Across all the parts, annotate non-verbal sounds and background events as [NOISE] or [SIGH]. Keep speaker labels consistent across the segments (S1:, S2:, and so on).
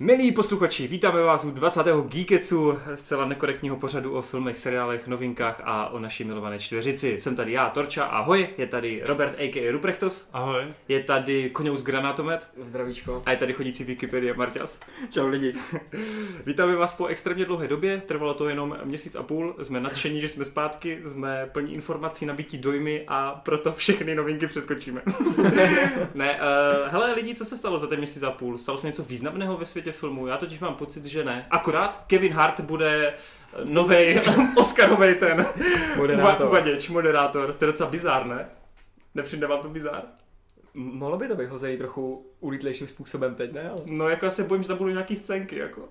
S1: Milí posluchači, vítáme vás u 20. Geekecu, zcela nekorektního pořadu o filmech, seriálech, novinkách a o naší milované čtveřici. Jsem tady já, Torča, ahoj, je tady Robert a.k.a. Ruprechtos,
S2: Ahoj.
S1: je tady Koňous Granatomet
S3: Zdravíčko.
S1: a je tady chodící Wikipedia Marťas.
S3: Čau lidi.
S1: [LAUGHS] Vítáme vás po extrémně dlouhé době, trvalo to jenom měsíc a půl, jsme nadšení, že jsme zpátky, jsme plní informací, nabití dojmy a proto všechny novinky
S3: [LAUGHS]
S1: přeskočíme. ne, uh, hele lidi, co se stalo za ten měsíc a půl? Stalo se něco významného ve světě filmu? Já totiž mám pocit, že ne. Akorát Kevin Hart bude [LAUGHS] nový Oscarový ten uva-
S3: Moderátor.
S1: uvaděč, moderátor. To je docela bizár, ne? Nepřijde vám to bizár?
S3: Mohlo by to být hozený trochu ulítlejším způsobem teď, ne? Ale...
S1: No jako já se bojím, že tam budou nějaký scénky,
S4: [LAUGHS]
S1: jako.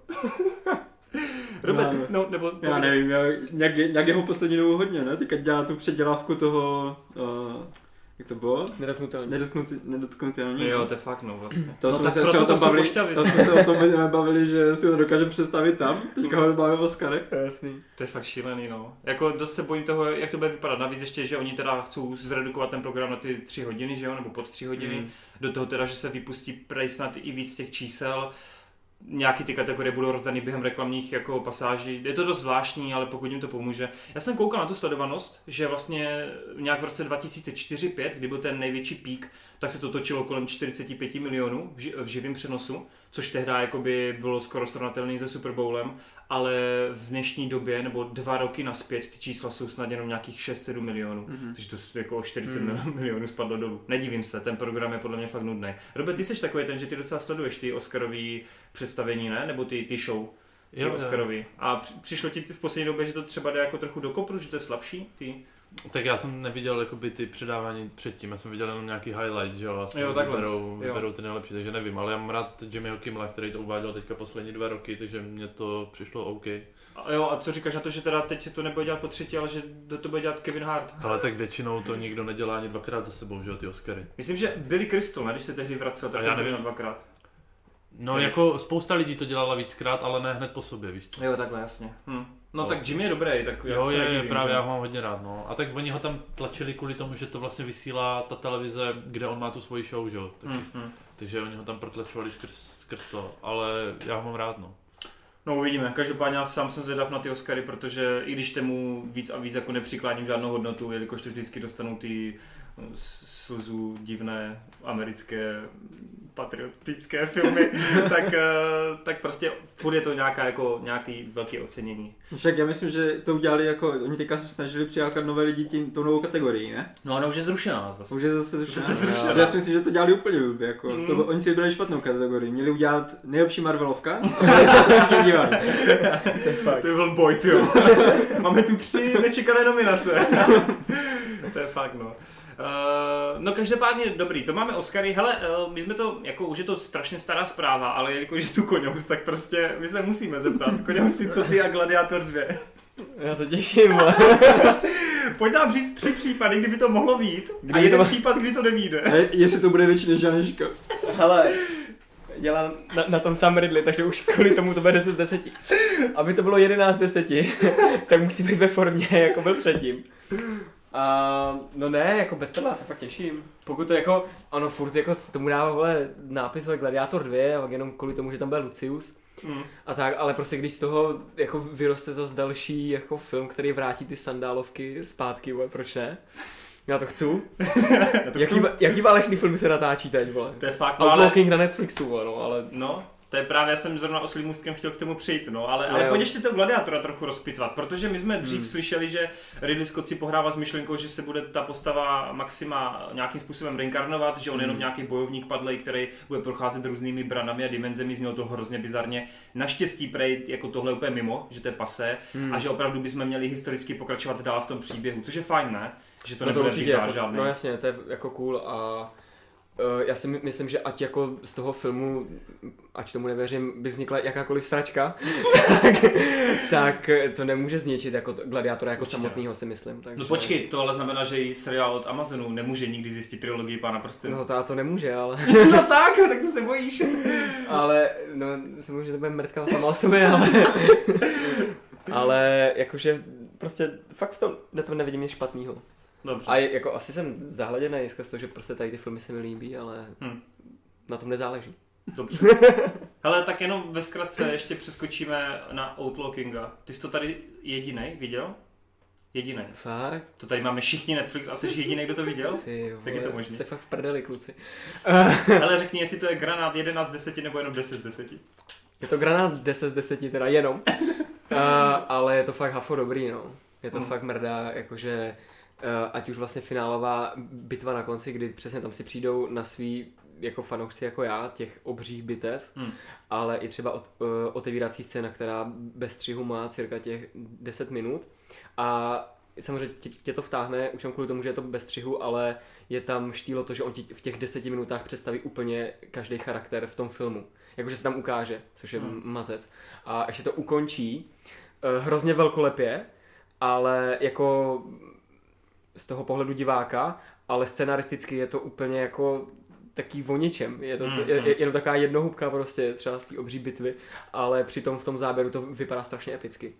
S1: Robert,
S4: No,
S1: no, nebo...
S4: Já nevím, já, nějak, je- nějak jeho poslední dobou hodně, ne? Teďka dělá tu předělávku toho, uh, jak to bylo?
S3: Nedotknutelný.
S4: Nedotknuty- Nedotknutelný.
S1: Jo, to je fakt, no vlastně.
S4: To
S1: no,
S4: jsme
S1: tak
S4: se
S1: proto
S4: se o
S1: to
S4: tom
S1: chci
S4: bavili,
S1: pošťavit.
S4: to jsme se o tom bavili, že si to dokáže představit tam, teďka ho bavíme Oscary.
S3: Jasný.
S1: To je fakt šílený, no. Jako dost se bojím toho, jak to bude vypadat. Navíc ještě, že oni teda chcou zredukovat ten program na ty tři hodiny, že jo, nebo pod tři hodiny.
S4: Hmm.
S3: Mm.
S1: Do toho teda, že se vypustí prej snad i víc těch čísel. Nějaký ty kategorie budou rozdany během reklamních jako pasáží. Je to dost zvláštní, ale pokud jim to pomůže. Já jsem koukal na tu sledovanost, že vlastně nějak v roce 2004-2005, kdy byl ten největší pík, tak se to točilo kolem 45 milionů v, ži- v živém přenosu, což tehdy jakoby bylo skoro srovnatelný se Super Bowlem, ale v dnešní době nebo dva roky naspět ty čísla jsou snad jenom nějakých 6-7 milionů.
S2: Mhm.
S1: Mm-hmm. Takže to s- jako o 40 mm-hmm. milionů spadlo dolů. Nedivím se, ten program je podle mě fakt nudný. Robert, ty jsi takový ten, že ty docela sleduješ ty Oscarový představení, ne? Nebo ty, ty show? Ty
S2: Jo, jo.
S1: Oscarový. A při- přišlo ti v poslední době, že to třeba jde jako trochu do kopru, že to je slabší? Ty?
S2: Tak já jsem neviděl jakoby, ty předávání předtím, já jsem viděl jenom nějaký highlight, že jo, a z toho
S1: Jo, takhle,
S2: vyberou,
S1: jo.
S2: vyberou ty nejlepší, takže nevím, ale já mám rád Jimmyho Kimla, který to uváděl teďka poslední dva roky, takže mě to přišlo OK.
S1: A jo, a co říkáš na to, že teda teď to nebude dělat po třetí, ale že do to bude dělat Kevin Hart?
S2: Ale tak většinou to nikdo nedělá ani dvakrát za sebou, že jo, ty Oscary.
S1: Myslím, že Billy Crystal, ne, když se tehdy vracel, tak
S2: A já
S1: ten to
S2: nevím.
S1: měl dvakrát.
S2: No
S1: Ne.
S2: jako spousta lidí to dělala víckrát, ale ne hned po sobě, víš co.
S1: Jo, takhle, jasně. Hm. No,
S2: No.
S1: tak Jimmy je dobrý, tak já
S2: Jo,
S1: se
S2: je, je,
S1: nedivím,
S2: právě
S1: že?
S2: já ho mám hodně rád, no. A tak oni ho tam tlačili kvůli tomu, že to vlastně vysílá ta televize, kde on má tu svoji show, že jo. Tak,
S1: Hm, hm.
S2: Takže oni ho tam protlačovali skrz, skrz to, ale já ho mám rád, no.
S1: No uvidíme, každopádně já sám jsem zvědav na ty Oscary, protože i když tomu víc a víc jako nepřikláním žádnou hodnotu, jelikož to vždycky dostanou ty no, s- slzu divné americké patriotické filmy, [LAUGHS] tak, eh, tak prostě furt je to nějaká, jako, nějaký velký ocenění.
S4: Však já myslím, že to udělali jako, oni teďka se snažili přilákat nové lidi tím, tou novou kategorii, ne?
S1: No ona už je zrušená zase.
S4: Už je zase
S1: se
S4: zrušená.
S1: zrušila.
S4: Já si myslím, že to dělali úplně blbě, jako.
S1: Mm.
S4: To, bylo- oni si vybrali špatnou kategorii, měli udělat nejlepší Marvelovka,
S1: [LAUGHS]
S4: [LAUGHS] a měli se to všichni dívat.
S3: To je fakt.
S1: To byl boj, ty
S3: [LAUGHS]
S1: jo. Máme tu tři nečekané nominace. [LAUGHS] to je fakt, no. Uh, no každopádně dobrý, to máme Oscary, hele, uh, my jsme to, jako už je to strašně stará zpráva, ale jelikož je tu Koňous, tak prostě my se musíme zeptat, Koňousi, co ty a Gladiátor 2?
S3: Já se těším. vole.
S1: Pojď nám říct tři případy, kdyby to mohlo vít a
S3: Kdyby
S1: jeden
S3: to-
S1: případ, kdy to nevíde.
S4: Je- Jestli to bude větší než Janeška.
S3: Hele, dělá na, na tom sam Ridley, takže už kvůli tomu to bude 10 z 10. Aby to bylo 11 z 10, [LAUGHS] tak musí být ve formě, jako byl předtím. A no ne, jako bez prdla se fakt těším. Pokud to jako, ano, furt jako s- tomu dává vole, nápis vole, Gladiátor 2, a pak jenom kvůli tomu, že tam byl Lucius.
S1: Mm.
S3: A tak, ale prostě když z toho jako vyroste zas další jako film, který vrátí ty sandálovky zpátky, vole, proč ne? Já
S1: [LAUGHS]
S3: to chci. jaký, va- jaký válečný film se natáčí teď, vole?
S1: To je fakt, no, ale,
S3: Outlooking na Netflixu, vole, no, ale...
S1: No, to je právě, já jsem zrovna oslým ústkem chtěl k tomu přijít, no, ale,
S3: Jo.
S1: ale pojď ještě toho gladiátora trochu rozpitvat, protože my jsme dřív hmm. slyšeli, že Ridley Scott si pohrává s myšlenkou, že se bude ta postava Maxima nějakým způsobem reinkarnovat, že on
S3: Hmm.
S1: jenom nějaký bojovník padlej, který bude procházet různými branami a dimenzemi, znělo to hrozně bizarně. Naštěstí prej jako tohle je úplně mimo, že to je pase hmm. a že opravdu bychom měli historicky pokračovat dál v tom příběhu, což je fajn, ne? Že to
S3: No
S1: nebude bizár
S3: jako,
S1: žádný.
S3: No jasně, to je jako cool a eh, já si my- myslím, že ať jako z toho filmu, ať tomu nevěřím, by vznikla jakákoliv sračka, tak, tak eh, to nemůže zničit jako t- gladiátora jako
S1: Určitě.
S3: samotného si myslím. Takže...
S1: No počkej, to ale znamená, že i seriál od Amazonu nemůže nikdy zjistit trilogii Pána prstenů.
S3: No to, já to nemůže, ale,
S1: [LAUGHS] No tak, tak to se bojíš.
S3: ale no, samozřejmě že to bude mrtka sama o sobě, ale, ale jakože prostě fakt v tom, na tom nevidím nic špatného.
S1: Dobře.
S3: A je- jako asi jsem zahleděný skrz to, že prostě tady ty filmy se mi líbí, ale
S1: Hm.
S3: na tom nezáleží.
S1: Dobře. Hele, tak jenom ve zkratce ještě přeskočíme na Outlaw Kinga. Ty jsi to tady jediný viděl? Jediný.
S3: Fakt?
S1: To tady máme všichni Netflix, asi jediný, kdo to [LAUGHS] viděl?
S3: Ty
S1: Jak je to možný?
S3: Jste fakt v prdeli, kluci.
S1: Ale řekni, jestli to je granát 11 z 10 nebo jenom 10 z 10.
S3: Je to granát 10 z 10
S1: [LAUGHS]
S3: teda jenom, uh, ale je to fakt hafo dobrý, no. Je to mm. fakt mrdá, jakože uh, ať už vlastně finálová bitva na konci, kdy přesně tam si přijdou na svý jako fanoušci jako já, těch obřích bitev,
S1: Hmm.
S3: ale i třeba od, uh, otevírací scéna, která bez střihu má cirka těch 10 minut a samozřejmě tě, tě to vtáhne už jen kvůli tomu, že je to bez střihu, ale je tam štílo to, že on ti v těch deseti minutách představí úplně každý charakter v tom filmu. Jakože se tam ukáže, což je hmm. mazec. A ještě to ukončí eh, hrozně velkolepě, ale jako z toho pohledu diváka, ale scenaristicky je to úplně jako taký voničem. Je to
S1: Mm,
S3: je,
S1: mm.
S3: je, jenom taková jednohubka prostě třeba z té obří bitvy, ale přitom v tom záběru to vypadá strašně epicky.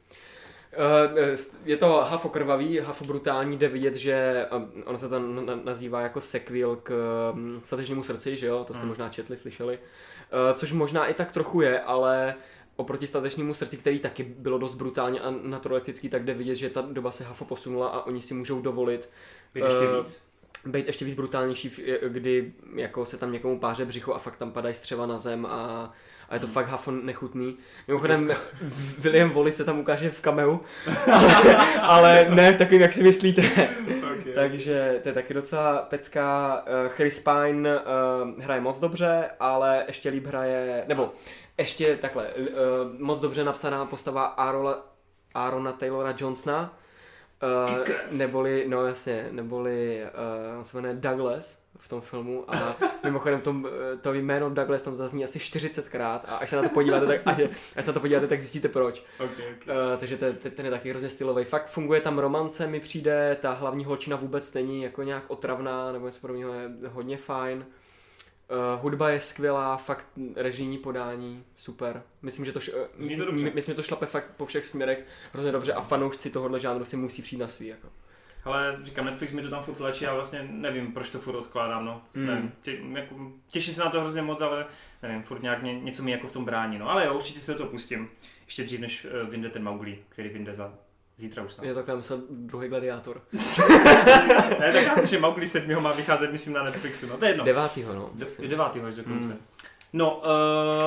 S3: Eh, eh, Je to hafo krvavý, hafo brutální, jde vidět, že eh, ono se to na- na- nazývá jako sequel k hm, statečnému srdci, že jo, to jste
S1: Mm.
S3: možná četli, slyšeli, Eh, což možná i tak trochu je, ale oproti statečnému srdci, který taky bylo dost brutální a naturalistický, tak jde vidět, že ta doba se hafo posunula a oni si můžou dovolit
S1: Být ještě
S3: Eh,
S1: víc.
S3: být ještě víc brutálnější, v- kdy jako se tam někomu páře břicho a fakt tam padají střeva na zem a, a je to fakt hafon nechutný. Hmm. Jako Mimochodem [LAUGHS] William Wallace se tam ukáže v [LAUGHS] kameu, ale, ale ne v takovým, jak si myslíte.
S1: Okay.
S3: Takže to je taky docela pecká. Eh, Chris Pine eh, hraje moc dobře, ale ještě líp hraje, nebo ještě takhle, eh, moc dobře napsaná postava Arola, Arona Taylora Johnsona, eh,
S1: Kick-ass.
S3: neboli, no jasně, neboli, eh, on se jmenuje Douglas v tom filmu a mimochodem tom, eh, to jméno Douglas tam zazní asi 40krát a až se na to podíváte, tak, až, až se na to podíváte, tak zjistíte proč.
S1: Okay, okay.
S3: Uh, takže ten, ten, ten je taky hrozně stylový. Fakt funguje tam romance, mi přijde, ta hlavní holčina vůbec není jako nějak otravná, nebo něco podobného, je hodně fajn. Uh, hudba je skvělá, fakt režijní podání, super. Myslím, že to, š- eh,
S1: Zní to dobře.
S3: my- myslím, že to šlape fakt po všech směrech hrozně dobře a fanoušci tohohle žánru si musí přijít na svý. Jako.
S1: Ale říkám, Netflix mi to tam furt tlačí, já vlastně nevím, proč to furt odkládám, no.
S3: Hmm.
S1: Mm. Nevím, tě, jako, těším se na to hrozně moc, ale nevím, furt nějak ně, něco mi jako v tom brání, no. Ale jo, určitě si to pustím. Ještě dřív, než uh, vyjde ten Mowgli, který vyjde za zítra už snad.
S3: Je to takhle myslel druhý gladiátor.
S1: ne, tak [LAUGHS] já, že Mowgli 7. má vycházet, myslím, na Netflixu, no to je jedno.
S3: Devátýho, no.
S1: De-
S3: myslím.
S1: devátýho až dokonce. Mm. No,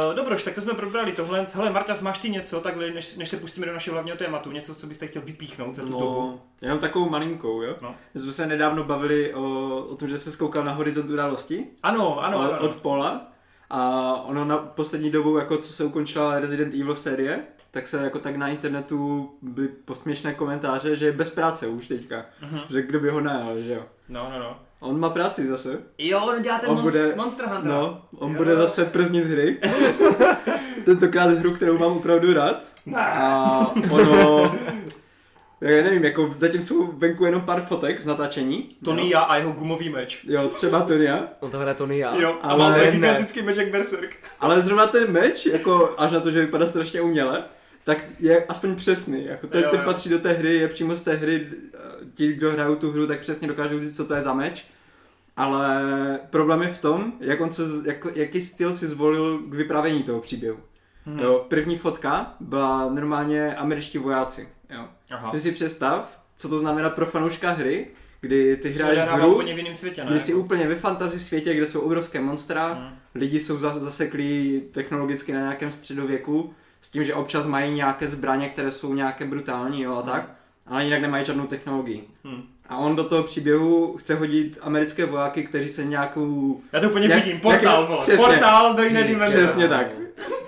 S1: uh, dobroš, tak to jsme probrali tohle. Hele, Marta, máš ty něco, takhle, než, než se pustíme do našeho hlavního tématu, něco, co byste chtěl vypíchnout za tu no. dobu?
S4: Jenom takovou malinkou, jo?
S1: No.
S4: My jsme se nedávno bavili o, o tom, že se skoukal na horizont události
S1: Ano, ano,
S4: od,
S1: ano.
S4: od Pola. A ono na poslední dobou, jako co se ukončila Resident Evil série, tak se jako tak na internetu byly posměšné komentáře, že je bez práce už teďka.
S1: Mhm.
S4: Že kdo by ho najal, že jo.
S1: No, no, no.
S4: A on má práci zase.
S1: Jo, on dělá ten
S4: On
S1: monst-
S4: bude-
S1: Monster Hunter.
S4: No, on
S1: Jo.
S4: bude zase prznit hry.
S1: [LAUGHS]
S4: Tentokrát hru, kterou mám opravdu rád. A ono... Já nevím, jako zatím jsou venku jenom pár fotek z natáčení. No.
S1: Tony já a jeho gumový meč.
S4: Jo, třeba Tonya.
S3: On to hraje Tony já.
S1: Jo, a
S4: ale
S1: mám
S4: ne.
S1: gigantický meč jak Berserk.
S4: Ale zrovna ten meč, jako až na to, že vypadá strašně uměle, tak je aspoň přesný. Jako ten,
S1: Jo,
S4: ten
S1: jo.
S4: patří do té hry, je přímo z té hry, eh, ti, kdo hrajou tu hru, tak přesně dokážou říct, co to je za meč. Ale problém je v tom, jak on se, z- jak, jaký styl si zvolil k vyprávění toho příběhu.
S1: Mhm.
S4: Hmm. Jo, první fotka byla normálně američtí vojáci. Jo.
S1: Aha.
S4: Ty si představ, co to znamená pro fanouška hry, kdy ty
S1: Se
S4: hraješ
S1: odehrává
S4: hru,
S1: úplně v jiném světě, ne?
S4: kdy jsi úplně ve fantasy světě, kde jsou obrovské monstra,
S1: Mm.
S4: lidi jsou za- zaseklí technologicky na nějakém středověku, s tím, že občas mají nějaké zbraně, které jsou nějaké brutální, jo a tak, ale jinak nemají žádnou technologii.
S1: Hm.
S4: A on do toho příběhu chce hodit americké vojáky, kteří se nějakou...
S1: Já to úplně
S4: Jak-
S1: vidím, portál,
S4: jaký-
S1: vole.
S4: přesně.
S1: Portál do jiné
S3: Ty,
S1: dimenze.
S4: Přesně tak.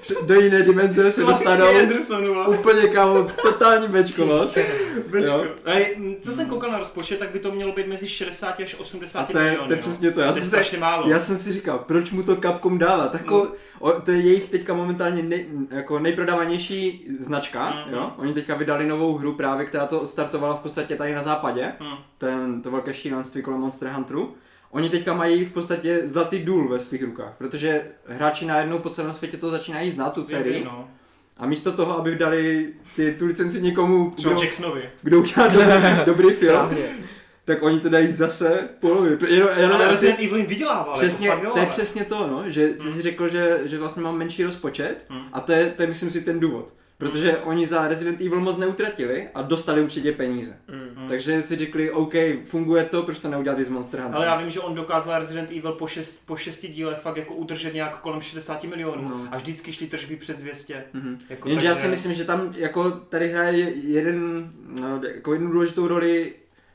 S4: Př- Do jiné dimenze se dostanou
S1: Klasický Anderson, vole.
S4: úplně kámo, totální bečkolost.
S1: Bečko.
S4: Jo.
S1: Ej, m, co jsem koukal na rozpočet, tak by to mělo být mezi 60 až 80
S4: A to je,
S1: miliony.
S4: to je
S1: no.
S4: přesně to. Já
S1: to je
S4: jsem se-
S1: strašně málo.
S4: Já jsem si říkal, proč mu to Capcom dává?
S1: No.
S4: Tako, o, to je jejich teďka momentálně nej, jako nejprodávanější značka.
S1: Mm.
S4: Jo? Oni teďka vydali novou hru právě, která to odstartovala v podstatě tady na západě.
S1: Hm.
S4: Ten, to velké šílenství kolem Monster Hunteru. Oni teďka mají v podstatě zlatý důl ve svých rukách, protože hráči najednou po celém světě to začínají znát, tu sérii.
S1: No.
S4: A místo toho, aby dali ty, tu licenci někomu,
S1: Třeba
S4: kdo,
S1: Jacksonovi. [LAUGHS]
S4: kdo udělá dobrý, dobrý film,
S3: Správně.
S4: tak oni to dají zase polovi. Pr- Jenom, jenom
S1: Ale
S4: asi,
S1: Resident Evilin vydělával,
S4: přesně,
S1: jako fakt
S4: to je
S1: vydělával.
S4: přesně to, no, že ty jsi řekl, že, že vlastně mám menší rozpočet
S1: Hmm.
S4: a to je, to je, myslím si, ten důvod. Protože oni za Resident Evil moc neutratili a dostali určitě peníze.
S3: Mm.
S1: Hmm.
S4: Takže si řekli, OK, funguje to, proč to neudělat i z Monster Hunter?
S1: Ale já vím, že on dokázal Resident Evil po, šest, po šesti dílech fakt jako udržet nějak kolem 60 milionů
S4: No.
S1: a vždycky šly tržby přes 200.
S4: Mhm.
S1: Jako,
S4: Jenže já si myslím, že tam jako tady hraje jeden, no, jako jednu důležitou roli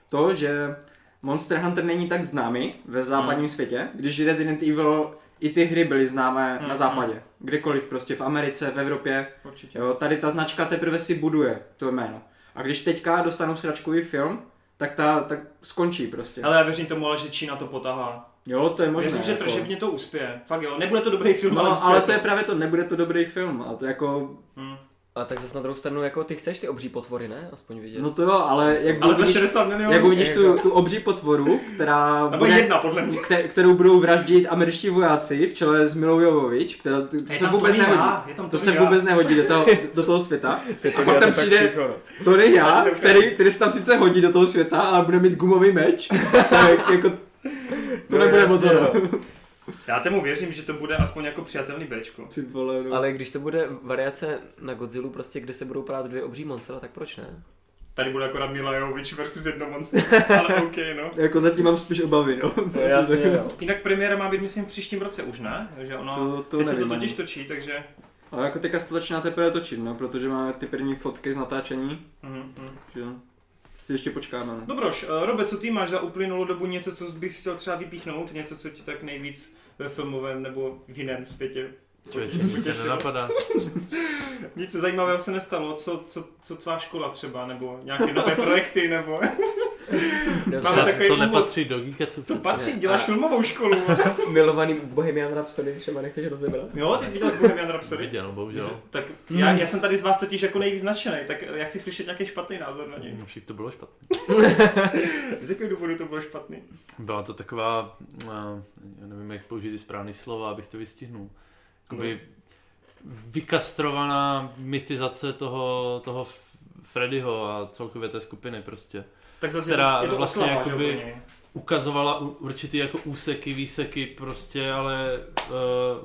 S4: to, že Monster Hunter není tak známý ve západním hmm. světě, když Resident Evil i ty hry byly známé hmm. na
S1: Mhm.
S4: západě. Kdekoliv prostě, v Americe, v Evropě.
S1: Určitě.
S4: Jo, tady ta značka teprve si buduje to jméno. A když teďka dostanou sračkový film, tak ta tak skončí prostě.
S1: Ale já věřím tomu, ale že Čína to potahá.
S4: Jo, to je možné.
S1: Věřím, že
S4: jako.
S1: tržebně to uspěje. Fakt jo, nebude to dobrý film,
S4: No, ale to je
S1: uspěje
S4: právě to, nebude to dobrý film. A to jako
S1: Hmm.
S3: A tak zase na druhou stranu, jako ty chceš ty obří potvory, ne? Aspoň vidět.
S4: No to jo, ale jak
S1: Ale za
S4: uvidíš-
S1: 60 milionů. jako.
S4: jak uvidíš tu, tu obří potvoru, která
S1: Nebo
S4: bude-
S1: jedna, podle mě.
S4: kte- kterou budou vraždit američtí vojáci v čele s Milou Jovovič, která to, to
S1: Je
S4: se
S1: tam
S4: vůbec
S1: Tony Jaa,
S4: nehodí.
S1: je tam
S4: To
S1: Tony
S4: se
S1: Jaa.
S4: vůbec nehodí do toho, do toho světa.
S3: Ty
S4: A pak tam přijde Tony já, který, který se tam sice hodí do toho světa, ale bude mít gumový meč. Tak jako to
S3: No,
S4: nebude moc
S3: jasně,
S4: ono.
S1: Já tomu věřím, že to bude aspoň jako přijatelný Bčko.
S4: Ty vole, no.
S3: Ale když to bude variace na Godzilla, prostě kde se budou prát dvě obří monstra, tak proč ne?
S1: Tady bude akorát Mila Jovič versus jedno monster, [LAUGHS] ale OK, no.
S4: Jako zatím mám spíš obavy, no.
S3: jo.
S1: Jinak premiéra má být, myslím, v příštím roce už, ne? Že ono,
S4: To- to
S1: teď se to
S4: nevím
S1: totiž
S4: ani.
S1: točí, takže...
S4: Ale jako teďka se to začíná teprve točit, no, protože máme ty první fotky z natáčení,
S1: Mhm, mhm.
S4: že si ještě počkáme, no.
S1: Dobroš, eh, Robe, co ty máš za uplynulou dobu něco, co bych chtěl třeba vypíchnout? Něco, co ti tak nejvíc ve filmovém nebo v jiném světě?
S2: Člověče, mě tě nenapadá.
S1: Nic zajímavého se nestalo, co, co, co tvá škola třeba, nebo nějaké nové projekty, nebo...
S2: To,
S1: Máme takový
S2: to
S1: úvod.
S2: nepatří do Geekacu.
S1: To
S2: přece.
S1: patří, děláš filmovou školu.
S3: Milovaný Bohemian Rhapsody, třeba nechceš rozebrat?
S1: Jo, ty děláš Bohemian Rhapsody.
S2: Viděl, bohužel.
S1: Tak já, já, jsem tady z vás totiž jako nejvíc nadšenej, tak já chci slyšet nějaký špatný názor na něj.
S2: No, Však to bylo špatné.
S1: Z jakého důvodu to bylo špatný?
S2: Byla to taková, eh, já nevím, jak použít ty správný slova, abych to vystihnul. Jakoby vykastrovaná mytizace toho, toho F- Freddyho a celkově té skupiny prostě.
S1: Tak zase
S2: Která
S1: je to, je to
S2: vlastně
S1: oslava,
S2: jakoby-
S1: že jo, pro něj.
S2: Ukazovala u- určitý jako úseky, výseky prostě, ale eh,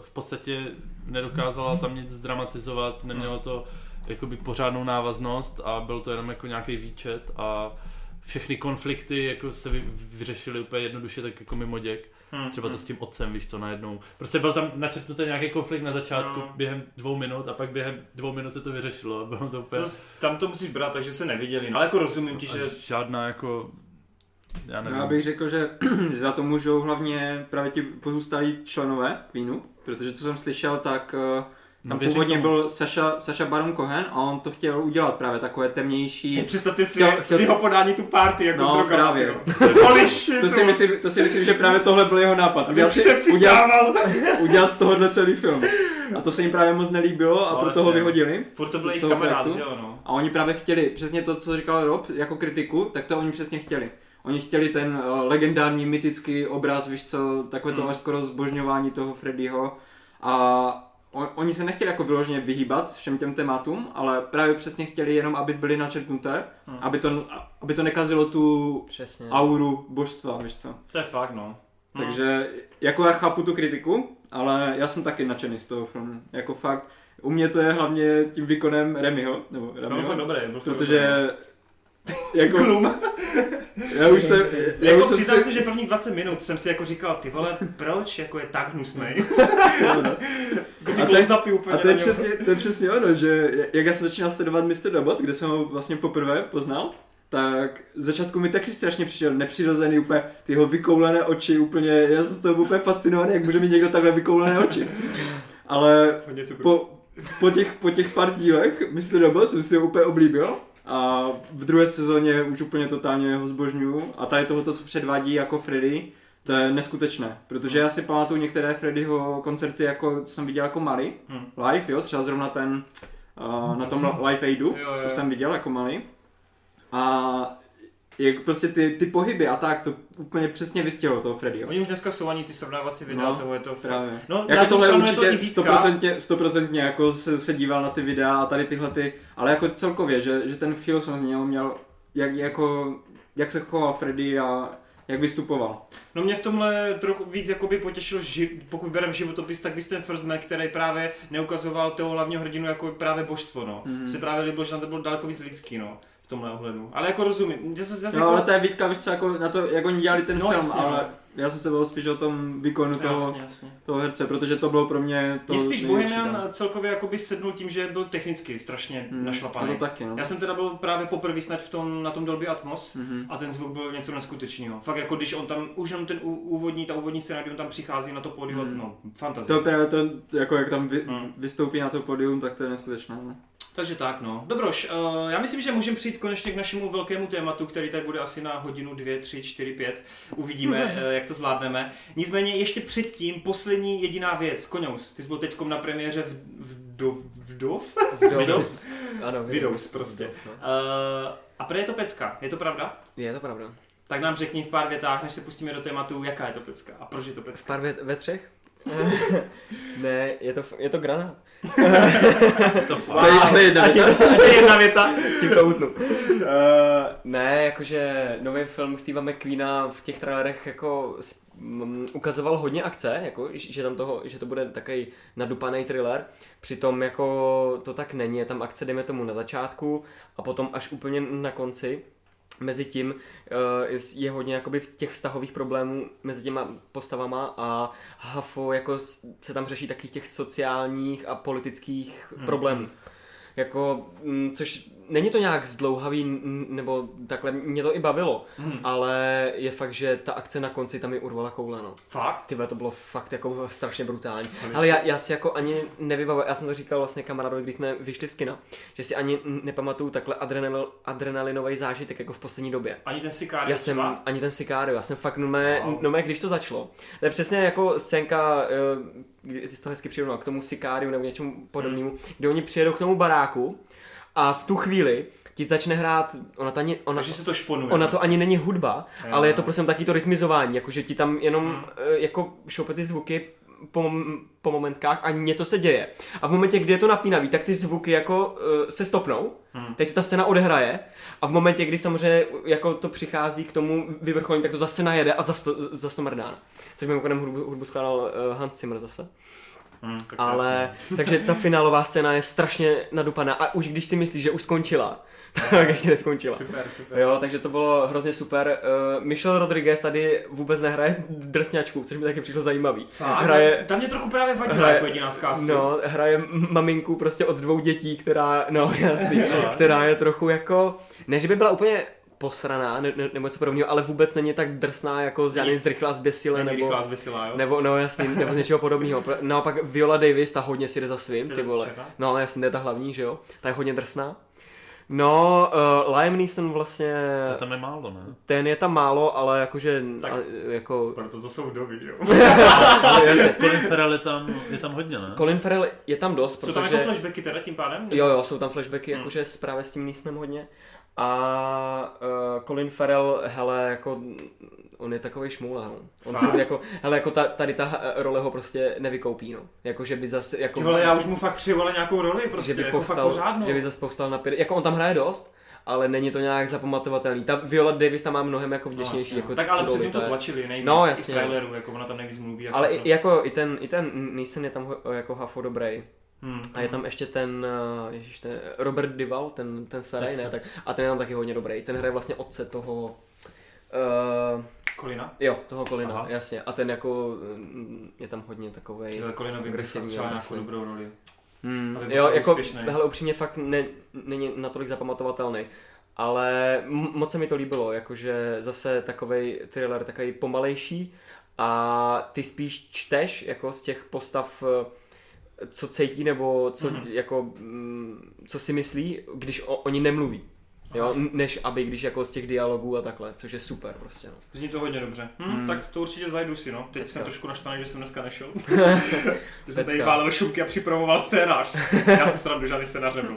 S2: v podstatě nedokázala tam nic dramatizovat, nemělo to jakoby pořádnou návaznost a byl to jenom jako nějaký výčet a všechny konflikty jako se vy, vyřešily úplně jednoduše tak jako mimo děk.
S1: Hm,
S2: Třeba to
S1: hm.
S2: s tím otcem, víš co, najednou. Prostě byl tam načrtnutý nějaký konflikt na začátku
S1: No.
S2: no. během dvou minut a pak během dvou minut se to vyřešilo a bylo to úplně...
S1: Zas tam to musíš brát, takže se neviděli. no. Ale jako rozumím ti,
S2: A
S1: že
S2: Žádná jako... Já nevím.
S4: Já bych řekl, že [CLEARS THROAT] že za to můžou hlavně právě ti pozůstalí členové Queenu, protože co jsem slyšel, tak eh, tam
S2: věřím
S4: původně
S2: tomu.
S4: byl Saša, Saša Baron Cohen a on to chtěl udělat právě takové temnější.
S1: Představte si
S4: Chtěl- chtěl-
S1: jeho podání tu party jako
S4: No,
S1: s drogama.
S4: právě.
S1: tyjo. Holy shit,
S4: To si,
S1: vole.
S4: myslím, to si myslím, že právě tohle byl jeho nápad.
S1: Aby
S4: Udělat, si, udělat,
S1: přefikával.
S4: udělat z tohohle celý film. A to se jim právě moc nelíbilo a
S1: No,
S4: proto
S1: jasně.
S4: ho vyhodili.
S1: Furt to byl
S4: z
S1: jejich
S4: toho
S1: kamarád,
S4: projektu.
S1: že jo, no.
S4: A oni právě chtěli, přesně to, co říkal Rob, jako kritiku, tak to oni přesně chtěli. Oni chtěli ten eh, legendární, mytický obraz, víš co, takové to
S1: Hmm.
S4: až skoro zbožňování toho Freddyho. A on, oni se nechtěli jako vyloženě vyhýbat všem těm tématům, ale právě přesně chtěli jenom, aby byly načrtnuté,
S1: Hmm.
S4: aby, to, aby to nekazilo tu
S3: Přesně.
S4: auru božstva, víš co.
S1: To je fakt, no. Hmm.
S4: Takže jako já chápu tu kritiku, ale já jsem taky nadšený z toho filmu. Jako fakt, u mě to je hlavně tím výkonem Remyho, nebo
S1: Byl fakt no.
S4: Remyho,
S1: dobrý, byl fakt dobrý. [LAUGHS]
S4: protože jako,
S1: Klum.
S4: já už jsem, já
S1: Jako
S4: už jsem
S1: přiznám
S4: si,
S1: se, že prvních 20 minut jsem si jako říkal, ty vole, proč jako je tak
S4: [LAUGHS]
S1: hnusnej? Jako ty
S4: A to je-
S1: klouzapy úplně
S4: a to je,
S1: na něm.
S4: přesně, to je přesně ono, že jak já jsem začínal sledovat Mr. Robot, kde jsem ho vlastně poprvé poznal, tak v začátku mi taky strašně přišel nepřirozený úplně, ty jeho vykoulené oči úplně, já jsem z toho byl úplně fascinovaný, jak může mít někdo takhle vykoulené oči. Ale
S1: Hodně cukru.
S4: po, po, těch, po těch pár dílech Mr. Robot jsem si ho úplně oblíbil a v druhé sezóně už úplně totálně ho zbožňuju a tady tohoto, co předvádí jako Freddy, to je neskutečné, protože já si pamatuju některé Freddyho koncerty, jako, co jsem viděl jako malý,
S1: Hmm.
S4: live, jo, třeba zrovna ten uh, na tom Live Aidu,
S1: Jo, jo.
S4: to jsem viděl jako malý. A jak prostě ty, ty pohyby a tak, to úplně přesně vystihlo toho Freddyho.
S1: Oni už dneska jsou ani ty srovnávací videa
S4: No,
S1: toho, je to fakt.
S4: Právě.
S1: No, na
S4: Jako
S1: jednu
S4: tohle
S1: stranu je to i
S4: určitě
S1: výtka.
S4: stoprocentně, stoprocentně jako se, se, díval na ty videa a tady tyhle ty, ale jako celkově, že, že ten feel jsem z něho měl, jak, jako jak se choval Freddy a jak vystupoval.
S1: No mě v tomhle trochu víc jakoby potěšil, ži- pokud berem životopis, tak vy ten First Man, který právě neukazoval toho hlavního hrdinu jako právě božstvo, no.
S4: Mhm.
S1: Mm. Se právě líbilo, že na to bylo daleko víc lidský, no. V tomhle ohledu. Ale jako rozumím, zase, zase
S4: No, ale
S1: jako...
S4: to je výtka, víš co, jako na to, jak oni dělali ten
S1: No,
S4: no, film,
S1: jasně,
S4: jasně,
S1: no.
S4: ale já jsem se byl spíš o tom výkonu toho,
S1: Jasně, jasně.
S4: toho herce, protože to bylo pro mě to
S1: Mě spíš
S4: největší,
S1: Bohemian
S4: no.
S1: celkově jakoby sednul tím, že byl technicky strašně
S4: Mm,
S1: mm. našlapaný.
S4: A to taky, no.
S1: Já jsem teda byl právě poprvé snad v tom, na tom Dolby Atmos
S4: Mhm.
S1: a ten zvuk byl něco neskutečného. Fakt jako když on tam, už jenom ten ú- úvodní, ta úvodní scéna, kdy on tam přichází na to pódium,
S4: Mhm.
S1: no fantazie.
S4: To je právě to, jako jak tam vy,
S1: Mm.
S4: vystoupí na to podium, tak to je neskutečné. No.
S1: Takže tak no. Dobroš, uh, já myslím, že můžeme přijít konečně k našemu velkému tématu, který tady bude asi na hodinu, dvě, tři, čtyři, pět.
S3: Mhm.
S1: Uvidíme, eh, jak to zvládneme. Nicméně ještě předtím poslední jediná věc. Koňous, ty jsi byl teďkom na premiéře v, v, do, vdov? [LAUGHS] Widows?
S3: Ano,
S1: Widows prostě.
S3: Widows, no.
S1: Uh, a prý je to pecka, je to pravda?
S3: Je to pravda.
S1: Tak nám řekni v pár větách, než se pustíme do tématu, jaká je to pecka a proč je to
S3: [LAUGHS]
S1: pecka.
S3: Pár vět ve třech?
S4: [LAUGHS]
S3: ne, je to, je to granát.
S2: To fakt.
S4: To je- to je jedna
S3: A tím,
S4: věta.
S1: To je jedna věta.
S3: tím to utnu. [LAUGHS] Uh, ne, jakože nový film Stevea McQueena v těch trailerech jako s- m, ukazoval hodně akce, jako, ž- že tam toho, že to bude takový nadupaný thriller, přitom jako to tak není, je tam akce, dejme tomu na začátku a potom až úplně na konci, mezi tím eh, je hodně jakoby v těch vztahových problémů mezi těma postavama a hafo jako s- se tam řeší takových těch sociálních a politických problémů. Jako, mm, což není to nějak zdlouhavý, n- n- nebo takhle, mě to i bavilo, ale je fakt, že ta akce na konci tam mi urvala koule, no.
S1: Fakt?
S3: Tyhle, to bylo fakt jako strašně brutální. Ale já, já si jako ani nevybavuji, já jsem to říkal vlastně kamarádovi, když jsme vyšli z kina, že si ani nepamatuju takhle adrenal, adrenalinový zážitek jako v poslední době.
S1: Ani ten sikář
S3: Já jsem ani ten Sicario, já jsem fakt nome,
S1: Wow.
S3: wow. nome když to začalo. To je přesně jako scénka, eh, kdy- ty jsi to hezky přirovnal, k tomu Sicario nebo něčemu podobnému, hmm. kde oni přijedou k tomu baráku a v tu chvíli ti začne hrát, ona to ani, ona,
S1: Takže se to šponuje.
S3: ona to ani není hudba,
S1: vlastně. Jo,
S3: ale je to
S1: jo.
S3: prostě jenom taky to rytmizování, jakože ti tam jenom
S1: Hmm.
S3: hmm. jako šoupe ty zvuky po, mom- po momentkách a něco se děje. A v momentě, kdy je to napínavý, tak ty zvuky jako eh, se stopnou,
S1: Hmm.
S3: hmm. teď se ta scéna odehraje a v momentě, kdy samozřejmě jako to přichází k tomu vyvrcholení, tak to zase najede a zase to, zase to mrdá. Což mimochodem hudbu, hudbu skládal eh, Hans Zimmer zase.
S1: Hmm, tak to je jasný.
S3: Ale, takže ta finálová scéna je strašně nadupaná a už když si myslíš, že už skončila, [LAUGHS] tak ještě neskončila.
S1: Super, super.
S3: Jo, takže to bylo hrozně super. Uh, Michel Rodriguez tady vůbec nehraje drsňačku, což mi taky přišlo zajímavý.
S1: Fakt,
S3: Hraje,
S1: tam mě trochu právě vadilo
S3: hraje-
S1: jako jediná z castu.
S3: no, hraje m- maminku prostě od dvou dětí, která, no [LAUGHS] jasný, která je trochu jako, ne že by byla úplně posraná ne, ne, nebo něco podobného, ale vůbec není tak drsná jako z, já nevím, z rychlá zběsile
S1: Není
S3: nebo,
S1: rychlá zběsilá, jo?
S3: nebo, no jasný, nebo z něčeho podobného. Pro- Naopak Viola Davis, ta hodně si jde za svým,
S1: To je
S3: ty vole.
S1: třeba.
S3: No ale jasně, to je ta hlavní, že jo? Ta je hodně drsná. No, uh, Liam Neeson vlastně...
S2: To tam je málo, ne?
S3: Ten je tam málo, ale jakože,
S1: Tak.
S3: a, jako,
S1: Proto to jsou vdovy,
S3: [LAUGHS]
S1: jo?
S2: Colin Farrell je tam, je tam hodně, ne?
S3: Colin Farrell je tam dost,
S1: Jsou
S3: protože,
S1: tam jako flashbacky Hmm. teda tím pádem?
S3: jo jo, jsou tam flashbacky, jakože s- právě s tím Neesonem hodně a uh, Colin Farrell, hele, jako, on je takový šmoula, no. On
S1: Fakt?
S3: furt jako, hele, jako ta, tady ta eh, role ho prostě nevykoupí, no. Jakože by zase, jako,
S1: Ty vole, já už mu fakt přivole nějakou roli prostě,
S3: že by
S1: jako fakt
S3: povstal,
S1: pořádnou.
S3: že by zase povstal na pět, jako on tam hraje dost, ale není to nějak zapamatovatelný. Ta Viola Davis tam má mnohem jako
S1: No,
S3: vděčnější.
S1: jasně,
S3: jako
S1: tak ale
S3: roli,
S1: předtím to
S3: je-
S1: tlačili nejvíc
S3: No,
S1: no,
S3: jasně.
S1: z traileru, jako ona tam nejvíc mluví a
S3: Ale
S1: všechno.
S3: i, jako i ten, i ten Neeson je tam ho- jako hafo dobrý.
S1: Hmm.
S3: A je tam ještě ten, eh, ježiš, ten Robert Dival, ten, ten starý, ne, tak, a ten je tam taky hodně dobrý. Ten hraje vlastně otce toho, uh,
S1: Kolina?
S3: jo, toho Kolina,
S2: Aha.
S3: Aha. jasně. A ten jako mm, je tam hodně takovej...
S1: Ty vole, Kolinovi bych třeba
S3: agresivní,
S1: třeba
S3: já
S1: nějakou
S3: myslím.
S1: dobrou roli.
S3: Hmm,
S1: aby byl
S3: jo,
S1: fakt
S3: jako,
S1: úspěšnej.
S3: hele, upřímně fakt ne, není natolik zapamatovatelný. Ale m- moc se mi to líbilo, jakože zase takový thriller, takový pomalejší a ty spíš čteš jako z těch postav, eh, co cítí nebo co,
S1: Mhm.
S3: mm-hmm. jako, mm, co si myslí, když o, oni nemluví. Jo, n- než aby když jako z těch dialogů a takhle, což je super prostě. No.
S1: Zní to hodně dobře. Hm,
S3: Hmm.
S1: Tak to určitě zajdu si, no. Teď
S3: Pecka.
S1: jsem trošku naštvaný, že jsem dneska
S3: [LAUGHS]
S1: nešel. [LAUGHS] že jsem
S3: Pecka.
S1: tady válel šumky a připravoval scénář. Já se srandu, žádný scénář nebyl.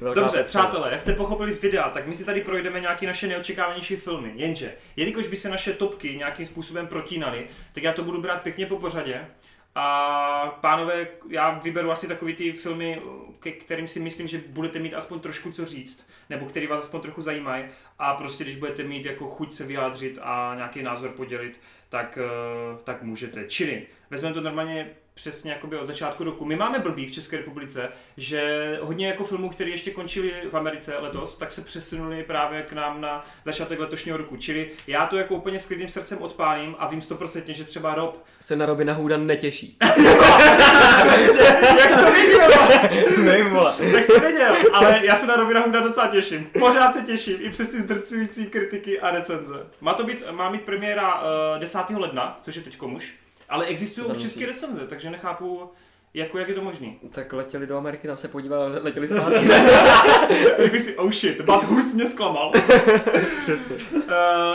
S3: Velká
S1: Dobře,
S3: pecka.
S1: přátelé, jak jste pochopili z videa, tak my si tady projdeme nějaké naše neočekávanější filmy. Jenže, jelikož by se naše topky nějakým způsobem protínaly, tak já to budu brát pěkně po pořadě A pánové, já vyberu asi takový ty filmy, ke kterým si myslím, že budete mít aspoň trošku co říct, nebo který vás aspoň trochu zajímají. A prostě, když budete mít jako chuť se vyjádřit a nějaký názor podělit, tak, eh, tak můžete. Čili vezmeme to normálně přesně jakoby od začátku roku. My máme blbý v České republice, že hodně jako filmů, které ještě končily v Americe letos, tak se přesunuli právě k nám na začátek letošního roku. Čili já to jako úplně s klidným srdcem odpálím a vím stoprocentně, že třeba Rob
S3: Se na Robina
S1: [LAUGHS]
S3: Hooda netěší. [LAUGHS]
S1: Jak jsi to viděl?
S3: Nevím, vole.
S1: Jak jsi to
S3: [LAUGHS]
S1: viděl? Ale já se na Robina Hooda docela těším. Pořád se těším, i přes ty zdrcující kritiky a recenze. Má to být, má mít premiéra uh, 10. ledna, což je teď komuž. Ale existují
S3: Za
S1: už české
S3: měsíc.
S1: recenze, takže nechápu, jako, jak je to možné.
S3: Tak letěli do Ameriky, tam se podívali, letěli zpátky.
S1: Řekli si, oh shit, Bad Hurst mě zklamal.
S3: [LAUGHS] Přesně.
S1: Uh,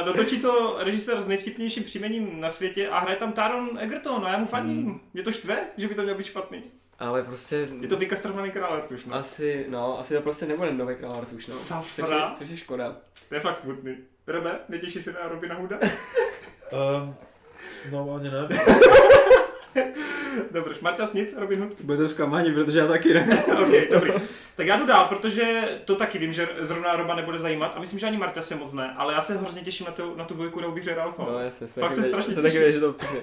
S1: dotočí to režisér s nejvtipnějším příjmením na světě a hraje tam Taron Egerton a já mu fandím.
S3: Hmm.
S1: Mě to štve, že by to měl být špatný.
S3: Ale prostě...
S1: Je to vykastrovaný král Artuš, no.
S3: Asi, no, asi to prostě nebude nový král Artuš, no. Což je,
S1: Safra.
S3: což je škoda.
S1: To je fakt smutný. Robe, netěší se na Robina Hooda? [LAUGHS]
S2: Uh, no, ani ne.
S1: Dobrý, Šmartas nic, Robin Hood?
S4: Budete zklamáni, protože já taky ne.
S1: [LAUGHS] OK, dobrý. Tak já jdu dál, protože to taky vím, že zrovna Roba nebude zajímat a myslím, že ani Marta se moc ne, ale já se hrozně těším na tu, na tu dvojku na ubíře Ralfa.
S3: No, jasně, se
S1: Fakt se
S3: taky-
S1: strašně
S3: se taky
S1: těším.
S3: věděl, že to přijde.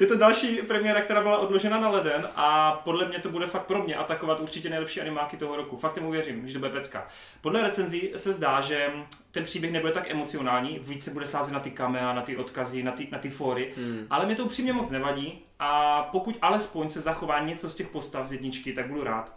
S1: Je to další premiéra, která byla odložena na leden a podle mě to bude fakt pro mě atakovat určitě nejlepší animáky toho roku. Fakt tomu věřím, že to bude pecka. Podle recenzí se zdá, že ten příběh nebude tak emocionální, víc se bude sázet na ty kamea, na ty odkazy, na ty, na ty fóry, hmm. ale mě to upřímně moc nevadí a pokud alespoň se zachová něco z těch postav z jedničky, tak budu rád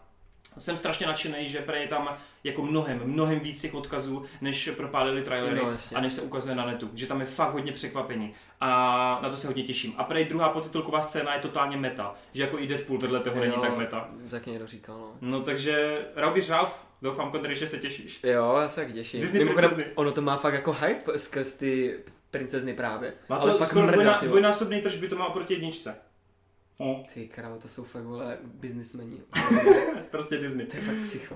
S1: jsem strašně nadšený, že Prey je tam jako mnohem, mnohem víc těch odkazů, než propálili trailery
S3: No,
S1: no,
S3: jasně.
S1: a než se ukazuje na netu. Že tam je fakt hodně překvapení a na to se hodně těším. A Prey druhá podtitulková scéna je totálně meta, že jako i Deadpool vedle toho není
S3: Jo,
S1: tak meta.
S3: Tak někdo říkal, no.
S1: No takže, Raubíš Ralf, doufám, Kondry, že se těšíš.
S3: Jo, já se tak těším.
S1: Disney princezny.
S3: ono to má fakt jako hype skrz ty princezny právě.
S1: Má
S3: ale
S1: to
S3: fakt
S1: skoro
S3: mrdá,
S1: dvojna,
S3: ty vole.
S1: dvojnásobný trž by to má oproti jedničce. No,
S3: Ty král, to jsou fakt, vole,
S1: [CLEARS THROAT]
S3: biznismeni.
S1: [LAUGHS] prostě Disney.
S3: To je fakt psycho.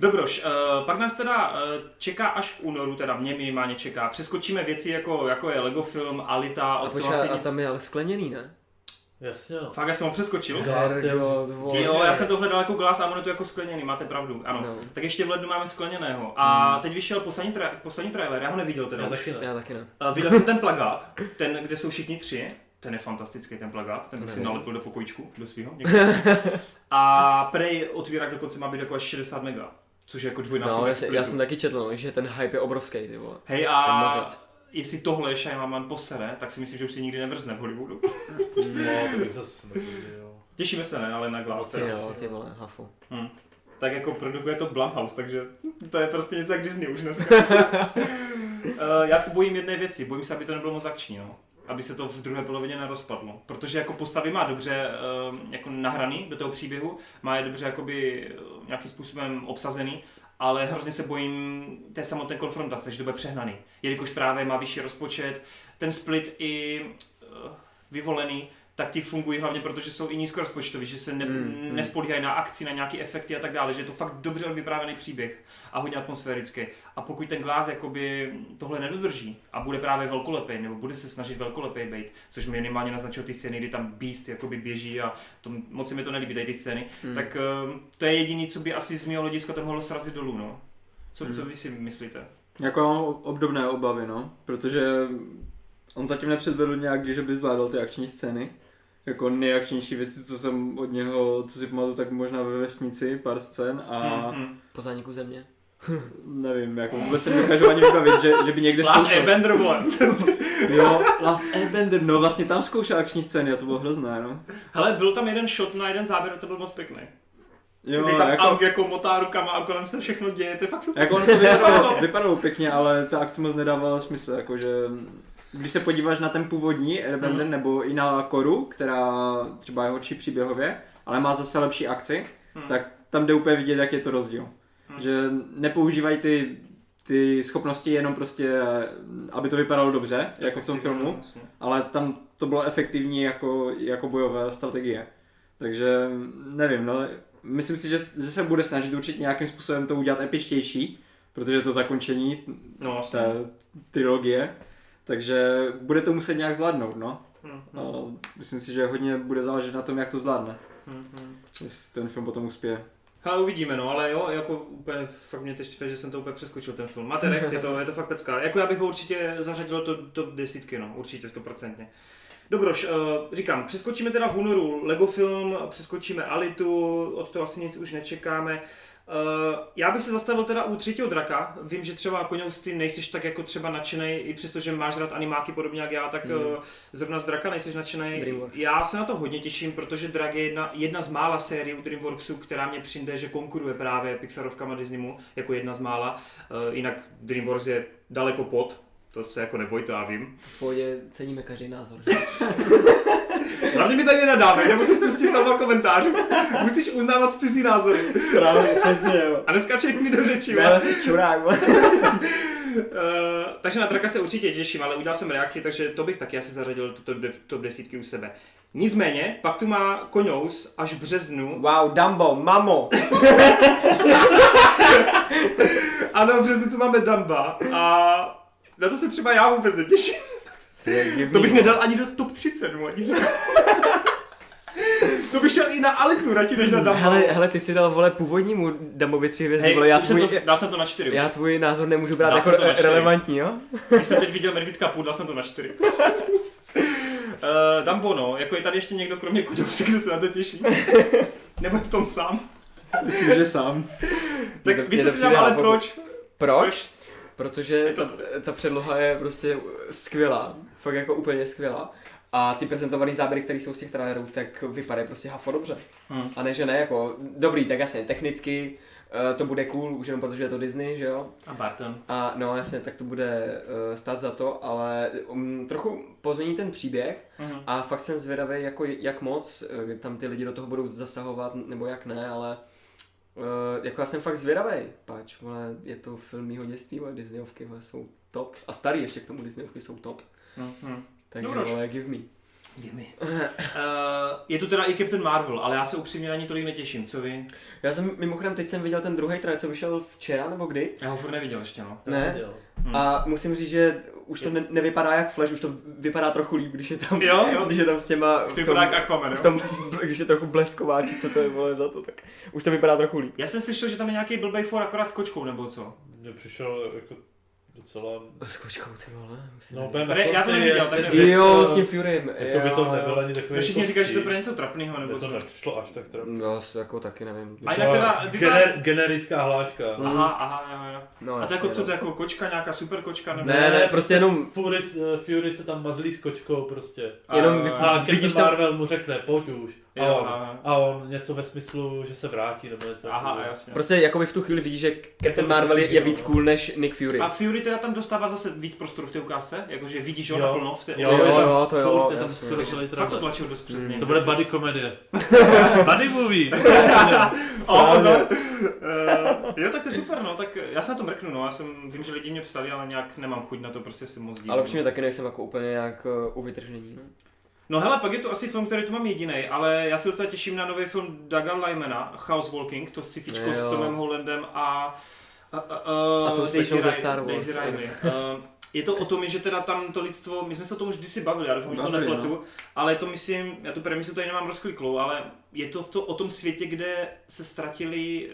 S1: Dobroš, eh, pak nás teda eh, čeká až v únoru, teda mě minimálně čeká. Přeskočíme věci jako, jako je Lego film, Alita,
S3: A
S1: od toho
S3: počkej,
S1: asi
S3: a
S1: nic-
S3: tam je ale skleněný, ne?
S2: Jasně no.
S1: Fakt, já jsem ho přeskočil.
S2: Glass je-
S3: Hergot, vole.
S1: Jo, já jsem to hledal jako glas a ono je to jako skleněný, máte pravdu, ano.
S3: No. Hmm.
S1: No. Tak ještě v lednu máme skleněného. A teď vyšel poslední, tra- poslední trailer, já ho neviděl teda.
S2: Já
S1: už.
S2: taky ne.
S3: Já taky ne.
S1: Eh, Viděl jsem ten plagát, ten, kde jsou všichni tři. Ten je fantastický, ten plagát, ten bych si
S3: nevím.
S1: nalepil do pokojičku, do svého.
S3: [LAUGHS]
S1: někde. A Prey otvírák dokonce má být jako až 60 mega, což je jako dvojnásobek.
S3: No, já, se, já
S1: splitu.
S3: jsem taky četl, no, že ten hype je obrovský, ty vole.
S1: Hej
S3: Ten
S1: a
S3: mozec.
S1: jestli tohle Shyamalan posere, tak si myslím, že už se nikdy nevrzne v Hollywoodu. [LAUGHS]
S2: No, to bych zase nevěděl.
S1: Těšíme se, ne, ale na Glass.
S2: Moc
S1: teda.
S3: Jo, ty vole, hafu.
S1: Hm. Tak jako produkuje to Blumhouse, takže to je prostě něco jak Disney už dneska. Eh, Já se bojím jedné věci, bojím se, aby to nebylo moc akční, no. Aby se to v druhé polovině nerozpadlo. Protože jako postavy má dobře eh, jako nahraný do toho příběhu, má je dobře jakoby eh, nějakým způsobem obsazený, ale hrozně se bojím té samotné konfrontace, že to bude přehnaný. Jelikož právě má vyšší rozpočet, ten split i eh, vyvolený, tak ti fungují hlavně proto, že jsou i nízkorozpočtový, že se ne,
S3: Mm, mm.
S1: mm, nespolíhají na akci, na nějaké efekty a tak dále, že je to fakt dobře vyprávěný příběh a hodně atmosférický. A pokud ten Glass jakoby tohle nedodrží a bude právě velkolepý, nebo bude se snažit velkolepý být, což minimálně naznačil ty scény, kdy tam Beast jakoby běží a to, moc se mi to nelíbí, tady ty scény,
S3: Mm.
S1: mm. tak ehm, to je jediný, co by asi z mého hlediska to mohlo srazit dolů, no. Co,
S3: Mm.
S1: co vy si myslíte?
S4: Jako já mám obdobné obavy, no. Protože on zatím nepředvedl nějak, že by zvládal ty akční scény. Jako nejakčnější věci, co jsem od něho, co si pamatuju, tak možná ve vesnici, pár scén a
S1: Mm, mm.
S3: Po zániku země.
S4: nevím, jako vůbec se nedokážu ani vybavit, že, že by někde
S1: Last
S4: zkoušel.
S1: Airbender, vole.
S4: Jo, Last Airbender, no vlastně tam zkoušel akční scény a to bylo hrozné, no.
S1: Hele, byl tam jeden shot na jeden záběr a to byl moc pěkný. Jo,
S4: Jo,
S1: Kdy tam
S4: jako,
S1: jako... jako motá rukama a kolem se všechno děje, to je fakt super.
S4: Jako ono to vypadalo, [LAUGHS] vypadalo pěkně, ale ta akce moc nedávala smysl, jakože když se podíváš na ten původní Airbender
S1: Mhm.
S4: nebo i na Koru, která třeba je horší příběhově, ale má zase lepší akci,
S1: Mhm.
S4: tak tam jde úplně vidět, jak je to rozdíl.
S1: Mhm.
S4: Že nepoužívají ty, ty schopnosti jenom prostě, aby to vypadalo dobře, jako v tom filmu, ale tam to bylo efektivní jako, jako bojové strategie. Takže nevím, no, myslím si, že, že se bude snažit určitě nějakým způsobem to udělat epičtější, protože je to zakončení
S1: No, vlastně.
S4: té trilogie, takže bude to muset nějak zvládnout, no.
S1: Hmm,
S4: A myslím si, že hodně bude záležet na tom, jak to zvládne.
S1: hmm, hmm.
S4: Jestli ten film potom uspěje.
S1: Ale uvidíme, no, ale jo, jako úplně, fakt mě teď štve, že jsem to úplně přeskočil ten film. Máte recht, je to, je to fakt pecká. Jako já bych ho určitě zařadil to top desítky, no, určitě, stoprocentně. Dobroš, eh, říkám, přeskočíme teda v únoru Lego film, přeskočíme Alitu, od toho asi nic už nečekáme. Eh, Já bych se zastavil teda u třetího draka. Vím, že třeba koňovství nejseš tak jako třeba nadšenej, i přestože máš rád animáky podobně jak já, tak eh, zrovna z draka nejseš nadšenej.
S3: Dreamworks.
S1: Já se na to hodně těším, protože Drak je jedna, jedna z mála sérií u Dreamworksu, která mě přijde, že konkuruje právě Pixarovkama Disneymu, jako jedna z mála. Eh, Jinak Dreamworks je daleko pod, to se jako nebojte, já vím.
S3: V pohodě ceníme každý názor. že?
S1: Hlavně mi tady nenadávej, nebo si s tím stisal komentářů. Musíš uznávat cizí názory.
S3: Správně, přesně jo.
S1: A neskáčej mi do řeči,
S3: Ne,
S1: jo.
S3: ale jsi čurák, vole.
S1: Eh, takže na traka se určitě těším, ale udělal jsem reakci, takže to bych taky asi zařadil do top, de- top desítky u sebe. Nicméně, pak tu má Konous až v březnu.
S3: Wow, Dumbo, mamo.
S1: Ano, v březnu tu máme Damba a na to se třeba já vůbec netěším. To bych nedal ani do top 30, můj. To bych šel i na Alitu radši než na Damba.
S3: Hele, hele, ty si dal, vole, původnímu Dumbovi tři hvězdy,
S1: Hej,
S3: vole, já
S1: už jsem
S3: tvůj,
S1: to, dal jsem to na 4.
S3: já tvůj názor nemůžu brát
S1: Dal
S3: jako
S1: jsem to na
S3: re-
S1: čtyři.
S3: relevantní, jo?
S1: Když jsem teď viděl medvídka půl, dal jsem to na čtyři. [LAUGHS] Uh, Dumbo, no, jako je tady ještě někdo kromě Kudose, kdo se na to [LAUGHS] těší. Nebo je v tom sám.
S4: Myslím, že sám.
S1: Tak
S3: Mě to- mě to
S1: vysvětli nám
S3: přidá
S1: ale
S3: opak-
S1: proč.
S3: Proč? Protože
S1: Je
S3: ta,
S1: to-
S3: ta předloha je prostě skvělá, fakt jako úplně skvělá. A ty prezentované záběry, které jsou z těch trailerů, tak vypadají prostě hafo dobře.
S1: Hmm.
S3: A ne, že ne, jako dobrý, tak jasně, technicky eh, to bude cool, už jenom protože je to Disney, že jo?
S1: A Barton.
S3: A no jasně, tak to bude eh, stát za to, ale um, trochu pozmění ten příběh
S1: Mhm.
S3: a fakt jsem zvědavý, jako jak moc eh, tam ty lidi do toho budou zasahovat, nebo jak ne, ale eh, jako já jsem fakt zvědavý, páč, vole, je to film mýho dětství, vole, Disneyovky, vole, jsou top. A starý ještě k tomu Disneyovky jsou top, takže
S1: Mhm. Dobroš.
S3: vole, give me.
S1: Uh, je tu teda i Captain Marvel, ale já se upřímně na ní tolik netěším, co vy?
S3: Já jsem mimochodem teď jsem viděl ten druhý trailer, co vyšel včera nebo kdy,
S1: Já ho furt neviděl ještě, no.
S3: ne? A
S1: Hmm.
S3: musím říct, že už to ne- nevypadá jak Flash, už to vypadá trochu líp, když je tam,
S1: Jo, jo.
S3: Když je tam s těma,
S1: To vypadá jak Aquaman,
S3: v
S1: jo?
S3: tom, [LAUGHS] když je trochu blesková, či co to je vole za to, tak už to vypadá trochu líp.
S1: Já jsem slyšel, že tam je nějaký blbej for akorát s kočkou, nebo co?
S2: Mně přišel jako docela...
S3: S kočkou ty vole.
S2: No, úplně
S1: Ne, já to
S2: prostě
S1: neviděl,
S2: je-
S1: tak
S2: ten
S1: nevím.
S2: bit,
S3: Jo,
S2: eh,
S3: s tím Furym.
S2: Jako by to nebylo ani takový...
S1: Všichni říkají, že to
S2: hloupý.
S1: pro něco trapného,
S2: Mně
S1: nebo
S2: to
S1: co?
S2: nepřišlo až tak trapný. Jako
S3: No, s- jako taky nevím.
S1: A jinak teda- vypadá-
S2: Gener, generická hláška.
S3: No,
S1: Aha, aha, jo, jo.
S3: No,
S1: A to jako
S3: jasně,
S1: co,
S3: no.
S1: to jako kočka, nějaká super kočka? Nebo...
S3: Ne, ne, prostě jenom,
S2: Fury, s- eh, Fury se tam mazlí s kočkou prostě.
S3: jenom Oh.
S1: A-
S2: A
S3: vy-
S2: Captain
S3: vidíš tam, no.
S2: Marvel mu řekne, pojď už. A
S1: Jo,
S2: on,
S1: aha.
S2: a on něco ve smyslu, že se vrátí nebo něco.
S1: Aha,
S2: takového.
S1: jasně.
S3: prostě jakoby v tu chvíli vidíš, že Captain
S2: se
S3: Marvel je, je
S2: změnilo,
S3: víc
S2: no.
S3: cool než Nick Fury.
S1: A Fury teda tam dostává zase víc prostoru v té ukázce? Jakože vidíš ho
S2: Jo.
S1: naplno v té
S2: Jo,
S1: ukázce?
S2: jo,
S3: jo, to jo,
S2: furt je tam
S3: jasně.
S2: skoro celý
S1: Fakt to
S2: drama.
S1: tlačil dost přes
S3: Mm.
S1: něj.
S2: To bude buddy komedie. buddy movie.
S1: O, pozor! Eh, jo, tak to je super, no, tak já se na to mrknu, no, já jsem, vím, že lidi mě psali, ale nějak nemám chuť na to, prostě si moc dívám.
S3: Ale upřímně taky nejsem jako úplně nějak eh, u vytržení. no.
S1: No hele, pak je to asi film, který tu mám jediný, ale já se docela těším na nový film Daga Lymana, House Walking, to sifičko s
S3: Jo.
S1: Tomem Hollandem a... A, a,
S3: A tou
S1: Daisy
S3: slečnou ze
S1: Ri-
S3: Star Wars.
S1: Daisy Ridley. Eh, je to o tom, že teda tam to lidstvo, my jsme se o tom už kdysi bavili, já doufám, že to
S4: Bavili,
S1: nepletu, ale to myslím, já tu premisu tady nemám rozkliklou, ale je to, v to o tom světě, kde se ztratili,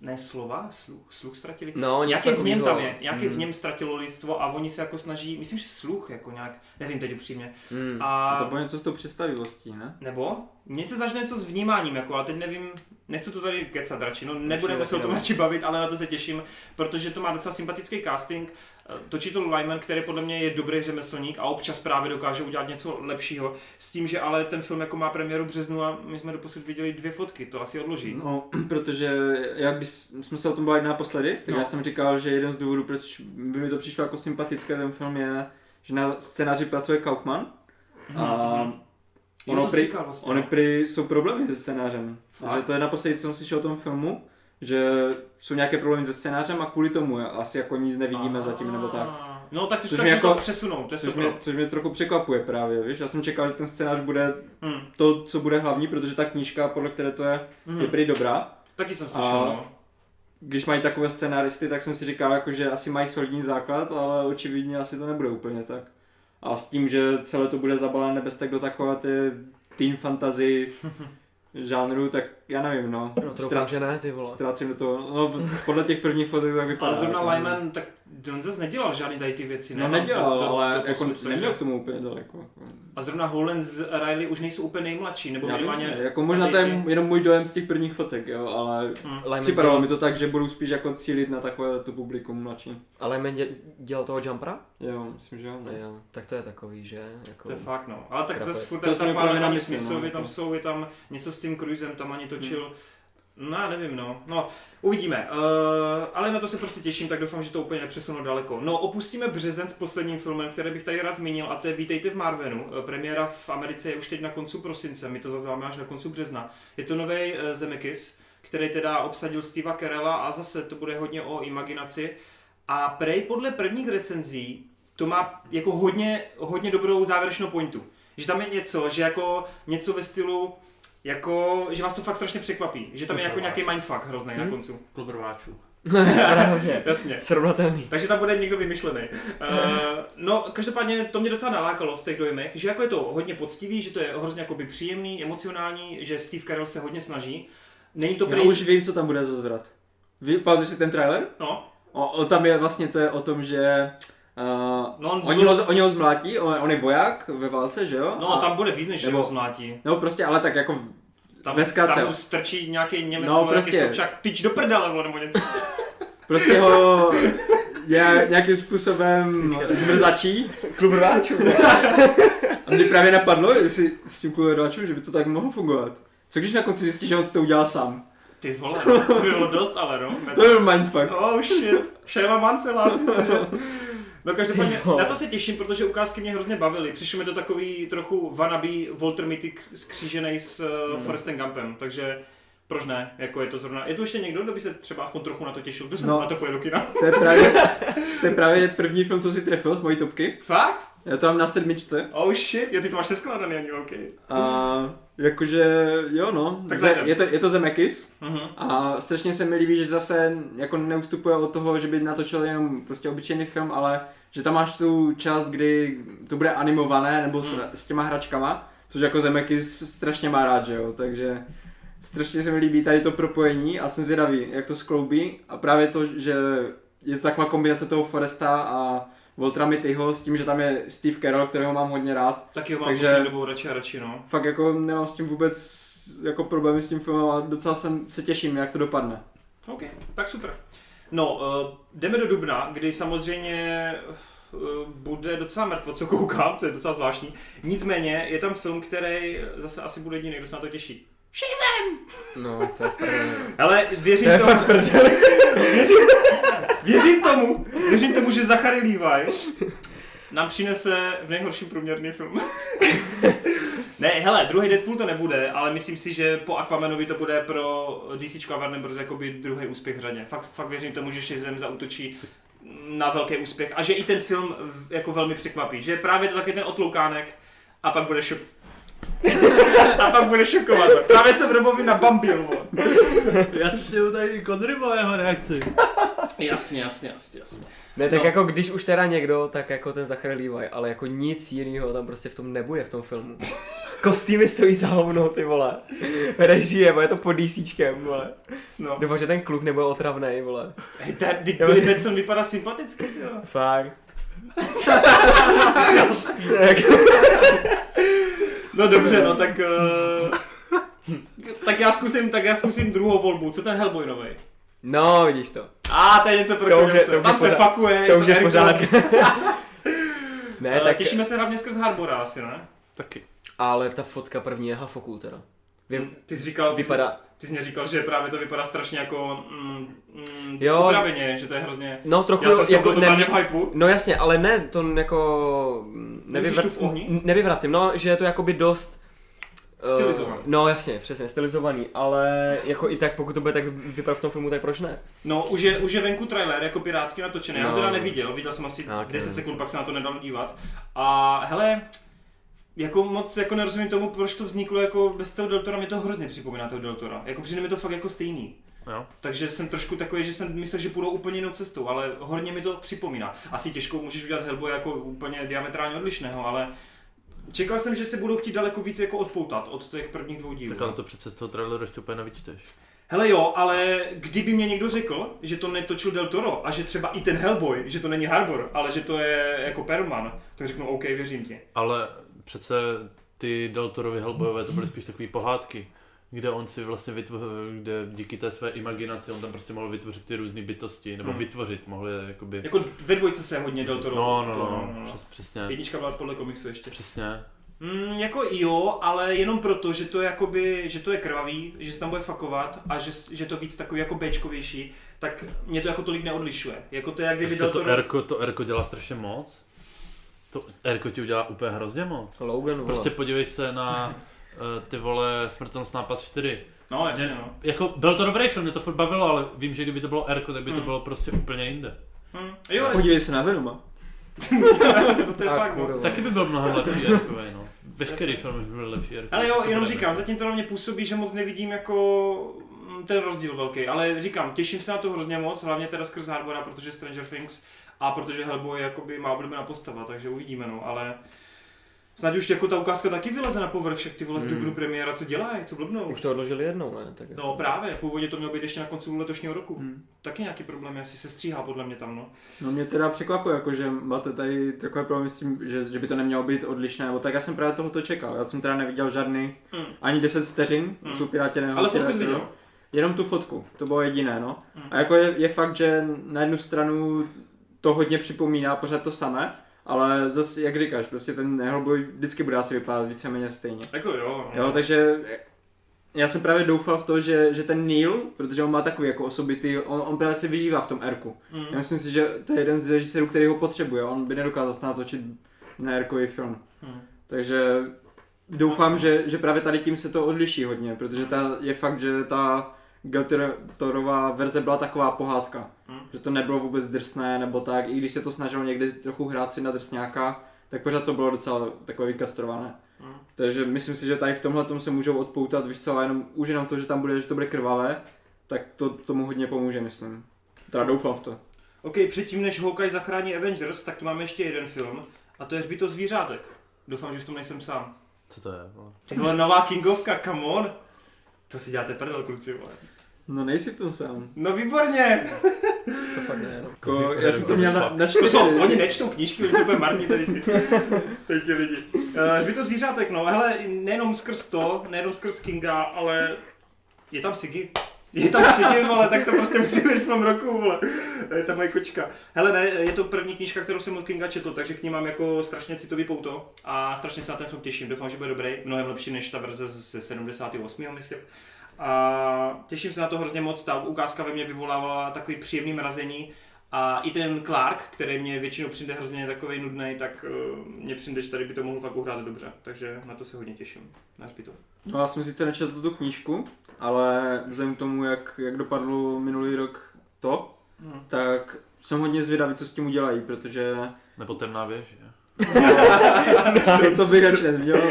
S1: ne slova, sluch, sluch ztratili,
S3: No, něco
S1: Jaký v něm tam
S3: takovýho.
S1: je, jaký v
S3: Mm.
S1: něm ztratilo lidstvo a oni se jako snaží, myslím, že sluch jako nějak, nevím teď upřímně.
S3: Mm.
S1: A
S4: To bylo něco s tou představivostí, ne?
S1: nebo? Mně se snaží něco s vnímáním, jako, ale teď nevím, nechci to tady kecat radši, no nebudeme
S3: taky
S1: se o tom
S3: ne.
S1: radši bavit, ale na to se těším, protože to má docela sympatický casting. Eh, Točí to Lyman, který podle mě je dobrý řemeslník a občas právě dokáže udělat něco lepšího, s tím, že ale ten film jako má premiéru v březnu a my jsme doposud viděli dvě fotky, to asi odloží.
S4: No, [CLEARS THROAT] protože já když jsme se o tom bavili naposledy, tak
S1: No.
S4: já jsem říkal, že jeden z důvodů, proč by mi to přišlo jako sympatické ten film je, že na scénáři pracuje Kaufman a
S1: Mhm. Jo,
S4: ono
S1: to jsi
S4: prý-
S1: říkal vlastně.
S4: Ony prý jsou problémy se scénářem.
S1: Fakt?
S4: Že to je naposledy, co jsem slyšel o tom filmu, že jsou nějaké problémy se scénářem a kvůli tomu je, asi jako nic nevidíme zatím nebo tak.
S1: No tak to
S4: Což
S1: tak
S4: mě
S1: jako,
S4: jako-
S1: přesunou, to je
S4: Což
S1: super.
S4: mě, což mě trochu překvapuje právě, víš? Já jsem čekal, že ten scénář bude
S1: Hm.
S4: to, co bude hlavní, protože ta knížka, podle které to je,
S1: Mhm.
S4: je prý dobrá.
S1: Taky jsem slyšel,
S4: A-
S1: no.
S4: Když mají takové scénáristy, tak jsem si říkal, jako, že asi mají solidní základ, ale očividně asi to nebude úplně tak. A s tím, že celé to bude zabalené bez tak do takové té teen
S3: [LAUGHS]
S4: fantasy žánru, tak já nevím, no.
S3: No, troufám, že ne, ty vole.
S4: Ztrácím do toho, no podle těch prvních fotek tak vypadá.
S1: Ale zrovna
S4: jako-
S1: Lyman, tak on zase nedělal žádný tady ty věci.
S4: No
S1: ne?
S4: nedělal,
S1: Do- do-
S4: ale
S1: do
S4: jako
S1: posud, takže-
S4: neměl k tomu úplně daleko.
S1: A zrovna Howlands a Riley už nejsou úplně nejmladší, nebo
S4: Já vím,
S1: minimálně...
S4: ne, jako možná to je jenom můj dojem z těch prvních fotek, jo, ale
S3: Lyman
S4: připadalo
S3: dělal-
S4: mi to tak, že budou spíš jako cílit na takové to publikum mladší.
S3: A Lyman dě, dělal toho jumpera?
S4: Jo, myslím, že jo.
S3: No
S4: No.
S3: jo, tak to je takový, že? Jako...
S1: To je fakt, no. Ale tak
S3: Krapé.
S1: zase furt
S4: To
S1: je
S4: jsem
S1: tam
S4: právě
S1: pár Adam
S4: nemyslel, no,
S1: Smithovi,
S4: jako.
S1: tam jsou, je tam něco s tím Cruisem, tam ani točil.
S4: Hmm.
S1: No, já nevím, no. No, uvidíme. Uh, ale na to se prostě těším, tak doufám, že to úplně nepřesunu daleko. No, opustíme březen s posledním filmem, který bych tady rád zmínil, a to je Vítejte v Marvenu. Eh, Premiéra v Americe je už teď na koncu prosince, my to zaznáme až na koncu března. Je to nový uh, Zemekis, který teda obsadil Steva Carella a zase to bude hodně o imaginaci. A prej podle prvních recenzí to má jako hodně, hodně dobrou závěrečnou pointu. Že tam je něco, že jako něco ve stylu, jako, že vás to fakt strašně překvapí. Že tam je jako nějaký mindfuck hrozný
S4: Mhm.
S1: na konci.
S2: Klobrváčů.
S3: Správně.
S1: Jasně.
S3: Srovnatelný.
S1: Takže tam bude někdo vymyšlený. Uh, no, každopádně to mě docela nalákalo v těch dojmech, že jako je to hodně poctivý, že to je hrozně jakoby příjemný, emocionální, že Steve Carell se hodně snaží. Není to
S4: Já
S1: prý...
S4: už vím, co tam bude za zvrat. Vy, pamatuješ si ten trailer?
S1: No,
S4: O, o, tam je vlastně to je o tom, že uh,
S1: no, on,
S4: oni, ho, oni ho zmlátí, on, on je voják ve válce, že jo?
S1: no tam bude víc, než
S4: nebo-
S1: ho zmlátí.
S4: No prostě, ale tak jako
S1: Tam,
S4: Ve zkratce.
S1: tam mu strčí nějaký Němec,
S4: No,
S1: no,
S4: prostě.
S1: prostě. Stopčák, tyč do prdele, vole, nebo něco.
S4: prostě ho je nějakým způsobem zmrzačí.
S3: [LAUGHS] Klub rváčů.
S4: A mě právě napadlo, jestli s tím kuloráčem, že by to tak mohlo fungovat. Co když na konci zjistí, že on si to udělal sám?
S1: Ty vole, no, to by bylo dost, ale
S4: [LAUGHS]
S1: no.
S4: To byl mindfuck.
S1: Oh shit, Shyamalan se hlásí. že? No každopádně,
S3: Ty vole.
S1: na to se těším, protože ukázky mě hrozně bavily. Přišlo mi to takový trochu wannabe Walter Mitty k- skřížený s uh, Forrestem Gumpem, takže proč ne, jako je to zrovna. Je tu ještě někdo, kdo by se třeba aspoň trochu na to těšil? Kdo se
S4: No.
S1: na to pojede do kina?
S4: To je právě, to je právě první film, co si trefil z mojí topky.
S1: Fakt?
S4: Já to mám na sedmičce.
S1: Oh shit, jo, ty to máš seskládaný ani, OK.
S4: A jakože, jo no,
S1: Tak
S4: Ze-
S1: zajdem.
S4: je to, je to Zemekis.
S1: Mhm.
S4: A strašně se mi líbí, že zase jako neustupuje od toho, že by natočil jenom prostě obyčejný film, ale že tam máš tu část, kdy to bude animované nebo
S1: Mhm.
S4: s, s těma hračkama, což jako Zemekis strašně má rád, že jo, takže strašně se mi líbí tady to propojení a jsem zvědavý, jak to skloubí a právě to, že je to taková kombinace toho Foresta a Voltra Mittyho s tím, že tam je Steve Carell, kterého mám hodně rád,
S1: Taky ho mám
S4: Takže-
S1: takže... poslední dobou radši a radši, no.
S4: fakt jako nemám s tím vůbec jako problémy s tím filmem a docela jsem se těším, jak to dopadne.
S1: OK, tak super. No, uh, jdeme do Dubna, kdy samozřejmě uh, bude docela mrtvo, co koukám, to je docela zvláštní. Nicméně je tam film, který zase asi bude jediný, kdo se na to těší.
S3: No, co je v prdeli.
S1: Ale
S3: To
S1: věřím
S3: je
S1: tomu,
S3: fakt v prdeli.
S1: věřím tomu, věřím tomu, že Zachary Levi nám přinese v nejhorším průměrný film. [LAUGHS] ne, hele, druhý Deadpool to nebude, ale myslím si, že po Aquamanovi to bude pro DC a Warner Bros. jakoby druhý úspěch v řadě. Fakt, fakt věřím tomu, že Shazam zautočí na velký úspěch a že i ten film v- jako velmi překvapí, že právě to taky ten otloukánek a pak bude šok. [LAUGHS] a pak bude šokovat. Právě jsem Robovi nabambil, vole.
S2: Já si u tady Konrybo jeho reakci.
S1: Jasně, jasně, jasně, jasně.
S3: Ne, tak
S1: No.
S3: jako když už teda někdo, tak jako ten Zachary Levi, ale jako nic jiného tam prostě v tom nebude v
S1: [LAUGHS]
S3: tom filmu. Kostýmy stojí za hovno, ty vole. Režie, vole, je to pod DCčkem, vole.
S1: No.
S3: Doufám, že ten kluk nebude otravnej, vole.
S1: Hej, ta, ty, Billy
S3: Já vlastně-
S1: Batson vypadá sympaticky, ty jo.
S3: Fakt. tak,
S1: No dobře, no tak...
S3: eh,
S1: Uh, [LAUGHS] tak já zkusím, tak já zkusím druhou volbu. Co ten Hellboy novej?
S3: [LAUGHS] no, vidíš to.
S1: A, to je něco pro
S3: To už
S1: koho
S3: je-
S1: se-
S3: to už je
S1: Tam se
S3: pořád-
S1: fakuje,
S3: To už je v
S1: Eric
S3: pořádku.
S1: Rowan.
S3: ne,
S1: Eh,
S3: tak,
S1: Těšíme se hlavně skrz Harbora asi, ne?
S2: Taky.
S3: ale ta fotka první je hafokul teda. Vy,
S1: Ty jsi říkal,
S3: vypadá,
S1: ty jsi mě říkal, že právě to vypadá strašně jako mm, mm,
S3: Jo.
S1: upraveně, že to je hrozně...
S3: no trochu,
S1: Já jsem s
S3: jako,
S1: jako, totálně
S3: ne,
S1: v hypeu.
S3: no jasně, ale ne, to jako, mm,
S1: Nemusíš tu v ohni?
S3: n- nevyvracím, no, že je to jakoby dost, eh,
S1: Stylizovaný.
S3: No jasně, přesně, stylizovaný, ale jako i tak, pokud to bude tak vypadat v tom filmu, tak proč ne?
S1: No, už je, už je venku trailer, jako pirátsky natočený. Já ho
S3: No.
S1: teda neviděl, viděl jsem asi
S3: No, ok.
S2: eh.
S1: 10 sekund, pak se na to nedal dívat. A hele, jako moc jako nerozumím tomu, proč to vzniklo jako bez toho Deltora, mě to hrozně připomíná toho Deltora. Jako přijde mi to fakt jako stejný.
S2: Jo.
S1: Takže jsem trošku takový, že jsem myslel, že půjdou úplně jinou cestou, ale hodně mi to připomíná. Asi těžko můžeš udělat Hellboy jako úplně diametrálně odlišného, ale čekal jsem, že se budou chtít daleko víc jako odpoutat od těch prvních dvou dílů.
S2: Tak ale to přece z toho traileru ještě úplně nevyčteš.
S1: Hele jo, ale kdyby mě někdo řekl, že to netočil Del Toro a že třeba i ten Hellboy, že to není Harbor, ale že to je jako Perlman, tak řeknu OK, věřím ti.
S2: Ale přece ty Del Torovi Hellboyové to byly spíš takové pohádky, kde on si vlastně vytvořil, kde díky té své imaginaci on tam prostě mohl vytvořit ty různé bytosti, nebo
S1: Hmm.
S2: vytvořit, mohl je jakoby...
S1: Jako ve dvojce se hodně Del Toro.
S2: No, no,
S1: to-
S2: no, no, přes, přesně.
S1: Jednička byla podle komiksu ještě.
S2: Přesně.
S1: Mm, jako jo, ale jenom proto, že to je, jakoby, že to je krvavý, že se tam bude fakovat a že, že to víc takový jako Bčkovější, tak mě to jako tolik neodlišuje. Jako to je, jak kdyby
S2: Prostě
S1: Del
S2: to
S1: Toro-
S2: Erko, to Erko dělá strašně moc. To Erko ti udělá úplně hrozně moc.
S3: Logan, vole.
S2: Prostě podívej se na eh, ty vole Smrtelnost nápas 4.
S1: No, jasně,
S2: Mě-
S1: no.
S2: Jako, byl to dobrý film, mě to furt bavilo, ale vím, že kdyby to bylo Erko, tak by to
S1: Hmm.
S2: bylo prostě úplně jinde.
S1: Hm. Jo,
S4: Podívej se na Venoma.
S1: [LAUGHS] to je
S3: A
S1: fakt, no.
S3: kurva.
S2: Taky by byl mnohem lepší Erko, no. Veškerý film už byl lepší Erko. Prostě
S1: Ale
S2: To
S1: jo,
S2: se
S1: jenom
S2: bude
S1: říkám,
S2: mít.
S1: zatím to na mě působí, že moc nevidím jako mm, ten rozdíl velký, ale říkám, těším se na to hrozně moc, hlavně teda skrz Harbora, protože Stranger Things a protože Hellboy jakoby má oblíbená postava, takže uvidíme, no, ale snad už jako ta ukázka taky vyleze na povrch, však ty vole v
S3: Hmm.
S1: dubnu premiéra, co dělají, co blbnou.
S3: Už to odložili jednou, ne? Tak...
S1: No právě, původně to mělo být ještě na konci letošního roku.
S4: Hmm.
S1: Taky nějaký problém, asi se stříhá podle mě tam, no.
S4: No mě teda překvapuje, jako, že máte tady takové problémy s tím, že, že by to nemělo být odlišné, nebo tak já jsem právě tohoto čekal. Já jsem teda neviděl žádný,
S1: Mm.
S4: ani 10 vteřin,
S1: Mm.
S4: mm. jsou pirátě ne,
S1: Ale fotku jsi viděl.
S4: no. Jenom tu fotku, to bylo jediné, no.
S1: Mm.
S4: A jako je, je fakt, že na jednu stranu to hodně připomíná pořád to samé, ale zase, jak říkáš, prostě ten Hellboy vždycky bude asi vypadat víceméně stejně.
S1: Jako jo. no.
S4: Jo, takže já jsem právě doufal v to, že, že ten Neil, protože on má takový jako osobitý, on, on právě se vyžívá v tom Erku.
S1: Mm.
S4: Já myslím si, že to je jeden z režisérů, který ho potřebuje, on by nedokázal snad točit na Erkový film.
S1: Mm.
S4: Takže doufám, že, že právě tady tím se to odliší hodně, protože ta, je fakt, že ta Geltorová verze byla taková pohádka.
S1: Mm.
S4: Že to nebylo vůbec drsné nebo tak, i když se to snažil někdy trochu hrát si na drsňáka, tak pořád to bylo docela takové vykastrované.
S1: Mm.
S4: Takže myslím si, že tady v tomhle se můžou odpoutat, víš co, a jenom už jenom to, že tam bude, že to bude krvavé, tak to tomu hodně pomůže, myslím. Teda doufám v to.
S1: OK, předtím než Hawkeye zachrání Avengers, tak tu máme ještě jeden film a to je Zbyto zvířátek. Doufám, že v tom nejsem sám.
S2: Co to je, vole?
S1: Ty vole, nová Kingovka, come on! To si děláte prdel, kluci, vole.
S4: No nejsi v tom sám.
S1: No výborně!
S3: To fakt ne, no.
S4: Jako, já jsem to měl na,
S1: To
S4: na čtyři.
S1: jsou, oni nečtou knížky, oni jsou úplně marní tady ty, [LAUGHS] tady ty lidi. Uh, Zbyto zvířátek, no, hele, nejenom skrz to, nejenom skrz Kinga, ale je tam Sigi. Je tam Sigi, vole, tak to prostě musí být film roku, vole. Je tam moje kočka. Hele, ne, je to první knížka, kterou jsem od Kinga četl, takže k ní mám jako strašně citový pouto a strašně se na ten film těším. Doufám, že bude dobrý, mnohem lepší než ta verze ze 78, myslím. A těším se na to hrozně moc, ta ukázka ve mně vyvolávala takový příjemný mrazení. A i ten Clark, který mě většinou přijde hrozně takový nudný, tak uh, mě přijde, že tady by to mohl fakt uhrát dobře. Takže na to se hodně těším. Na zbytov.
S4: No já jsem sice nečetl tu knížku, ale vzhledem k tomu, jak, jak dopadlo minulý rok to,
S1: Hmm.
S4: tak jsem hodně zvědavý, co s tím udělají, protože
S2: Nebo temná věž, že?
S4: to, to bych nečetl, jo.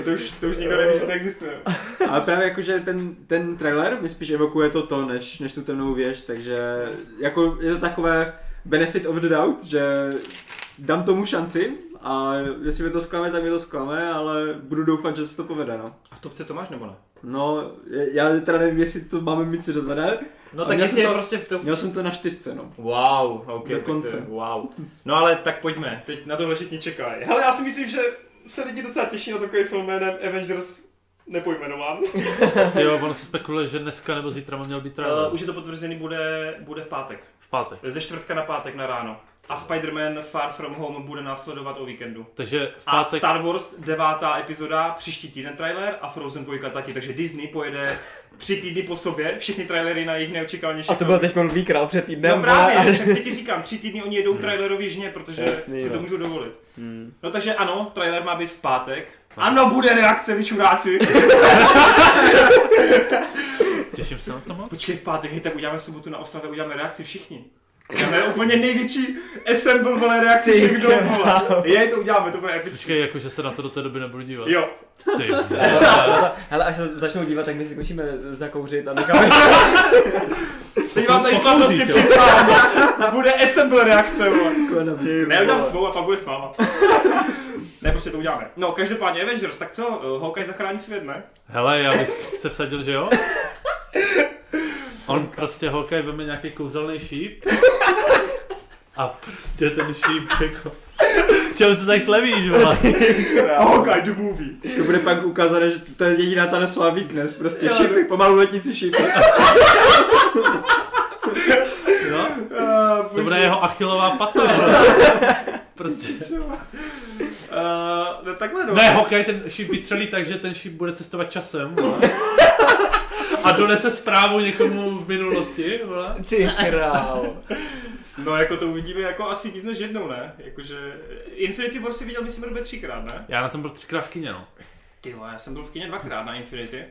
S1: A to už, to už nikdo neví, že to existuje.
S4: Ale právě jakože ten, ten trailer mi spíš evokuje to to, než, než tu temnou věž, takže jako je to takové benefit of the doubt, že dám tomu šanci a jestli mi to zklame, tak mi to zklame, ale budu doufat, že se to povede, no.
S1: A v topce to máš nebo ne?
S4: No, je- já teda nevím, jestli to máme mít seřazené,
S1: No
S4: A měl jsem to-
S1: prostě v tom...
S4: měl jsem to na čtyřce, no.
S1: Wow, ok. tak to je-
S4: Dokonce.
S1: Wow. No ale tak pojďme, teď na tohle všichni čekají. Hele, já si myslím, že se lidi docela těší na takový film jménem Avengers nepojmenován.
S2: Ty jo, ono se spekuluje, že dneska nebo zítra by měl být trailer.
S1: Uh, už je to potvrzený, bude, bude v pátek.
S2: V pátek.
S1: Ze čtvrtka na pátek na ráno. A Spider-Man Far From Home bude následovat o víkendu.
S2: Takže v
S1: A
S2: pátek...
S1: Star Wars, devátá epizoda, příští týden trailer a Frozen 2 taky, takže Disney pojede tři týdny po sobě, všechny trailery na jejich neočekávanější
S3: A to byl teď dvakrát před týdnem.
S1: No právě,
S3: vole,
S1: tak teď ti říkám, tři týdny oni jedou trailerově žně, protože
S3: Hmm. Jasný,
S1: si to
S3: no.
S1: můžou dovolit.
S3: Hmm.
S1: No takže ano, trailer má být v pátek. Ano, bude reakce, vy čuráci.
S2: Těším se na to moc.
S1: Počkej, v pátek, hej, tak uděláme v sobotu na oslavě, uděláme reakci všichni. To je úplně největší SM byl vole reakce
S3: Ty
S1: někdo
S3: král.
S1: vole. Je, to uděláme, to bude epické.
S2: Počkej, jakože se na to do té doby nebudu dívat.
S1: Jo,
S2: Ty.
S3: Hele, až se začnou dívat, tak my si končíme zakouřit a [LAUGHS] necháme.
S1: teď vám tady
S2: To- to
S1: slavnosti
S2: pochází, jo.
S1: přiznám. Bude SM byl reakce, vole. Ne, udělám
S4: vole.
S1: svou a pak bude s váma. ne, prostě to uděláme. No, každopádně Avengers, tak co, eh, Hawkeye zachrání svět, ne?
S2: Hele, já bych se vsadil, že jo? On prostě holkaj veme nějaký kouzelný šíp a prostě ten šíp jako... Čem se tak levíš, vole?
S1: Hawkeye the movie.
S4: To bude pak ukázané, že to je jediná ta nesová weakness, prostě šipy, pomalu letící šipy.
S2: No?
S1: Uh,
S2: To bude jeho achilová pata, vole. Prostě.
S1: Uh, no takhle no.
S2: Ne, hokej ten šíp vystřelí tak, že ten šíp bude cestovat časem. Vole. A donese zprávu někomu v minulosti, vole.
S3: Ty král.
S1: No jako to uvidíme jako asi víc než jednou, ne? Jakože Infinity War si viděl myslím době třikrát, ne?
S2: Já na tom byl třikrát v kyně, no.
S1: Ty vole, já jsem byl v kině dvakrát na Infinity.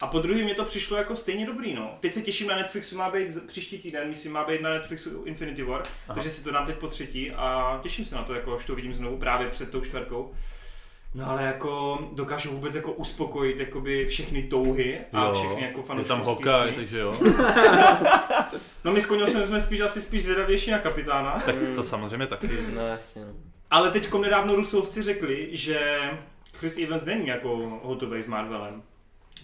S1: A po druhé mě to přišlo jako stejně dobrý, no. Teď se těším na Netflixu, má být z- příští týden, myslím, má být na Netflixu Infinity War, Aha. takže si to dám teď po třetí a těším se na to, jako, až to vidím znovu právě před tou čtvrtkou. No ale jako dokážu vůbec jako uspokojit jakoby všechny touhy a jo, všechny jako
S2: je
S1: fanouškovské
S2: tam hokej,
S1: sny.
S2: takže jo.
S1: No my s Koněl jsem- jsme spíš asi spíš zvědavější na kapitána.
S2: Tak to samozřejmě taky.
S3: No jasně. no.
S1: Ale teď nedávno Rusovci řekli, že Chris Evans není jako hotový s Marvelem.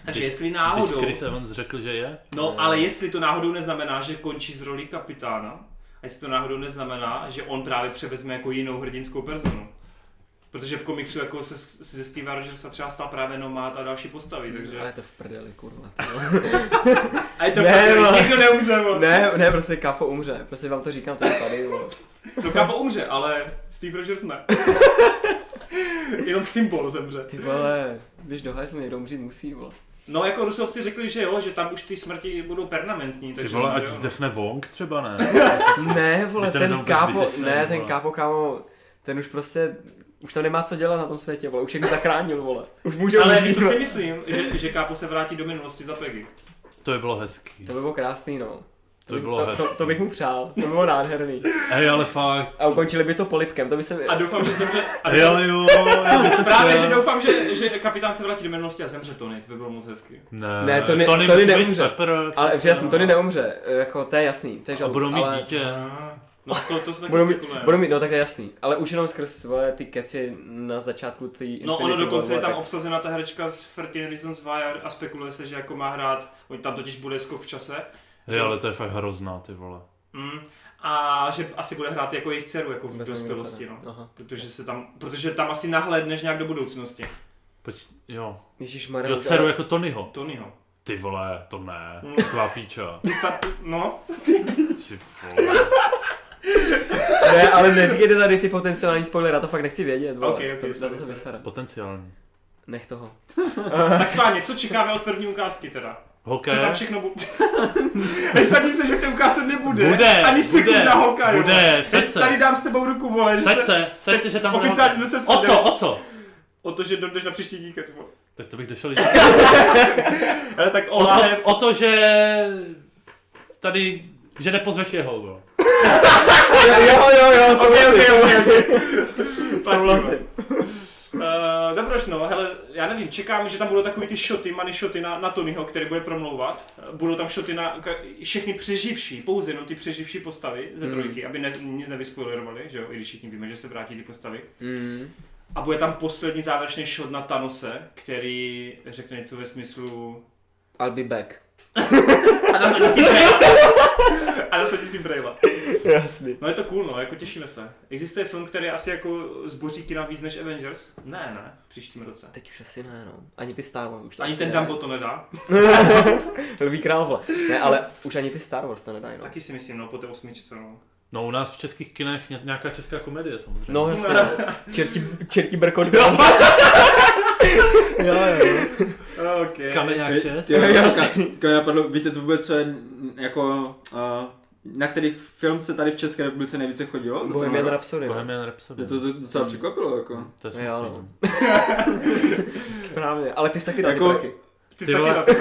S1: Takže
S2: Teď-
S1: jestli
S2: Teď
S1: náhodou...
S2: Chris Evans řekl, že je.
S1: No, ale jestli to náhodou neznamená, že končí s roli kapitána, a jestli to náhodou neznamená, že on právě převezme jako jinou hrdinskou personu. Protože v komiksu jako se, se ze Steve Rogersa třeba stal právě Nomad a další postavy,
S3: Ale je
S1: takže...
S3: to v prdeli, kurva.
S1: A je to
S2: no.
S3: Ne,
S1: ne,
S3: vole.
S1: někdo neumře, vole.
S3: ne, ne, prostě Kafo umře, prostě vám to říkám tady tady, vole.
S1: No Kapo umře, ale Steve Rogers
S2: [LAUGHS]
S1: ne. Jenom symbol zemře.
S3: Ty vole, běž do hajzlu, někdo umřít musí, vole.
S1: No jako Rusovci řekli, že jo, že tam už ty smrti budou permanentní,
S2: Ty
S1: takže...
S2: vole,
S1: jsem-
S2: ať
S1: jo, no.
S2: zdechne Wong třeba, [LAUGHS] ne?
S3: Ne, vole,
S2: Teď to
S3: ten
S2: nebylo
S3: kápo,
S2: zbytečné,
S3: ne,
S2: vole.
S3: ten kápo, kámo, ten už prostě, už tam nemá co dělat na tom světě, vole, už všechny zachránil, vole. Už může
S1: Ale
S3: umřít,
S1: to
S3: vole.
S1: si myslím, že, že Kápo se vrátí do minulosti za Peggy.
S2: To by bylo hezký.
S3: To by bylo krásný, no.
S2: To by
S3: bych-
S2: bylo
S3: to,
S2: hezký.
S3: to, to, bych mu přál, to by bylo nádherný.
S2: Hej, ale fakt.
S3: A ukončili by to polipkem, to by se...
S1: A doufám, že zemře... A
S2: Hej, ale jo, já bych to
S1: [LAUGHS] Právě,
S2: chtěl.
S1: že doufám, že, že kapitán se vrátí do minulosti a zemře Tony, to by bylo moc hezky.
S2: Ne,
S3: Ne, to ne-
S2: Tony,
S3: to
S2: musí
S3: ne-
S2: být
S3: nemůže.
S2: z Pepper,
S3: Ale
S2: přece,
S3: jasný,
S2: no.
S3: Tony neumře, jako to je jasný, to je
S2: A
S3: žalud,
S2: budou mít
S3: ale...
S2: dítě.
S1: No to, to se taky
S3: Budou mít,
S1: spekuluje.
S3: budou mít, no tak je jasný, ale už jenom skrz vole, ty keci na začátku ty
S1: No ono dokonce je tam obsazena ta herečka z 13 Reasons Why a- a spekuluje se, že jako má hrát, on tam totiž bude skok v čase.
S2: Hej, ale to je fakt hrozná, ty vole.
S1: Mm. A že asi bude hrát jako jejich dceru, jako v dospělosti, no.
S3: Aha.
S1: Protože, se tam, protože tam asi nahlédneš nějak do budoucnosti.
S2: Poč- jo.
S3: Ježišmarja,
S2: Jo,
S3: to-
S2: dceru jako Tonyho.
S1: Tonyho.
S2: Ty vole, to ne,
S1: Mm.
S2: taková píča.
S1: Ty sta-
S3: [LAUGHS]
S1: no,
S2: Ty vole.
S3: Ne, ale neříkejte tady ty potenciální spoilery, já to fakt nechci vědět, vole.
S1: Ok, ok, sorry,
S3: to, to, se
S1: sorry.
S3: vysere.
S2: Potenciální.
S3: Nech toho.
S1: tak schválně, co čekáme od první ukázky teda? Co tam
S2: Hokej.
S1: všechno bude? [LAUGHS] Sadím se, že v té ukázce nebude.
S2: Bude,
S1: Ani
S2: bude,
S1: sekunda Hawkeye.
S2: bude,
S1: vole.
S2: vsaď
S1: Teď
S2: se.
S1: Tady dám s tebou ruku, vole. Že
S2: Vsaď
S1: se,
S2: se, vsaď se, že tam bude
S1: Oficiálně
S2: Hawkeye.
S1: jsme se
S2: O
S1: vsadili.
S2: co, o co?
S1: O to, že dojdeš na příští díkec. vole.
S2: Tak to bych došel i-
S1: Ale tak o
S2: o,
S1: láhev.
S2: to, o to, že tady, že nepozveš jeho, no. vole.
S3: Jo, jo, jo, jo,
S1: Ok, ok, ok,
S3: souhlasím,
S1: ok. Platí, vole.
S2: vlastně-
S3: souhlasím.
S1: Eh, Dobroš, no, hele, já nevím, čekám, že tam budou takový ty šoty, many šoty na, na Tonyho, který bude promlouvat. Eh, Budou tam šoty na ka- všechny přeživší, pouze jenom ty přeživší postavy ze
S2: Hmm.
S1: trojky, aby ne, nic nevyspoilerovali, že jo, i když všichni víme, že se vrátí ty postavy.
S3: Mm.
S1: A bude tam poslední závěrečný shot na Thanose, který řekne něco ve smyslu...
S3: I'll be back.
S1: A nasadí si brejla. A nasadí si brejla.
S3: Jasný.
S1: No je to cool, no, jako těšíme se. Existuje film, který asi jako zboří kina víc než Avengers? Ne, ne, v příštím roce.
S3: Teď už asi ne, no. Ani ty Star Wars už to
S1: Ani
S3: asi
S1: ten
S3: ne.
S1: Dumbo to nedá.
S3: Lví král, vole. Ne, ale už ani ty Star Wars to nedají, no.
S1: Taky si myslím, no, po té osmičce, no.
S2: No u nás v českých kinech ně- nějaká česká komedie samozřejmě.
S3: No jasně, no. Čerti,
S1: [LAUGHS]
S3: čerti brkot. jo,
S1: No.
S3: jo.
S1: OK.
S2: Kameňák
S4: [LAUGHS]
S2: 6.
S4: Jo, jako,
S3: Já
S4: jo,
S3: si-
S4: ka- ka- napadlo, víte to vůbec, co je n- jako, uh, na kterých film se tady v České republice nejvíce chodilo?
S3: Bohemian Rhapsody. no.
S2: Bohemian Rhapsody.
S4: Mě to, to docela překvapilo, jako.
S2: To je
S3: Jo,
S2: smutný.
S3: no. Správně, ale ty jsi taky dal
S4: Jako-
S3: jako...
S1: Ty
S2: Ty
S1: taky
S2: vole.
S1: na to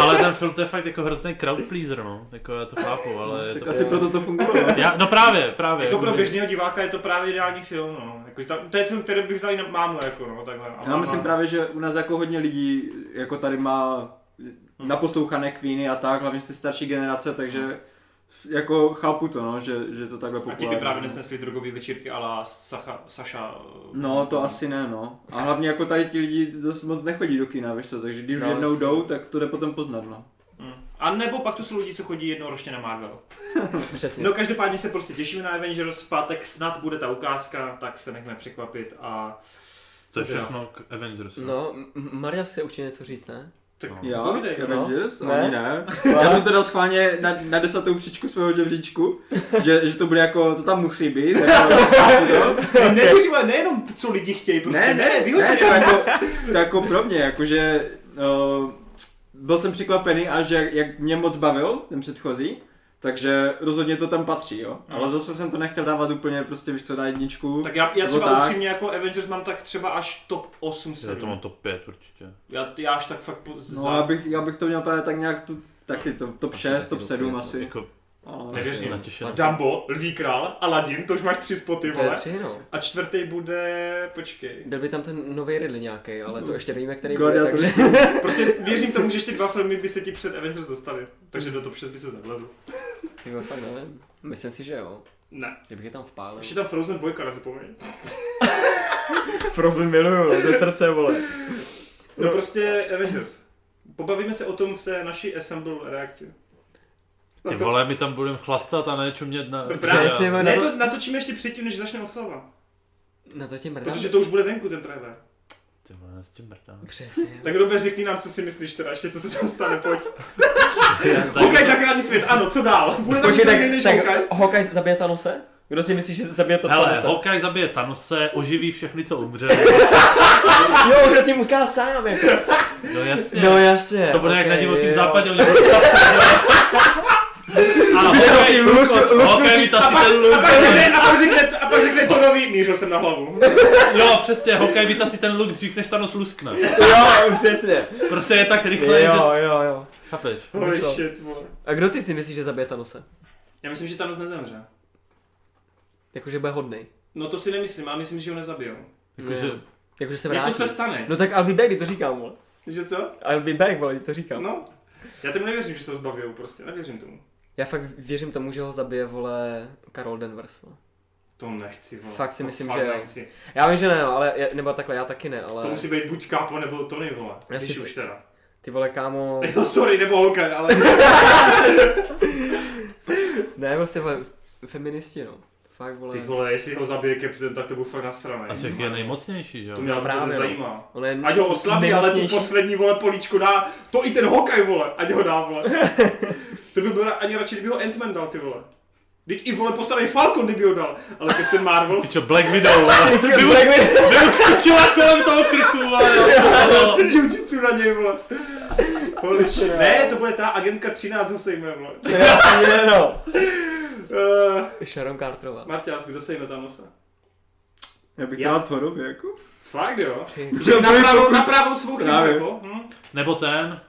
S2: Ale ten film to je fakt jako hrozný crowd pleaser, no. Jako já to chápu, ale
S4: No,
S2: je
S4: Tak
S2: to...
S4: asi prostě- proto to fungovalo.
S2: [LAUGHS] Já, no právě, právě.
S1: Jako pro
S2: jakoby-
S1: běžného diváka je to právě ideální film, no. Jako, že tam, to je film, který bych vzal i na mámu, jako, no, takhle. A
S4: Já
S1: máma-
S4: myslím právě, že u nás jako hodně lidí jako tady má naposlouchané Queeny a tak, hlavně z té starší generace, takže jako chápu to, no, že, že to takhle
S1: A ti
S4: populární.
S1: by právě nesnesli drogový večírky ala Sacha, Saša. eh,
S4: No, to asi ne, no. A hlavně jako tady ti lidi dost moc nechodí do kina, víš co, takže když už
S2: No,
S4: jednou
S2: jasně.
S4: jdou, tak to jde potom poznat, no.
S1: Mm. A nebo pak tu jsou lidi, co chodí jednou ročně na Marvel.
S3: Přesně.
S1: No každopádně se prostě těšíme na Avengers v pátek, snad bude ta ukázka, tak se nechme překvapit a...
S2: To je
S1: Co teda?
S2: všechno k Avengers. No.
S3: No, M- M- Maria si určitě něco říct, ne?
S1: Tak
S2: No.
S4: Já?
S1: povídej,
S4: K
S1: no.
S4: Avengers?
S3: Ne.
S4: Ne?
S1: [LAUGHS]
S4: Ani ne. Já jsem teda schválně na, na desátou příčku svého žebříčku, [LAUGHS] že, že to bude jako, to tam musí být.
S1: [LAUGHS]
S4: Jako, [LAUGHS]
S1: Ne, nebuď, vole, nejenom co lidi chtějí, prostě ne, ne, ne vyhoď
S4: ne,
S1: se
S4: to,
S1: na
S4: jako,
S1: nás.
S4: to jako pro mě, jakože uh, byl jsem překvapený a že jak, jak mě moc bavil ten předchozí, takže rozhodně to tam patří, jo.
S2: No.
S4: Ale zase jsem to nechtěl dávat úplně prostě, víš co, na jedničku.
S1: Tak já, já
S4: Nebo
S1: třeba
S4: tak.
S1: upřímně jako Avengers mám tak třeba až top 8
S2: Já to mám
S1: sedm.
S2: top 5 určitě.
S1: Já, já až tak fakt po,
S4: No, já bych, já bych to měl právě tak nějak tu, taky to, top 6, top 7 asi.
S2: Jako
S4: Ale-
S1: Nevěřím.
S2: natěšenost.
S1: Dumbo, Lví král, Aladdin, to už máš tři spoty,
S3: To je
S1: vole.
S3: tři, no.
S1: A čtvrtý bude, počkej.
S3: Byl by tam ten nový Ridley nějaký, ale to ještě nevíme, který bude,
S4: Gladiator.
S3: takže...
S1: Prostě věřím tomu, že ještě dva filmy by se ti před Avengers dostaly, takže do top 6 by se zavlezl.
S3: Ty vole, fakt nevím. Myslím si, že jo.
S1: Ne.
S3: Kdybych je tam vpálil.
S1: Ještě tam Frozen 2, nezapomeň.
S3: Frozen miluju, ze srdce, vole.
S1: No prostě Avengers. Pobavíme se o tom v té naší assemble reakci.
S2: Ty vole, my tam budeme chlastat a ne čumět na...
S1: Právě.
S2: na-
S3: Přesně, vole,
S1: Ne,
S3: na to-
S1: to natočíme ještě předtím, než začne oslava.
S3: Na to tě mrdám.
S1: Protože to už bude venku ten trailer.
S2: Ty vole, nás tím mrdá.
S3: Přesně.
S1: Tak dobře, řekni nám, co si myslíš teda, ještě co se tam stane, pojď. [LAUGHS]
S2: Tak-
S1: Hokej zachrání svět, ano, co dál? Bude
S3: [LAUGHS]
S1: tam
S3: Počkej,
S1: Počkej,
S3: tak,
S1: než Hokej?
S3: tak Hokaj zabije Thanose? Kdo si myslí, že zabije to
S2: Hele,
S3: Thanose?
S2: Hawkeye zabije Thanose, oživí všechny, co umře.
S3: Jo, že si mu ukáž sám, jako.
S2: No jasně.
S3: No jasně.
S2: to bude jak na
S3: okej,
S2: divokém
S3: jo.
S2: západě, oni budou A Hawkeye, Hawkeye
S3: Lušku- Lušku-
S2: vytasí ten luk.
S1: A pak řekne, a pak řekne, a pak řekne Torovi, mířil jsem na
S3: [LAUGHS]
S1: hlavu.
S2: Jo, přesně, Hawkeye vytasí ten luk dřív, než Thanos luskne.
S3: Jo, přesně.
S2: Prostě je tak rychle, že...
S3: Jo, jo, jo.
S2: Chápeš?
S1: Holy
S3: Vyšlo.
S1: shit, vole.
S3: A kdo ty si myslíš, že zabije Thanose?
S1: Já myslím, že Thanos nezemře.
S3: Jakože bude hodnej.
S1: No to si nemyslím, ale myslím, že ho nezabijou.
S2: Jakože...
S3: Jo. Jakože se vrátí.
S1: Něco se stane.
S3: No tak I'll be back, kdy to říkám, vole.
S1: Že co?
S3: I'll be back, vole, kdy to říkám.
S1: No. Já tomu nevěřím, že se ho zbavil, prostě nevěřím tomu.
S3: Já fakt věřím tomu, že ho zabije, vole, Carol Danvers, vole.
S1: To nechci, vole.
S3: Fakt si
S1: to
S3: myslím,
S1: fakt
S3: že jo.
S1: nechci.
S3: Já vím, že ne, no, ale, nebo takhle, já taky ne, ale...
S1: To musí být buď Kápo nebo Tony, vole.
S3: Já
S1: Když
S3: si-
S1: už teda. [LAUGHS]
S3: Ty vole, kámo...
S1: Jo, sorry, nebo Hokej, ale...
S3: [LAUGHS] Ne, prostě, vole, feministi, no. Fakt, vole.
S1: Ty vole, jestli ho zabije Captain, tak to bude fakt nasraný.
S2: Asi jak je nejmocnější, že jo?
S1: To mě
S3: No,
S1: vůbec
S3: právě,
S1: nezajímá.
S3: Ona je
S1: Ať ho oslabí, ale tu
S3: nejmocnější.
S1: poslední vole políčku dá, to i ten Hokaj vole, ať ho dá vole.
S3: [LAUGHS]
S1: to by bylo ani radši, kdyby ho Ant-Man dal ty vole. Teď i vole postavený Falcon, kdyby ho dal, ale Captain Marvel.
S2: Pičo, [LAUGHS] Black Widow, ale... Nebo skočila kolem toho krku, ale... No.
S1: Já jsem jiu na něj vole. Holy shit. Ne, to bude ta agentka 13, ho sejme vole.
S3: Jasně, no.
S1: Uh,
S3: [LAUGHS] Sharon Carterová.
S1: Marťas, kdo sejme Thanosa?
S4: Já bych to
S1: Já-
S4: dal Thorovi, jako.
S1: Fakt jo?
S3: Ty.
S1: Že napravil,
S4: pokus.
S1: napravil svou chybu
S4: Právě.
S1: jako. Hm?
S2: Nebo ten...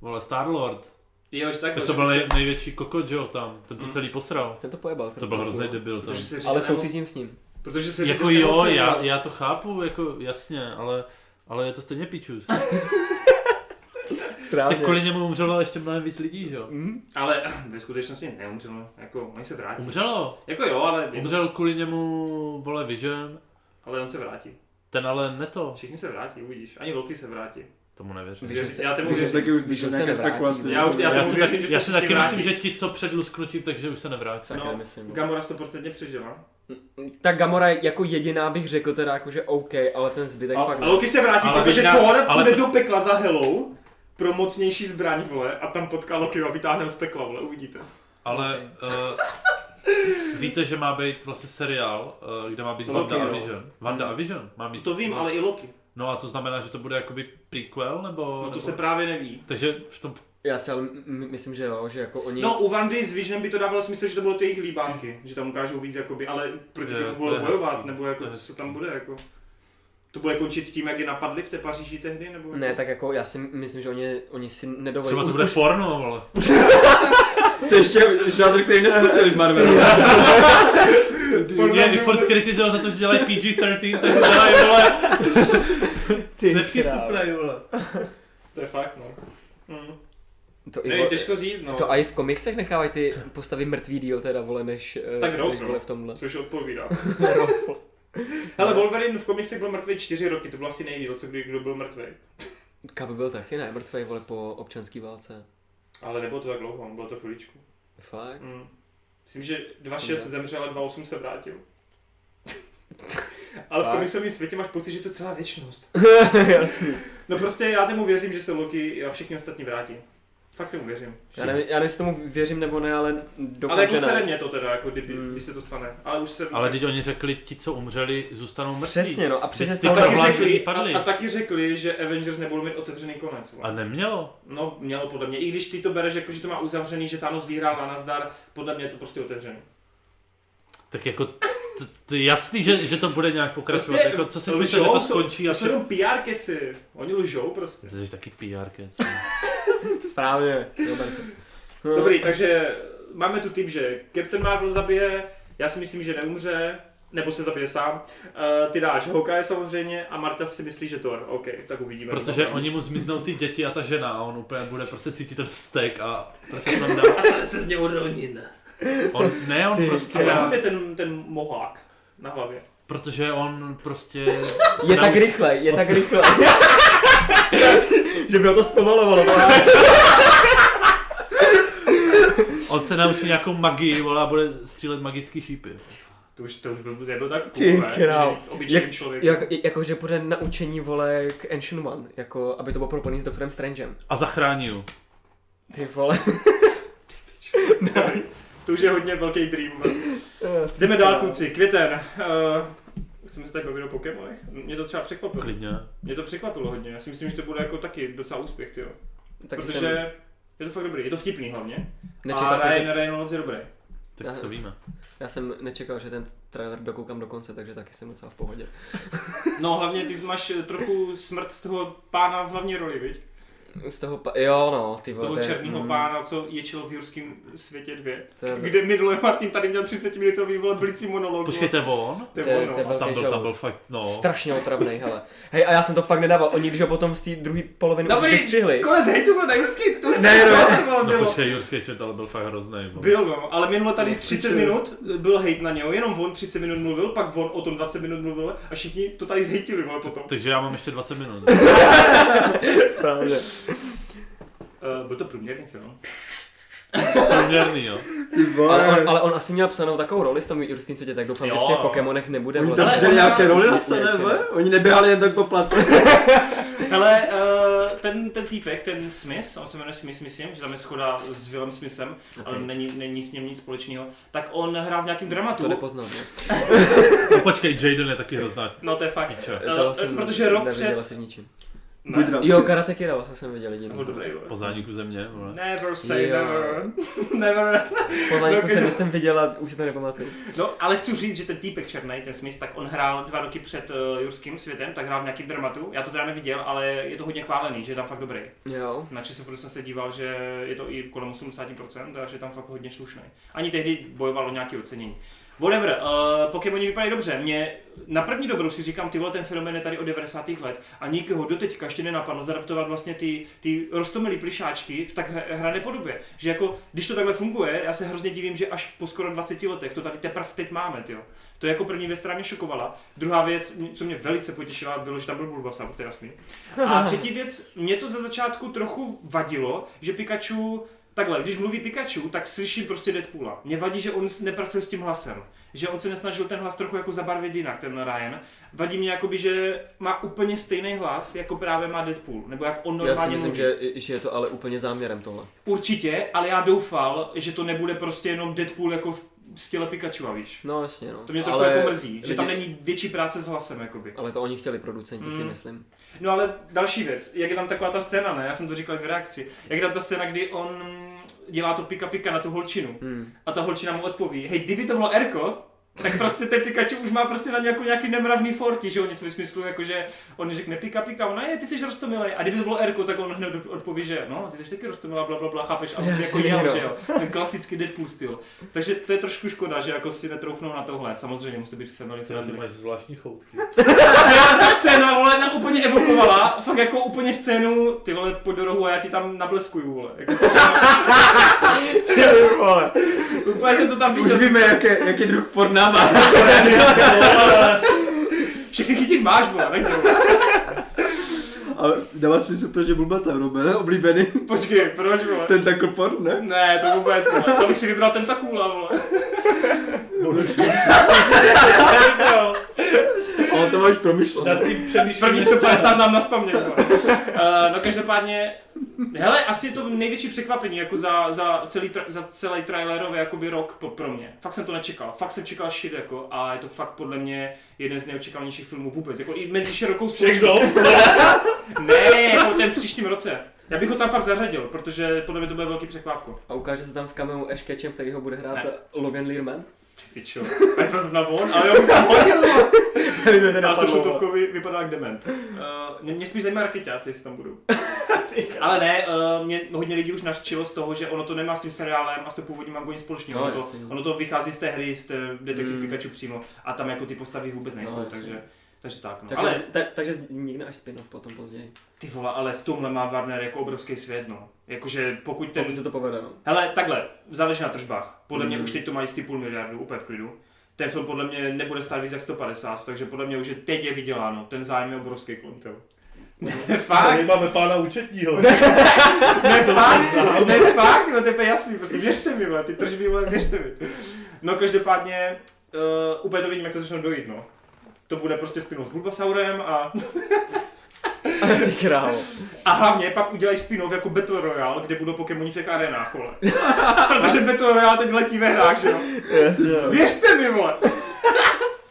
S2: Vole, Star-Lord.
S1: Jo, že tak,
S2: Tak to byl nej, největší kokot, že jo, tam. Ten to celý posral.
S3: Ten to pojebal.
S2: To byl
S3: krku,
S2: hrozný
S3: no.
S2: debil tam.
S1: Protože se říká,
S3: Ale soucítím s ním.
S1: Protože se
S2: Jako
S1: říká
S2: jo,
S1: emoce,
S2: já,
S1: jo.
S2: já to chápu, jako jasně, ale... Ale je to
S1: [LAUGHS]
S2: stejně pičus.
S3: Správně.
S2: Tak kvůli němu umřelo ještě mnohem víc lidí, že jo?
S1: Mm.
S3: Hm?
S1: Ale [CLEARS THROAT] ve skutečnosti neumřelo, jako oni se vrátí.
S2: Umřelo.
S1: Jako jo, ale,
S2: Umřel kvůli němu, vole, Vision.
S1: ale on se vrátí.
S2: Ten ale ne to.
S1: Všichni se vrátí, uvidíš. Ani Loki se vrátí.
S2: Tomu nevěřím.
S3: Vision
S1: Věřím-
S3: se-
S1: já tomu
S4: Takže
S1: věřím.
S4: taky už
S3: Když
S4: když
S3: on se
S4: nějaké
S3: nevrátí,
S4: spekulace.
S1: já už- já
S2: Já
S1: tomu
S2: si,
S1: věřím,
S2: tak,
S1: že
S2: já
S1: se
S2: si
S1: všichni
S2: taky
S1: vrátí.
S2: myslím, že ti, co před lusknutím, takže už se nevrátí.
S3: Sakra,
S1: No,
S3: myslím. no.
S1: Gamora 100% přežila.
S3: Ta Gamora je jako jediná bych řekl teda jako, že OK, ale ten zbytek
S1: A,
S3: fakt...
S1: a Loki se vrátí,
S2: Ale
S1: protože
S2: možná-
S1: Thor
S2: ale-
S1: půjde do pekla za Helou pro mocnější zbraň, vole, a tam potká Loki a vytáhne ho z pekla, vole, uvidíte.
S2: Ale uh, víte, že má být vlastně seriál, uh, kde má být
S1: Loki,
S2: Wanda a
S1: no.
S2: Vision. Wanda a Vision má mít.
S1: To vím, ale i Loki.
S2: No a to znamená, že to bude jakoby prequel, nebo...
S1: No
S2: nebo...
S1: to se právě neví.
S2: Takže v tom...
S3: Já si ale m- m- myslím, že jo, že jako oni...
S1: No, u Vandy s Visionem by to dávalo smysl, že to bylo ty jejich líbánky, že tam ukážou víc, jakoby, ale proti
S2: Je,
S1: tomu
S2: Mm. to je
S1: budou bojovat,
S2: hezký,
S1: nebo
S2: to
S1: jako,
S2: je
S1: co
S2: hezký.
S1: tam bude, jako. To bude končit tím, jak je napadli v té Paříži tehdy? Nebo
S3: Ne, tak jako já si myslím, že oni, oni si nedovolí.
S2: Třeba to bude porno, vole.
S4: To ještě žádr, který neskusili v Marvelu.
S1: [LAUGHS]
S2: Mě i furt kritizoval za to, že
S3: [LAUGHS]
S2: dělají PG-13, tak dělají, vole,
S3: Ty
S2: nepřístupné, vole.
S1: To je fakt, no. Mm.
S3: To, i,
S1: Ne,
S3: vo-
S1: těžko říct, no.
S3: to a i v komiksech nechávají ty postavy mrtvý díl teda, vole, než, eh,
S1: Tak Rogue,
S3: než
S1: no.
S3: vole v tomhle.
S1: Což
S3: [LAUGHS]
S1: odpovídá.
S3: No.
S1: Hele, Wolverine v komiksech byl mrtvý čtyři roky, to byl asi nejdíl, co kdy kdo byl mrtvý.
S3: Kaby byl taky ne, mrtvej, vole, po občanský válce.
S1: Ale nebylo to tak dlouho, on bylo to chviličku.
S3: Fakt?
S1: Mm. Myslím, že 2.6
S3: Dobře.
S1: zemřel a 2.8 se vrátil. [LAUGHS] Ale v
S3: Fakt?
S1: komiksovém světě máš pocit, že to je celá věčnost.
S3: [LAUGHS] Jasný.
S1: No prostě já tomu věřím, že se Loki a všichni ostatní vrátí. Fakt tomu věřím.
S3: Já nevím, já nevím, jestli tomu věřím nebo ne, ale doufám,
S1: Ale jako
S3: že
S1: se
S3: ne.
S1: mě to teda, jako kdyby,
S3: Mm.
S1: když se to stane. Ale už se...
S2: Ale teď oni řekli, ti, co umřeli, zůstanou mrtví.
S3: Přesně, no, a přesně
S2: Teď
S3: z
S2: ty
S3: toho
S2: tam
S1: taky
S2: prohlášení
S1: řekli,
S2: padly.
S1: a, a taky řekli, že Avengers nebudou mít otevřený konec. vole.
S2: A nemělo.
S1: No, mělo podle mě. I když ty to bereš jako, že to má uzavřený, že Thanos vyhrál na nazdar, podle mě je to prostě otevřený.
S2: Tak jako, t- t- jasný, že, že to bude nějak pokračovat.
S1: Prostě
S2: Jako, co si
S1: lžou,
S2: myslíš, že to
S1: jsou-
S2: skončí?
S1: To
S2: a
S1: jsou
S2: vše-
S1: jenom PR keci. Oni lžou prostě.
S2: Ty jsi taky PR kec.
S3: Správně, Robert.
S1: Dobrý, takže máme tu tým, že Captain Marvel zabije, já si myslím, že neumře, nebo se zabije sám. Uh, ty dáš Hawkeye samozřejmě a Marta si myslí, že Thor. OK, tak uvidíme.
S2: Protože oni mu zmiznou ty děti a ta žena a on úplně bude prostě cítit ten vztek a prostě tam dá.
S1: A stane se z něho Ronin.
S2: On, ne, on
S3: Ty
S2: prostě
S1: A já...
S2: dá,
S1: je ten, ten mohák na hlavě.
S2: protože on prostě...
S3: Je tak rychle, je tak rychle. [LAUGHS] že by ho to zpomalovalo.
S2: On se naučí nějakou magii, vole, a bude střílet magický šípy.
S1: To už, to už byl, nebyl tak cool,
S3: Ty
S1: ne?
S3: král.
S1: Že Obyčejný
S3: Jak-
S1: člověk.
S3: Jak, jakože půjde na učení, vole, k Ancient One, jako, aby to bylo propojený s doktorem Strangem.
S2: A zachrání ju.
S3: Ty vole. [LAUGHS]
S1: To už je hodně velký
S3: [LAUGHS]
S1: dream. Jdeme dál, kluci. Květen. Uh, chceme se tady bavit o Pokémonech? Mě to třeba překvapilo.
S2: Klidně.
S1: Mě to překvapilo hodně. Já si myslím, že to bude jako taky docela úspěch, tyjo.
S3: Taky
S1: Protože
S3: jsem
S1: je to fakt dobrý. Je to vtipný hlavně.
S3: nečekal,
S1: A
S3: jsem,
S1: Ryan
S3: že,
S1: Reynolds je dobrý.
S2: Tak to víme.
S3: já jsem nečekal, že ten trailer dokoukám do konce, takže taky jsem docela v pohodě.
S1: No hlavně ty máš trochu smrt z toho pána v hlavní roli, viď?
S3: Z toho, pa- jo no, ty
S1: Z
S3: vole.
S1: toho
S3: to je-
S1: černého
S3: mm,
S1: pána, co ječil v Jurském světě 2.
S3: To je-
S1: Kde minule Martin tady měl 30 minutový vole blicí monolog.
S2: Počkejte, on?
S1: To
S3: to
S1: je
S3: je- to
S1: ono.
S3: je velký
S2: Tam byl, tam
S3: žalud.
S2: byl fakt, no.
S3: Strašně otravnej, hele. Hej, a já jsem to fakt nedával. Oni, když ho potom z té druhé poloviny už vystřihli.
S1: No, konec hejtu byl na Jurský, [LAUGHS] to už
S3: Ne,
S1: to
S3: no.
S1: bylo,
S2: No
S1: bylo.
S2: počkej, Jurský svět ale byl fakt hrozný. vole.
S1: Byl, no, ale minule tady
S3: No,
S1: 30
S3: přece.
S1: minut byl hejt na něho, jenom on 30 minut mluvil, pak on o tom 20 minut mluvil a všichni to tady zhejtili, vole, potom.
S2: Takže já mám ještě 20 minut.
S3: Správně.
S1: Uh, byl to průměrný film.
S2: Průměrný, jo.
S4: Ty vole.
S3: Ale on, ale on asi měl psanou takovou roli v tom jurském světě, tak doufám, že
S1: Jo.
S3: v těch Pokémonech nebude. vlastně
S4: Oni
S3: jako
S4: tam
S3: vole, že-
S4: měli nějaké roli napsané,
S3: Něčím.
S4: ve? Oni neběhali jen tak po place.
S1: [LAUGHS] Hele, uh, ten, ten týpek, ten Smith, on se jmenuje Smith, myslím, že tam je schoda s Willem Smithem, okay. ale není, není s ním nic společného, tak on hrál v nějakým
S3: To
S1: dramatu.
S3: nepoznám, ne?
S2: No počkej, Jaden je taky hrozná
S1: No to je fakt.
S2: piče.
S1: Eh,
S3: To
S1: eh,
S3: jsem
S1: protože rok
S3: neviděl
S1: před-
S3: asi v ničím.
S1: Ne,
S4: Buď rád.
S3: Jo, Karate Kid, ale jsem viděl
S1: to
S3: jediný.
S1: byl No, dobrý, vole.
S2: Po zániku země, vole.
S1: Never say
S3: Jo.
S1: never. [LAUGHS] never.
S3: Poznání
S1: No,
S3: jsem,
S1: kdo-
S3: jsem viděl a už si to nepamatuju.
S1: No, ale chci říct, že ten týpek černý, ten Smith, tak on hrál dva roky před uh, Jurským světem, tak hrál v nějakým dramatu. Já to teda neviděl, ale je to hodně chválený, že je tam fakt dobrý.
S3: Jo.
S1: Na ČSFD jsem se díval, že je to i kolem 80% a že je tam fakt hodně slušný. Ani tehdy bojovalo nějaké ocenění. Whatever, uh, Pokémoni vypadají dobře. Mě na první dobrou si říkám, ty vole, ten fenomén je tady od 90. let a nikoho doteďka ještě nenapadlo zadaptovat vlastně ty, ty rostomilý plišáčky v tak h- hrané podobě. Že jako, když to takhle funguje, já se hrozně divím, že až po skoro 20 letech to tady teprve teď máme, jo. To je jako první věc, která mě šokovala. Druhá věc, co mě velice potěšila, bylo, že tam byl Bulbasaur, to je jasný.
S3: [LAUGHS]
S1: A třetí věc, mě to ze začátku trochu vadilo, že Pikachu, takhle, když mluví Pikachu, tak slyším prostě Deadpoola. Mě vadí, že on s- nepracuje s tím hlasem. Že on se nesnažil ten hlas trochu jako zabarvit jinak, ten Ryan. Vadí mě jakoby, že má úplně stejný hlas, jako právě má Deadpool. Nebo jak on
S3: Já si
S1: normálně
S3: myslím,
S1: mluví.
S3: že, že je to ale úplně záměrem tohle.
S1: Určitě, ale já doufal, že to nebude prostě jenom Deadpool jako v, v těle Pikachu, a víš.
S3: No jasně, no.
S1: To mě trochu
S3: Ale
S1: jako mrzí, že tam
S3: lidi-
S1: není větší práce s hlasem, jakoby.
S3: Ale to oni chtěli producenti, si
S1: Mm.
S3: myslím.
S1: No ale další věc, jak je tam taková ta scéna, ne? Já jsem to říkal v reakci. Jak je tam ta scéna, kdy on dělá to pika pika na tu holčinu
S3: Hmm.
S1: a ta holčina mu odpoví, hej, kdyby to bylo Erko, tak prostě ten Pikachu už má prostě na nějakou, nějaký nemravný forky, že jo, něco ve smyslu, jakože on řekne pika pika, ona je, ty jsi rostomilej. A kdyby to bylo Erko, tak on hned od- odpoví, že no, ty jsi taky rostomilá, bla, bla, bla, chápeš, a on
S3: Já
S1: jako
S3: si
S1: jel,
S3: vím,
S1: že jo, ten klasický Deadpool styl. Takže to je trošku škoda, že jako si netroufnou na tohle, samozřejmě musí být family
S2: Ty, ty
S1: friendly.
S2: máš zvláštní choutky.
S1: Já ta scéna, vole, tak úplně evokovala, fakt jako úplně scénu, ty vole, pojď do rohu a já ti tam nableskuju, vole. Jako,
S3: Ty vole.
S1: úplně jsem to tam
S4: Už
S1: viděl.
S4: víme, jaké, jaký druh porna má.
S1: Všechny chytit máš, vole, nejde.
S4: A dává smysl to, že Bulbata Robe, ne? Oblíbený. [LAUGHS]
S1: Počkej, proč, vole?
S4: Ten takhle porn, ne?
S1: Ne, to vůbec ne. To bych si vybral ten takůla, vole.
S4: Ale No, to máš
S2: Na
S4: promyšlené.
S2: tím přemýšlím.
S1: První 150 znám na spaměť, uh, No každopádně, hele, asi je to největší překvapení jako za, za, celý, tra- za celý trailerový jakoby rok po, pro mě. Fakt jsem to nečekal, fakt jsem čekal shit jako a je to fakt podle mě jeden z neočekávanějších filmů vůbec, jako i mezi širokou
S2: No,
S1: společností. Ne, jako ten v příštím roce. Já bych ho tam fakt zařadil, protože podle mě to bude velký překvápko.
S3: A ukáže se tam v kameu Ash Ketchum, který ho bude hrát
S1: Ne.
S3: Logan [LAUGHS] Learman.
S1: Ty čo, tak to na von, ale jo, jsem hodil,
S3: [LAUGHS]
S1: vole.
S3: To mi
S1: Na
S3: teda
S1: to
S3: napadlo, vole.
S1: šutovkovi vypadá jak dement. Uh, mě, mě spíš zajímá raketáci, jestli tam [LAUGHS] budou. Ale ne, uh, mě hodně lidí už nařčilo z toho, že ono to nemá s tím seriálem a s tou původní mangou nic společného.
S3: No,
S1: ono, to,
S3: jasně.
S1: ono to vychází z té hry, z té Detektiv
S3: Mm.
S1: Pikachu přímo a tam jako ty postavy vůbec nejsou,
S3: No, jasně.
S1: takže, takže tak. No.
S3: Takže,
S1: Ale
S3: ta, takže vznikne až spin-off potom později.
S1: ty vole, ale v tomhle má Warner jako obrovský svět, no. Jakože pokud ten
S3: Pokud se to povede, no.
S1: Hele, takhle, záleží na tržbách. Podle mě
S3: Mm.
S1: už teď to mají z ty půl miliardu, úplně v klidu. Ten film podle mě nebude stát víc jak 150, takže podle mě už je teď je vyděláno. Ten zájem je obrovský kolem [LAUGHS] toho. Ne, fakt,
S2: Tady máme pána účetního.
S1: ne, fakt, ne, fakt, jo, to je úplně jasný, prostě věřte mi, vole, ty tržby, vole, věřte mi. No každopádně, uh, úplně to vidím, jak to začne dojít, no. To bude prostě spin-off s Bulbasaurem a,
S3: [LAUGHS] Ale ty králo.
S1: a hlavně pak udělají spin-off jako Battle Royale, kde budou Pokémoni v těch arenách, [LAUGHS] vole. Protože Battle Royale teď letí ve hrách, že jo.
S3: Jasně.
S1: Věřte mi, vole.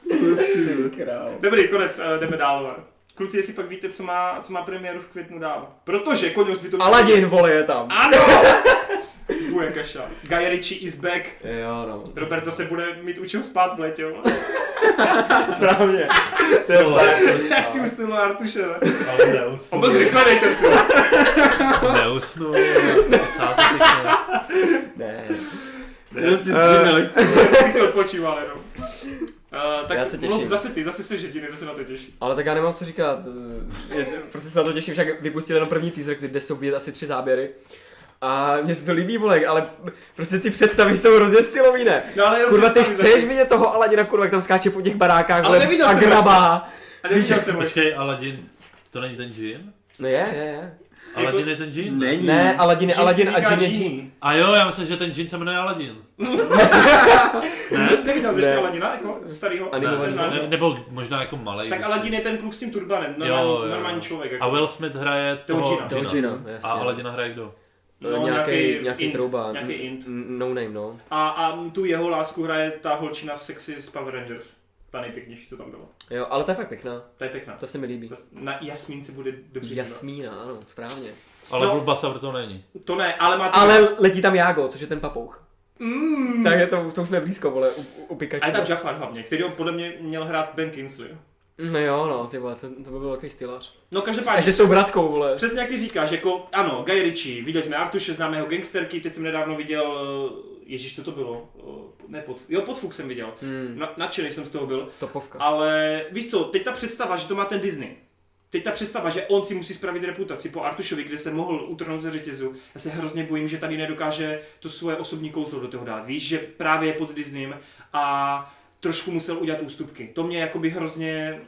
S3: Ty [LAUGHS] králo.
S1: Dobrý, konec, eh, jdeme dál. vole. Kluci, jestli pak víte, co má, co má premiéru v květnu dál. Protože Koňus by to...
S3: Aladin, vole, je tam.
S1: Ano! [LAUGHS] Bude kaša. Guy Ritchie is back.
S3: Jo, no.
S1: Robert zase bude mít u čeho spát v létě. vole.
S3: Správně. To je
S2: Celo,
S1: Jak si usnul na Artuše, ne?
S2: ale
S1: On
S2: neusnu.
S1: byl zrychlený ten film.
S2: Neusnu. kecáte, ty vole.
S3: Ne.
S4: Jenom si
S3: Eh.
S1: [LAUGHS]
S4: zřejmě lekce.
S1: Ty si odpočíval jenom. Uh, tak
S3: Já se těším.
S1: mluv zase ty, zase se jediný, kdo se na to těší.
S3: Ale tak já nemám co říkat. Je- Prostě se na to těším, však vypustili jenom první teaser, kde jsou vidět asi tři záběry. A mně se to líbí, vole, ale prostě ty představy jsou hrozně stylový, ne?
S1: No, ale jenom
S3: Kurva, ty
S1: představy
S3: chceš
S1: zatím.
S3: vidět toho Aladina, kurva, jak tam skáče po těch barákách,
S1: Ale
S3: vole,
S1: neviděl
S3: a
S1: jsem vlastně.
S3: grabá.
S1: A neviděl jsem ho.
S2: Počkej, Aladin. To není ten džin?
S3: No je, je, je.
S1: Jako-
S2: Aladin je ten džin? ne?
S4: Není.
S3: Ne, Aladin, je
S1: Jim
S3: Aladin
S1: se
S3: a
S1: říká
S3: Jin je
S1: Genie.
S3: Jin.
S2: A jo, já myslím, že ten džin se jmenuje Aladin.
S1: Ne? Neviděl jsi ještě
S3: Ne.
S1: Aladina, jako ze starého?
S3: Animovaný.
S1: Ne, ne,
S2: Ne,
S1: ne.
S2: nebo možná jako malej.
S1: Tak Aladin je ten kluk s tím turbanem, normální,
S2: jo, jo.
S1: normální člověk. Jako.
S2: A Will Smith hraje
S1: Toho
S2: toho
S1: džina.
S2: džina.
S3: Toho Gina, jasně.
S2: A Aladina hraje kdo?
S3: No, nějaký, nějaký
S1: int,
S3: trouba.
S1: Nějaký int.
S3: No name, no.
S1: A, a tu jeho lásku hraje ta holčina sexy z Power Rangers. Ta nejpěknější, co tam bylo.
S3: Jo, ale to je fakt pěkná.
S1: To je pěkná.
S3: To se mi líbí.
S1: To- Na jasmínci bude dobře dívat.
S3: Jasmína, ano, správně.
S2: Ale
S1: No.
S2: no. Bulbasaur to není.
S1: To ne, ale má...
S3: Ale letí tam Jago, což je ten papouch.
S1: Mm.
S3: Tak je to, to už jsme blízko, vole, u, u- u Pikachu.
S1: A je tam Jafar hlavně, který on podle mě měl hrát Ben Kingsley.
S3: No jo, no, ty vole, to, to by byl velký stylář.
S1: No
S3: A
S1: každopádně,
S3: že jsou bratkou, vole.
S1: přesně jak ty říkáš, jako ano, Guy Ritchie, viděli jsme Artuše, známe jeho gangsterky, teď jsem nedávno viděl, ježíš, co to bylo, Eh, ne pod, jo, podfuk jsem viděl,
S3: Hmm,
S1: Na, nadšený jsem z toho byl,
S3: topovka.
S1: Ale víš co, teď ta představa, že to má ten Disney, teď ta představa, že on si musí spravit reputaci po Artušovi, kde se mohl utrhnout ze řetězu, já se hrozně bojím, že tady nedokáže to svoje osobní kouzlo do toho dát. Víš, že právě je pod Disneym a trošku musel udělat ústupky. To mě jakoby hrozně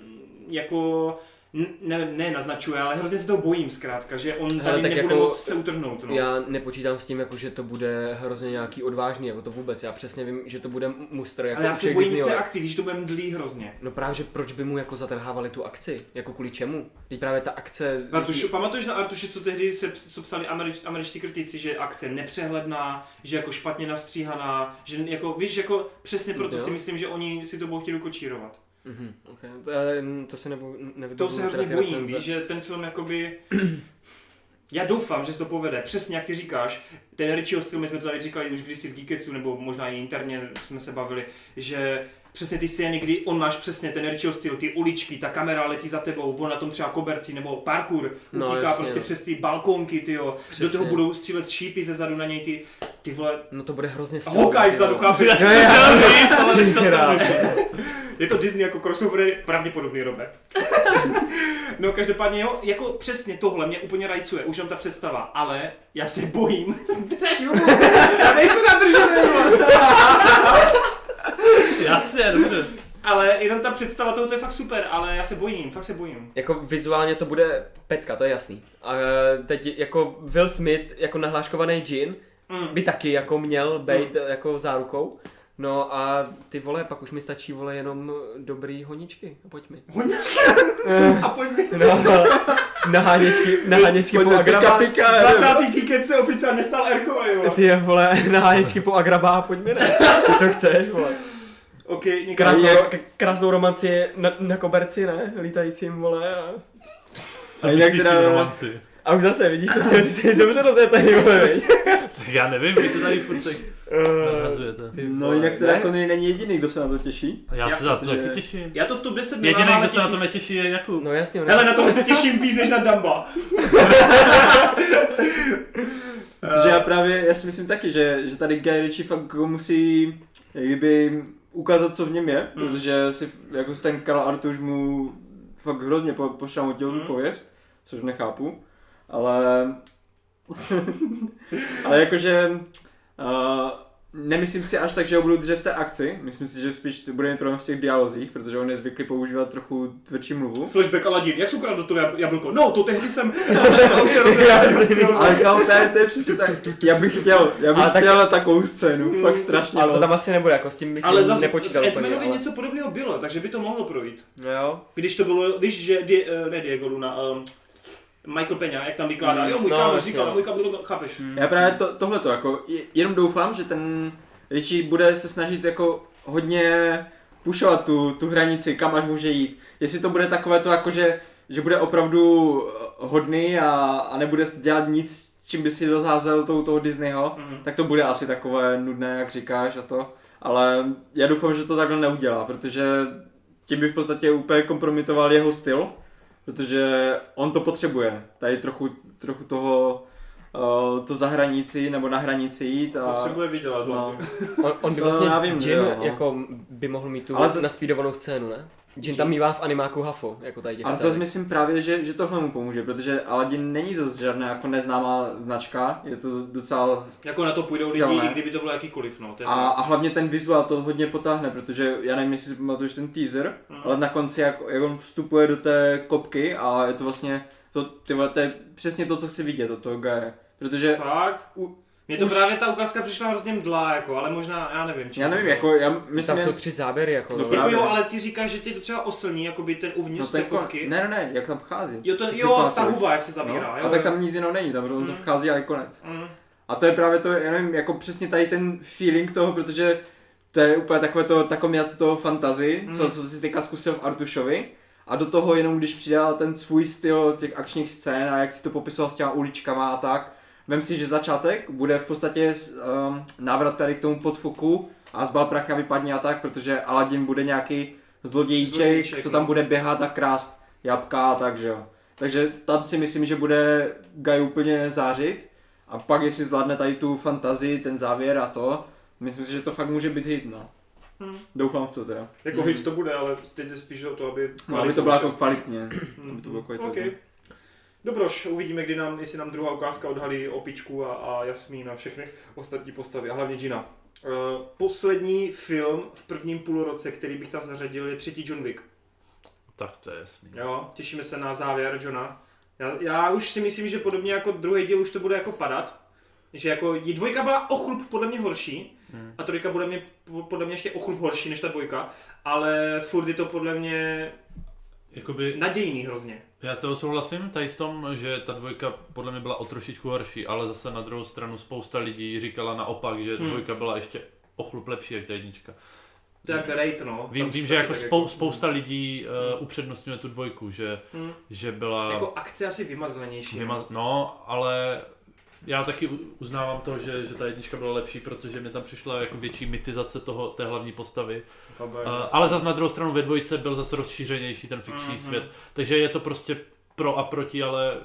S1: mm, jako n- ne, ne naznačuje, ale hrozně se toho bojím zkrátka, že on tady
S3: Hele,
S1: Hele,
S3: tak
S1: nebude
S3: jako-
S1: moc se utrhnout. No.
S3: Já nepočítám s tím, jako, že to bude hrozně nějaký odvážný, jako to vůbec. Já přesně vím, že to bude mustr jako
S1: ale já se
S3: všech
S1: bojím v té
S3: Disneyovek.
S1: akci, víš, to bude mdlý hrozně.
S3: No právě, že proč by mu jako zatrhávali tu akci? Jako kvůli čemu? Teď právě ta akce...
S1: Artuši, pamatuješ na Artuši, co tehdy se co psali američ, američtí kritici, že akce nepřehledná, že jako špatně nastříhaná, že jako, víš, jako přesně proto
S3: Jo.
S1: si myslím, že oni si to budou chtěli kočírovat.
S3: Mhm, okay. to, já, to se nebo, nevybavuju
S1: To se
S3: teda
S1: hrozně
S3: ty
S1: bojím,
S3: recenze.
S1: víš, že ten film jakoby, Já doufám, že se to povede. Přesně jak ty říkáš, ten Richieho styl, my jsme to tady říkali už kdysi v Geeketsu, nebo možná i interně jsme se bavili, že přesně ty scény, kdy on máš přesně ten Richieho styl, ty uličky, ta kamera letí za tebou, on na tom třeba koberci nebo parkour,
S3: No,
S1: utíká
S3: jasně,
S1: prostě
S3: no.
S1: přes ty balkónky, ty jo. Do
S3: Přesně.
S1: toho budou střílet šípy ze zadu na něj, ty, ty vole,
S3: No to bude hrozně styl.
S1: Hokaj vzadu, chápu, já jsem
S3: Jo,
S1: to
S3: jo.
S1: chtěl říct, ale
S3: Ty
S1: nechtěl jsem
S3: král.
S1: to říct. Je to Disney jako crossover, pravděpodobný Robe. [LAUGHS] No každopádně jo, jako přesně tohle mě úplně rajcuje, už tam ta představa, ale já se bojím. [LAUGHS] já nejsem nadržený, vole.
S2: [LAUGHS] Jasně, dobře.
S1: Ale jenom ta představa toho, to je fakt super, ale já se bojím, fakt se bojím.
S3: Jako vizuálně to bude pecka, to je jasný. A eh, teď jako Will Smith jako nahláškovaný džin
S1: Mm.
S3: by taky jako měl být eh, jako zárukou. No a ty vole, pak už mi stačí vole jenom dobrý honičky. Pojď mi.
S1: Honičky. A pojď mi.
S3: No, naháněčky, naháněčky po
S4: Pojďme, pika,
S3: agraba.
S4: pika, já nevím.
S1: 20. kiket se oficiálně stal Erkova, jo.
S3: Ty je, vole, naháněčky po agraba a pojď mi ne. Ty to chceš, vole.
S1: Ok, někdo.
S3: Krásnou,
S4: jak-
S3: k- krásnou romanci na, na koberci, ne? Lítajícím, vole. A,
S2: Co
S4: A jinak
S2: myslíš
S4: teda-
S2: teda... romanci?
S3: a už zase, vidíš, to si, si dobře rozjetej, vole, viď?
S2: Tak já nevím, vy to tady furt tak nahazujete.
S3: Ty
S4: No
S3: vole,
S4: jinak teda
S3: ne?
S4: Connery není jediný, kdo se na to těší.
S2: A já se za to
S4: že-
S2: taky těším.
S1: Já to v top 10
S2: Jediný,
S1: nemám, ale
S2: kdo se na to
S1: těším
S2: netěší, je Jakub.
S3: No jasně, on je-
S1: Hele, na tom se těším víc než na Dumba.
S4: Protože
S3: Eh.
S4: já právě, já si myslím taky, že, že tady Guy Ritchie fakt jako musí jak kdyby ukázat, co v něm
S3: Hmm.
S4: je,
S1: Mm.
S4: protože si jako ten Karl Artuš mu fakt hrozně po, pošamotil
S3: Hmm.
S1: Mm.
S4: tu pověst, což nechápu, ale [LAUGHS] ale jakože uh, nemyslím si až tak, že ho budu držet v té akci, myslím si, že spíš to bude mít problém v těch dialozích, protože on je zvyklý používat trochu tvrdší mluvu.
S3: [LAUGHS]
S1: Flashback Aladdin, jak jsi ukradl to jab- jablko? No, to tehdy jsem... A už se
S3: [LAUGHS]
S1: prostě, rozjel-
S4: Ale kámo, to je, to je přesně tak. Já bych chtěl, já bych
S3: Ale tak-
S4: chtěl na takovou scénu, fakt strašně
S3: Ale to
S4: moc.
S3: tam asi nebude, jako s tím bych
S1: ale zase v
S3: nepočítal úplně,
S1: Edmanovi
S3: ale...
S1: něco podobného bylo, takže by to mohlo projít.
S3: No jo.
S1: Když to bylo, víš, že, Die, eh, ne Diego Luna, um, Michael Peña, jak tam vykládá,
S4: Mm,
S1: jo, můj
S3: no,
S1: kámoš
S3: jasně,
S1: říkal,
S3: no.
S1: můj kámoš, chápeš?
S4: Já právě to, tohleto, jako, je- jenom doufám, že ten Richie bude se snažit jako hodně pušovat tu, tu hranici, kam až může jít. Jestli to bude takové to jako, že, že bude opravdu eh, hodný a, a nebude dělat nic, s čím by si rozházel tou, toho Disneyho,
S1: Mhm.
S4: tak to bude asi takové nudné, jak říkáš a to. Ale já doufám, že to takhle neudělá, protože tím by v podstatě úplně kompromitoval jeho styl, protože on to potřebuje. Tady trochu, trochu toho, eh, to za hranici nebo na hranici jít a...
S1: Potřebuje vydělat.
S4: No.
S1: hlavně.
S3: On, on by
S4: To
S3: vlastně
S4: já vím, že
S3: Jin
S4: jo, no.
S3: jako by mohl mít tu
S4: Ale
S3: ale
S4: zas-
S3: naspídovanou scénu, ne? Jin tam mívá v animáku Hafo, jako tady těch
S4: A zase
S3: scének.
S4: myslím právě, že, že tohle mu pomůže, protože Aladdin není zase žádná jako neznámá značka, je to docela...
S1: Jako na to půjdou lidi,
S4: Silné.
S1: i kdyby to bylo jakýkoliv, no. to je
S4: A, a hlavně ten vizuál to hodně potáhne, protože já nevím, jestli si pamatuješ ten teaser,
S1: Mm.
S4: ale na konci, jak, jak on vstupuje do té kopky a je to vlastně, to, ty vole, to je přesně to, co chci vidět od toho gaje. Protože
S1: Fakt?
S4: U-
S1: Mně to
S4: už-
S1: právě ta ukázka přišla hrozně mdlá, jako, ale možná, já nevím. čím
S4: já
S1: to
S4: nevím,
S1: bylo.
S4: jako já myslím...
S3: Tam jsou tři záběry, jako
S4: No
S3: no,
S1: Jako
S4: právě.
S1: jo, ale ty říkáš, že tě to třeba oslní, jako by ten uvnitř
S4: no,
S1: té
S4: ten kon...
S1: kopky.
S4: Ne, ne, ne, jak tam vchází.
S1: Jo, ten,
S4: Jestli
S1: jo, ta
S4: pamatuješ.
S1: huba, jak se
S4: No,
S1: zavírá. jo,
S4: a tak tam nic jiného není, tam mm.
S1: Mm.
S4: to vchází a je konec.
S1: Mm.
S4: A to je právě to, já nevím, jako přesně tady ten feeling toho, protože to je úplně takové to, ta kombinace toho fantazy,
S1: Mhm.
S4: mm. co, co jsi teďka zkusil v Artušovi. A do toho jenom když přidal ten svůj styl těch akčních scén a jak si to popisoval s těma uličkama a tak. Vem si, že začátek bude v podstatě um, návrat tady k tomu podfuku a zbal pracha vypadně a tak, protože Aladdin bude nějaký zlodějíček,
S1: Zlodějíček,
S4: zlodějíček co
S1: no.
S4: tam bude běhat a krást jabka a tak, že jo. Takže tam si myslím, že bude Guy úplně zářit. A pak jestli zvládne tady tu fantazii, ten závěr a to, myslím si, že to fakt může být hit, no.
S1: Hmm.
S4: Doufám v to teda.
S1: Jako hit to bude, ale teď jde spíš o to, aby...
S4: No, aby to bylo jako kvalitně.
S1: Mhm.
S4: aby to bylo kvalitně.
S1: OK. Dobroš, uvidíme, kdy nám, jestli nám druhá ukázka odhalí opičku a, a Jasmín a všechny ostatní postavy, a hlavně Gina. Uh, poslední film v prvním půlroce, který bych tam zařadil, je třetí John Wick.
S2: Tak to je jasný.
S1: Jo, těšíme se na závěr Johna. Já, já už si myslím, že podobně jako druhý díl už to bude jako padat. Že jako i dvojka byla o chlup podle mě horší
S2: Hmm.
S1: a trojka podle mě, podle mě ještě o chlup horší než ta dvojka, ale furt je to podle mě
S2: Jakoby
S1: nadějný hrozně.
S2: Já s tebou souhlasím tady v tom, že ta dvojka podle mě byla o trošičku horší, ale zase na druhou stranu spousta lidí říkala naopak, že
S1: Hmm.
S2: dvojka byla ještě o chlup lepší jak ta jednička.
S1: To je jak rate, no.
S2: Hmm. Vím,
S1: Tam
S2: vím
S1: jsou
S2: že
S1: taky
S2: jako
S1: tak
S2: spou, spousta lidí uh, upřednostňuje tu dvojku, že,
S1: Mm.
S2: že byla...
S1: Jako akce asi vymazlenější.
S2: Vyma, no, ale já taky u- uznávám to, že, že ta jednička byla lepší, protože mi tam přišla jako větší mytizace toho, té hlavní postavy.
S1: Kabel,
S2: Uh, ale zas na druhou stranu ve dvojce byl zase rozšířenější ten fikční
S1: Mhm.
S2: mm-hmm. svět. Takže je to prostě pro a proti, ale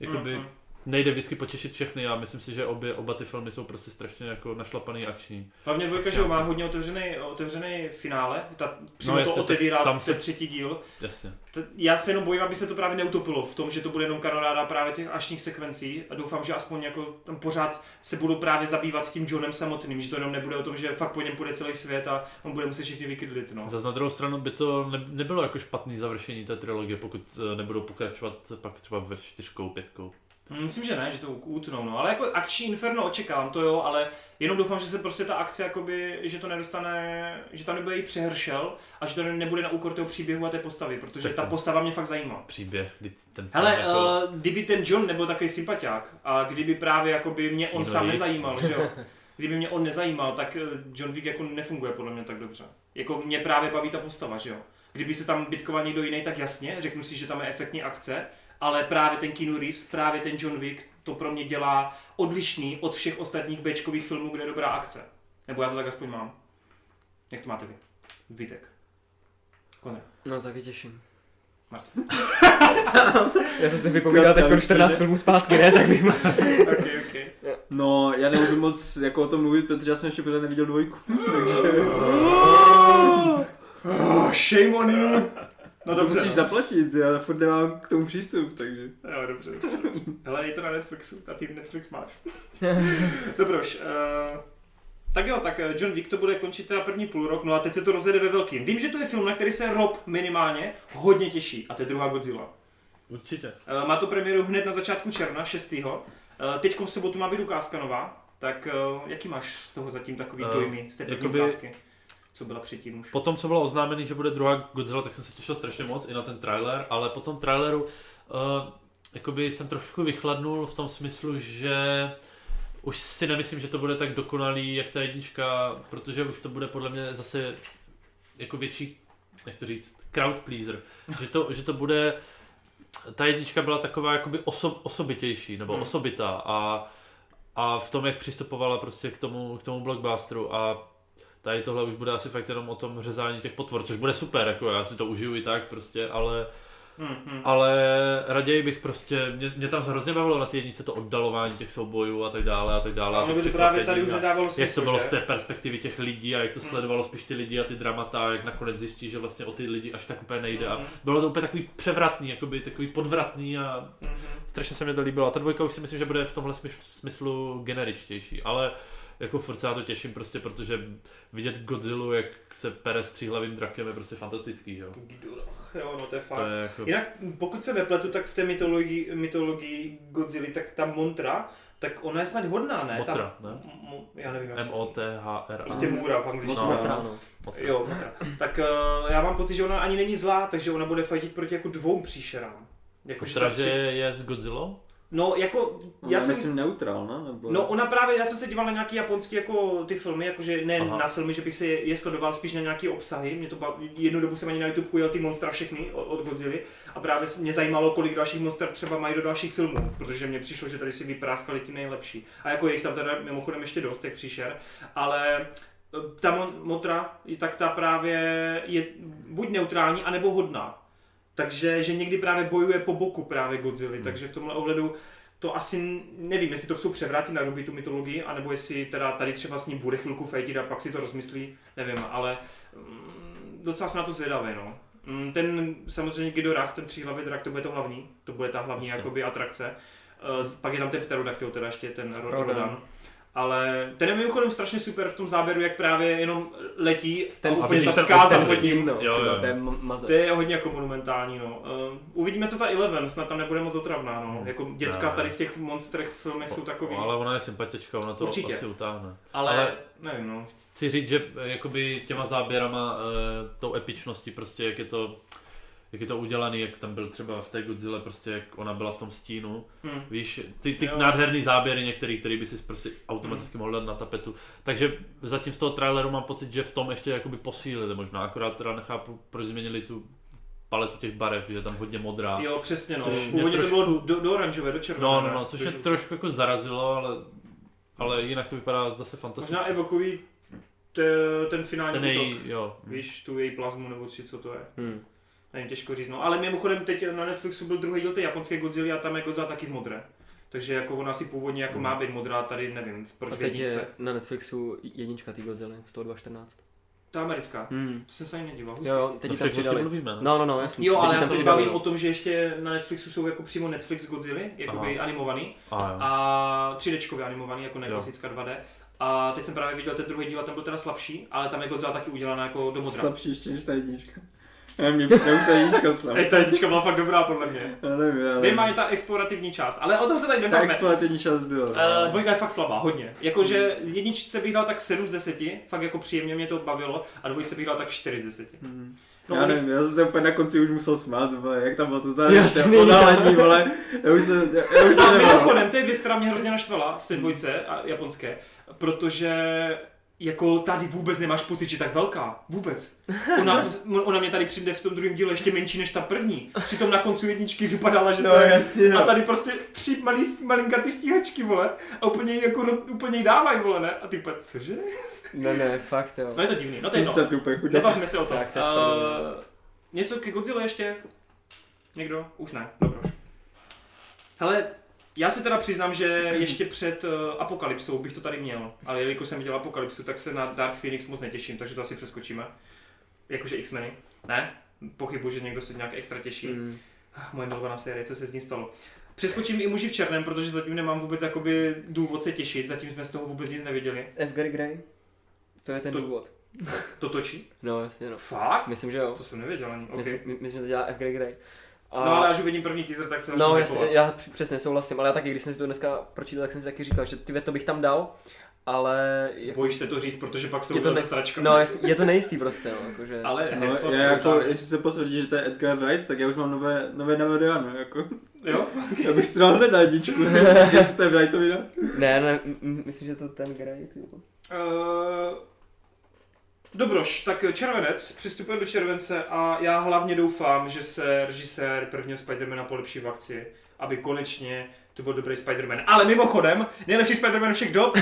S2: jakoby
S1: Mhm.
S2: mm-hmm. nejde vždycky potěšit všechny. Já myslím si, že obě, oba ty filmy jsou prostě strašně jako našlapaný akční.
S1: Hlavně dvojka, že jo, má hodně otevřený, otevřený finále, ta přímo no,
S2: jasně,
S1: to
S2: to-
S1: otevírá tam
S2: tam
S1: se...
S2: se-
S1: třetí díl.
S2: Jasně.
S1: T- já se jenom bojím, aby se to právě neutopilo v tom, že to bude jenom kanonáda právě těch ašních sekvencí a doufám, že aspoň jako tam pořád se budou právě zabývat tím Johnem samotným, že to jenom nebude o tom, že fakt po něm bude celý svět a on bude muset všechny vykydlit, no.
S2: Zas na druhou stranu by to ne, nebylo jako špatný završení té trilogie, pokud eh, nebudou pokračovat pak třeba ve čtyřkou, pětkou.
S1: No, Myslím, že ne, že to utnou, no. Ale jako akční inferno očekávám, to jo, ale jenom doufám, že se prostě ta akce, jakoby, že to nedostane, že tam nebude jí přehršel a že to nebude na úkor toho příběhu a té postavy, protože
S2: Tak
S1: ta
S2: to-
S1: postava mě fakt zajímá.
S2: Příběh, kdy ten
S1: Hele,
S2: film jako-
S1: uh, kdyby ten John nebyl takový sympatiák a kdyby právě jakoby mě on
S2: Keanu
S1: sám
S2: Reeves.
S1: nezajímal, že jo? Kdyby mě on nezajímal, tak eh, John Wick jako nefunguje podle mě tak dobře. Jako mě právě baví ta postava, že jo? Kdyby se tam bitkoval někdo jiný, tak jasně, řeknu si, že tam je efektní akce, ale právě ten Keanu Reeves, právě ten John Wick, to pro mě dělá odlišný od všech ostatních Bčkových filmů, kde je dobrá akce. Nebo já to tak aspoň mám. Jak to máte vy? Zbytek. Konec.
S3: No, taky těším.
S1: Martin.
S3: [LAUGHS] Já jsem si vypovídal teď pro 14 filmů zpátky, ne? Tak vím.
S1: okay, okay.
S4: No, já nemůžu moc jako o tom mluvit, protože já jsem ještě pořád neviděl dvojku.
S1: Oh, shame on you!
S4: No to musíš zaplatit, já furt nemám k tomu přístup, takže.
S1: Jo, dobře, dobře, dobře. Hele, je to na Netflixu a ty Netflix
S2: [LAUGHS]
S1: máš. Dobře, už. Uh, tak jo, tak eh, John Wick to bude končit teda první půl rok, no a teď se to rozjede ve velkým. Vím, že to je film, na který se Rob minimálně hodně těší, a to je druhá Godzilla.
S2: Určitě.
S1: Eh, Má to premiéru hned na začátku června, 6. Eh, Teďko v sobotu má být ukázka nová, tak eh, jaký máš z toho zatím takový
S2: Eh,
S1: dojmy z té první
S2: jakoby-
S1: ukázky? Co byla předtím už?
S2: Po tom, co bylo oznámený, že bude druhá Godzilla, tak jsem se těšil strašně moc i na ten trailer, ale po tom traileru uh, jakoby jsem trošku vychladnul v tom smyslu, že už si nemyslím, že to bude tak dokonalý, jak ta jednička, protože už to bude podle mě zase jako větší, jak to říct, crowd pleaser. Že to, že to bude, ta jednička byla taková jakoby oso, osobitější, nebo
S1: Hmm.
S2: hmm. osobitá a, a v tom, jak přistupovala prostě k tomu, k tomu blockbusteru a tady tohle už bude asi fakt jenom o tom řezání těch potvor, což bude super, jako já si to užiju i tak prostě, ale,
S1: Hmm, hmm.
S2: ale raději bych prostě, mě, mě tam hrozně bavilo na té jednice to oddalování těch soubojů a tak dále a tak dále. a
S1: Ono
S2: to
S1: by to právě tady
S2: překvapení
S1: už
S2: a-
S1: nedávalo smysl,
S2: jak to bylo
S1: že? Hmm.
S2: z té perspektivy těch lidí a jak to sledovalo spíš ty lidi a ty dramata, jak nakonec zjistí, že vlastně o ty lidi až tak úplně nejde. A
S1: Mhm.
S2: bylo to úplně takový převratný, jakoby takový podvratný a
S1: Mhm.
S2: strašně se mi to líbilo. A ta dvojka už si myslím, že bude v tomhle smys- smyslu generičtější, ale jako furt se na to těším prostě, protože vidět Godzilla, jak se pere s tříhlavým drakem je prostě fantastický, že jo.
S1: Jo, no to je fakt.
S2: To je jako...
S1: Jinak, pokud se nepletu, tak v té mytologii, mytologii Godzilla, tak ta Montra, tak ona je snad hodná, ne?
S2: Motra,
S1: ta,
S2: ne?
S1: M- já nevím, jak se-
S2: M-O-T-H-R-A.
S1: Prostě můra v angličtině.
S2: No.
S3: Motra, no.
S2: Motra.
S1: Jo, Motra. Tak eh, já mám pocit, že ona ani není zlá, takže ona bude fajtit proti jako dvou příšerám. Jako,
S2: Motra,
S1: ta
S2: že
S1: při-
S2: je s Godzilla?
S1: No, jako,
S4: No,
S1: já jsem...
S4: myslím neutrál, ne? Nebo...
S1: No ona právě, já jsem se díval na nějaký japonský jako ty filmy, jakože ne Aha.
S2: Aha.
S1: na filmy, že bych si je sledoval, spíš na nějaký obsahy. Mě to bav... jednu dobu jsem ani na YouTube jel ty monstra všechny od, od Godzilla a právě s- mě zajímalo, kolik dalších monster třeba mají do dalších filmů, protože mě přišlo, že tady si vypráskali ti nejlepší. A jako je jich tam teda mimochodem ještě dost, jak příšer, ale eh, ta mon- motra, tak ta právě je buď neutrální, anebo hodná. Takže že někdy právě bojuje po boku právě Godzilla, hmm. takže v tomhle ohledu to asi n- nevím, jestli to chcou převrátit na ruby tu mytologii, anebo jestli teda tady třeba s ním bude chvilku fejtit a pak si to rozmyslí, nevím, ale mm, docela jsem na to zvědavý, no. Mm, Ten samozřejmě Gidorach, ten tříhlavý drak, to bude to hlavní, to bude ta hlavní
S2: Jasně.
S1: jakoby atrakce. Eh, z- Pak je tam ten pterodaktyl, teda ještě ten Ro-
S3: Rodan.
S1: Rodan. Ale ten je mimochodem strašně super v tom záběru, jak právě jenom letí
S3: Ten
S1: a
S2: A
S1: úplně
S2: vidíš
S1: ta
S2: ten-
S1: skáza
S2: ten
S1: pod ním.
S3: no.
S2: Jo,
S3: tyhle,
S2: jo.
S3: To je ma- mazec.
S1: To je hodně jako monumentální, no. Ehm, Uvidíme, co ta Eleven, snad tam nebude moc otravná, no. Jako děcka
S2: Hmm. Ne.
S1: tady v těch monstrech v filmech jsou takový.
S2: No, Ale ona je sympatička, ona to
S1: Určitě.
S2: asi utáhne.
S1: Ale, ale
S2: ale-
S1: nevím, no.
S2: Chci říct, že eh, jakoby těma záběrama, eh, tou epičností prostě, jak je to jak je to udělaný, jak tam byl třeba v té Godzilla, prostě jak ona byla v tom stínu.
S1: Hmm.
S2: Víš, ty, ty
S1: Jo.
S2: nádherný záběry některý, který by si prostě automaticky mohl dát na tapetu. Takže zatím z toho traileru mám pocit, že v tom ještě jakoby posílili možná, akorát teda nechápu, proč změnili tu paletu těch barev, že je tam hodně modrá.
S1: Jo, přesně, no.
S2: Což mě
S1: Původně to
S2: trošku-
S1: bylo do, do oranžové, do červené.
S2: No, no,
S1: ne?
S2: no, což
S1: Do
S2: mě
S1: žluté.
S2: trošku jako zarazilo, ale, ale jinak to vypadá zase fantasticky.
S1: Možná evokují t- ten finální
S2: Ten
S1: ten útok.
S2: její, jo.
S1: Víš, tu její plazmu nebo či co to je.
S3: Hmm.
S1: Nevím, těžko říct. No, ale mimochodem teď na Netflixu byl druhý díl té japonské Godzilla a tam je Godzilla taky v modré. Takže jako ona si původně jako
S2: Hmm.
S1: má být modrá, tady nevím, v
S3: A
S1: proč
S3: teď
S1: vědnice.
S3: je na Netflixu jednička ty Godzilla z toho 2.14.
S1: Ta americká.
S3: Hmm.
S1: To jsem se ani nedíval.
S3: Jo, jo, teď
S2: No
S3: ji
S2: však
S3: tam
S2: ještě
S3: přidali.
S2: mluvíme, no.
S3: No, no, no, jasně.
S1: Jo,
S3: Teď
S1: ale
S3: ji
S1: já
S3: tam
S1: se
S3: přidali.
S1: bavím o tom, že ještě na Netflixu jsou jako přímo Netflix Godzilla, jakoby animovaný
S2: A jo.
S1: a 3D animovaný, jako ne
S2: Jo.
S1: klasická 2D. A teď jsem právě viděl ten druhý díl a ten byl teda slabší, ale tam je Godzilla taky udělaná jako do modra.
S4: Slabší ještě než ta jednička. Já mě přijde už ta jednička slab.
S1: Ej, ta jednička byla fakt dobrá podle mě.
S4: Já nevím, já nevím.
S1: Nejmá je ta explorativní část, ale o tom se tady
S4: Ta
S1: nebavíme.
S4: explorativní část byla. no.
S1: Uh, dvojka je fakt slabá, hodně. Jakože jedničce bych dal tak 7 z 10, fakt jako příjemně mě to bavilo, a dvojce bych dal tak 4 z 10.
S4: Hmm.
S1: No,
S4: já
S1: oni-
S4: nevím, já jsem se úplně na konci už musel smát, vole, jak tam bylo to
S3: Jasný.
S4: zároveň odhalení, vole, já už se, já, já už
S1: A
S4: se nebál.
S1: mimochodem, to je věc, která mě hrozně naštvala v té dvojce a, japonské, protože jako tady vůbec nemáš pocit, že je tak velká. Vůbec. Ona, [LAUGHS] ona mě tady přijde v tom druhém díle ještě menší než ta první. Přitom na koncu jedničky vypadala, že
S4: No,
S1: to je...
S4: jasně,
S1: A
S4: no.
S1: tady prostě tři malý, malinkatý stíhačky, vole. A úplně jí jako, ro- úplně jí dávají, vole, ne? A ty úplně, cože?
S3: Ne, ne, fakt jo.
S1: No je to divný, no to je
S4: Ty
S1: jedno.
S4: jste tu úplně chudě.
S1: Nebavme se o tom.
S3: Tak, to je v pohodě.
S1: uh, něco ke Godzilla ještě? Někdo? Už ne, dobroš. Hele, já se teda přiznám, že ještě před uh, Apokalypsou bych to tady měl, ale jelikož jsem viděl Apokalypsu, tak se na Dark Phoenix moc netěším, takže to asi přeskočíme. Jakože X-meny. Ne? Pochybuji, že někdo se nějak extra těší. Mm.
S3: Hmm.
S1: Moje milovaná série, co se z ní stalo. Přeskočím i muži v černém, protože zatím nemám vůbec jakoby důvod se těšit, zatím jsme z toho vůbec nic nevěděli.
S3: F. Gary Gray? To je ten
S1: To-
S3: důvod.
S1: To točí?
S3: No, jasně, no.
S1: Fakt?
S3: Myslím, že jo.
S1: To jsem nevěděl ani. Okay.
S3: Myslím, my, my jsme to dělali F. Gary Gray. A...
S1: No ale až uvidím první teaser, tak se začnu
S3: No, já,
S1: hypovat.
S3: si- já při- přesně souhlasím, ale já taky, když jsem si to dneska pročítal, tak jsem si taky říkal, že ty to bych tam dal, ale jako,
S1: Bojíš se to říct, protože pak jsou
S3: Je to
S1: to
S3: ne-
S1: ze sračka.
S3: no, jasně, je to nejistý prostě, no, jakože,
S1: ale
S4: No,
S1: heslo
S4: já jako,
S1: přijde.
S4: jestli se potvrdí, že to je Edgar Wright, tak já už mám nové, nové Namedeano, jako. [LAUGHS]
S1: Jo?
S4: Já bych strál hned na jedničku, jestli to je Wrightovi, no.
S3: ne, ne, m- m- myslím, že to ten Gray, ty jo.
S1: Eh, Dobroš, tak červenec, přistupujeme do července a já hlavně doufám, že se režisér prvního Spidermana polepší v akci, aby konečně to byl dobrý Spiderman. Ale mimochodem, nejlepší Spiderman všech dob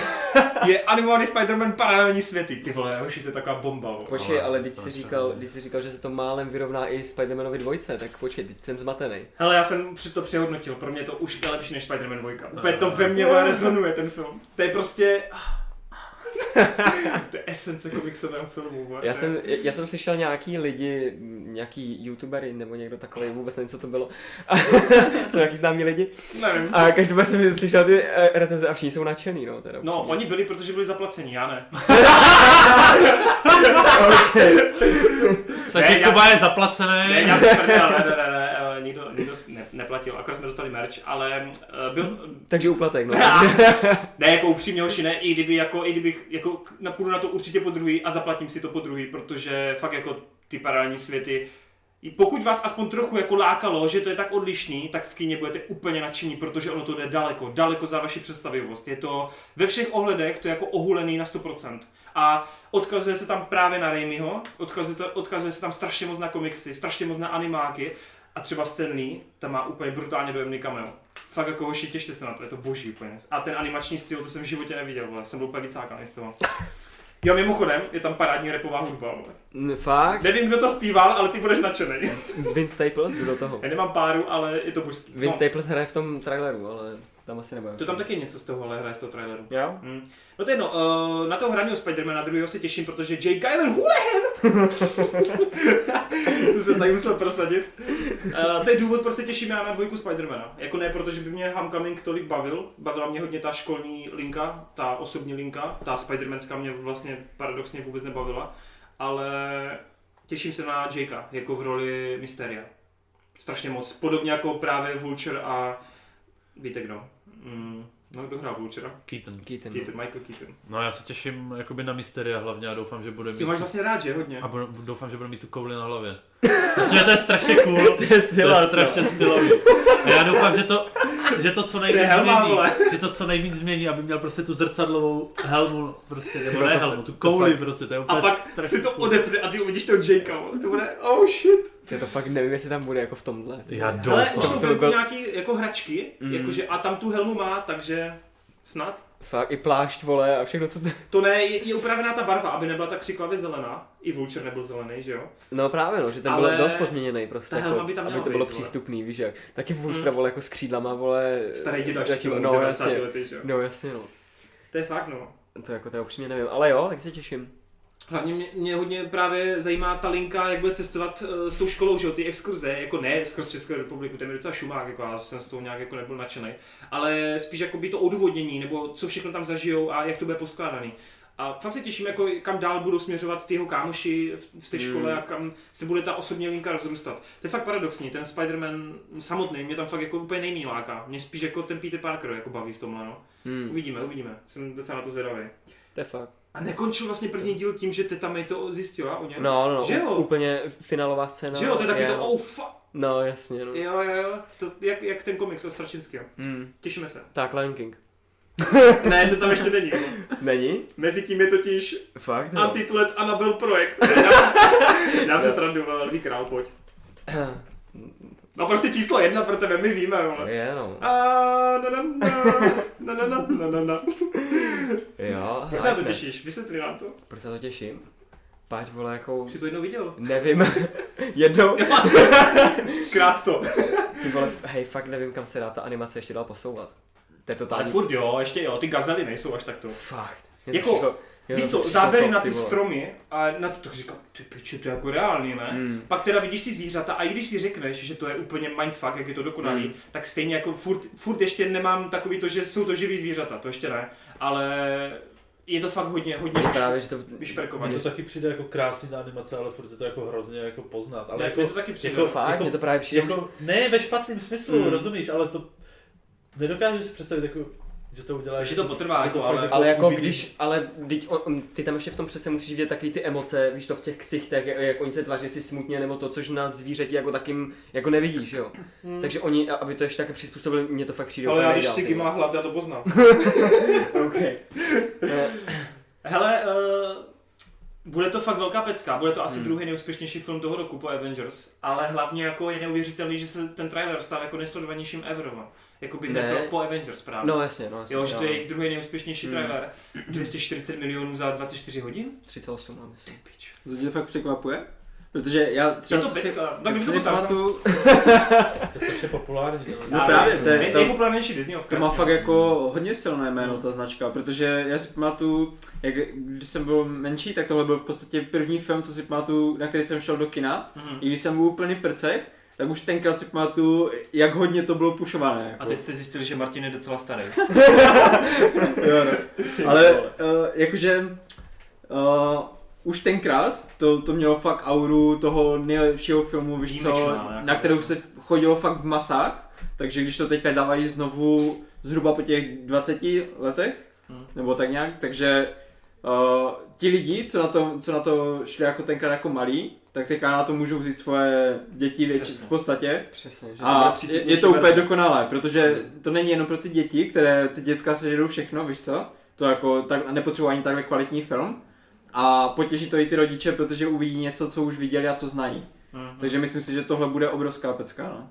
S1: je animovaný Spiderman paralelní světy. Ty vole, hoši, to je taková bomba. vole.
S3: Počkej,
S2: Ale
S3: ale
S2: No, to
S3: když jsi
S2: strašně
S3: říkal,
S2: dobrý.
S3: když jsi říkal, že se to málem vyrovná i Spider-Manovi dvojce, tak počkej, teď jsem zmatený.
S1: Hele, já jsem při to přehodnotil, pro mě to už je lepší než Spider-Man 2. Úplně to ve mně vole, rezonuje ten film. To je prostě... [LAUGHS] to je esence komiksového filmu. vole.
S3: Já jsem, já jsem slyšel nějaký lidi, m, nějaký youtubery nebo někdo takový, vůbec nevím, co to bylo, [LAUGHS] co nějaký známí lidi.
S1: Nevím.
S3: A každopádně jsem slyšel ty eh, recenze a všichni jsou nadšený, no teda.
S1: No,
S3: upřímně.
S1: oni byli, protože byli zaplaceni, já ne.
S2: Takže
S1: Ne, já-
S2: Kuba je zaplacené.
S1: Ne, já jsem prdel, ne, ne, ne, ne, eh, nikdo, nikdo s- ne, neplatil, akorát jsme dostali merch, ale eh, byl,
S3: Takže
S1: [LAUGHS]
S3: úplatek, no.
S1: ne, jako upřímně hoši, ne, i kdyby, jako, i kdyby, jako, napůjdu na to určitě po druhý a zaplatím si to po druhý, protože fakt jako ty paralelní světy, i pokud vás aspoň trochu jako lákalo, že to je tak odlišný, tak v kyně budete úplně nadšení, protože ono to jde daleko, daleko za vaši představivost. Je to ve všech ohledech to je jako ohulený na 100%. A odkazuje se tam právě na Raimiho, odkazuje, to, odkazuje se tam strašně moc na komiksy, strašně moc na animáky a třeba Stanley, tam má úplně brutálně dojemný cameo. Fakt jako hoši, těšte se na to, je to boží úplně. A ten animační styl, to jsem v životě neviděl, vole. jsem byl úplně vycákaný z toho. Jo, mimochodem, je tam parádní repová hudba, vole.
S3: N- Fakt?
S1: Nevím, kdo to zpíval, ale ty budeš nadšený.
S3: Vince Staples, jdu do toho.
S1: Já nemám páru, ale je to božský.
S3: Vince
S1: No,
S3: Staples hraje v tom traileru, ale tam asi nebude.
S1: to tam taky je něco z toho, ale hraje z toho traileru.
S4: Jo?
S1: Hmm. No to je jedno, uh, na toho hraného Spidermana druhého se těším, protože Jake Gyllenhaal Hulehen! [LAUGHS] Co se tady musel prosadit. Uh, to je důvod, proč se těším já na dvojku Spidermana. Jako ne, protože by mě Homecoming tolik bavil, bavila mě hodně ta školní linka, ta osobní linka, ta Spidermanská mě vlastně paradoxně vůbec nebavila, ale těším se na Jakea jako v roli Mysteria. Strašně moc. Podobně jako právě Vulture a víte kdo. Mm, No, kdo hrál včera?
S2: Keaton.
S3: Keaton. [LAUGHS]
S1: Keaton, Michael Keaton.
S2: No já se těším jakoby na Mysteria hlavně a doufám, že bude mít...
S1: Ty máš vlastně rád, že hodně?
S2: A budu, doufám, že bude mít tu kouli na hlavě. Protože to je strašně cool.
S3: To je
S2: To je
S3: stylář,
S2: strašně stylový. A já doufám, že to, že to co nejvíc
S1: To je helma,
S2: změní.
S1: vole.
S2: Že to co nejvíc změní, aby měl prostě tu zrcadlovou helmu, prostě, nebo
S3: vole,
S2: ne
S3: to-
S2: helmu, tu
S3: to
S2: kouli
S3: fakt-
S2: prostě, to je
S1: A
S2: úplně
S1: pak
S2: strašně
S1: si to
S2: cool.
S1: odepne a ty uvidíš toho Jakea, vole. to bude oh shit.
S3: Ty to fakt nevím, jestli tam bude jako v tomhle.
S2: Já
S1: Ale jsou
S2: doufám.
S3: to
S1: venku
S3: byl-
S1: nějaký jako hračky,
S3: Mm.
S1: jakože a tam tu helmu má, takže snad.
S3: Fakt i plášť, vole, a všechno, co to...
S1: To ne, je, je upravená ta barva, aby nebyla tak křiklavě zelená. I Vulture nebyl zelený, že jo?
S3: No právě, no, že ten byl
S1: Ale
S3: dost pozměněný prostě,
S1: ta helma by tam
S3: aby
S1: měla
S3: to bylo
S1: být, vole. Hmm.
S3: přístupný, víš jak. Taky Vultra, vole, jako s křídlama, vole...
S1: Starý děda,
S3: zatím-
S1: ještě
S3: no, jasně,
S1: lety, že jo?
S3: no, jasně, no.
S1: To je fakt, no.
S3: To jako teda upřímně nevím, ale jo, tak se těším.
S1: Hlavně mě, mě hodně právě zajímá ta linka, jak bude cestovat uh, s tou školou, že jo, ty exkurze, jako ne skrz Českou republiku, ten je docela šumák, jako já jsem z toho nějak jako nebyl nadšený, ale spíš jako by to odůvodnění, nebo co všechno tam zažijou a jak to bude poskládaný. A fakt se těším, jako kam dál budou směřovat ty jeho kámoši v, v té škole a kam se bude ta osobní linka rozrůstat. To je fakt paradoxní, ten Spider-Man samotný mě tam fakt jako úplně nejmí láká. Mě spíš jako ten Peter Parker jako baví v tomhle, no.
S3: Hmm,
S1: Uvidíme, uvidíme. Jsem docela na to zvědavý.
S3: to je fakt.
S1: A nekončil vlastně první díl tím, že teta mi to zjistila o něm?
S3: No, no, no,
S1: Že jo?
S3: úplně finálová scéna.
S1: že jo, to je taky
S3: je,
S1: to
S3: no.
S1: oh fuck.
S3: No, jasně, no.
S1: Jo, jo, jo, to, jak, jak ten komiks od Stračinského.
S3: Hmm.
S1: Těšíme se. [LAUGHS]
S3: Tak, Lion King.
S1: ne, to tam ještě není.
S3: Není?
S1: Mezitím je totiž
S3: Fakt,
S1: no.
S3: no.
S1: Antitlet Anabel
S3: [LAUGHS]
S1: projekt. Dám, dám se srandu, ale Lví král,
S3: [CLEARS THROAT]
S1: pojď. No prostě číslo jedna pro tebe, my víme, vole.
S3: Je, no.
S1: A, na, na, na, na, na, na, na, na, na.
S3: Jo,
S1: Jak se na to
S3: hype, No, ne?
S1: těšíš? Vysvětli nám to.
S3: Proč se na to těším? Páč, vole, jako...
S1: Už jsi to jednou viděl.
S3: Nevím. [LAUGHS] Jednou.
S1: [LAUGHS] Krát to.
S3: Ty vole, hej, fakt nevím, kam se dá ta animace ještě dál posouvat. To je
S1: Ale
S3: totální...
S1: furt jo, ještě jo, ty gazely nejsou až takto.
S3: Fakt.
S1: Jako,
S3: mě to
S1: Víš co,
S3: přišlo
S1: záběry
S3: top,
S1: na ty
S3: vole.
S1: stromy a na to, tak říkám, ty piče, to je jako reálný, ne?
S3: Mm.
S1: Pak teda vidíš ty zvířata a i když si řekneš, že to je úplně mindfuck, jak je to dokonalý,
S3: Mm.
S1: tak stejně jako furt, furt ještě nemám takový to, že jsou to živý zvířata, to ještě ne, ale je to fakt hodně, hodně
S3: Mě
S1: vyš-
S3: právě, že to...
S1: vyšperkovaný.
S2: Mně to taky přijde jako krásný ta animace, ale furt je to jako hrozně jako poznat. Ale
S1: Ne,
S2: jako,
S1: mně to Hmm. taky přijde.
S2: Jako,
S3: Fakt,
S2: jako,
S3: mě to právě přijde už-
S2: Jako, ne ve špatném smyslu,
S3: Mm.
S2: rozumíš, ale to nedokážu si představit, jako, že to udělá.
S1: Že to potrvá,
S2: že to
S1: jako,
S2: fakt
S1: ale-
S3: Ale jako
S2: uvidí.
S3: když, ale teď on, on, ty tam ještě v tom přece musíš vidět taky ty emoce, víš to v těch ksichtech, jak, jak oni se tváří si smutně nebo to, což na zvířeti jako takým, jako nevidíš, jo. Takže oni, aby to ještě taky přizpůsobili, mě to fakt přijde.
S1: Hmm. Ale
S3: úplně
S1: já když
S3: nejdál,
S1: si
S3: ty
S1: kýmá
S3: vole.
S1: hlad, já to poznám.
S3: Okay. Eh,
S1: Hele, uh, bude to fakt velká pecka, bude to asi hmm. druhý nejúspěšnější film toho roku po Avengers, ale hlavně jako je neuvěřitelný, že se ten trailer stal jako nejsledovanějším ever, no. jakoby
S3: Ne.
S1: ne. po Avengers právě.
S3: No jasně, no jasně.
S1: Jo, že to je
S3: jo.
S1: jejich druhý nejúspěšnější
S3: Hmm.
S1: trailer. 240 milionů za 24 hodin?
S3: 38, no, myslím.
S1: Pič.
S4: To tě fakt překvapuje? Protože já
S1: Je
S4: třeba...
S1: to
S4: co si-
S1: pecka, tak
S4: co
S1: kdyby
S4: si
S1: se to
S4: pamatuju,
S2: To je strašně populární. ale-
S4: No právě, to je- to-
S1: nejpopulárnější Disneyovka.
S4: To má
S1: jasně.
S4: fakt jako hodně silné jméno ta značka, protože já si pamatuju, jak, když jsem byl menší, tak tohle byl v podstatě první film, co si pamatuju, na který jsem šel do kina.
S1: Mhm.
S4: I když jsem byl úplný prcek, tak už tenkrát si pamatuju, jak hodně to bylo pušované. Jako.
S1: A teď jste zjistili, že Martin je docela [LAUGHS] starý.
S4: Jo, no. Ale uh, jakože uh, už tenkrát to, to mělo fakt auru toho nejlepšího filmu, víš co,
S1: Výjimečná, jako
S4: na kterou se chodilo fakt v masách, takže když to teďka dávají znovu zhruba po těch 20 letech,
S1: Hmm.
S4: nebo tak nějak, takže uh, ti lidi, co na, to, co na to šli jako tenkrát jako malí, tak teďka na to můžou vzít svoje děti větší
S1: Přesně.
S4: v podstatě.
S3: Přesně, že
S4: A
S3: bude
S4: je, je to úplně
S3: přístupnější
S4: dokonalé, protože to není jenom pro ty děti, které ty děcka se žerou všechno, víš co? To jako tak a nepotřebují ani takhle kvalitní film. A potěší to i ty rodiče, protože uvidí něco, co už viděli a co znají.
S1: Mhm.
S4: Takže myslím si, že tohle bude obrovská pecka, no.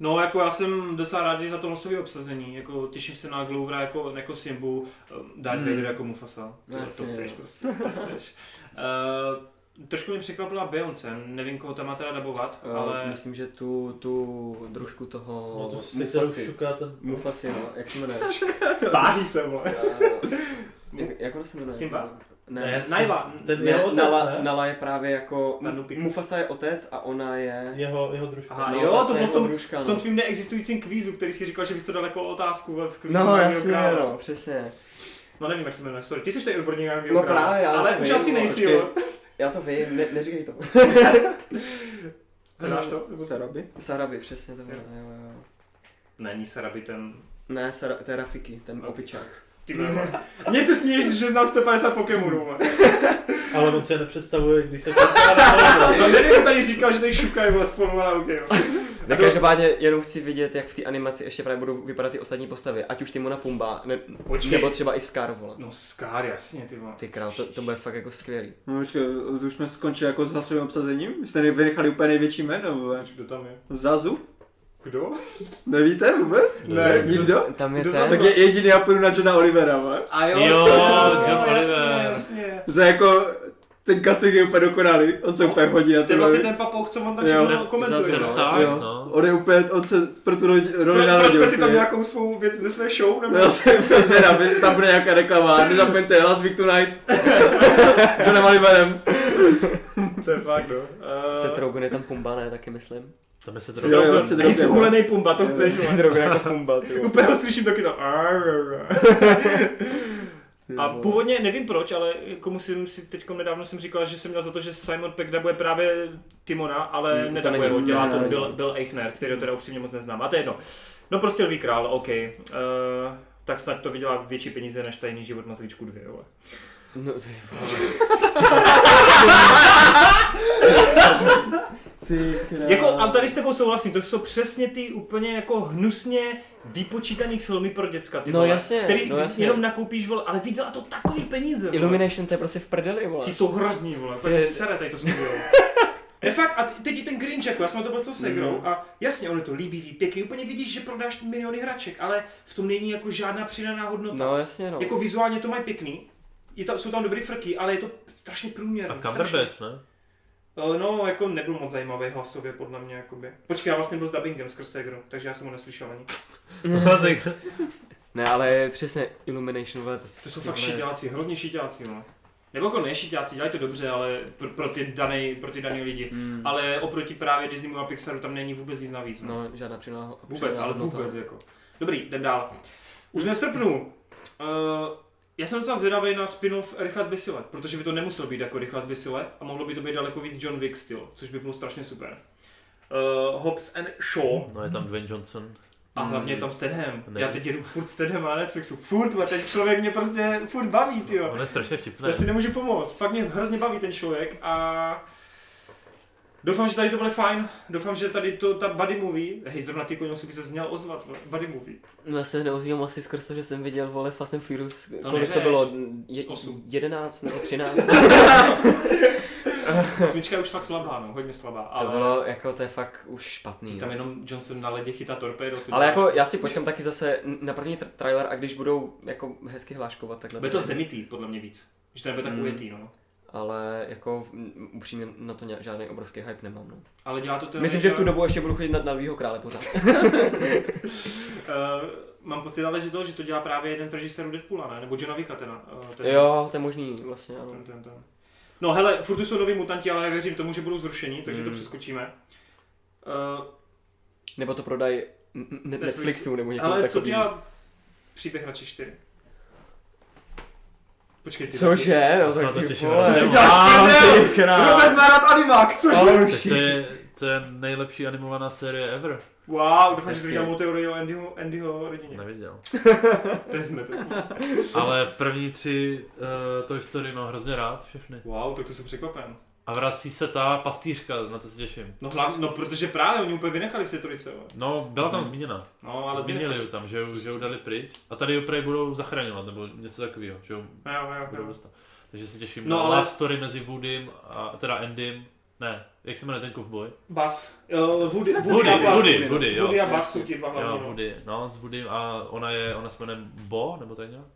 S1: No, jako já jsem docela rád za to losové obsazení, jako těším se na Glovera jako, jako Simbu, ehm, Darth
S4: Hmm.
S1: Vader jako Mufasa, tohle to
S3: Jasně,
S1: chceš
S3: jo.
S1: prostě, to chceš.
S3: [LAUGHS]
S1: Eh, trošku mě překvapila Beyoncé, nevím, koho tam má teda dabovat,
S3: verze. Eh,
S1: ale
S3: [LAUGHS] Myslím, že tu, tu družku toho...
S2: No to si se
S3: Mufasi.
S2: šuká ten...
S3: Mufasi, no, jak
S1: [LAUGHS]
S3: se jmenuje?
S1: páří se, vole.
S3: Eh, jak, jak ono se jmenuje?
S1: Simba?
S3: Ne,
S1: Najva,
S2: Ten
S3: Ne,
S2: jeho otec,
S3: Nala,
S2: ne?
S3: Nala je právě jako...
S1: Ta Nupika.
S3: Mufasa je otec a ona je...
S2: Jeho, jeho družka.
S1: Aha,
S3: No,
S1: jo,
S3: ta-
S1: to
S3: ta
S1: bylo v tom,
S3: jeho družka,
S1: v tom
S3: no.
S1: tvým neexistujícím kvízu, který si říkal, že bys to dal jako otázku ve- v kvízu.
S3: No
S1: na
S3: jasně,
S1: Geokrále.
S3: no, přesně.
S1: No nevím, jak se jmenuje, sorry. Ty jsi tady odborník na
S3: No
S1: Geokrále.
S3: právě, já
S1: Ale
S3: to
S1: už
S3: vím,
S1: asi
S3: no,
S1: nejsi,
S3: počkej.
S1: jo.
S3: Já to vím, ne, neříkej to.
S1: Hledáš to?
S4: Sarabi?
S3: Sarabi, přesně to bylo, jo, jo.
S1: Není Sarabi ten
S3: Ne, Sara, to je Rafiki,
S1: No.
S3: ten opičák. [LAUGHS]
S1: Ty vole. Mně se smíš, že znám 150 Pokémonů. vole.
S5: Ale on si je nepředstavuje, když se koukne
S1: No nevím, kdo tady říkal, že tady šukají vole spolu na autě. jo.
S3: Ne, každopádně jenom chci vidět, jak v té animaci ještě právě budou vypadat ty ostatní postavy, ať už Timona Pumba, ne,
S1: Počkej.
S3: nebo třeba i Scar, vole.
S1: No Scar, jasně, ty vole.
S3: Ty král, to, to bude fakt jako skvělý.
S4: No počkej, to už jsme skončili jako s hlasovým obsazením? Vy jste nej- vynechali úplně největší jméno, vole.
S1: Kdo tam je?
S4: Zazu?
S1: Kdo?
S4: Nevíte vůbec?
S1: [LAUGHS] Ne.
S4: Nikdo?
S3: Tam je
S1: Kdo
S3: ten,
S4: Tak je jediný já půjdu na Johna Olivera, vole.
S1: A
S2: jo. Jo, John Oliver.
S1: Jasně, jasně.
S4: Za jako, ten casting je úplně dokonalý, on se úplně hodí na
S1: To
S4: to.
S1: je vlastně ten papouk, co on tam
S4: Jo.
S1: všechno komentuje.
S3: Zazněl,
S1: no.
S2: tak.
S4: jo.
S2: no.
S4: On je úplně, on se pro tu rodi- roli
S1: Pro-
S4: narodil.
S1: Proč si tam
S4: úplně.
S1: nějakou svou věc ze své show? Nebo?
S4: Já [LAUGHS] jsem úplně zvědav, jestli Prostě tam bude nějaká reklama, nezapomeňte Last Week Tonight. Johnem Oliverem.
S1: To je fakt, no.
S3: se Trogon je tam Pumba, ne, taky myslím.
S2: Tam je se
S4: Jo,
S2: trochu...
S4: jo,
S1: Drogon.
S4: se
S1: Hej,
S4: Drogon.
S1: jsou hulenej pumba, to
S4: Jo,
S1: chceš.
S3: Se
S1: vole.
S3: Trogon jako Pumba, ty vole.
S1: Úplně ho slyším taky to. "Arr, arr, arr." A původně nevím proč, ale komu jsem si teď nedávno jsem říkal, že jsem měl za to, že Simon Peck dabuje právě Timona, ale
S3: Hmm, to
S1: hmm, nedabuje
S3: není-
S1: ho, dělá
S4: ne,
S1: to
S4: ne,
S1: Bill,
S4: ne.
S1: Bill Eichner, kterého teda upřímně moc neznám. A to je jedno. No prostě Lví král, OK. Uh, tak snad to vydělá větší peníze než tajný život na zlíčku dvě, vole.
S3: No, to je
S4: Ty krá-
S1: Jako, a tady s tebou souhlasím, to jsou přesně ty úplně jako hnusně vypočítaný filmy pro děcka, ty
S3: No
S1: vole,
S3: jasně,
S1: který
S3: no jasně.
S1: jenom nakoupíš, vole, ale vydělá to takový peníze, vole.
S3: Illumination, to je prostě v prdeli, vole.
S1: Ti jsou hrozní, vole, to
S3: Ty-
S1: je sere tady to
S3: [LAUGHS]
S1: studio. Je fakt, a teď i ten Grinch, jako já jsem na to byl s tou segrou
S3: Mm.
S1: a jasně, on je to líbivý, pěkný, úplně vidíš, že prodáš miliony hraček, ale v tom není jako žádná přidaná hodnota.
S3: No, jasně, no.
S1: Jako vizuálně to mají pěkný, je tam, jsou tam dobrý frky, ale je to strašně průměrné.
S2: A
S1: strašně.
S2: Cumberbatch, ne?
S1: Eh, No, jako nebyl moc zajímavý hlasově, podle mě, jakoby. Počkej, já vlastně byl s dubbingem skrz Segru, takže já jsem ho neslyšel ani.
S2: tak,
S3: Ne, ale přesně Illumination, vole, to,
S1: To jsou fakt šiťáci, hrozně šiťáci, no. Nebo jako ne šiťáci, dělají to dobře, ale pro, pro ty daný, pro ty daný lidi.
S3: Mm.
S1: Ale oproti právě Disneymu a Pixaru tam není vůbec nic navíc. No.
S3: No, žádná přinoha.
S1: Vůbec, ale vůbec jako. Dobrý, jdem dál. Už jsme v srpnu. Uh, já jsem docela zvědavý na spin-off Rychla z Besile, protože by to nemusel být jako Rychla z Besile a mohlo by to být daleko víc John Wick styl, což by bylo strašně super. Uh, Hobbs and Shaw
S2: no je tam Dwayne Johnson.
S1: a hlavně je tam Stedham.
S2: Ne.
S1: Já teď jedu furt Stedham na Netflixu. Furt, a ten člověk mě prostě furt baví, ty
S2: On je strašně
S1: ne. Já
S2: vtipný.
S1: si nemůžu pomoct, fakt mě hrozně baví ten člověk a doufám, že tady to bude fajn, doufám, že tady to, ta buddy movie, hej, zrovna ty koně by se měl ozvat, buddy movie.
S3: No, já se neozývám asi skrz to, že jsem viděl, vole, Fast and Furious, to kolik to
S1: neřeš.
S3: bylo? Je,
S1: Osm.
S3: 11 nebo 13?
S1: Osmička je už fakt slabá, no, hodně slabá, [LAUGHS] ale
S3: to bylo, jako, to je fakt už špatný.
S1: tam
S3: no.
S1: jenom Johnson na ledě chytá torpédo, co
S3: Ale
S1: dělá?
S3: jako, já si počkám taky zase na první tr- trailer a když budou jako hezky hláškovat takhle.
S1: Bude to zemitý, podle mě víc, že to nebude tak
S3: Mm.
S1: ujetý, no.
S3: Ale jako m, upřímně na to ně- žádný obrovský hype nemám. No.
S1: Ale dělá to ten...
S3: Myslím, že v tu dobu ještě budu chodit na, na Lvího
S1: [LAUGHS]
S3: krále pořád.
S1: Uh, mám pocit ale, že to, že to dělá právě jeden z režisérů Deadpoola, ne? Nebo Johna Vicka teda. Uh, ten,
S3: jo, to je možný vlastně, ano.
S1: Ten, ten, ten. No hele, furt tu jsou noví mutanti, ale já věřím tomu, že budou zrušení, takže to
S3: Hmm.
S1: přeskočíme.
S3: Nebo to prodají n- n- Netflixu nebo
S1: Uh,
S3: někomu
S1: ale co
S3: takovým.
S1: dělá příběh radši 4? Počkej, ty.
S3: Cože? No
S2: Já se na
S3: tak
S2: to
S3: ty
S2: těším.
S3: vole.
S2: To si
S4: děláš prdel!
S3: ty
S1: [LAUGHS]
S3: Oh, král.
S4: Robert má rád animák, což?
S3: Ale
S2: Tak
S3: už
S2: to je, to je nejlepší animovaná série ever.
S1: Wow, doufám, že jsi
S3: Hezky.
S1: viděl mou teorii o Andyho, Andyho rodině.
S2: Neviděl.
S1: To je zmetek.
S2: Ale první tři uh, Toy Story mám hrozně rád všechny.
S1: Wow, tak to jsem překvapen.
S2: A vrací se ta pastýřka, na to se těším.
S1: No, hlavně, no protože právě oni úplně vynechali v té trojice. jo.
S2: No, byla tam zmíněna.
S1: No, ale
S2: Zmínili ji tam, že ju, že ju dali pryč. A tady ji prej budou zachraňovat, nebo něco takového, že ju
S1: No, jo, jo,
S2: budou
S1: jo.
S2: dostat. Takže se těším
S1: No,
S2: no, na
S1: ale-
S2: ale... love story mezi Woodym a teda Endym. Ne, jak se jmenuje ten kovboj?
S1: Bas. Uh, Woody, Woody,
S2: Woody,
S1: a Bas.
S2: Woody, Woody, jo.
S1: Woody a Bas jsou ti dva
S2: Jo,
S1: hlavní. no.
S2: Woody, no, s Woodym a ona je, ona se jmenuje Bo, nebo tak nějak?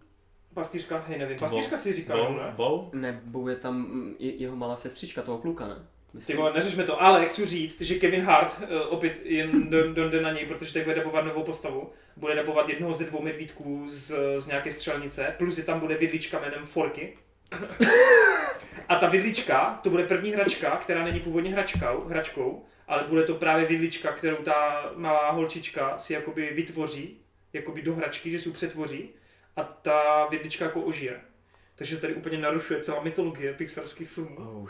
S1: Pastýřka, hej, nevím. Pastýřka si říká,
S2: Bo,
S1: ne?
S2: Bo?
S3: Nebo je tam mm, je- jeho malá sestřička, toho kluka, ne?
S1: Ty
S3: Myslím.
S1: vole, neřešme to, ale chci říct, že Kevin Hart, eh, opět jen do- do- jde na něj, protože teď bude dabovat novou postavu, bude dabovat jednoho ze dvou medvídků z, z nějaké střelnice, plus je tam bude vidlička jménem Forky. A ta vidlička, to bude první hračka, která není původně hračkou, hračkou ale bude to právě vidlička, kterou ta malá holčička si jakoby vytvoří, jakoby do hračky, že si ji přetvoří a ta vidlička jako ožije. Takže se tady úplně narušuje celá mytologie pixarských filmů.
S4: Oh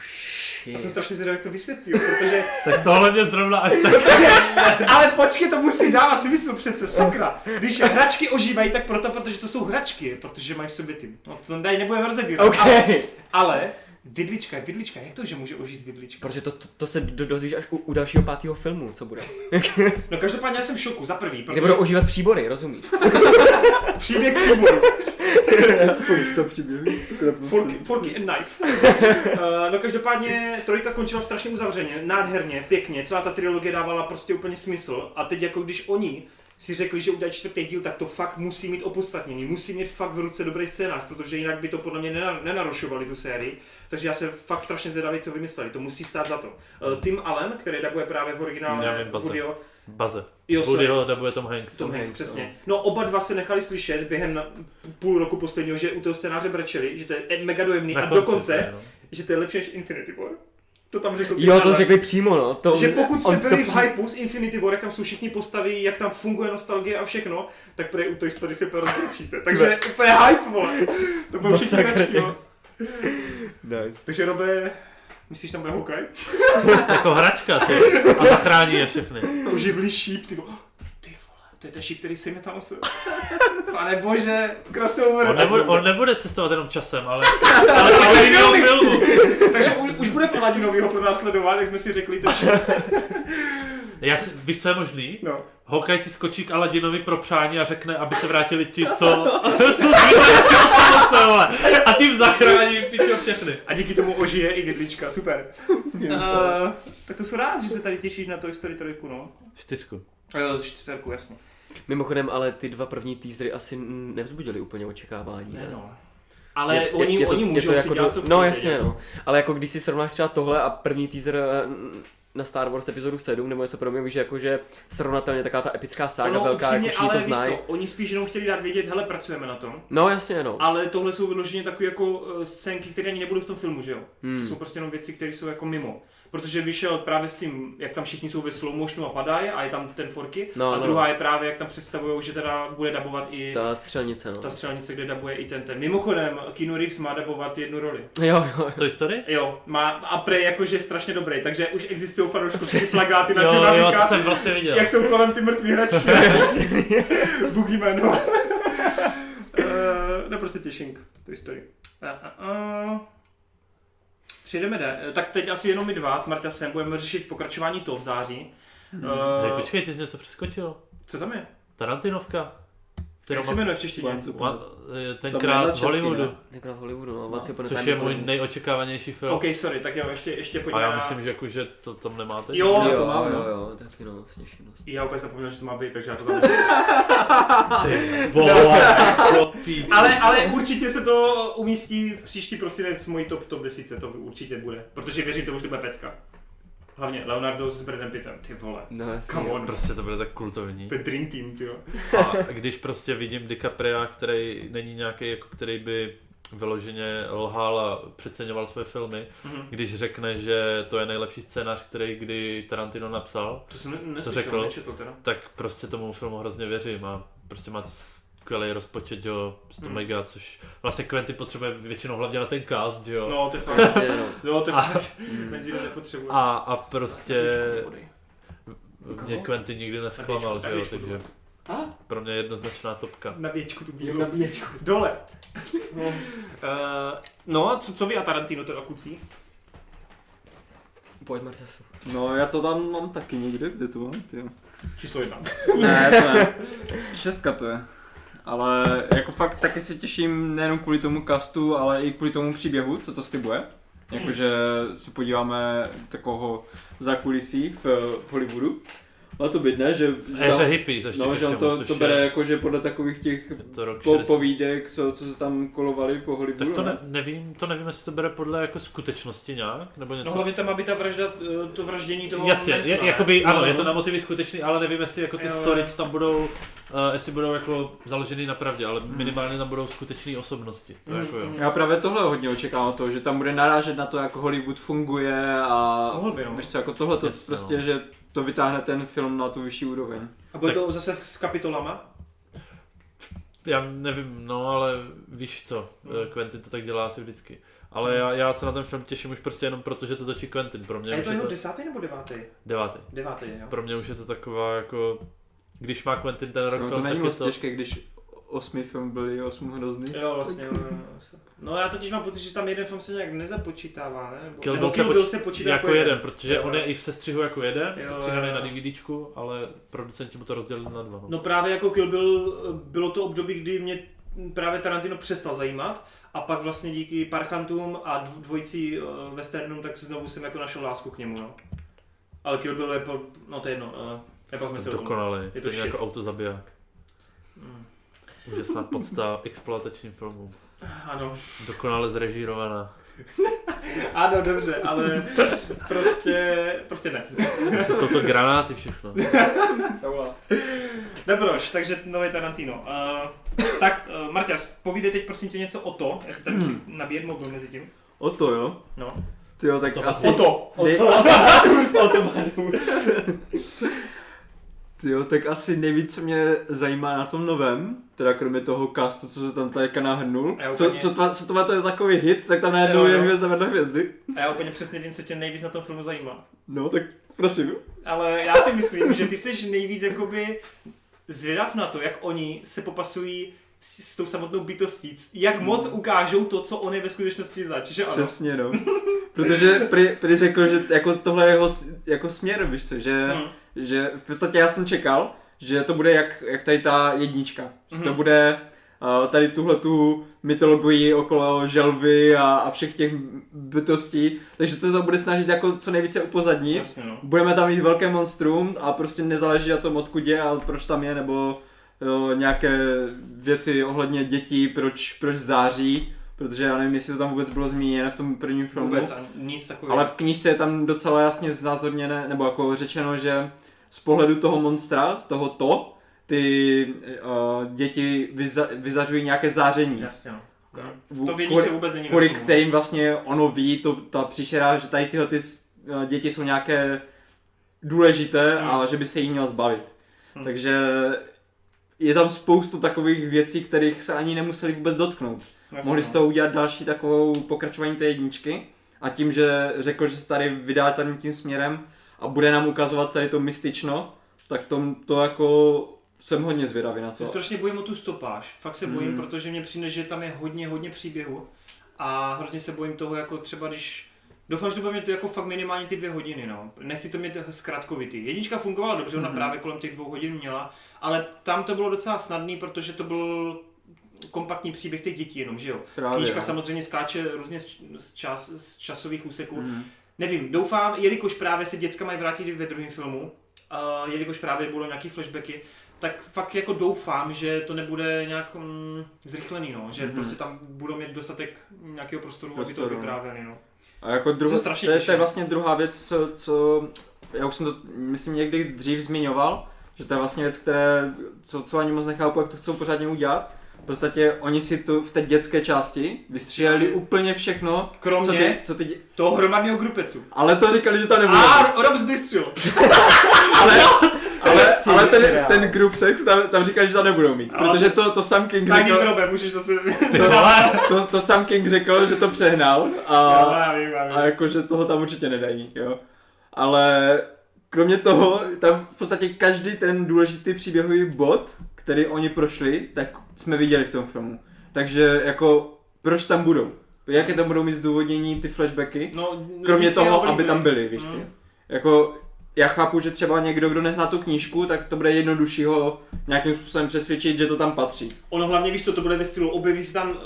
S1: Já jsem
S4: shit.
S1: strašně zvědavý, jak to vysvětlí, protože,
S2: Tak tohle mě zrovna až tak...
S1: protože, ale počkej, to musí dávat smysl přece, sakra. Když hračky ožívají, tak proto, protože to jsou hračky, protože mají v sobě ty, no to tady nebudeme rozebírat,
S3: OK.
S1: ale, ale vidlička, vidlička, jak to, že může ožít vidlička?
S3: [LAUGHS] Protože to, to se do- dozvíš až u, u dalšího pátého filmu, co bude.
S1: No každopádně já jsem v šoku, za prvý,
S3: Kde
S1: protože
S3: budou ožívat příbory, rozumíš?
S1: příběh příboru,
S4: Furt to prostě. příběh.
S1: forky, forky and knife. [LAUGHS] Eh, no každopádně trojka končila strašně uzavřeně, nádherně, pěkně, celá ta trilogie dávala prostě úplně smysl a teď jako když oni si řekli, že udělají čtvrtý díl, tak to fakt musí mít opodstatnění, musí mít fakt v ruce dobrý scénář, protože jinak by to podle mě nena- nenarušovali tu sérii, takže já jsem fakt strašně zvědavý, co vymysleli, to musí stát za to. Eh, Tim Allen, který dabuje právě v
S2: Já
S1: originále
S2: vím, Baze.
S1: Woodyho,
S2: Baze.
S1: jo, sorry.
S2: Woody ho dabuje Tom Hanks.
S1: Tom Hanks,
S4: Hanks,
S1: přesně. No oba dva se nechali slyšet během na, půl roku posledního, že u toho scénáře brečeli, že to je e- mega dojemný a dokonce,
S2: no.
S1: že to je lepší než Infinity War. To tam řekl.
S3: Jo, to
S1: Alan.
S3: řekli přímo, no. To,
S1: Že pokud jste
S3: on to
S1: byli v
S3: při-
S1: hypeu z Infinity War, jak tam jsou všichni postavy, jak tam funguje nostalgie a všechno, tak prej u Toy Story se
S3: [LAUGHS]
S1: rozbrečíte. Takže úplně hype, vole. To byl
S3: No
S1: všichni
S3: sakra,
S1: hračky,
S3: ty.
S1: jo.
S3: Nice.
S1: Takže Robe, myslíš tam bude Hawkeye?
S2: Jako hračka, ty. A zachrání je všechny.
S1: To živlý šíp, ty vole. Ty vole, to je ten šíp, který si mi tam
S3: [LAUGHS]
S1: osil. Pane bože, crossover.
S2: On nebude, on nebude cestovat jenom
S1: [LAUGHS]
S2: časem, ale, ale podle jiného filmu.
S1: Takže u, už bude v Aladinovi ho pro nás sledovat, jak jsme si řekli ten šíp.
S2: Já si, víš, co je možný?
S1: No.
S2: Hokej si skočí k Aladinovi pro přání a řekne, aby se vrátili ti, co,
S1: [LAUGHS]
S2: co zbyli A tím zachrání pičo všechny.
S1: A díky tomu ožije i vidlička, [LAUGHS] super. Uh, tak to jsou rád, že se tady těšíš na Toy Story 3, no.
S2: Čtyřku.
S3: Eh,
S1: Jo, čtvrku, jasně.
S3: Mimochodem, ale ty dva první teasery asi mm, nevzbudily úplně očekávání.
S1: Ne, no. Ale je, oni, je,
S3: to-
S1: oni můžou
S3: to
S1: si dělat, co
S3: do- No
S1: chtějí,
S3: jasně,
S1: jako.
S3: no. Ale jako když si srovnáš třeba tohle a první teaser eh, na Star Wars epizodu 7 nebo něco podobného, víš, jako, že srovnatelně taká ta epická sága
S1: Ono,
S3: velká, jako
S1: No, upřímně,
S3: všichni
S1: ale
S3: to
S1: víš
S3: znají.
S1: co, oni spíš jenom chtěli dát vědět, hele, pracujeme na tom.
S3: No jasně, no.
S1: Ale tohle jsou vyloženě takové jako eh, scénky, které ani nebudou v tom filmu, že jo? Hmm.
S3: Hmm.
S1: To jsou prostě jenom věci, které jsou jako mimo. Protože vyšel právě s tím, jak tam všichni jsou ve slow motionu a padají a je tam ten forky. No,
S3: No,
S1: a
S3: no.
S1: druhá je právě, jak tam představují, že teda bude dabovat i ta,
S3: Ta střelnice, no.
S1: ta střelnice, kde dabuje i ten ten. Mimochodem, Keanu Reeves má dabovat jednu roli.
S3: Jo, jo.
S2: V Toy Story?
S1: Jo, má a pre jakože je strašně dobrý, takže už existují fanouškovské slagáty na
S2: [LAUGHS] Jo,
S1: Johna
S2: jo, to
S1: Wicka,
S2: jsem vlastně viděl.
S1: jak jsou kolem ty mrtvý
S2: [LAUGHS]
S1: hračky. [LAUGHS] Boogeyman, no. [LAUGHS] Eh, no prostě těšink, to story. A, a, a. Přijdeme dál. Eh, Tak teď asi jenom my dva s Martasem budeme řešit pokračování toho v září.
S2: Hmm, Hej,
S1: Uh,
S2: počkej, ty jsi něco přeskočil.
S1: co tam je?
S2: Tarantinovka.
S1: Jak se
S2: Kterou-
S1: jmenuje v češtině?
S2: Ma- eh,
S4: Tam je na
S2: tenkrát v
S4: český, ne?
S2: Hollywoodu,
S3: Takhle v Hollywoodu, no. Once upon a
S2: což
S3: time
S2: je
S3: in
S2: můj
S3: Hollywood.
S2: nejočekávanější film.
S1: OK, sorry, tak jo, ještě, ještě
S2: A
S1: pojďme
S2: já
S1: na...
S2: myslím, že, jako, že to tam nemáte.
S1: Jo,
S4: Já
S3: Jo,
S4: to mám,
S3: jo,
S4: no.
S3: jo, taky no, sněžnost.
S1: Já úplně zapomněl, že to má být, takže já to
S2: [LAUGHS]
S1: tam
S2: Ty
S1: [LAUGHS]
S2: vole, chlapí.
S1: ale, ale určitě se to umístí příští prosinec mojí top, top 10, to určitě bude. Protože věřím tomu, že to bude pecka. Hlavně Leonardo s Bradem Pittem, ty vole.
S3: No jasně.
S1: Come
S3: jo.
S1: on,
S2: Prostě to bude tak kultovní.
S1: to je Dream Team, ty jo.
S2: A když prostě vidím DiCapria, který není nějaký, jako který by vyloženě lhal a přeceňoval své filmy,
S1: Mhm.
S2: když řekne, že to je nejlepší scénář, který kdy Tarantino napsal,
S1: To jsem ne-
S2: To
S1: neslyšel,
S2: řekl.
S1: nečetl teda.
S2: tak prostě tomu filmu hrozně věřím a prostě má to skvělý rozpočet, jo, 100
S4: Hmm.
S1: Mhm.
S2: mega, což vlastně Quentin potřebuje většinou hlavně na ten cast, jo.
S1: No, to je fakt. [LAUGHS]
S3: Jasně, no. Mm.
S1: No, to je
S2: A- Hmm.
S1: fakt. Benzínu nepotřebuji.
S2: A, a prostě
S1: Kapičku nepodej.
S2: mě Quentin nikdy nesklamal, že jo,
S1: Nabíječku,
S2: takže
S1: nabíječku.
S2: pro mě jednoznačná topka.
S1: Na věčku tu
S4: Je
S1: bílou.
S4: nabíječku.
S1: Dole. No, uh, no co, co vy a Tarantino teda kucí?
S3: Pojď, Marťasu.
S4: No, já to tam mám taky někde, kde to mám, ty.
S1: Číslo jedna.
S4: Ne, to ne. Šestka to je. Ale jako fakt taky se těším nejenom kvůli tomu castu, ale i kvůli tomu příběhu, co to slibuje. Jakože se podíváme takového zákulisí v, v Hollywoodu. Ale to bydne, že,
S2: V
S4: že,
S2: éře
S4: tam,
S2: hippies ještě
S4: no,
S2: ke
S4: že on
S2: všemu,
S4: to,
S2: což
S4: to
S2: je-
S4: bere jako, že podle takových těch
S2: je to rok
S4: po,
S2: 60.
S4: povídek, co, co se tam kolovali po Hollywoodu.
S2: Tak to ne, nevím, to nevím, jestli to bere podle jako skutečnosti nějak, nebo
S1: No
S2: něco.
S1: hlavně tam má být ta vražda, eh, to vraždění toho
S2: Jasně,
S1: Mansona,
S2: je,
S1: ne?
S2: jakoby, ano,
S4: No,
S2: je to
S4: no.
S2: na motivy skutečný, ale nevím, jestli jako ty
S1: Jo, jo.
S2: story, co tam budou, uh, jestli budou jako založený na pravdě, ale
S1: Hmm.
S2: minimálně tam budou skutečné osobnosti. To
S1: Mhm,
S2: jako jo.
S1: mhm.
S4: Já právě tohle hodně očekávám to, že tam bude narážet na to, jak Hollywood funguje a
S1: Mohl by, no.
S4: víš co, jako tohle to
S2: Jasně,
S4: prostě,
S2: no.
S4: že to vytáhne ten film na tu vyšší úroveň.
S1: A bude
S2: Tak-
S1: to zase s kapitolama?
S2: Já nevím, no, ale víš co,
S1: Hmm.
S2: eh, Quentin to tak dělá asi vždycky. Ale já, já se na ten film těším už prostě jenom proto, že to točí Quentin. Pro mě
S1: A je
S2: už
S1: to
S2: je
S1: jeho
S2: to
S1: desátý nebo devátý?
S2: devátý.
S1: Devátý, jo.
S2: Pro mě už je to taková jako, když má Quentin ten rok
S4: No, to
S2: film,
S4: není
S2: tak je
S4: moc
S2: to...
S4: těžké, když osmi film byli osm hrozný.
S1: Jo, vlastně. jo, jo, jo. No já totiž mám pocit, že tam jeden film se nějak nezapočítává, ne? Nebo,
S2: Kill
S1: nebo
S2: Bill se
S1: Kill Bill
S2: poč-
S1: se počítá
S2: Jako jeden, protože
S1: Jo,
S2: on
S1: jo.
S2: je i v sestřihu jako jeden,
S1: Jo,
S2: sestříhaný
S1: jo.
S2: na DVDčku, ale producenti mu to rozdělili na dva. No.
S1: No právě jako Kill Bill eh, bylo to období, kdy mě právě Tarantino přestal zajímat a pak vlastně díky Parchantům a dv- dvojici eh, westernům, tak znovu jsem jako našel lásku k němu, no. Ale Kill Bill je, po, no to je jedno, eh, nepasme se
S2: Jste
S1: o tom.
S2: dokonalý,
S1: to
S2: stejně
S1: shit.
S2: jako autozabiják.
S1: Mm.
S2: Úžasná
S1: [LAUGHS]
S2: podsta exploatačním filmů.
S1: Ano.
S2: Dokonale zrežírovaná.
S1: Ano, dobře, ale prostě, prostě ne.
S2: Zase jsou to granáty všechno.
S3: Souhlas.
S1: Dobroš, takže nový Tarantino. Uh, tak, uh, Marťas, povídej teď prosím tě něco o to, jestli tady musím
S4: Hmm.
S1: nabíjet mobil mezi tím.
S4: O to jo.
S1: No.
S4: Ty jo, tak
S5: To
S4: asi...
S5: má-
S1: to! [LAUGHS]
S4: Nej-
S5: O to mám
S4: Ty jo, tak asi nejvíc co mě zajímá na tom novém, teda kromě toho castu, co se tam tady nahrnul,
S1: A jo,
S4: co,
S1: úplně.
S4: co, to, co to má, to je takový hit, tak tam najednou
S1: Jo,
S4: je
S1: jo.
S4: hvězda vedle hvězdy.
S1: A já úplně přesně vím, co tě nejvíc na tom filmu zajímá.
S4: No, tak prosím.
S1: Ale já si myslím, že ty jsi nejvíc jakoby zvědav na to, jak oni se popasují s, s tou samotnou bytostí, c-
S4: Hmm.
S1: jak moc ukážou to, co on je ve skutečnosti zač, že ano?
S4: Přesně, no. Protože prý, prý řekl, že t- jako tohle je jeho s- jako směr, víš co, že,
S1: Hmm.
S4: že v podstatě já jsem čekal, že to bude jak, jak tady ta jednička. Že to
S1: Mhm.
S4: bude uh, tady tuhle tu mytologii okolo želvy a, a všech těch bytostí, takže to se bude snažit jako co nejvíce upozadnit.
S1: Jasně, no.
S4: Budeme tam mít velké monstrum a prostě nezáleží na tom, odkud je a proč tam je, nebo jo, nějaké věci ohledně dětí, proč, proč září, protože já nevím, jestli to tam vůbec bylo zmíněno v tom prvním filmu.
S1: Vůbec ani nic takového.
S4: Ale v knížce je tam docela jasně znázorněné, nebo jako řečeno, že z pohledu toho monstra, z toho to, ty uh, děti vyza- vyzařují nějaké záření.
S1: Jasně, no.
S4: Vů-
S1: To vědí
S4: kvůli-
S1: se vůbec není ve
S4: kvůli
S1: filmu.
S4: kterým vlastně ono ví, to, ta příšera, že tady tyhle ty s- děti jsou nějaké důležité
S1: Hmm.
S4: a že by se jí měl zbavit.
S1: Hmm.
S4: Takže je tam spoustu takových věcí, kterých se ani nemuseli vůbec dotknout.
S1: Jasně,
S4: Mohli
S1: no.
S4: z toho udělat další takovou pokračování té jedničky a tím, že řekl, že se tady vydá tady tím směrem a bude nám ukazovat tady to mystično, tak tom, to jako jsem hodně zvědavý na
S1: Se
S4: to.
S1: strašně bojím o tu stopáž. Fakt se bojím,
S4: Mm.
S1: protože mě přijde, že tam je hodně, hodně příběhu. A hrozně se bojím toho, jako třeba když... Doufám, že to bude mít jako fakt minimálně ty dvě hodiny, no. Nechci to mít zkratkovitý. Jednička fungovala dobře, ona
S4: Mhm.
S1: právě kolem těch dvou hodin měla, ale tam to bylo docela snadný, protože to byl kompaktní příběh těch dětí jenom, že jo.
S4: Právě.
S1: Knížka
S4: no.
S1: samozřejmě skáče různě z, z, čas, z časových úseků,
S4: Mhm.
S1: Nevím, doufám, jelikož právě se děcka mají vrátit i ve druhém filmu, uh, jelikož právě budou nějaký flashbacky, tak fakt jako doufám, že to nebude nějak mm, zrychlený, no. že
S4: Mhm.
S1: mm-hmm. prostě tam budou mít dostatek nějakého prostoru, aby
S4: Prostoru,
S1: to
S4: no.
S1: vyprávěli. No.
S4: A jako
S1: Se
S4: druhá,
S1: strašně
S4: to, je, to
S1: těším.
S4: je vlastně druhá věc, co, co já už jsem to, myslím, někdy dřív zmiňoval, že to je vlastně věc, které, co, co ani moc nechápu, jak to chcou pořádně udělat. V podstatě oni si tu v té dětské části vystříleli úplně všechno, co
S1: Kromě
S4: ty, co ty dě...
S1: toho hromadného grupecu.
S4: Ale to říkali, že to nebude.
S1: A Ro- Rob zbystřil.
S4: Ale, ale, ale ten,
S3: seriál.
S4: ten group sex tam, tam říkali, že to nebudou mít,
S1: Ale-
S4: protože to, to Sam King
S1: Tak nic
S4: řekl,
S1: Robem, můžeš zase...
S4: to, to, to Sam King řekl, že to přehnal a,
S1: [LAUGHS] Já vím, já
S4: A
S1: vím.
S4: jakože toho tam určitě nedají, jo. Ale kromě toho, tam v podstatě každý ten důležitý příběhový bod, který oni prošli, tak jsme viděli v tom filmu. Takže jako, proč tam budou? Jaké tam budou mít zdůvodnění ty flashbacky?
S1: No,
S4: Kromě
S1: jistě,
S4: toho,
S1: dobrý,
S4: aby tam
S1: dobrý.
S4: byli, víš
S1: Mm.
S4: co? Jako, já chápu, že třeba někdo, kdo nezná tu knížku, tak to bude jednodušší ho nějakým způsobem přesvědčit, že to tam patří.
S1: Ono hlavně víš co, to bude ve stylu, objeví se tam, uh,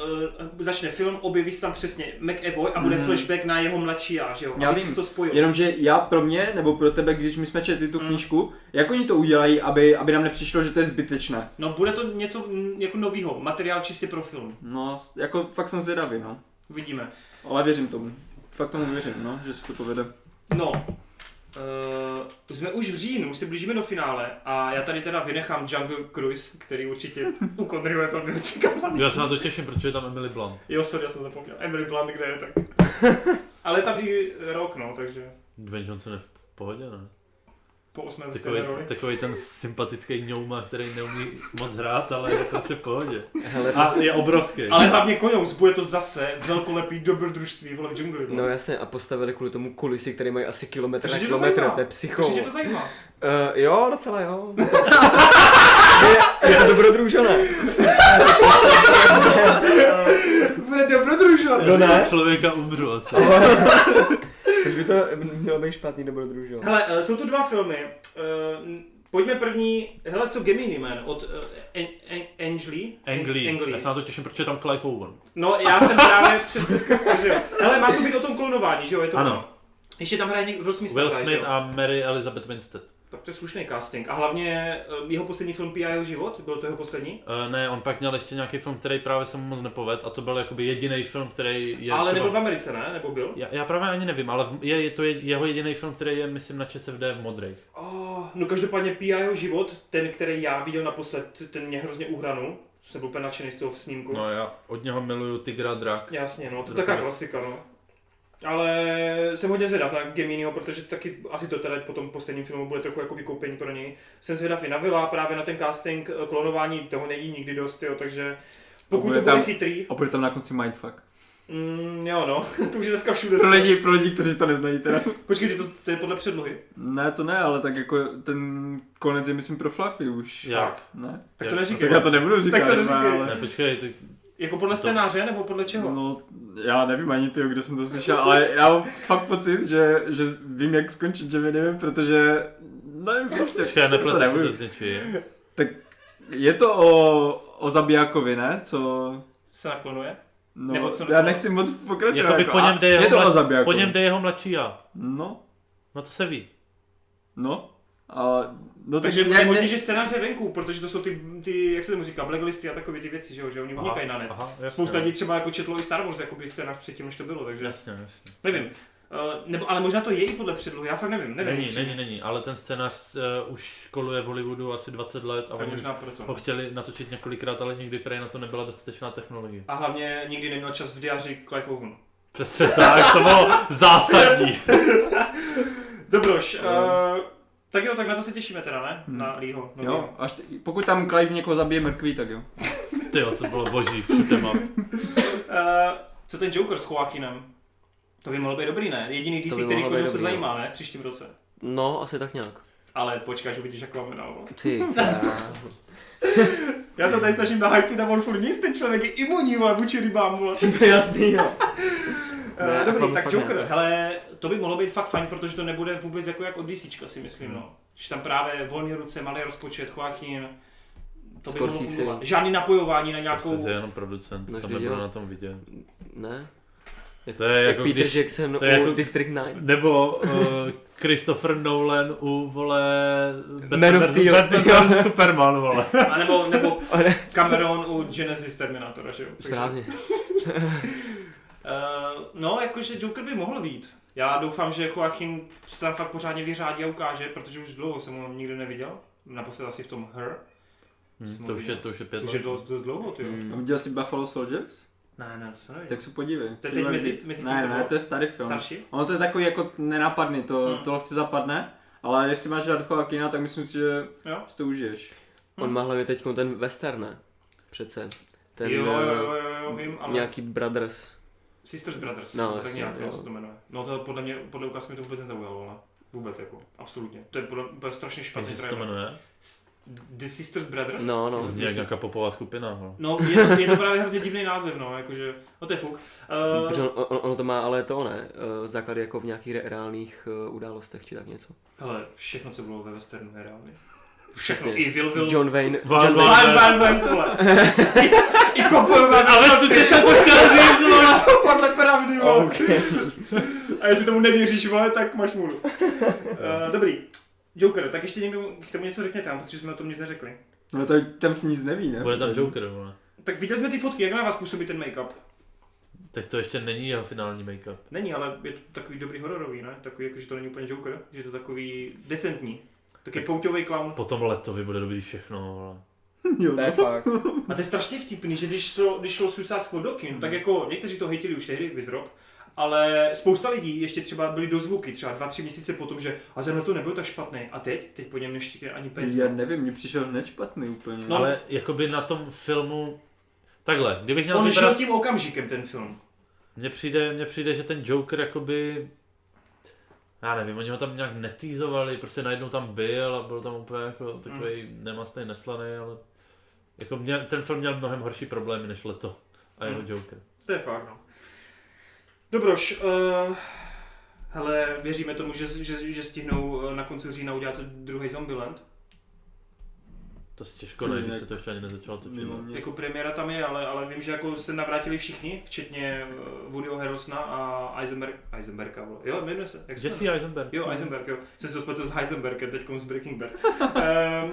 S1: začne film, objeví se tam přesně McAvoy a bude
S4: Mhm.
S1: flashback na jeho mladší já, že jo?
S4: Já
S1: aby
S4: vím.
S1: si to spojil.
S4: Jenomže já pro mě, nebo pro tebe, když my jsme četli tu
S1: Mm.
S4: knížku, jak oni to udělají, aby, aby nám nepřišlo, že to je zbytečné?
S1: No bude to něco mm, jako novýho, materiál čistě pro film.
S4: No, s- jako fakt jsem zvědavý, no.
S1: Uvidíme.
S4: Ale věřím tomu. Fakt tomu věřím, no, že se to povede.
S1: No, uh, jsme už v říjnu, už se blížíme do finále a já tady teda vynechám Jungle Cruise, který určitě u Conneryho je velmi očekávaný.
S2: Já se na to těším, protože je tam Emily Blunt.
S1: Jo, sorry, já jsem zapomněl. Emily Blunt, kde je tak.
S4: [LAUGHS]
S1: Ale je tam i rok, no, takže...
S2: Dwayne Johnson je v pohodě, ne?
S1: po osmé ve
S2: Takový,
S1: stejné Prostě roli.
S2: takový ten sympatický ňouma, který neumí moc hrát, ale je prostě v pohodě.
S3: Hele,
S2: A je obrovský.
S1: Ale hlavně Konous bude to zase velkolepý dobrodružství vole v džungli. vole.
S3: No jasně, a postavili kvůli tomu kulisy, které mají asi kilometr na
S1: Takže tě to
S3: kilometr,
S1: zajímá.
S3: to je psycho.
S1: Takže tě to zajímá.
S3: Uh, jo, docela jo. [LAUGHS] je, je to dobrodružané.
S4: Bude dobrodružno.
S1: No
S2: Já z
S3: ne?
S2: toho člověka umřu asi.
S3: Proč by to mělo být špatný dobrodružel?
S1: Hele, eh, jsou tu dva filmy. Eh, n- Pojďme první, hele, co Gemini Man od eh, An- An- Angely?
S2: Angli.
S1: Angely.
S2: Já se na to těším, protože je tam Clive Owen.
S1: No, já jsem právě přes dneska snažil. Hele, má to být o tom klonování, že jo? Je to
S2: Ano.
S1: Ještě tam hraje někdo, Will Smith.
S2: Will
S1: tam hraje, že
S2: Smith
S1: jo?
S2: a Mary Elizabeth Winstead.
S1: Tak to je slušný casting. A hlavně eh, jeho poslední film P.I. jeho život, byl to jeho poslední?
S2: Eh, ne, on pak měl ještě nějaký film, který právě se mu moc nepovedl a to byl jakoby jediný film, který je
S1: ale
S2: třeba...
S1: nebyl v Americe, ne? Nebo byl?
S2: já, já, právě ani nevím, ale v- je, je to je, jeho jediný film, který je, myslím, na ČSFD v modrej.
S1: Oh, no každopádně P.I. jeho život, ten, který já viděl naposled, ten mě hrozně uhranul. Jsem byl úplně nadšený z toho v snímku.
S2: No já od něho miluju Tigra Drak.
S1: Jasně, no, to
S2: To
S1: je taková
S2: nakonec.
S1: klasika, no. Ale jsem hodně zvědav na Geminiho, protože taky asi to teda po tom posledním filmu bude trochu jako vykoupení pro něj. Jsem zvědav i na Vila, právě na ten casting, eh, klonování, toho není nikdy dost, jo, takže pokud
S4: bude
S1: to bude
S4: tam-
S1: chytrý,
S4: A bude tam na konci Mindfuck. [LAUGHS]
S1: mm, jo no, [LAUGHS] to už je dneska všude.
S4: Pro lidi, pro lidi, kteří to neznají teda.
S1: Počkej, to, to je podle předlohy.
S4: Ne, to ne, ale tak jako ten konec je myslím pro Flaky už.
S2: Jak?
S4: Ne?
S1: Tak to
S2: Jak?
S1: neříkej.
S4: Tak já to nebudu říkat.
S1: to
S4: normálně,
S1: neříkej.
S2: Ne, počkej, ty...
S1: Jako podle scénáře, nebo podle čeho?
S4: No, já nevím ani ty, kde jsem to slyšel, ale já mám fakt pocit, že, že vím, jak skončit, že vy nevím, protože nevím, prostě.
S2: počkej, nepletu
S4: to
S2: se
S4: nevím.
S2: to s něčím.
S4: Je to o, o zabijákovi, ne? Co...
S1: Se naklonuje?
S4: No,
S1: Nebo co-
S4: já nechci moc pokračovat. jako,
S2: Jakoby po
S4: a-
S2: něm jde
S4: je
S2: jeho,
S4: to o
S2: mla... po
S4: zabijákovi.
S2: něm jde jeho mladší já.
S4: No,
S2: No to se ví.
S4: no. A, no tak
S1: Takže
S4: já
S1: je
S4: ne-
S1: možný, že scénář je venku, protože to jsou ty, ty, jak se tomu říká, blacklisty a takové ty věci, že jo, že oni unikají na net.
S2: Aha, jasně.
S1: Spousta lidí třeba jako četlo i Star Wars jakoby scénář předtím, než to bylo, takže
S2: Jasně, jasně.
S1: nevím. Uh, nebo, ale možná to je i podle předlohy, já fakt nevím, nevím.
S2: Není,
S1: upřímně.
S2: není, není, ale ten scénář uh, už koluje v Hollywoodu asi 20 let a
S1: Tak
S2: oni už
S1: možná proto.
S2: ho chtěli natočit několikrát, ale nikdy prej na to nebyla dostatečná technologie.
S1: A hlavně nikdy neměl čas v diáři Clive Owen.
S2: Přesně tak, to bylo zásadní.
S1: Dobroš, uh, tak jo, tak na to se těšíme teda, ne? Hmm. Na Leeho. No,
S4: Jo, až t- pokud tam Clive někoho zabije mrtvý, tak jo.
S2: Ty jo, to bylo boží, všude mám.
S1: Uh, co ten Joker s Joaquinem? To by mohlo být dobrý, ne? Jediný
S3: To
S1: DC,
S3: by
S1: který
S3: mohlo
S1: kdo
S3: být
S1: se
S3: dobrý,
S1: zajímá, ne? V příštím roce.
S3: No, asi tak nějak.
S1: Ale počkáš, uvidíš, jak máme na
S3: [LAUGHS] Ty.
S1: Já se tady snažím na hype, tam on furt nic, ten člověk je imunní, vole, vůči rybám, vole.
S3: to je jasný, jo.
S1: Eh,
S3: Ne,
S1: Dobrý,
S3: opravdu
S1: tak
S3: fakt
S1: Joker,
S3: ne.
S1: hele, to by mohlo být fakt fajn, protože to nebude vůbec jako jak od DCčka, si
S3: Hmm.
S1: myslím, no. Když tam právě volné ruce, malý rozpočet, Joaquin, to by mohlo
S3: Scorsese. no.
S1: fungovat. Žádný napojování na
S2: Prostě
S1: nějakou...
S2: je jenom producent,
S3: Než
S2: to
S3: viděl.
S2: nebylo na tom vidět.
S3: Ne?
S2: To je
S3: Jak
S2: jako
S3: Peter
S2: když...
S3: Jackson
S2: to je
S3: u
S2: jako-
S3: District 9.
S2: Nebo uh, Christopher Nolan u, vole... Batman
S3: Man of
S2: versus-
S3: Steel.
S2: Batman
S3: Jo.
S2: versus Superman,
S3: [LAUGHS]
S2: vole.
S1: A nebo, nebo Cameron u Genesis Terminatora, že jo? Takže-
S3: Správně.
S1: Eh, no, jakože Joker by mohl být. Já doufám, že Joaquin se tam fakt pořádně vyřádí a ukáže, protože už dlouho jsem ho nikdy neviděl. Naposled asi v tom Her.
S2: Hm, To už je, to už je pět
S1: To už je
S2: let.
S1: dost, dost dlouho, ty jo.
S3: Hmm. Mm.
S4: A viděl jsi Buffalo Soldiers?
S1: Ne, ne, to se neviděl.
S4: Tak se podívej.
S1: To je
S4: Jsi
S1: teď
S4: to
S1: mezi-
S4: vidět.
S1: mezi tím to
S4: ne, ne,
S1: bylo.
S4: to je starý film.
S1: Starší?
S4: Ono to je takový jako nenápadný, to,
S1: Hmm.
S4: hmm. to lehce zapadne. Ale jestli máš rád Joaquina, tak myslím si, že
S1: Jo.
S4: si to užiješ.
S1: Hm?
S3: On má hlavně teď ten western, ne? Přece. Ten
S1: jo, jo,
S3: eh,
S1: jo, jo, jo, vím, ale...
S3: nějaký Brothers.
S1: Sisters Brothers,
S3: No,
S1: no, tak
S3: jasně,
S1: nějak
S3: jo.
S1: no. se to jmenuje. No to podle mě, podle ukázky mi to vůbec nezaujalo, ale vůbec jako, absolutně. To je podle, bude strašně špatný
S2: Jak se to
S1: trailer.
S2: jmenuje?
S1: S- The Sisters Brothers?
S2: To
S3: No, no.
S2: zní jak nějaká popová skupina, vole.
S1: No, je to, je to právě hrozně divný název, no, jakože, no to je fuk.
S3: Protože
S1: Uh,
S3: on, on, ono to má, ale to ne, eh, základy jako v nějakých re- reálných eh, událostech či tak něco.
S1: hele, všechno, co bylo ve westernu, je reálně. Všechno,
S3: Přesně.
S1: i Will Will...
S3: John Wayne,
S2: Wild
S3: John
S2: Wild
S3: Wayne,
S1: Wild Wild West, vole. I, i kopojová
S2: Ale co ty se to chtěl říct, vole?
S1: to podle pravdy, vole.
S3: Okay.
S1: A jestli tomu nevěříš, vole, tak máš smůlu. [LAUGHS] Uh, dobrý. Joker, tak ještě někdo k tomu něco řekněte, protože jsme o tom nic neřekli.
S4: [LAUGHS] No to, tam si nic neví, ne?
S2: Bude tam Joker, vole.
S1: Tak viděli jsme ty fotky, jak na vás působí ten make-up?
S2: Tak to ještě není jeho finální make-up.
S1: Není, ale je to takový dobrý hororový, ne? Takový, jako, že to není úplně Joker, že je to takový decentní. Taky
S2: Tak-
S1: pouťový clown.
S2: Potom letovi bude dobrý všechno, vole.
S4: [LAUGHS] Jo. no.
S3: To je fakt.
S1: A to je strašně vtipný, že když šlo, když šlo Suicide Squad do kin, tak jako někteří to hejtili už tehdy, vyzrob. A ale spousta lidí ještě třeba byly dozvuky, třeba dva, tři měsíce potom, že a tenhle to nebyl tak špatný. A teď? Teď po něm ještě ani peníze.
S4: Já nevím, mně přišel hned špatný úplně.
S1: No.
S4: No.
S2: Ale jakoby na tom filmu... Takhle, kdybych měl
S1: On žil
S2: vybrat...
S1: tím okamžikem ten film.
S2: Mně přijde, mně přijde, že ten Joker jakoby... Já nevím, oni ho tam nějak netýzovali, prostě najednou tam byl a byl tam úplně jako takový
S1: Hmm.
S2: mm. nemastný, neslaný, ale... Jako měl, ten film měl mnohem horší problémy než leto a jeho
S1: Mm.
S2: Joker.
S1: To je fakt, no. Dobroš, uh, hele, věříme tomu, že, že, že stihnou eh, na konci října udělat druhý Zombieland.
S2: To si těžko najde,
S1: Hmm,
S2: když
S4: jak-
S2: se to ještě ani nezačalo točit. no.
S4: Mimo mě.
S1: Jako premiéra tam je, ale, ale vím, že jako se navrátili všichni, včetně eh, Woodyho Harrelsona a Eisenberg, Eisenberga, vole. jo, jmenuje se. Jak se jmenuje?
S2: Jesse Eisenberg.
S1: Jo, Eisenberg, jo. Jsem se dospěl s Heisenbergem, teď z Breaking Bad. um,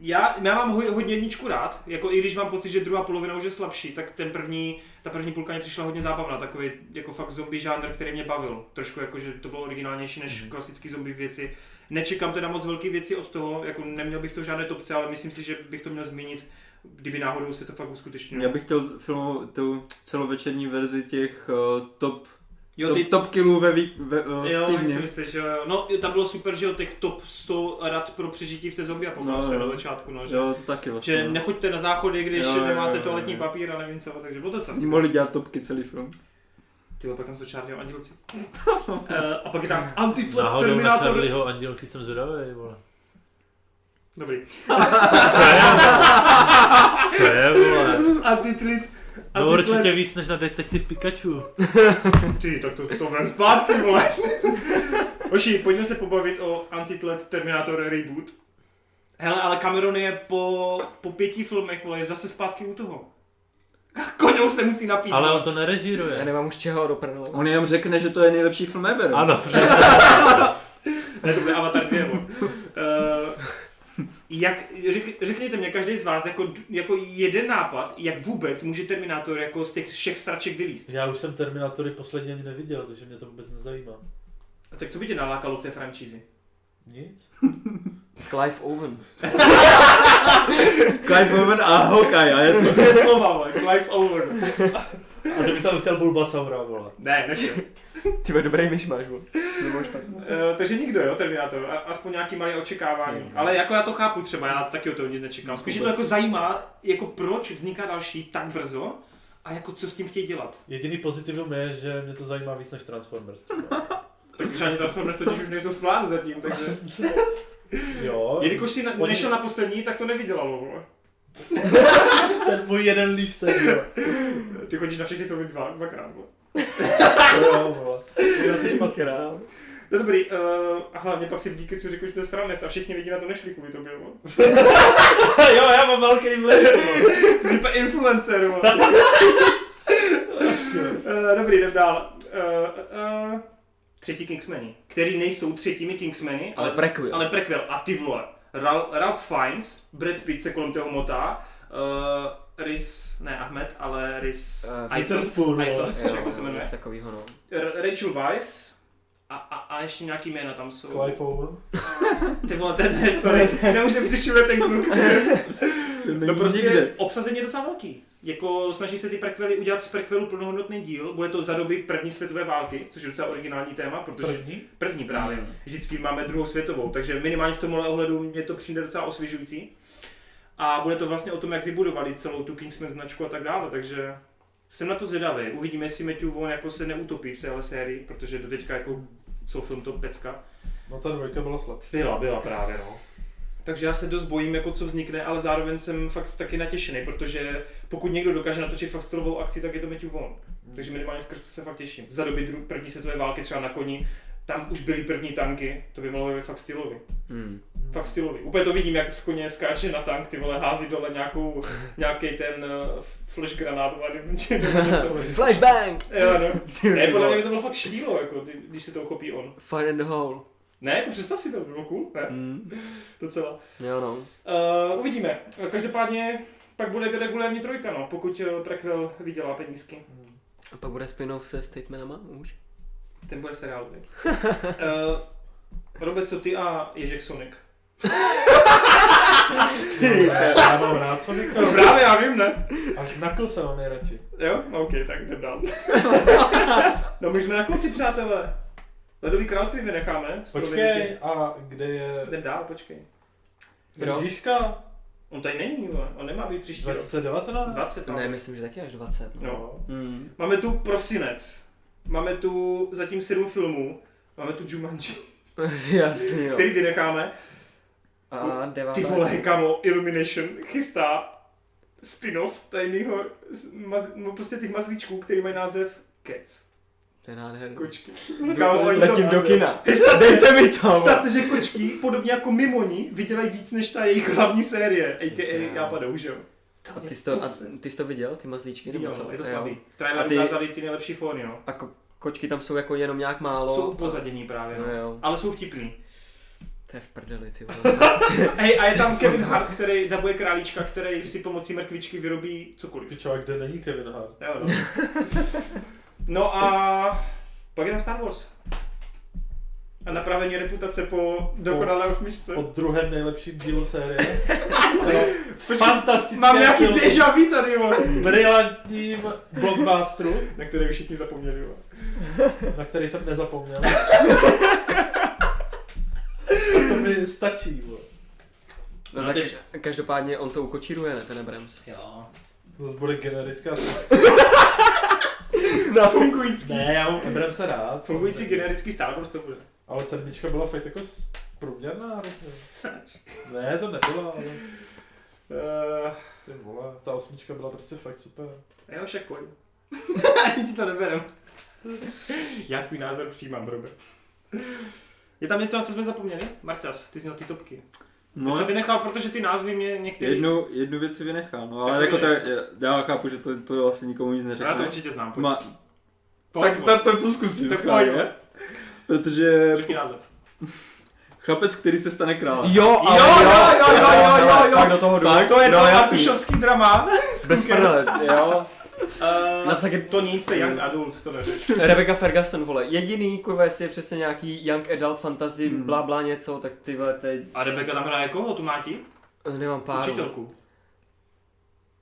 S1: já, já mám ho, hodně jedničku rád, jako i když mám pocit, že druhá polovina už je slabší, tak ten první, ta první půlka mi přišla hodně zábavná, takový jako fakt zombie žánr, který mě bavil. Trošku jako, že to bylo originálnější než mm. klasický zombie věci. Nečekám teda moc velké věci od toho, jako neměl bych to v žádné topce, ale myslím si, že bych to měl zmínit, kdyby náhodou se to fakt uskutečnilo.
S4: Já bych chtěl filmovou tu celovečerní verzi těch uh, top,
S1: Jo,
S4: top,
S1: ty,
S4: top killů ve, vík- ve uh,
S1: jo,
S4: jo,
S1: jak si
S4: týdně.
S1: myslíš, že jo. No, tam bylo super, že jo, těch top 100 rad pro přežití v té zombie apokalypse
S4: No,
S1: no,
S4: jo.
S1: na začátku, no, že
S4: Jo, to taky vlastně.
S1: Že nechoďte na záchody, když
S4: Jo, jo,
S1: jo,
S4: jo,
S1: nemáte
S4: jo,
S1: toaletní
S4: jo.
S1: papír a nevím co, takže bylo to
S4: Oni
S1: celý.
S4: mohli dělat topky celý film.
S1: Ty vole, pak tam jsou čární
S4: [LAUGHS]
S1: andělci. Eh, a pak je tam antitlot
S2: Náhodou na
S1: Terminátor.
S2: Charlieho andělky jsem zvědavý, vole.
S1: Dobrý.
S2: Co je, vole?
S1: Antitlot.
S2: No určitě víc než na Detektiv Pikachu.
S1: Ty, tak to, to vrem zpátky, vole. Oši, pojďme se pobavit o Antitlot Terminátor Reboot. Hele, ale Cameron je po, po pěti filmech, vole, je zase zpátky u toho. [LAUGHS] Koňou se musí napít.
S2: Ale
S1: vole.
S2: on to
S3: Já
S2: nerežíruje.
S3: nemám už čeho doprvelo.
S4: On jenom řekne, že to je nejlepší film ever.
S2: Ano,
S1: Ne, to bude Avatar 2, uh, jak, řek, řekněte mě, každý z vás jako, jako jeden nápad, jak vůbec může Terminátor jako z těch všech straček vylíst.
S5: Já už jsem Terminátory posledně ani neviděl, takže mě to vůbec nezajímá.
S1: A tak co by tě nalákalo k té franšízi? [LAUGHS]
S5: Nic?
S3: Clive Owen.
S4: Clive Owen a Hawkeye, a je to...
S1: To je slova, vole, jako life over.
S5: A to bych tam chtěl Bulbasaura, vole.
S1: Ne, nechci.
S3: [LAUGHS] Ty vole, dobrý myš máš, vole. Nebo špatný.
S1: Uh, takže nikdo, jo, Terminátor, a, aspoň nějaký malé očekávání. Ale jako já to chápu třeba, já taky o toho nic nečekám. Spíš je to jako zajímá, jako proč vzniká další tak brzo a jako co s tím chtějí dělat.
S5: Jediný pozitivum je, že mě to zajímá víc než Transformers. [LAUGHS]
S1: Takže ani Transformers totiž už nejsou v plánu zatím, takže...
S5: Jo,
S1: Jelikož jsi na,
S5: Oni-
S1: nešel na poslední, tak to nevydělalo, vole.
S5: ten můj jeden lístek, jo.
S1: Ty chodíš na všechny filmy dva, dvakrát, vole.
S5: jo, vole. Já to špatně
S3: Král.
S1: No dobrý, uh, a hlavně pak si v Geeketsu řekl, že to je sranec a všichni lidi na to nešli kvůli tobě, vole.
S5: [LAUGHS] Jo, já mám velký vliv.
S1: Jsi úplně influencer, vole.
S3: [LAUGHS]
S1: Eh, dobrý, jdem dál. Uh, uh, třetí Kingsmeni, který nejsou třetími Kingsmeni,
S3: Ale prequel.
S1: ale prequel. A ty vole, Ra- Ralph Fiennes, Brad Pitt se kolem toho motá, uh, Riz, ne Ahmed, ale Riz
S3: Eh,
S1: uh, Ifans,
S5: Witherspoon, vole.
S1: Ifans,
S3: Jo,
S1: jako se jmenuje.
S3: něco takovýho, no.
S1: R- Rachel Weisz a, a, a ještě nějaký jména tam jsou.
S5: Clive Owen.
S1: Ty vole, ten ne, sorry, nemůže být všude ten kluk. No prostě
S4: nikde.
S1: obsazení je docela velký. Jako snaží se ty prequely udělat z prequelu plnohodnotný díl, bude to za doby první světové války, což je docela originální téma, protože
S5: První?
S1: první právě. Vždycky máme druhou světovou, takže minimálně v tomhle ohledu mě to přijde docela osvěžující. A bude to vlastně o tom, jak vybudovali celou tu Kingsman značku a tak dále, takže jsem na to zvědavý. Uvidíme, jestli Matthew Vaughn jako se neutopí v téhle sérii, protože do teďka jako co film to pecka.
S5: No ta dvojka byla slabší.
S1: Byla, byla právě, no. Takže já se dost bojím, jako co vznikne, ale zároveň jsem fakt taky natěšený, protože pokud někdo dokáže natočit fakt stylovou akci, tak je to Matthew Vaughn. Takže minimálně skrz to se fakt těším. Za doby dru- první světové války třeba na koni, tam už byly první tanky, to by mohlo být fakt stylový.
S3: Hmm.
S1: Fakt stylový. Úplně to vidím, jak z koně skáče na tank, ty vole, hází dole nějakou, nějaký ten uh, flash granát, nebo něco.
S3: Flashbang!
S1: Jo, no. Ne, podle mě by to bylo fakt štílo, jako, ty- když se to uchopí on.
S3: Fire in the hole.
S1: Ne, jako představ si to, by bylo cool, ne?
S3: Hmm.
S1: [LAUGHS] Docela.
S3: Jo, no.
S1: Uh, uvidíme. Každopádně pak bude regulární trojka, no, pokud eh, prequel vydělá penízky.
S3: A pak bude spin-off se statementama už.
S1: Ten bude seriál. [LAUGHS] Uh, Robert, co ty a Ježek Sonic?
S5: Ty, No, já mám rád Sonika.
S1: [LAUGHS] No právě, já vím, ne?
S5: A Knuckles se mám nejradši.
S1: Jo, OK, tak jdem [LAUGHS] dál. no my jsme na konci, přátelé. Ledový království vynecháme. z prominutí.
S5: Počkej, a kde je
S1: Jdem dál, počkej.
S3: Kdo?
S5: Žižka?
S1: On tady není, vole. on nemá být příští rok.
S5: 2019?
S1: 20, no.
S3: Ne, myslím, že taky až 20. No.
S1: no.
S3: Hmm.
S1: Máme tu Prosinec. Máme tu zatím sedm filmů. Máme tu Jumanji,
S3: Jasný, jo.
S1: který vynecháme.
S3: A devátá.
S1: Ty vole, kamo, Illumination chystá spin-off tajnýho, s- maz, no prostě těch mazlíčků, který mají název Cats.
S3: To je nádherný.
S1: Kočky. Kámo, oni to...
S3: Letím
S4: [LAUGHS]
S3: do kina.
S1: Představte-
S3: Dejte mi to.
S1: Představte, že kočky, podobně jako Mimoni, vydělají víc než ta jejich hlavní série, a.k.a. Jápadou, že jo?
S3: A ty jsi to, a ty jsi to viděl, ty mazlíčky? nebo
S1: Jo,
S3: co?
S1: je to
S3: Jo.
S1: slabý.
S3: A
S1: Trailer
S3: ty-
S1: ukázali ty nejlepší fóny, no.
S3: A ko- kočky tam jsou jako jenom nějak málo.
S1: Jsou upozadění právě,
S3: No
S1: no.
S3: jo,
S1: Ale jsou vtipný.
S3: to je v prdeli, ty vole.
S1: Hej, a je tam Kevin Hart, který dabuje králíčka, který si pomocí mrkvičky vyrobí cokoliv.
S5: Pičo, a kde není Kevin Hart?
S1: Jo, no. no a pak je tam Star Wars. A napravení reputace po dokonalé osmičce.
S5: Po druhém nejlepším dílu [LAUGHS] série.
S1: Počkej,
S5: Fantastické
S1: Mám nějaký
S5: film.
S1: deja vu tady, vole.
S5: brilantním blockbusteru,
S1: Na který už všichni zapomněli, vole.
S5: na který jsem nezapomněl. to mi stačí, vole.
S3: No,
S5: No
S3: tak
S5: teď-
S3: každopádně on to ukočíruje, ne ten Abrams.
S5: Jo. Zase bude generická
S1: Na fungující.
S5: Ne, já mám Ebrem se rád.
S1: Fungující generický Star Wars to bude.
S5: Ale sedmička byla fakt jako s- průměrná. hrozně. Ne, to nebyla, ale
S1: Uh,
S5: ty vole, ta osmička byla prostě fakt super.
S1: jo, však pojď. [LAUGHS] Ani ti to neberem. Já tvůj názor přijímám, Robert. Je tam něco, na co jsme zapomněli? Marťas, ty jsi měl ty topky. No. Já
S4: No,
S1: jsem vynechal, protože ty názvy mě některý...
S4: jednu, jednu věc si vynechal, no
S1: Tak
S4: ale jako to,
S1: pojď.
S4: je- já chápu, že to, to asi nikomu nic
S1: Já to
S4: neřekne.
S1: určitě znám, pojď.
S4: Ma,
S1: pojď
S4: tak, tak, tak to zkusím.
S1: Tak
S4: schválně.
S1: pojď, ne?
S4: Protože
S1: Řekni název.
S4: chlapec, který se stane králem.
S3: Jo,
S1: ale jo, jo, jo, jo, jo, jo.
S3: Tak do toho jdu.
S4: Fakt?
S1: To je
S3: no,
S1: to
S3: jasný.
S1: Matušovský drama.
S3: Bez prdele, [LAUGHS] jo.
S1: Uh,
S3: Na cakě-
S1: To nic, to je young adult, to neřeš.
S3: Rebecca Ferguson, vole. Jediný, kurva, jestli je přesně nějaký young adult fantasy,
S4: Hmm.
S3: mm. bla bla něco, tak ty vole, teď Eh,
S1: A Rebeka tam hraje koho? Tu má ti?
S3: nemám páru.
S1: Učitelku.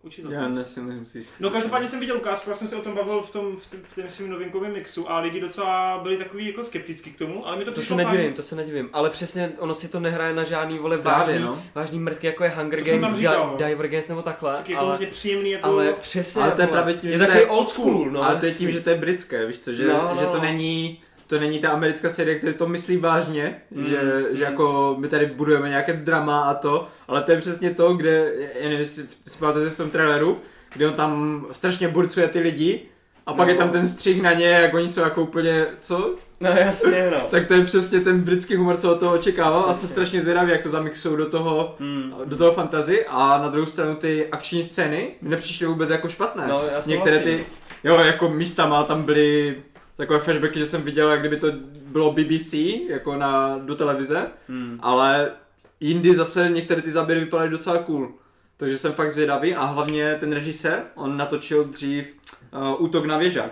S1: Učitelku.
S4: Já nesimlím si.
S1: No každopádně jsem viděl ukázku, já jsem se o tom bavil v tom, v tém- v tom svým novinkovém mixu a lidi docela byli takový jako skeptický k tomu, ale mi to
S3: To se
S1: přišlo
S3: nedivím, to se nedivím, ale přesně ono si to nehraje na žádný vole
S4: Právě,
S3: vážný,
S4: no.
S3: vážný mrtky jako je Hunger
S1: To jsem
S3: Games,
S1: tam říkal, no.
S3: Di- Divergence nebo takhle,
S1: Tak jako
S3: ale,
S1: hrozně příjemný jako...
S3: ale přesně,
S4: Ale to je
S3: vole,
S4: právě tím,
S3: je
S4: že
S3: takový
S4: to je
S3: old school, no.
S4: ale to je tím,
S3: jasný.
S4: že to je britské, víš co, že,
S3: No, no,
S4: že to
S3: no.
S4: není to není ta americká série, která to myslí vážně,
S3: Mm.
S4: že, že jako my tady budujeme nějaké drama a to, ale to je přesně to, kde, já nevím, jestli si pamatujete v tom traileru, kde on tam strašně burcuje ty lidi a pak
S3: No.
S4: je tam ten střih na ně, jak oni jsou jako úplně, co?
S3: [LAUGHS] No jasně, no.
S4: Tak to je přesně ten britský humor, co od toho očekával a
S3: Přesně.
S4: se strašně zvědavý, jak to zamixují do toho,
S3: Hmm.
S4: do toho fantazy a na druhou stranu ty akční scény mi nepřišly vůbec jako špatné.
S3: No, já
S4: Některé
S3: souhlasím.
S4: ty, jo, jako místa má, tam byly takové flashbacky, že jsem viděl, jak kdyby to bylo BBC, jako na, do televize,
S3: Hmm.
S4: ale jindy zase některé ty záběry vypadaly docela cool. Takže jsem fakt zvědavý a hlavně ten režisér, on natočil dřív uh, Útok na věžák.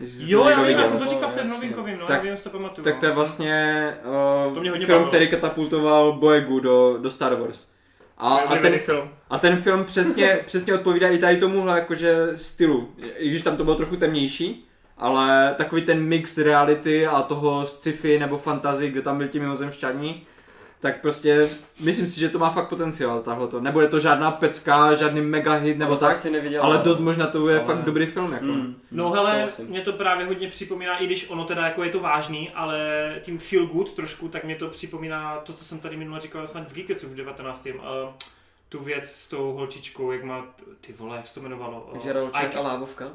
S4: Jestli jste
S1: Jo,
S4: někdo
S1: já vím, já
S4: viděl.
S1: jsem to
S5: No,
S1: říkal v tom
S5: jasně.
S1: novinkovém, no,
S4: Tak-
S1: já vím, jestli to pamatuju. no.
S4: Tak to je vlastně uh,
S1: To mě
S4: film,
S1: hodně bavilo.
S4: který katapultoval Boegu do, do Star Wars. A, a, ten,
S1: film.
S4: a ten film [LAUGHS] přesně, přesně odpovídá i tady tomuhle jakože stylu, i když tam to bylo trochu temnější, ale takový ten mix reality a toho sci-fi nebo fantasy, kde tam byli ti mimozemšťaní, tak prostě myslím si, že to má fakt potenciál tohleto. Nebude to žádná pecka, žádný mega hit nebo
S3: to
S4: tak,
S3: asi neviděl,
S4: ale
S3: no.
S4: dost možná to bude
S3: Ale-
S4: fakt dobrý film. Jako.
S3: Hmm.
S1: No hele,
S3: Souhlasím.
S1: mě to právě hodně připomíná, i když ono teda jako je to vážný, ale tím feel good trošku, tak mě to připomíná to, co jsem tady minule říkal snad v Geekecu v 19. Uh, tu věc s tou holčičkou, jak má, ty vole, jak se to jmenovalo? Eh, I,
S3: Žeraloček a lávovka.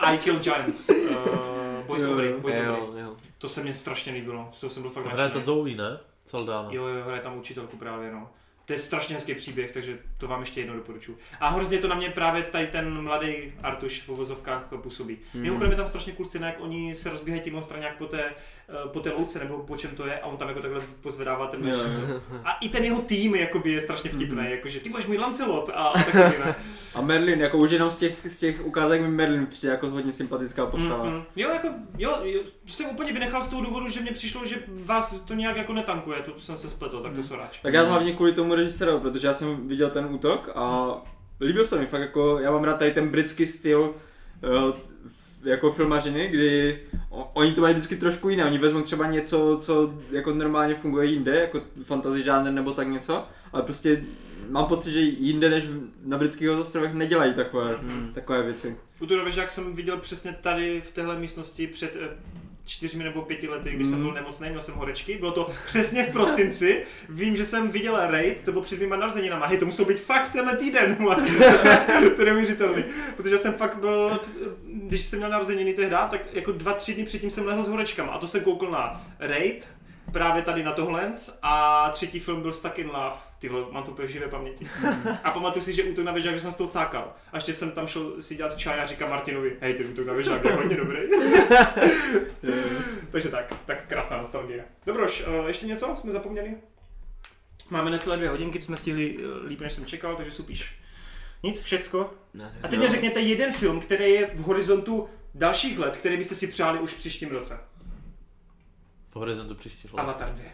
S1: I Kill Giants. Uh, Boys
S4: Jo,
S1: of Break, Boys of Break.
S3: Jo, jo.
S1: To se mně strašně líbilo, z toho jsem byl fakt
S2: Tam hraje ta
S1: nadšený.
S2: Zoe, ne? Saldana.
S1: Jo, jo, hraje tam učitelku právě, no. To je strašně hezký příběh, takže to vám ještě jednou doporučuji. A hrozně to na mě právě tady ten mladý Artuš v uvozovkách působí.
S4: Hmm.
S1: Mm. Mimochodem je tam strašně cool scéna, jak oni se rozbíhají tímhle straně jak po té, eh, po té louce, nebo po čem to je, a on tam jako takhle pozvedává ten
S4: Jo, Hmm.
S1: meč.
S4: jo.
S1: A i ten jeho tým jakoby, je strašně vtipný, mm. jakože ty budeš můj Lancelot a, a takový, ne?
S4: A Merlin, jako už jenom z těch, z těch ukázek mi Merlin přijde jako hodně sympatická postava.
S1: Mm, mm. Jo, jako, jo, jo, to jsem úplně vynechal z toho důvodu, že mě přišlo, že vás to nějak jako netankuje, to jsem se spletl, tak to soráč.
S4: Mm. Tak já hlavně kvůli tomu režisérovi, protože já jsem viděl ten útok a líbil se mi fakt jako, já mám rád tady ten britský styl eh, f- jako filmařiny, kdy o- oni to mají vždycky trošku jiné, oni vezmou třeba něco, co jako normálně funguje jinde, jako fantasy žánr nebo tak něco, ale prostě mám pocit, že jinde než v- na britských ostrovech nedělají takové,
S3: Hmm.
S1: Mm.
S4: takové věci.
S1: U toho jak jsem viděl přesně tady v téhle místnosti před eh, čtyřmi nebo pěti lety, když jsem
S4: Mm.
S1: byl nemocný, měl jsem horečky, bylo to přesně v prosinci, vím, že jsem viděl Raid, to bylo před dvěma narozeninama, hej, to musel být fakt tenhle týden, [LAUGHS] to je neuvěřitelný, protože jsem fakt byl, eh, když jsem měl narozeniny tehdy, tak jako dva, tři dny předtím jsem lehl s horečkama a to jsem koukal na Raid, právě tady na tohle a třetí film byl Stuck in Love. Tyhle, mám to úplně v živé paměti. A pamatuju si, že útok na vežák, že jsem z toho cákal. A ještě jsem tam šel si dělat čaj a říkám Martinovi, hej, ten útok na vežák je hodně dobrý. [LAUGHS] Takže tak, tak krásná nostalgie. Dobroš, eh, ještě něco jsme zapomněli? Máme necelé dvě hodinky, to jsme stihli eh, líp, než jsem čekal, takže supíš. Nic, všecko. A teď mi řekněte jeden film, který je v horizontu dalších let, který byste si přáli už v příštím roce.
S2: V horizontu příští let.
S1: Avatar 2.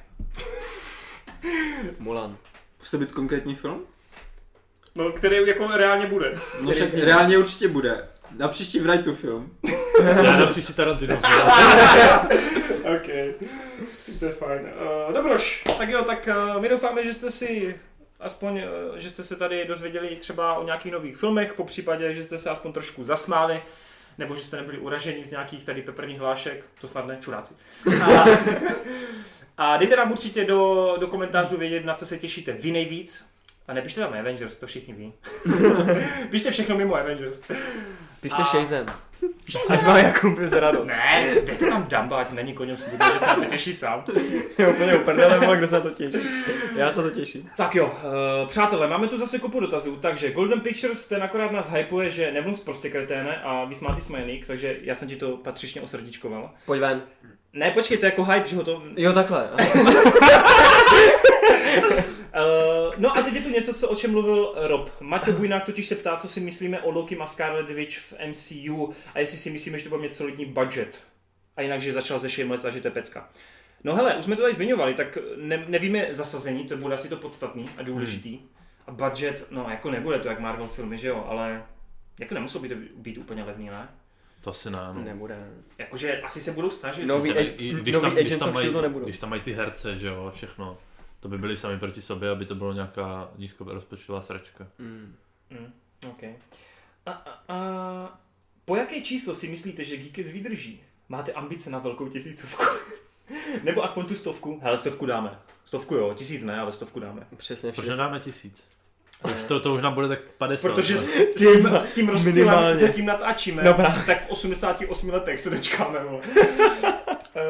S3: Mulan.
S4: Musí to být konkrétní film?
S1: No, který jako reálně bude.
S4: No,
S3: Který
S4: však
S3: zní?
S4: reálně určitě bude. Na příští vrajtu film.
S2: Já na příští Tarantino.
S1: OK, to je fajn. Uh, dobroš, tak jo, tak uh, my doufáme, že jste si aspoň, uh, že jste se tady dozvěděli třeba o nějakých nových filmech, po případě, že jste se aspoň trošku zasmáli, nebo že jste nebyli uraženi z nějakých tady peprných hlášek, to snad ne, čuráci. A, a dejte nám určitě do, do komentářů vědět, na co se těšíte vy nejvíc. A nepište tam Avengers, to všichni ví. [LAUGHS] Pište všechno mimo Avengers.
S3: Pište
S1: A-
S3: a... Shazen. Ať má Jakub z radost.
S1: Ne, dejte tam Dumba, ať není koněm svůj, že se vytěší sám.
S3: [LAUGHS] Je úplně uprdele, vole, kdo se na to těší. Já se na to těším.
S1: Tak jo, eh, přátelé, máme tu zase kupu dotazů, takže Golden Pictures ten akorát nás hypuje, že nemluv prostě kreténe a vysmátý smajlík, takže já jsem ti to patřičně osrdíčkoval.
S3: Pojď ven.
S1: Ne, počkej, to je jako hype, že ho to...
S3: Jo, [LAUGHS] takhle.
S1: Uh, no a teď je tu něco, co, o čem mluvil Rob. Matěj Bujnák totiž se ptá, co si myslíme o Loki a Scarlet Witch v MCU a jestli si myslíme, že to bude mít solidní budget. A jinak, že začal ze Shameless a že to je pecka. No hele, už jsme to tady zmiňovali, tak ne, nevíme zasazení, to bude asi to podstatný a důležitý. Hmm. A budget, no jako nebude to jak Marvel filmy, že jo, ale jako nemuselo by to být úplně levný, ne?
S2: To asi ne, no.
S3: Nebude.
S1: Jakože asi se budou snažit.
S3: Nový,
S2: Teda,
S3: Ag-
S2: i když,
S3: nový
S2: tam, když,
S3: Agents
S2: tam
S3: of
S2: mají,
S3: S.H.I.E.L.D. to nebudou.
S2: když tam mají ty herce, že jo, a všechno. To by byli sami proti sobě, aby to bylo nějaká nízkorozpočtová sračka.
S3: Mm.
S1: Okay. A, a, a, po jaké číslo si myslíte, že Geekets vydrží? Máte ambice na velkou tisícovku? [LAUGHS] Nebo aspoň tu stovku? Hele, stovku dáme. Stovku jo, tisíc ne, ale stovku dáme.
S3: Přesně
S2: Proč
S3: všechno.
S2: nedáme tisíc? Už to, to už nám bude tak 50.
S1: Protože
S2: ne?
S1: s, s tím, s tím rozptylem,
S3: minimálně.
S1: s jakým natáčíme,
S3: Dobrá.
S1: tak v 88 letech se dočkáme. vole. Eh,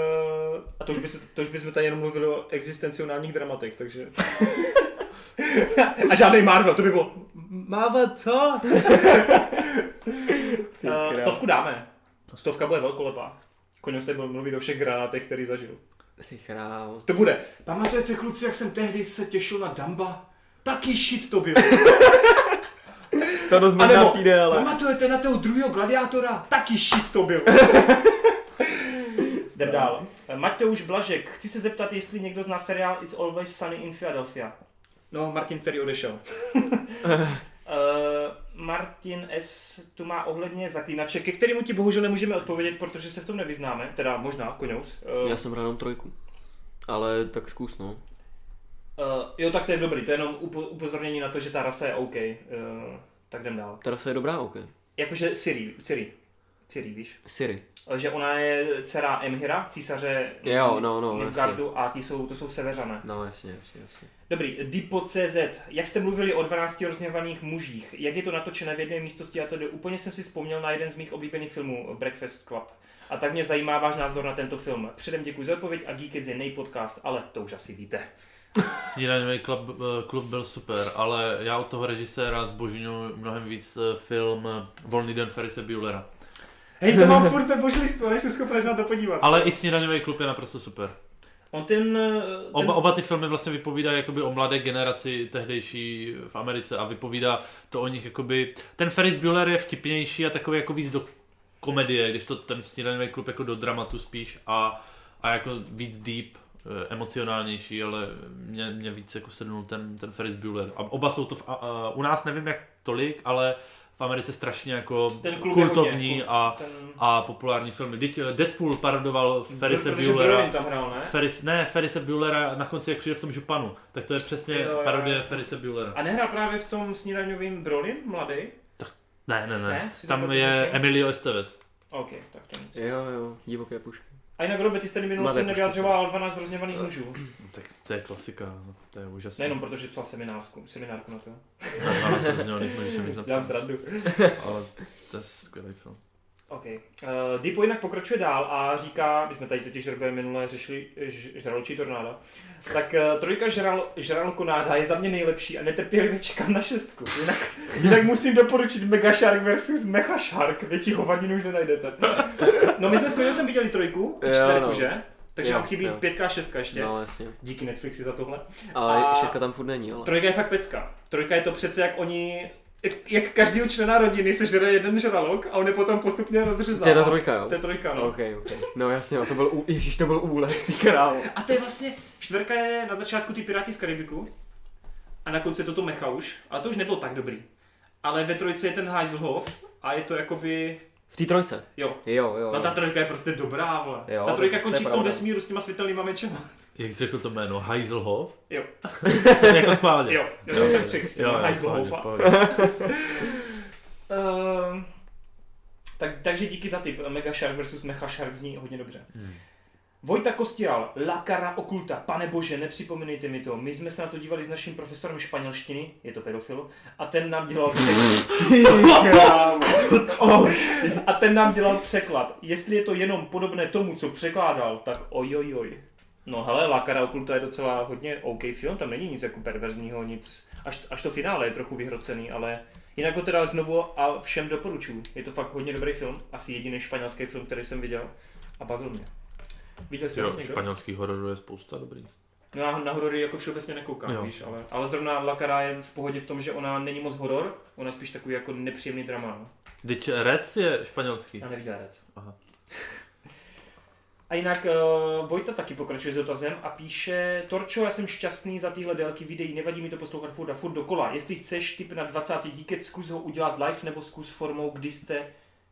S1: a to už, by se, to už bychom tady jenom mluvili o existencionálních dramatech, takže... a žádný Marvel, to by bylo... Marvel [LAUGHS] co? Eh, Stovku dáme. Stovka bude velkolepá. Koně jste byl mluvit o všech granátech, který zažil.
S3: Jsi chrál.
S1: To bude. Pamatujete kluci, jak jsem tehdy se těšil na Damba? Taky shit to byl.
S3: To dost
S1: A
S3: možná
S1: nebo
S3: přijde, ale...
S1: pamatujete na toho druhého gladiátora? Taky shit to byl. Jdem dál. Matěuš Blažek, chci se zeptat, jestli někdo zná seriál It's Always Sunny in Philadelphia. No, Martin, který [LAUGHS] odešel. Uh, Martin S. tu má ohledně zaklínače, ke kterému ti bohužel nemůžeme odpovědět, protože se v tom nevyznáme, teda možná, koňous. Uh,
S3: Já jsem hrál jenom trojku. Ale tak zkus, no.
S1: Uh, jo, tak to je dobrý, to je jenom upo- upozornění na to, že ta rasa je OK. Uh, tak jdem dál.
S3: Teda se je dobrá, ok.
S1: Jakože Siri, Siri, Siri, víš?
S3: Siri.
S1: Že ona je dcera Emhira, císaře
S3: Jo, no, no,
S1: Nilfgaardu a ty jsou, to jsou severané.
S3: No jasně, jasně, jasně.
S1: Dobrý, Dipo.cz. Jak jste mluvili o 12 rozměvaných mužích, jak je to natočené v jedné místnosti a tedy úplně jsem si vzpomněl na jeden z mých oblíbených filmů, Breakfast Club. A tak mě zajímá váš názor na tento film. Předem děkuji za odpověď a Geekets je nejpodcast, ale to už asi víte.
S2: Snídaňový klub, eh, klub byl super, ale já od toho režiséra zbožňuji mnohem víc eh, film eh, Volný den Ferise Buellera.
S6: Hej, to mám furt ve božlistu, nejsem schopný se na to podívat.
S2: Ale i Snídaňový klub je naprosto super.
S1: On ten... eh, ten...
S2: Oba, oba ty filmy vlastně vypovídají jakoby o mladé generaci tehdejší v Americe a vypovídá to o nich jakoby... Ten Ferris Bueller je vtipnější a takový jako víc do komedie, když to ten snídaňový klub jako do dramatu spíš a, a jako víc deep, eh, emocionálnější, ale mě, mě víc jako sednul ten, ten Ferris Bueller. A oba jsou to v, a, a, u nás nevím jak tolik, ale v Americe strašně jako
S1: Ten klub je
S2: kultovní
S1: hodně, jako-
S2: a,
S1: ten...
S2: a populární filmy. Teď eh, Deadpool parodoval Ferrise
S1: Protože
S2: Buellera.
S1: Brolin tam hrál, ne?
S2: Ferris, ne, Ferise Buellera na konci, jak přijde v tom županu, tak to je přesně
S1: Jo, jo, jo.
S2: parodie Ferise Buellera.
S1: A nehrál právě v tom snídaňovým Brolin, mladý?
S2: Ne, ne, ne,
S1: Ne? Si to
S2: tam
S1: pak
S2: je
S1: vyřeším?
S2: Emilio Estevez.
S1: OK, tak to nic.
S4: Jo, jo, divoké pušky.
S1: A jinak Robert, ty jsi tady minul
S4: Mladé
S1: jsem
S4: pušky, Eh.
S1: nevyjadřoval 12 rozněvaných mužů.
S2: Tak to je klasika, no, to je úžasné.
S1: Nejenom protože psal seminářku, seminárku na to.
S2: Ne, [LAUGHS] ale se rozdělal, můžu se mi
S1: Dám
S2: zapsat.
S1: srandu.
S2: Ale to je skvělý film.
S1: OK. Uh, Deepo jinak pokračuje dál a říká, my jsme tady totiž Robert minule řešili ž- žraločí tornáda, tak uh, trojka žral, žralokonáda je za mě nejlepší a netrpělivě čekám na šestku. Jinak, jinak musím doporučit Mega Shark versus Mecha Shark, větší hovadinu už nenajdete. No my jsme s Kojosem viděli trojku,
S4: Jo,
S1: čtyřku,
S4: no.
S1: že? Takže
S4: Jo,
S1: nám chybí
S4: jo.
S1: pětka a šestka ještě.
S4: No, jasně.
S1: Díky Netflixi za tohle.
S4: Ale
S1: A-
S4: a... šestka tam furt není, ale.
S1: Trojka je fakt pecka. Trojka je to přece jak oni, jak, jak každýho člena rodiny se žere jeden žralok a on je potom postupně rozřezává.
S4: To je ta trojka, jo?
S1: To je trojka, no.
S4: Ok, ok. No jasně, jo, to byl, ú... ježiš, to byl úlet, ty králo.
S1: A to je vlastně, čtvrka je na začátku ty Piráti z Karibiku a na konci je toto Mecha už, ale to už nebylo tak dobrý. Ale ve trojce je ten Heiselhof a je to jakoby,
S4: V té trojce?
S1: jo,
S4: Jo, jo.
S1: no ta trojka je prostě dobrá, vole.
S4: Jo,
S1: ta
S4: to-
S1: trojka
S4: to je
S1: končí v tom
S4: pravda.
S1: vesmíru s těma světelnýma mečema.
S2: Jak jsi řekl to jméno? Heiselhoff?
S1: [LAUGHS]
S4: [LAUGHS]
S1: Jo.
S2: To je jako schválně.
S1: Jo, já jsem tak překřil,
S2: jo, jo, schválně,
S1: Heiselhofa.
S2: pohodě.
S1: [LAUGHS] Ehm, tak, takže díky za tip. Mega Shark versus Mecha Shark zní hodně dobře. Hmm. Vojta Kostial, La Cara Oculta, pane bože, nepřipomínejte mi to. My jsme se na to dívali s naším profesorem španělštiny, je to pedofil, a ten nám dělal [LAUGHS] překlad. [LAUGHS] a ten nám dělal překlad. Jestli je to jenom podobné tomu, co překládal, tak ojojoj. No hele, La Cara Oculta je docela hodně OK film, tam není nic jako perverzního, nic. Až, až to finále je trochu vyhrocený, ale jinak ho teda znovu a všem doporučuju. Je to fakt hodně dobrý film, asi jediný španělský film, který jsem viděl a bavil mě. Viděl jste to
S2: Jo,
S1: někdo?
S2: španělských hororů je spousta dobrý.
S1: No já na horory jako všeobecně nekoukám,
S2: Jo.
S1: víš, ale, ale zrovna La Cara je v pohodě v tom, že ona není moc horor, ona je spíš takový jako nepříjemný drama. No.
S2: Teď Rec je španělský.
S1: A nevydělec.
S2: Aha.
S1: [LAUGHS] A jinak uh, Vojta taky pokračuje s dotazem a píše Torčo, já jsem šťastný za tyhle délky videí, nevadí mi to poslouchat furt a furt dokola. Jestli chceš tip na 20. díket, zkus ho udělat live nebo zkus formou, kdy jste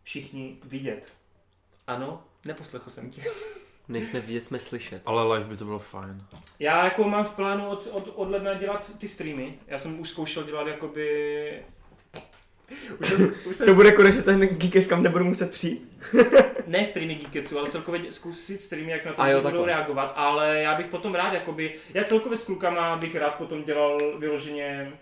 S1: všichni vidět. Ano, neposlechl jsem tě. [LAUGHS]
S4: Nejsme vidět, jsme slyšet.
S2: Ale live by to bylo fajn.
S1: Já jako mám v plánu od, od, od ledna dělat ty streamy. Já jsem už zkoušel dělat jakoby... Už jsem, už jsem
S3: To bude konečně ten geekes, kam nebudu muset přijít.
S1: ne streamy Geeketsu, ale celkově dě- zkusit streamy, jak na to
S4: A jo,
S1: lidi budou
S4: takhle.
S1: reagovat, ale já bych potom rád, jakoby, já celkově s klukama bych rád potom dělal vyloženě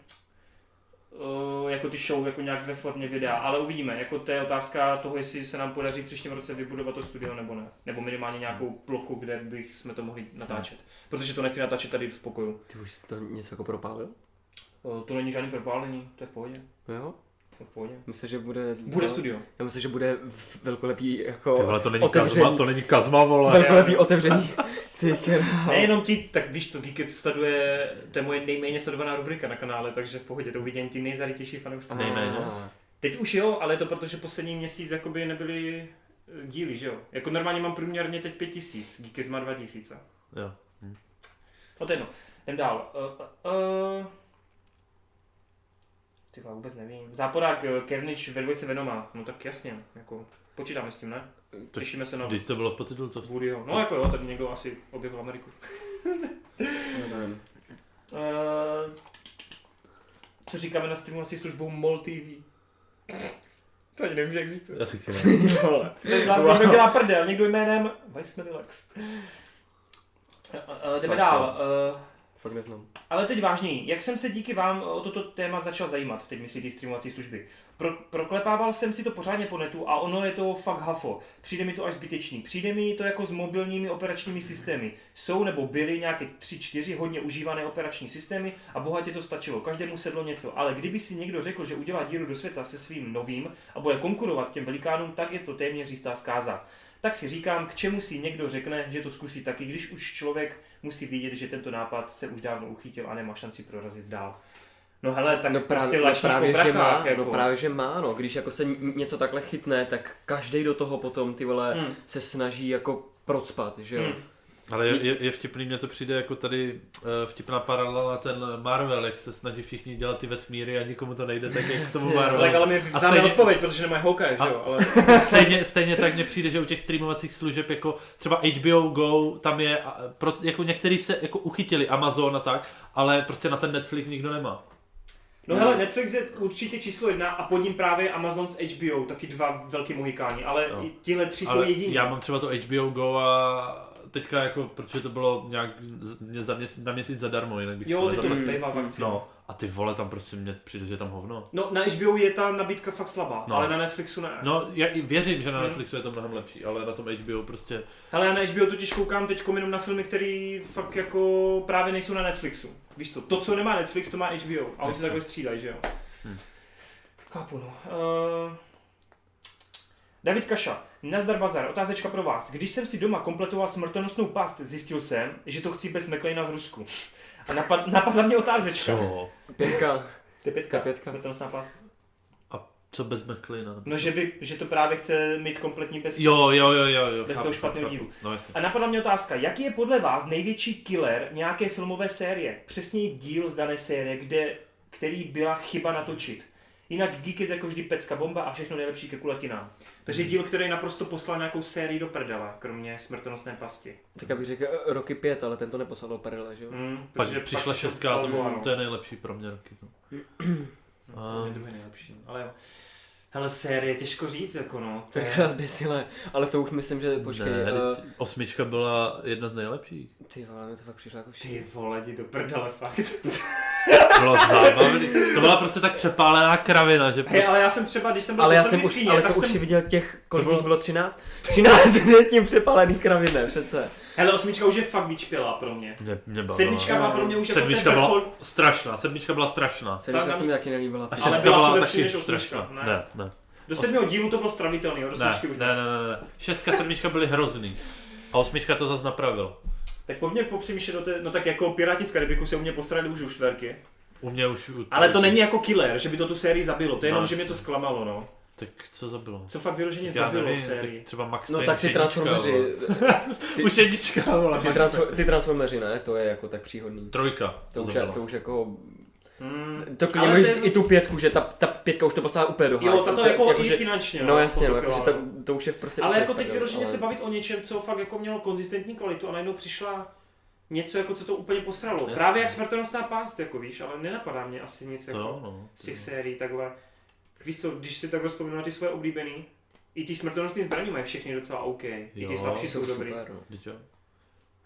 S1: eh, jako ty show, jako nějak ve formě videa, ale uvidíme, jako to je otázka toho, jestli se nám podaří v příštím roce vybudovat to studio nebo ne, nebo minimálně nějakou plochu, kde bych jsme to mohli natáčet, protože to nechci natáčet tady v pokoju,
S4: Ty už jsi to něco jako propálil?
S1: Eh, to není žádný propálení, to je v pohodě,
S4: Jo?
S1: to je v pohodě.
S4: Myslím, že bude...
S1: Bude studio.
S4: Já myslím, že bude v- velkolepý jako...
S2: Ty vole, to není
S4: otevření.
S2: kazma, to není kazma, vole.
S4: Velkolepý No otevření.
S3: [LAUGHS]
S4: Ty králo.
S1: Nejenom ti, tak víš, to Geekec sleduje, to je moje nejméně sledovaná rubrika na kanále, takže v pohodě, to uvidí jen ti nejzarytější fanoušci.
S4: Aha.
S2: nejméně.
S1: Teď už jo, ale je to proto, že poslední měsíc jakoby nebyly eh, díly, že jo? Jako normálně mám průměrně teď 5000, Geekec má 2000.
S2: Jo.
S1: No to je jedno, jdem dál. Uh, uh, uh. Ty vole, vůbec nevím. Záporák eh, Carnage ve dvojce Venoma, no tak jasně, jako počítáme s tím, ne?
S2: To-
S1: Těšíme se na
S2: Teď to bylo v podtitulcovce.
S1: Woodyho. No jako jo, tady někdo asi objevil Ameriku. Eh, co říkáme na streamovací službu MOL TV? To ani nevím, že existuje.
S2: Já taky ne.
S1: Wow. Někdo dělá prdel, někdo jménem Vice Relax. Eh, eh, Jdeme
S4: Fakt,
S1: dál. eh,
S4: Fakt neznám.
S1: Ale teď vážněji, jak jsem se díky vám o toto téma začal zajímat, teď myslí ty streamovací služby. Pro, proklepával jsem si to pořádně po netu a ono je to fakt hafo. Přijde mi to až zbytečný. Přijde mi to jako s mobilními operačními systémy. Jsou nebo byly nějaké 3-4 hodně užívané operační systémy a bohatě to stačilo. Každému sedlo něco. Ale kdyby si někdo řekl, že udělá díru do světa se svým novým a bude konkurovat těm velikánům, tak je to téměř jistá zkáza. Tak si říkám, k čemu si někdo řekne, že to zkusí taky, když už člověk musí vidět, že tento nápad se už dávno uchytil a nemá šanci prorazit dál. No hele, tak
S3: no
S1: prostě
S3: právě, no
S1: lačíš
S3: právě
S1: po
S3: že
S1: brachách,
S3: má,
S1: jako.
S3: no právě, že má, no. Když jako se n- něco takhle chytne, tak každý do toho potom, ty vole,
S1: Hmm.
S3: se snaží jako procpat, že jo.
S1: Hmm.
S2: Ale je, je, je vtipný, mně to přijde jako tady eh, vtipná paralela ten Marvel, jak se snaží všichni dělat ty vesmíry a nikomu to nejde, tak jak k tomu
S3: Jasně,
S2: Marvel. [LAUGHS]
S1: Tak ale mi
S2: A
S1: vzal
S2: stejně-
S1: odpověď, protože nemají Hawkeye, že
S2: A-
S1: jo? Ale...
S2: Stejně, stejně tak mně přijde, že u těch streamovacích služeb jako třeba HBO Go, tam je, a, pro, jako některý se jako uchytili, Amazon a tak, ale prostě na ten Netflix nikdo nemá.
S1: No hele, Netflix je určitě číslo jedna a pod ním právě Amazon s HBO, taky dva velký mohikáni, ale
S2: No.
S1: no. tihle tři jsou
S2: Ale
S1: jediní.
S2: já mám třeba to HBO Go a teďka jako, protože to bylo nějak z- za měsíc, na měsíc zadarmo, jinak bych si
S1: Jo, ty to
S2: nezapla-
S1: nebývá v akci.
S2: No, a ty vole, tam prostě mně přijde, že je tam hovno.
S1: No, na HBO je ta nabídka fakt slabá,
S2: No.
S1: no. ale na Netflixu ne. No.
S2: No, já i věřím, že na
S1: Hmm.
S2: Netflixu je to mnohem lepší, ale na tom HBO prostě...
S1: Hele, já na HBO totiž koukám teď jenom na filmy, které fakt jako právě nejsou na Netflixu. Víš co, to, co nemá Netflix, to má HBO. A oni
S2: Jasně.
S1: se takhle střídají, že jo?
S2: Hm.
S1: Chápu, no. Uh... David Kaša. Nazdar Bazar, otázečka pro vás. Když jsem si doma kompletoval smrtonosnou past, zjistil jsem, že to chci bez McLeana v Rusku. A napad, [LAUGHS] napadla mě otázečka.
S2: Co?
S3: Pětka.
S1: To je pětka,
S3: Pětka.
S1: smrtonosná past.
S2: Co bez McLeana?
S1: No, že, by, že to právě chce mít kompletní bez...
S2: Jo, jo, jo, jo, jo.
S1: Bez
S2: chápu,
S1: toho špatného
S2: chápu.
S1: dílu.
S2: No jasně.
S1: A napadla mě otázka, jaký je podle vás největší killer nějaké filmové série? Přesněji díl z dané série, kde, který byla chyba natočit. Jinak Geek je jako vždy pecka bomba a všechno nejlepší ke kulatinám. Takže díl, který naprosto poslal nějakou sérii do prdele, kromě smrtonosné pasti.
S3: Tak abych řekl eh, roky pět, ale ten to neposlal do prdele,
S4: Hmm.
S3: že jo.
S1: Mm,
S2: Pak přišla
S1: to
S2: šestka a to,
S1: bylo, ano.
S2: to je nejlepší pro mě roky. No.
S3: Ah.
S1: To je
S2: A,
S1: druhý nejlepší, no. ale jo. Hele, série, těžko říct, jako no. To
S3: [LAUGHS] Tak
S1: je...
S3: nás běsile, ale to už myslím, že počkej,
S2: ne,
S3: eh,
S2: teď- osmička byla jedna z nejlepších.
S3: ty vole, mi to fakt přišlo jako šílený.
S1: Ty vole, jdi do prdele, fakt. [LAUGHS]
S2: Bylo zábavný. To byla prostě tak přepálená kravina, že...
S1: Hej, ale já jsem třeba, když jsem byl
S3: Ale já
S1: poprvé
S3: jsem
S1: v
S3: už,
S1: Číně,
S3: ale to
S1: tak
S3: už
S1: jsem
S3: si viděl těch,
S2: To
S3: kolik
S2: bylo-
S3: jich bylo 13? 13 tím přepalených kravin, ne přece.
S1: Hele, osmička už je fakt vyčpělá pro mě.
S2: Mě, mě bavila.
S1: Sedmička byla pro mě už
S2: Sedmička
S1: jako ten
S2: byla
S1: vrchol,
S2: strašná, sedmička byla strašná.
S3: Sedmička
S1: tam-
S3: se mi taky nelíbila.
S2: A
S3: ty.
S1: Ale
S2: šestka
S1: byla to
S2: byla
S1: lepší
S2: taky
S1: než osmička,
S2: strašná.
S1: ne?
S2: Ne, ne,
S1: Do sedmého dílu to bylo stravitelný, jo, do
S2: ne,
S1: osmičky už
S2: ne, ne, ne, ne. Šestka, sedmička byly hrozný. A osmička to zase napravil.
S1: Tak pojďme popřemýšlet do té, no tak jako Piráti z Karibiku se u mě postrali už u čtverky.
S2: U mě už... u-
S1: Ale to není jako killer, že by to tu sérii zabilo, to je jenom,
S2: No,
S1: že mě to zklamalo, no.
S2: Tak co zabilo?
S1: Co fakt vyloženě
S2: Já
S1: zabilo
S2: nevím, tak
S1: sérii.
S2: třeba Max
S3: No
S2: Payne
S3: tak ty
S2: už jednička, vole.
S3: transformeři,
S2: Už jednička.
S3: ty, transfo- ty transformeři, ne, to je jako tak příhodný.
S2: Trojka.
S3: To už, je,
S2: zabilo.
S3: to už jako...
S1: Hmm.
S3: To klidně
S1: Ale
S3: můžeš
S1: to
S3: říct
S1: je
S3: i tu
S1: zas-
S3: pětku, že ta, ta pětka už to poslala úplně do
S1: Jo,
S3: hajzlu.
S1: tato
S3: je-
S1: jako, jako i
S3: že-
S1: finančně,
S3: No jasně, no,
S1: potopila,
S3: jakože to, to už je prostě...
S1: Ale
S3: úplně
S1: jako
S3: tak,
S1: teď
S3: no,
S1: vyloženě
S3: ale-
S1: se bavit o něčem, co fakt jako mělo konzistentní kvalitu a najednou přišla něco, jako co to úplně posralo.
S2: Jasně.
S1: Právě jak smrtelnostná pást, jako víš, ale nenapadá mě asi nic
S2: To
S1: jako
S2: jo, no.
S1: z těch sérií takhle. Víš co, když si takhle vzpomínám na ty svoje oblíbený, i ty smrtelnostní zbraně mají všechny docela OK. I
S2: Jo,
S1: ty slabší jsou,
S3: Jsou
S1: dobrý.
S3: super, no.
S2: Vždyť jo.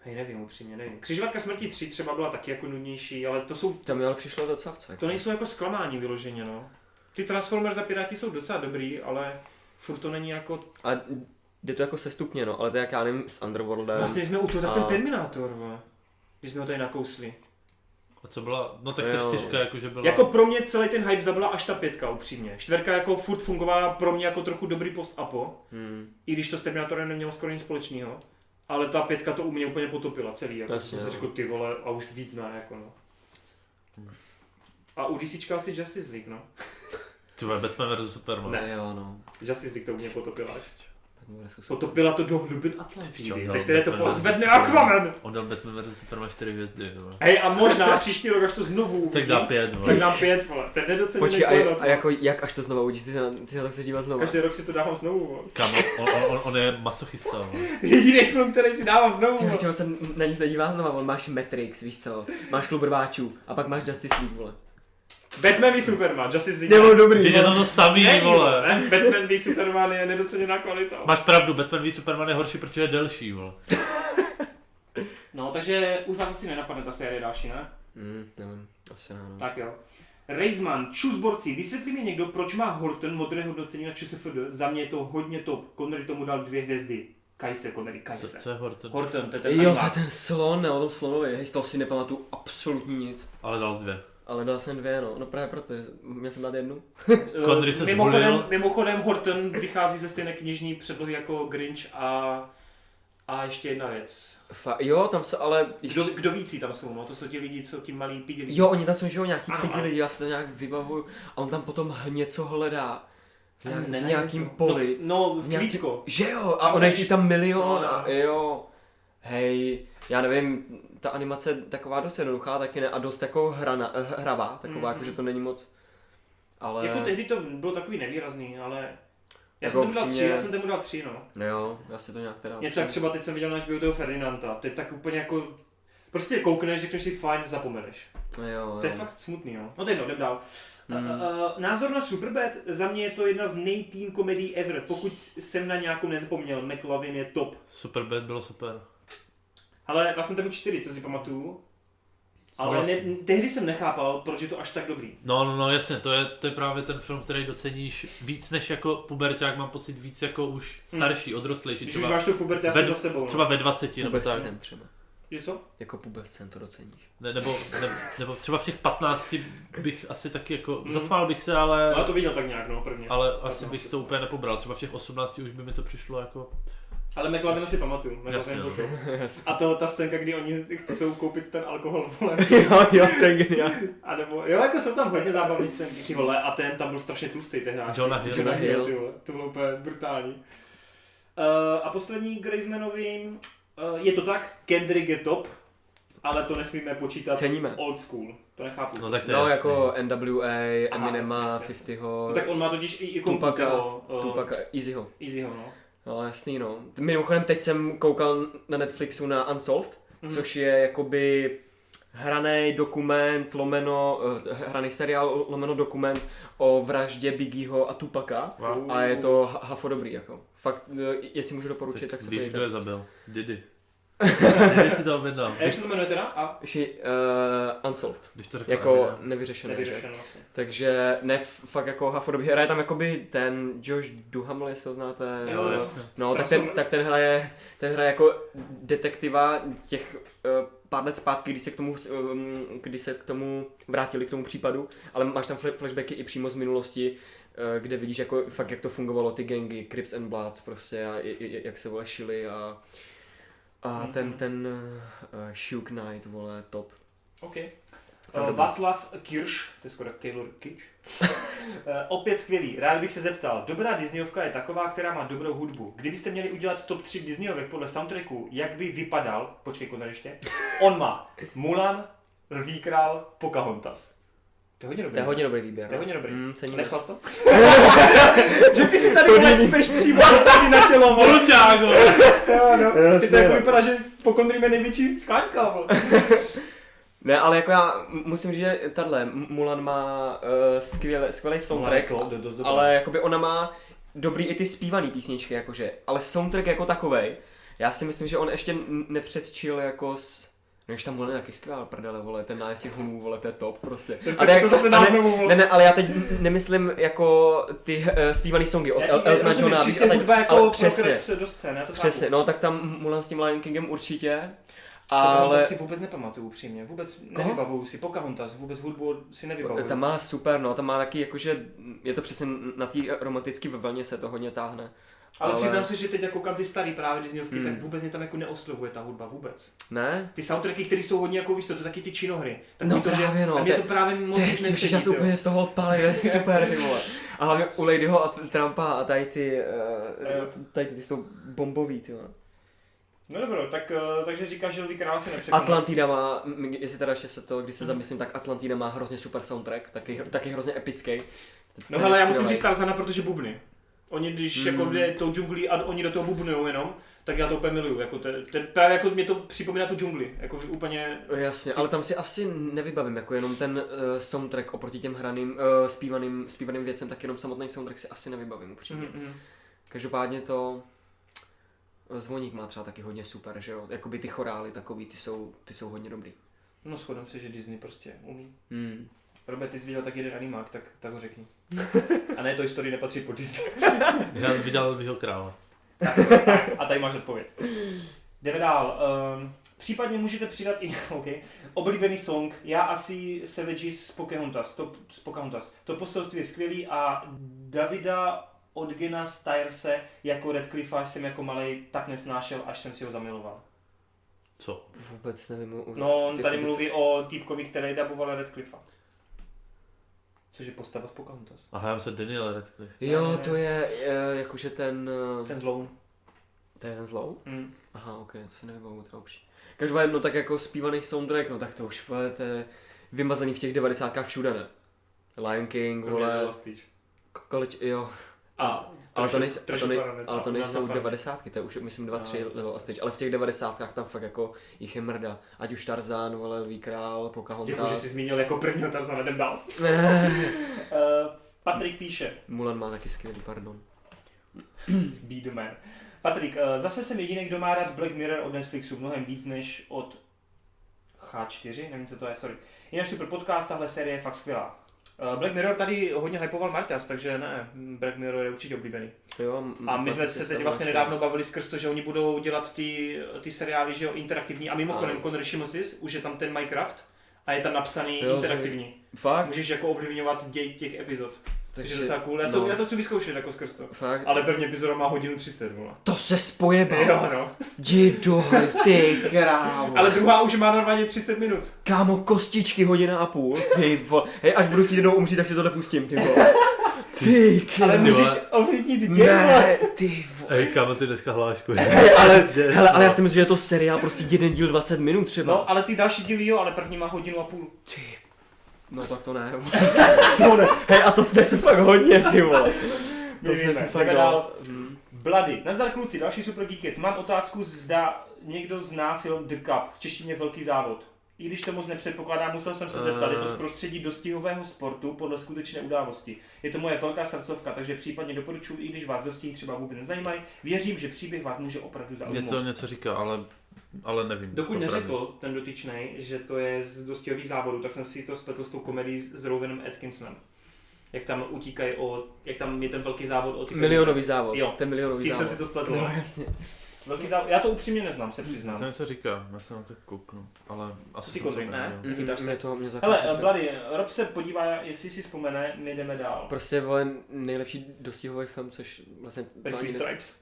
S1: Hej, nevím, upřímně, nevím. Křižovatka smrti 3 třeba byla taky jako nudnější, ale to jsou,
S3: Tam mi ale přišlo docela vcek.
S1: to nejsou jako zklamání vyloženě, no. Ty Transformers a Piráti jsou docela dobrý, ale furt to není jako...
S3: A jde to jako sestupně, no, ale to je jak já nevím s Underworldem.
S1: Vlastně jsme u toho, tak ten
S3: Ehm, A-
S1: Terminátor, vole. Když jsme ho tady nakousli.
S2: A co byla? No tak ta
S3: Jo.
S2: čtyřka jakože byla...
S1: Jako pro mě celý ten hype zabila až ta pětka, upřímně. Čtverka jako furt fungovala pro mě jako trochu dobrý post-apo.
S3: Hmm.
S1: i když to s Terminátorem nemělo skoro nic společného. Ale ta pětka to u mě úplně potopila celý, jako
S3: Jasně,
S1: jsem si
S3: no.
S1: řekl ty vole a už víc ne, jako no. A u DCčka asi Justice League, no.
S2: Ty vole, Batman vs Superman.
S1: Ne.
S3: Jo, no.
S1: Justice League to u mě potopila. až.
S3: Tak mu bude zkusit.
S1: Potopila to do hlubin
S2: Ty
S1: Atlantidy,
S2: včo,
S1: ze
S2: no,
S1: které to
S2: Batman
S1: pozvedne
S2: vs.
S1: Aquaman!
S2: On dal Batman vs Superman 4 hvězdy, vole.
S1: Hej, a možná příští rok, až to znovu
S2: Tak
S1: uvidím,
S2: dá pět,
S1: tak
S2: vole.
S1: dám pět, vole. Ten nedoceněný
S3: Počkej, a, je-
S1: kolega,
S3: a jako, jak až to znovu uvidíš, ty, se na- ty se na to chceš dívat znovu.
S1: Každý rok si to dávám znovu, vole.
S2: Kámo, on, on, on, on je masochista, vole.
S1: [LAUGHS] Jediný film, který si dávám znovu,
S3: Ty
S1: vole.
S3: čeho se na nic nedívá znova, on máš Matrix, víš co, máš klub rváčů a pak máš Justice League, vole.
S1: Batman v Superman, Justice League.
S3: Nebo dobrý,
S2: Ty no. je to
S3: vole.
S2: to samý,
S1: Ne,
S2: vole.
S1: ne, Batman v Superman je nedoceněná kvalita.
S2: Máš pravdu, Batman vs Superman je horší, protože je delší, vole.
S1: No, takže už vás asi nenapadne ta série další, ne?
S3: Hmm, Mm, nevím, asi ne, no.
S1: Tak jo. Rejzman, čus borci, vysvětlí mi někdo, proč má Horton modré hodnocení na ČSFD. Za mě je to hodně top. Connery tomu dal dvě hvězdy. Kajse, Connery,
S2: Co,
S1: Kajse.
S2: co je Horton?
S1: Horton, to je ten
S3: Jo, to je
S1: animák.
S3: ten slon, ne, o tom slonovi, hej, z toho si nepamatuju absolutně nic.
S2: Ale dal z dvě.
S3: Ale dal jsem dvě, no, no právě proto, že měl jsem dát jednu.
S1: Eh,
S2: Connery se
S1: mimochodem,
S2: zbulil.
S1: mimochodem, Horton vychází ze stejné knižní předlohy jako Grinch a, a ještě jedna věc.
S3: Fa- jo, tam se, ale...
S1: Kdo, kdo vící tam jsou, no? to jsou ti lidi, co ti malí pídili.
S3: Jo, oni tam jsou, že jo, nějaký
S1: Ano,
S3: pidi
S1: ano.
S3: lidi, já se to nějak vybavuju. A on tam potom h- něco hledá. V,
S1: A
S3: nějak, v
S1: nenajde
S3: nějakým
S1: to.
S3: poli.
S1: No, no
S3: v nějaký-
S1: kvítko.
S3: Že jo, a
S1: Tam
S3: on je
S1: ještě-
S3: jich tam milion
S1: No,
S3: a
S1: no.
S3: jo. Hej, já nevím, ta animace je taková dost jednoduchá taky ne, a dost jako hrana, eh, hravá, taková,
S1: Mhm.
S3: jako že to není moc. Ale...
S1: Jako tehdy to bylo takový nevýrazný, ale... Já
S3: Jako
S1: jsem tomu dal tři,
S3: upřímně-
S1: já jsem tomu dal tři, no.
S3: No jo, já si to nějak teda...
S1: Něco jak třeba teď jsem viděl náš byl toho Ferdinanda, to je tak úplně jako... Prostě koukneš, řekneš si fajn, zapomeneš.
S3: No jo,
S1: To je
S3: jo.
S1: fakt smutný, jo. No to jedno, jdem dál.
S3: Mm.
S1: Mm. názor na Superbad, za mě je to jedna z nejtým komedií ever, pokud jsem na nějakou nezapomněl, McLovin je top.
S2: Superbad bylo super.
S1: Ale já jsem tam čtyři, co si pamatuju. Ale ne,
S2: Souhlasím.
S1: tehdy jsem nechápal, proč je to až tak dobrý.
S2: No, no, no, jasně, to je, to je právě ten film, který doceníš víc než jako puberták, mám pocit víc jako už starší, odrostlejší,
S1: Když už
S2: třeba,
S1: máš tu pubertu
S2: Ve-
S1: asi za sebou. Třeba...
S2: třeba ve 20 nebo
S3: Vůbec
S2: tak,
S3: jsem třeba.
S1: Že co?
S3: Jako vůbec jsem to doceníš.
S2: ne, nebo, ne, nebo třeba v těch 15 bych asi taky jako,
S1: Mm.
S2: zasmál bych se,
S1: No, já
S2: ale,
S1: to viděl tak nějak, no, prvně. Ale,
S2: ale asi bych to úplně nepobral, třeba v těch 18 už by mi to přišlo jako,
S1: ale McLovin si pamatuju. McLovin
S2: Jasně,
S1: byl
S2: no. [LAUGHS]
S1: top. A to, ta scénka, kdy oni chcou koupit ten alkohol, vole.
S3: [LAUGHS] jo, jo, to je geniální. [LAUGHS]
S1: A nebo, jo, jako jsou tam hodně zábavný scénky, ty vole, a ten tam byl strašně tlustý tehdy.
S2: Jonah Hill.
S1: Jonah Hill,
S3: Hill.
S1: ty vole, to bylo úplně brutální. Uh, a poslední k Graysmanovi, uh, je to tak, Kendrick je top, ale to nesmíme počítat
S3: Ceníme.
S1: old school, to nechápu.
S2: no tak to je
S3: No,
S2: jasný.
S3: jako NWA,
S1: Aha, jasně,
S3: Eminema,
S1: jasně.
S3: 50ho,
S1: No, tak on má totiž i jako
S3: Tupaka,
S1: Tupaka,
S3: Tupaka, Easyho.
S1: Easyho, no.
S3: No jasný no. Mimochodem teď jsem koukal na Netflixu na Unsolved,
S1: Mhm.
S3: mm. což je jakoby hraný dokument, lomeno, eh, hraný seriál, lomeno dokument o vraždě Biggieho a Tupaka.
S2: Wow.
S3: A je to ha- hafo dobrý, jako. Fakt, eh, jestli můžu doporučit, tak,
S2: tak
S3: tak se
S2: víš,
S3: podívejte.
S2: kdo je zabil, Didi. Didi si to objednal,
S1: A jak se to jmenuje teda? A
S3: Ještě, eh, Unsolved.
S2: když to řekl
S3: Jako
S2: Eminem.
S3: nevyřešené, že?
S1: nevyřešeno vlastně.
S3: Takže ne, f- fakt jako hafo dobrý. Hraje tam jakoby ten Josh Duhamel, jestli ho znáte.
S2: Jo,
S1: Jo.
S2: jasně.
S3: No, tak
S1: Transformers.
S3: ten, tak ten hraje, ten hraje jako detektiva těch eh, pár let zpátky, když se k tomu, um, když se k tomu vrátili k tomu případu, ale máš tam fle- flashbacky i přímo z minulosti, eh, kde vidíš jako fakt jak to fungovalo ty gangy, Crips and Bloods prostě a i- i- jak se vole šili a a
S1: Mhm.
S3: ten, ten uh, Shook Knight, vole, top.
S1: OK. Uh,
S3: Fakt dobrý.
S1: Václav Kirš, to je skoro Taylor [LAUGHS] Kitsch. opět skvělý. Rád bych se zeptal. Dobrá Disneyovka je taková, která má dobrou hudbu. Kdybyste měli udělat top 3 Disneyovek podle soundtracku, jak by vypadal, počkej Konrad ještě, on má Mulan, Lví král, Pocahontas. To je hodně dobrý.
S3: To je hodně dobrý výběr.
S1: To je hodně dobrý.
S3: Mm, cením.
S1: Nepsal jsi
S3: [LAUGHS]
S1: to?
S6: Že ty si tady vole cpeš přímo dotazy na tělo, vole.
S2: Volťágo!
S6: Jo, no. Ty to
S3: Jasně,
S6: jako
S3: no.
S6: vypadá, že po Kondrým je největší skláňka, vole.
S3: Ne, ale jako já m- musím říct, že tahle M- Mulan má uh, skvělý, skvělý soundtrack,
S1: Mulan je to dost dobrá.
S3: ale jakoby ona má dobrý i ty zpívaný písničky, jakože, ale soundtrack jako takovej, já si myslím, že on ještě n- nepředčil jako s... No, když tam Mulan je taky skvělá, prdele, vole, ten nájezd těch humů, vole, to je top, prostě.
S6: Tak si to zase dá
S3: a ne,
S6: znovu, vole.
S3: ne, ne, ale já teď n- nemyslím jako ty uh, zpívaný songy od
S1: Já ti-
S3: El- Eltona
S1: rozumím,
S3: Johna, víš,
S1: čistě
S3: a tak-
S1: hudba
S3: ale
S1: jako
S3: přesně,
S1: progres do scény, já to
S3: přesně,
S1: chápu.
S3: no tak tam Mulan s tím Lion Kingem určitě,
S1: Pocahontas
S3: ale...
S1: si vůbec nepamatuju upřímně, vůbec
S3: Koho?
S1: nevybavuju si Pocahontas, vůbec hudbu si nevybavuju.
S3: Ta má super, no, ta má taky jakože, je to přesně na té romantické vlně se to hodně táhne.
S1: Ale,
S3: Ale-
S1: přiznám se, že teď jako kam ty starý právě Disneyovky,
S3: Hmm.
S1: tak vůbec mě tam jako neoslovuje ta hudba vůbec.
S3: Ne?
S1: Ty soundtracky, které jsou hodně jako víš to, to taky ty činohry. Tak
S3: No
S1: mi to,
S3: právě,
S1: že,
S3: no,
S1: a mě
S3: to-
S1: to právě moc nic
S3: Ty, můžeš
S1: nesedí.
S3: nás
S1: ty jo.
S3: úplně z toho odpálit,
S1: [LAUGHS]
S3: je super, ty vole. A hlavně u Ladyho a t- Trumpa a tady ty, eh, tady ty, ty jsou bombový, ty vole.
S1: No dobro, tak, eh, takže říkáš, že Lví král se nepřekoná.
S3: Atlantida má, m- jestli teda ještě se to, když
S1: Mhm.
S3: se zamyslím, tak Atlantida má hrozně super soundtrack, taky, taky hrozně epický.
S1: No hele, já musím říct Tarzana, protože bubny. Oni když
S3: Hmm.
S1: jako jde tou džunglí a oni do toho bubnujou jenom, tak já to úplně miluju. Jako te, te, právě jako mě to připomíná tu džungli. Jako úplně...
S3: Jasně, ale tam si asi nevybavím, jako jenom ten uh, soundtrack oproti těm hraným, uh, zpívaným, zpívaným věcem, tak jenom samotný soundtrack si asi nevybavím upřímně. Mm.
S1: Mm-mm.
S3: Každopádně to... Zvoník má třeba taky hodně super, že jo? Jakoby ty chorály takový, ty jsou, ty jsou hodně dobrý.
S1: No shodem se, že Disney prostě umí.
S3: Hmm.
S1: Robert, ty jsi viděl tak jeden animák, tak, tak ho
S3: [LAUGHS]
S1: řekni. A ne, to historii nepatří pod Disney.
S2: Já vydal bych ho krále.
S1: A tady máš odpověď. Jdeme dál. Um, případně můžete přidat i [LAUGHS] okay. oblíbený song. Já asi Savages z Pocahontas. To, z Pocahontas. to poselství je skvělý a Davida Odgena Styrese jako Redcliffa jsem jako malý tak nesnášel, až jsem si ho zamiloval.
S2: Co?
S3: Vůbec nevím. o-
S1: No, on
S3: ty
S1: tady
S3: vůbec-
S1: mluví o týpkovi, který daboval Redcliffa. Což je postava z Pocahontas.
S2: Aha, já jsem Daniel Radcliffe.
S1: Ne,
S3: Jo,
S1: ne,
S3: to je eh, jakože ten... eh,
S1: Ten zloun.
S3: To je ten zlou?
S1: Mm.
S3: Aha, ok, to se nevybavu teda obří. Každopádně, no tak jako zpívaný soundtrack, no tak to už vole, to je vymazaný v těch devadesátkách všude, ne? Lion King, vole, College, jo.
S1: A
S3: Ale to,
S1: Treasure-
S3: nejsou, to,
S1: Treasure
S3: nej,
S1: Planet,
S3: ale to
S1: ano,
S3: nejsou
S1: Nafar.
S3: devadesátky, to je už myslím dva,
S1: No,
S3: tři nebo a stage, ale v těch devadesátkách tam fakt jako jich je mrda. Ať už Tarzán, vole, Lví král,
S1: Děkuji, že
S3: Pocahontas.
S1: jsi zmínil jako první otázku, znamená
S3: [LAUGHS]
S1: dál. Uh, Patrik píše,
S3: Mulan má taky skvělý, pardon.
S1: Be the man. Patrik, eh, zase jsem jediný, kdo má rád Black Mirror od Netflixu mnohem víc než od H4, nevím, co to je, sorry. Jinak super podcast, tahle série je fakt skvělá. Eh, Black Mirror tady hodně hypoval Martas, takže ne, Black Mirror je určitě oblíbený.
S3: Jo, m-
S1: A my jsme
S3: Marty
S1: se teď
S3: Sestavnáček.
S1: vlastně nedávno bavili skrz to, že oni budou dělat ty, ty seriály, že jo, interaktivní. A mimochodem,
S3: Ano.
S1: Conor Shimosis, už je tam ten Minecraft a je tam napsaný
S3: Jo,
S1: interaktivní.
S3: Fakt?
S1: Můžeš jako ovlivňovat děj těch epizod. Takže,
S3: Takže-
S1: je docela cool. Já,
S3: no.
S1: no. já to chci vyzkoušet jako skrz to.
S3: Fakt?
S1: Ale pevně epizoda má hodinu 30, vole.
S3: To se spojebá.
S1: Jo, no.
S3: Jdi do hry, ty krávo.
S1: Ale druhá už má normálně 30 minut.
S3: Kámo, kostičky, hodina a půl. Ty vo... Hej, až budu ti jednou umřít, tak si to dopustím, ty vole. Ty
S1: Ale
S3: krávo.
S1: můžeš
S2: vole.
S1: ovlivnit děj, vole.
S3: Ne, ty vole.
S2: Ej, kámo, ty dneska hlášku.
S3: Ale, hele, ale já si myslím, že je to seriál prostě jeden díl 20 minut třeba.
S1: No, ale ty další díly jo, ale první má hodinu a půl.
S3: Ty. No tak to ne. [LAUGHS] to ne. Hej, a to snesu fakt hodně, ty vole. To
S1: My víme.
S3: snesu fakt
S1: Jdeme dál.
S3: dál. Hm.
S1: Blady. Nazdar kluci, další super geekec. Mám otázku, zda někdo zná film The Cup, v češtině Velký závod. I když to moc nepředpokládám, musel jsem se zeptat, je to z prostředí dostihového sportu podle skutečné události. Je to moje velká srdcovka, takže případně doporučuji, i když vás dostihy třeba vůbec nezajímají, věřím, že příběh vás může opravdu
S2: Mě
S1: zaujmout.
S2: to něco říká, ale, ale nevím.
S1: Dokud
S2: Opravdu.
S1: neřekl ten dotyčný, že to je z dostihových závodů, tak jsem si to spletl s tou komedií s Rowanem Atkinsonem. Jak tam utíkají o, jak tam je ten velký závod o ty peníze.
S3: Milionový závod.
S1: Jo.
S3: Ten
S1: S
S3: milionový
S1: tím jsem si
S3: závod.
S1: to spletl.
S3: No
S1: No.
S3: jasně.
S1: Velký závod, já to upřímně neznám, se
S2: Mě
S1: přiznám.
S2: To něco říká, já se na to kouknu, ale asi
S1: Ty
S2: jsem to
S1: Kodrik, ne?
S2: neviděl.
S1: Taky tak se-
S3: Mě to, mě to
S1: Mhm. Hele,
S3: taky-
S1: Blady, Rob se podívá, jestli si vzpomene, my jdeme dál.
S3: Prostě vole nejlepší dostihový film, což vlastně... to ani
S1: Petlí
S3: ne-
S1: Stripes.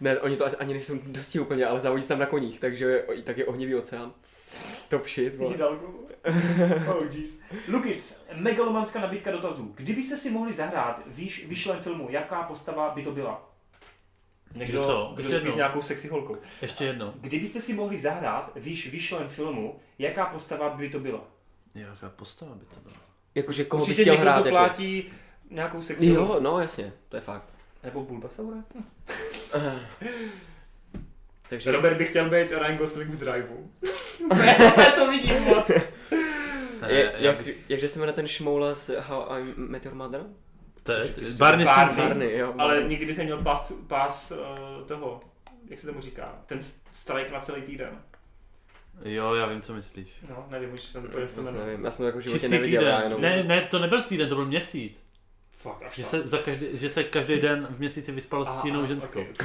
S3: ne, [LAUGHS] oni to asi- ani nejsou dosti úplně, ale závodí se tam na koních, takže je, i tak je ohnivý oceán. Top shit, vole. [LAUGHS]
S1: Hidalgo. Oh, jeez. Lukis, megalomanská nabídka dotazů. Kdybyste si mohli zahrát výš, vyšlem filmu, jaká postava by to byla? Někdo,
S2: Kdo co?
S1: kdo
S2: Ještě
S1: spí s
S2: jednou.
S1: nějakou sexy holkou.
S2: Ještě jedno.
S1: Kdybyste si mohli zahrát výš vyšlém filmu, jaká postava by to byla?
S2: Jaká postava by to byla?
S3: Jakože koho bych
S1: Určitě
S3: chtěl
S1: někdo
S3: hrát,
S1: hrát,
S3: jako...
S1: plátí jako... nějakou sexy
S3: Jo, no jasně, to je fakt.
S1: Nebo Bulbasaura?
S3: Eh. Takže...
S1: Robert by chtěl být Ryan Gosling v Driveu.
S6: to vidím, vole.
S3: Je,
S2: Ne, já
S3: jak, jakže se jmenuje ten šmoula z How I Met Your Mother?
S2: Teď?
S1: Barney.
S2: Barney Stinson.
S3: Barney, jo.
S1: Ale nikdy bys neměl pás, pás uh, toho, jak se tomu říká, ten s- strike na celý týden.
S2: Jo, já vím, co myslíš.
S1: No, nevím, už jsem to pojem
S3: Moc
S1: to jmenuje.
S3: nevím, já jsem to jako v životě
S2: Čistý
S3: neviděl, já
S2: týden.
S3: jenom...
S2: Ne, ne, to nebyl týden, to byl měsíc.
S1: Fakt, až
S2: Že
S1: tak.
S2: se, za každý, že se každý den v měsíci vyspal
S1: Aha,
S2: s jinou
S1: aha,
S2: ženskou.
S1: ok.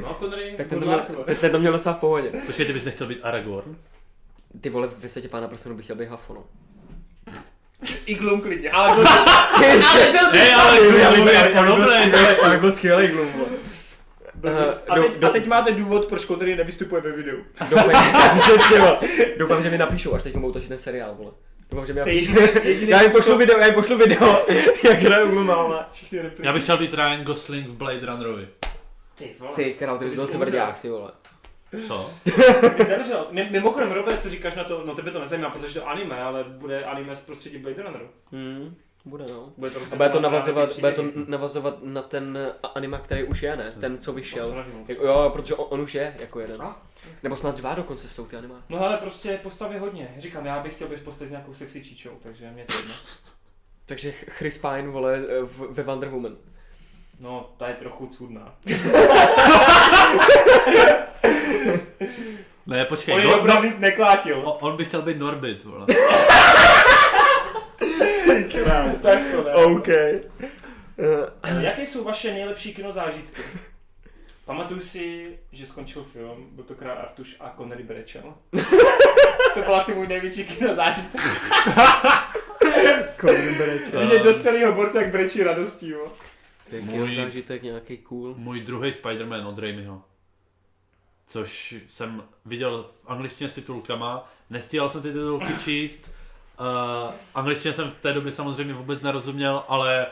S1: No, Connery,
S3: Tak
S1: good
S3: ten to, měl,
S1: luck, vole.
S3: ten- ten to měl docela v pohodě.
S2: Počkej, ty bys nechtěl být Aragorn?
S3: [LAUGHS] Ty vole, ve světě pána prstenu bych chtěl být Hafonu.
S1: Iglum klidně, ale to
S2: Ne, ale Glum je jako dobré.
S3: Jak byl skvělý Glum, vole.
S1: a, teď, a teď máte důvod, proč Connery nevystupuje ve videu.
S3: Doufám, přesně, vole. Doufám, že mi napíšou, až teď budou točit ten seriál, vole. Doufám, že mi
S1: To je
S3: napíšou.
S1: jediný, jediný
S3: Já jim pošlu video, já jim pošlu video, jak hraju Gluma, vole.
S1: Všichni repri-
S2: Já bych chtěl být Ryan Gosling v Blade Runnerovi.
S1: Ty vole.
S3: Ty král, ty bys byl tvrdák, ty vole.
S2: Co?
S1: Zemřel. Mi- Mimochodem, Robert, co říkáš na to, no tebe to nezajímá, protože to anime, ale bude anime z prostředí Blade Runneru.
S3: Hmm, bude no.
S1: Bude to,
S3: A bude to
S1: rozděleno na
S3: navazovat,
S1: ty
S3: bude to
S1: příběhy.
S3: navazovat na ten anima, který už je, ne? Ten, co
S1: To
S3: vyšel.
S1: nevím.
S3: Jako, jo, protože on, on už je jako jeden.
S1: A?
S3: Nebo snad dva dokonce jsou ty anima.
S1: No ale prostě postav je hodně. Říkám, já bych chtěl být postavit s nějakou sexy číčou, takže mě to jedno.
S3: Takže Ch- Chris Pine, vole, eh, v- ve Wonder Woman.
S1: No, ta je trochu cudná.
S2: Ne,
S1: On
S2: počkej,
S1: je
S2: Nor- no,
S1: opravdu neklátil.
S2: o- on by chtěl být Norbit, vole.
S6: Ty krám.
S1: [LAUGHS] Tak to
S2: Oh.
S3: OK. Eh,
S1: Jaké jsou vaše nejlepší kinozážitky? Pamatuju si, že skončil film, byl to Král Artuš a Connery
S2: [LAUGHS]
S1: brečel. to byl asi můj největší kinozážitek.
S3: Conan Brečel.
S1: Vidět dospělýho borce, jak brečí radostí, jo.
S2: Můj-
S3: Jaký zážitek nějaký cool.
S2: Můj druhý Spider-Man od Raimiho. Což jsem viděl v angličtině s titulkama, nestíhal jsem ty titulky číst, uh, angličtině jsem v té době samozřejmě vůbec nerozuměl, ale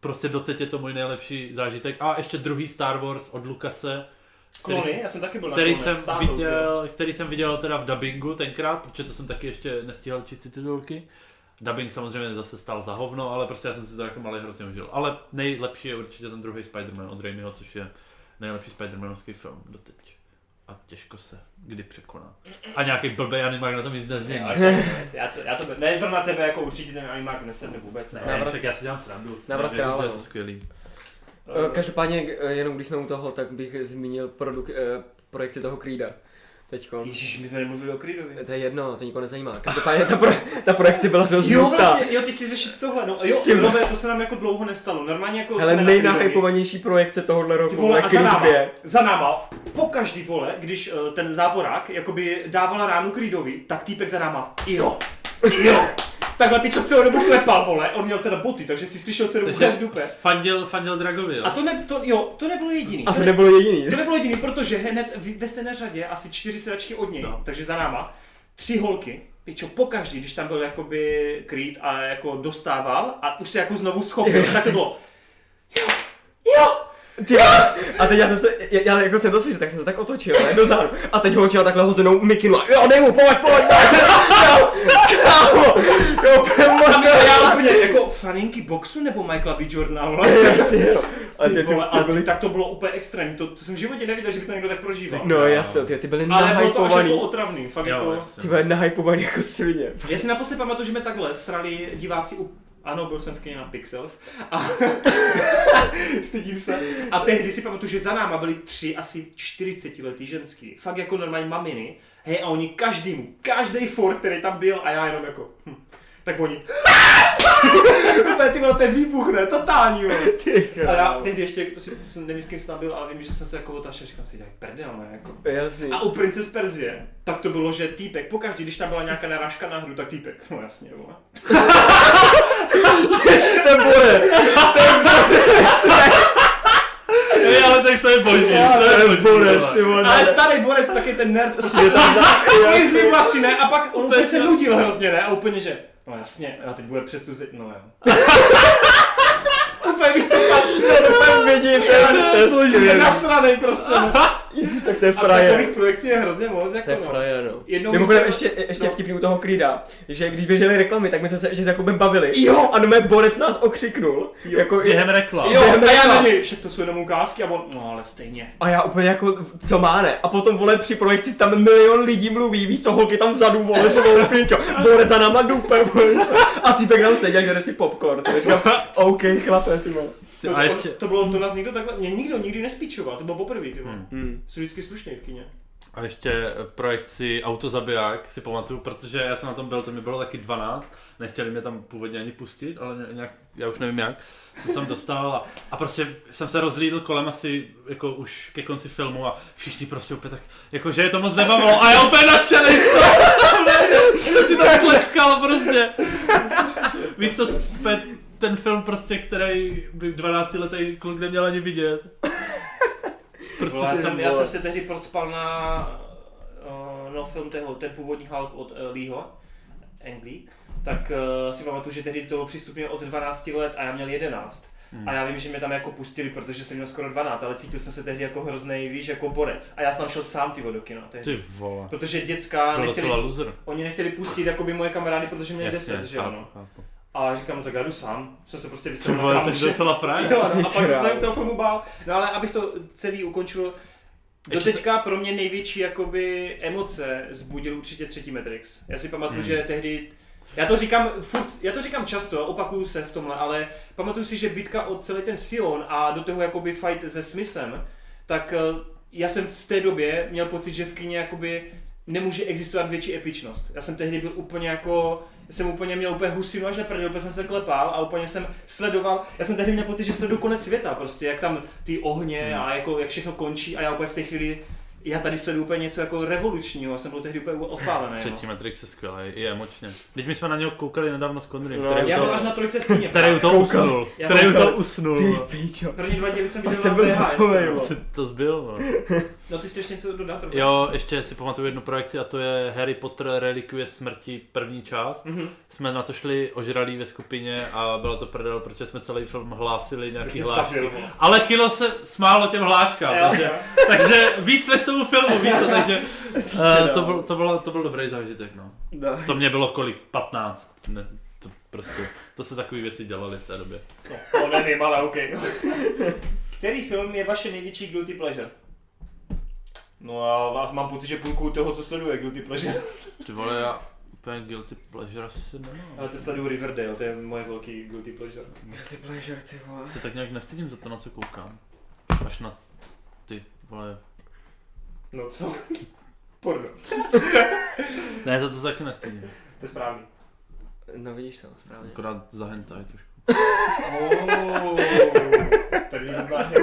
S2: prostě doteď je to můj nejlepší zážitek. A ještě druhý Star Wars od Lukase, který,
S1: Klony, já jsem taky byl
S2: který,
S1: na klonech,
S2: jsem
S1: s tátou, Jako jo.
S2: viděl, který jsem viděl teda v dubingu tenkrát, protože to jsem taky ještě nestíhal číst ty titulky. Dubbing samozřejmě zase stál za hovno, ale prostě já jsem si to jako malý hrozně užil. Ale nejlepší je určitě ten druhý Spider-Man od Raimiho, což je nejlepší Spider-Manovský film doteď. A těžko se kdy překoná. A nějaký blbý animák na tom nic nezmění.
S1: Já, já- já, to, já to, ne zrovna tebe, jako určitě ten animák nesedne vůbec.
S2: Ne,
S1: Ne.
S3: Návrat-
S2: však já si dělám srandu.
S3: Návrat
S2: Nevím,
S3: krále,
S2: to je
S3: no.
S2: to skvělý.
S1: Eh,
S3: Eh, Každopádně, k- eh, jenom když jsme u toho, tak bych zmínil produk, eh, projekci toho Creeda. Teďko.
S1: Ježíš, my jsme nemluvili o Creedovi.
S3: To je jedno, to nikoho nezajímá. Každopádně ta, pro, ta projekce byla dost
S1: Jo,
S3: hustá.
S1: vlastně, jo, ty si řešit tohle, no jo,
S3: Ty
S1: ty
S3: vole.
S1: nové, to se nám jako dlouho nestalo, normálně jako
S3: Hele,
S1: jsme na Creedovi.
S3: nejnahypovanější projekce tohohle
S1: Ty
S3: roku
S1: vole,
S3: na
S1: a za
S3: Creed
S1: náma,
S3: 2.
S1: za náma, po každý vole, když eh, ten záporák jakoby dával ránu Creedovi, tak týpek za náma, jo, jo, takhle pičo celou dobu klepal, vole, on měl teda boty, takže si slyšel celou dobu
S2: Takže
S1: v dupe.
S2: Fandil, fandil Dragovi, jo.
S1: A to, ne, to, jo, to nebylo jediný.
S3: A to
S1: ne-
S3: nebylo jediný.
S1: to nebylo jediný, protože hned v- ve stejné řadě asi čtyři sedačky od něj, no. takže za náma, tři holky, Pičo, pokaždý, když tam byl jakoby Creed a jako dostával a už se jako znovu schopil, tak to bylo,
S3: Ty, jo. a teď já jsem se, já, já jako jsem to slyšel, tak jsem se tak otočil, ne, do záru. A teď ho čela takhle hozenou mikinu a jo, dej mu, pojď, pojď, pojď, jo, kámo, jo,
S1: A já
S3: pojď,
S1: úplně jako faninky boxu nebo Michaela B. Jordana, vole.
S3: jo. A
S1: Ty
S3: ty,
S1: vole, ale
S3: byly,
S1: ty, tak to bylo úplně extrémní, to, to jsem v životě neviděl, že by to někdo tak prožíval.
S3: no jasně, ty, ty byly
S1: Ale bylo to až jako
S3: nahypovaný,
S1: otravný, fakt
S2: jo,
S1: jako.
S2: jasně.
S3: ty byly nahypovaný jako svině.
S1: [LAUGHS] Já si naposledy pamatuju, že mě takhle srali diváci u ano, byl jsem v kyně na Pixels a [LAUGHS] stydím se. A tehdy si pamatuju, že za náma byly tři asi 40 letý ženský. Fakt jako normální maminy. Hej, a oni každému, každý for, který tam byl a já jenom jako... Hm. Tak oni... [LAUGHS] Úplně ty vole, to je výbuch, ne? Totální, vole.
S3: Ty,
S1: A
S3: jo.
S1: já tehdy ještě, prostě, jsem- nevím s kým jsem tam byl, ale vím, že jsem se jako otáčel, říkám si, dělají prdel, ne? Jako.
S3: Jasný.
S1: A u princes Perzie, tak to bylo, že týpek, pokaždý, když tam byla nějaká narážka na hru, tak týpek, no jasně, vole.
S3: Ježiš, ten borec, ten borec,
S2: Ej, ale tak to je boží. to je
S3: ten
S2: boží,
S3: borec,
S2: vole.
S3: ty vole.
S1: Ale starý Borec, tak je ten
S3: [LAUGHS]
S1: nerd, prostě
S3: Je tam za-
S1: mizlý vlasy, ne? A pak on úplně se
S2: jasně.
S1: nudil hrozně, ne? A úplně, že, no jasně, a teď bude přes tu zi... no jo.
S3: [LAUGHS]
S1: úplně víš, co
S3: Tam vidím, to je- to je
S1: je
S3: skvělý.
S1: nasranej prostě. no.
S3: Ježiš, tak to je
S1: A
S3: frajer.
S1: takových projekcí je hrozně moc,
S3: To je
S1: jako no.
S3: frajer, no.
S1: Jednou
S3: Mimochodem
S1: bych-
S3: ještě, ještě
S1: no.
S3: vtipný u toho Creeda, že když běžely reklamy, tak my jsme se ještě s Jakubem bavili. Jo! A nome borec nás okřiknul.
S1: Jo.
S3: Jako,
S2: Během reklam.
S1: Jo,
S3: Během
S1: a já
S3: reklam.
S1: na něj, že to jsou jenom ukázky a on, no ale stejně.
S3: a já úplně jako, co má ne? A potom vole při projekci tam milion lidí mluví, víš co, holky tam vzadu, vole, jsou klíčo, borec za náma dupe, vole. A týpek nám seděl, že jde si popcorn. Tak říkám, OK, chlape, ty vole.
S2: Ty-
S1: No,
S2: A
S1: to,
S2: ještě,
S1: to bylo, to nás nikdo takhle, mě nikdo nikdy nespíčoval, to bylo poprvé, ty vole.
S2: Hmm.
S3: Hmm.
S1: Jsou vždycky slušný v kyně.
S2: A ještě projekci Autozabiják si pamatuju, protože já jsem na tom byl, to mi bylo taky 12, nechtěli mě tam původně ani pustit, ale ně- nějak, já už nevím jak, co jsem dostal a, a prostě jsem se rozlídl kolem asi jako už ke konci filmu a všichni prostě úplně tak, jako že je to moc nebavilo a já úplně nadšený z toho, [LAUGHS] jsem si to tleskal prostě. Víš co, pe- ten film prostě, který by 12 letý kluk neměl ani vidět. Prostě
S1: Vole, No, já,
S2: si-
S1: jsem, já jsem se tehdy procpal na uh, no, film tého, ten původní Hulk od uh, Leeho, Anglí, tak uh, si pamatuju, že tehdy to bylo přístupně od 12 let a já měl 11. Hmm. A já vím, že mě tam jako pustili, protože jsem měl skoro 12, ale cítil jsem se tehdy jako hrozný, víš, jako borec. A já jsem tam šel sám ty vody do kina tehdy.
S2: Ty vole.
S1: Protože děcka
S2: Byl
S1: nechtěli,
S2: docela loser.
S1: oni nechtěli pustit jakoby moje kamarády, protože měli 10, že ano.
S2: chápu.
S1: A říkám, no tak já jdu sám, jsem se prostě
S2: Ty
S1: vystavil na
S2: vole,
S1: kámoše.
S2: jsi docela frajer.
S1: Jo, no, a pak jsem
S3: Král.
S1: se toho filmu bál. No ale abych to celý ukončil, do
S2: Ještě
S1: teďka pro mě největší jakoby, emoce zbudil určitě třetí Matrix. Já si pamatuju,
S2: Hmm.
S1: že tehdy já to, říkám furt, já to říkám často, opakuju se v tomhle, ale pamatuju si, že bitka od celý ten Sion a do toho jakoby fight se Smithem, tak eh, já jsem v té době měl pocit, že v kyně jakoby nemůže existovat větší epičnost. Já jsem tehdy byl úplně jako, já jsem úplně měl úplně husinu až na prdel, úplně jsem se klepal a úplně jsem sledoval, já jsem tehdy měl pocit, že sleduju konec světa, prostě jak tam ty ohně
S2: Hmm.
S1: a jako jak všechno končí a já úplně v té chvíli já tady sleduju úplně něco jako revolučního, já jsem byl tehdy úplně odpálený. no.
S2: Třetí Matrix je skvělý, i emočně. Teď my jsme na něho koukali nedávno s Kondrym,
S3: No,
S2: který,
S1: Já
S2: u
S1: byl
S2: toho-
S1: až na trojce v
S2: [LAUGHS]
S1: kyně.
S2: který u toho usnul.
S1: Já
S2: Který u
S1: jsem-
S2: toho usnul.
S3: Ty
S2: no.
S3: píčo.
S1: První dva díly jsem
S3: Pak
S1: viděl
S3: jsem byl
S1: na VHS.
S3: hotovej, vole.
S2: To, to zbyl, no.
S1: No ty jsi ještě něco dodat? Robert?
S2: Jo, ještě si pamatuju jednu projekci a to je Harry Potter Relikvie smrti první část.
S1: Mhm.
S2: Jsme na to šli ožralí ve skupině a bylo to prdel, protože jsme celý film hlásili nějaký
S1: Tě
S2: hlášky.
S1: zabil, vole.
S2: Ale kilo se smálo těm hláškám,
S1: Jo.
S2: takže, takže víc než tomu filmu, víc, to, takže uh, to, byl, to, bylo, to byl dobrý zážitek, no.
S3: No.
S2: To mě bylo kolik? 15? Ne, to prostě, to se takové věci dělaly v té době.
S1: No, to nevím, ale OK. [LAUGHS] Který film je vaše největší guilty pleasure? No a vás mám pocit, že půlku toho, co sleduje, guilty pleasure. [LAUGHS]
S2: Ty vole, já úplně guilty pleasure asi nemám.
S1: Ale to sleduju Riverdale, to je moje velký guilty pleasure.
S3: Guilty pleasure, ty vole.
S2: Se tak nějak nestydím za to, na co koukám. Až na ty vole.
S1: No co? [LAUGHS] Porno.
S2: Ne, za to se taky nestydím.
S1: To je správný.
S3: No vidíš to, správně.
S2: Akorát za hentai
S1: [LAUGHS]
S2: trošku.
S1: Oh, tady mě znáte.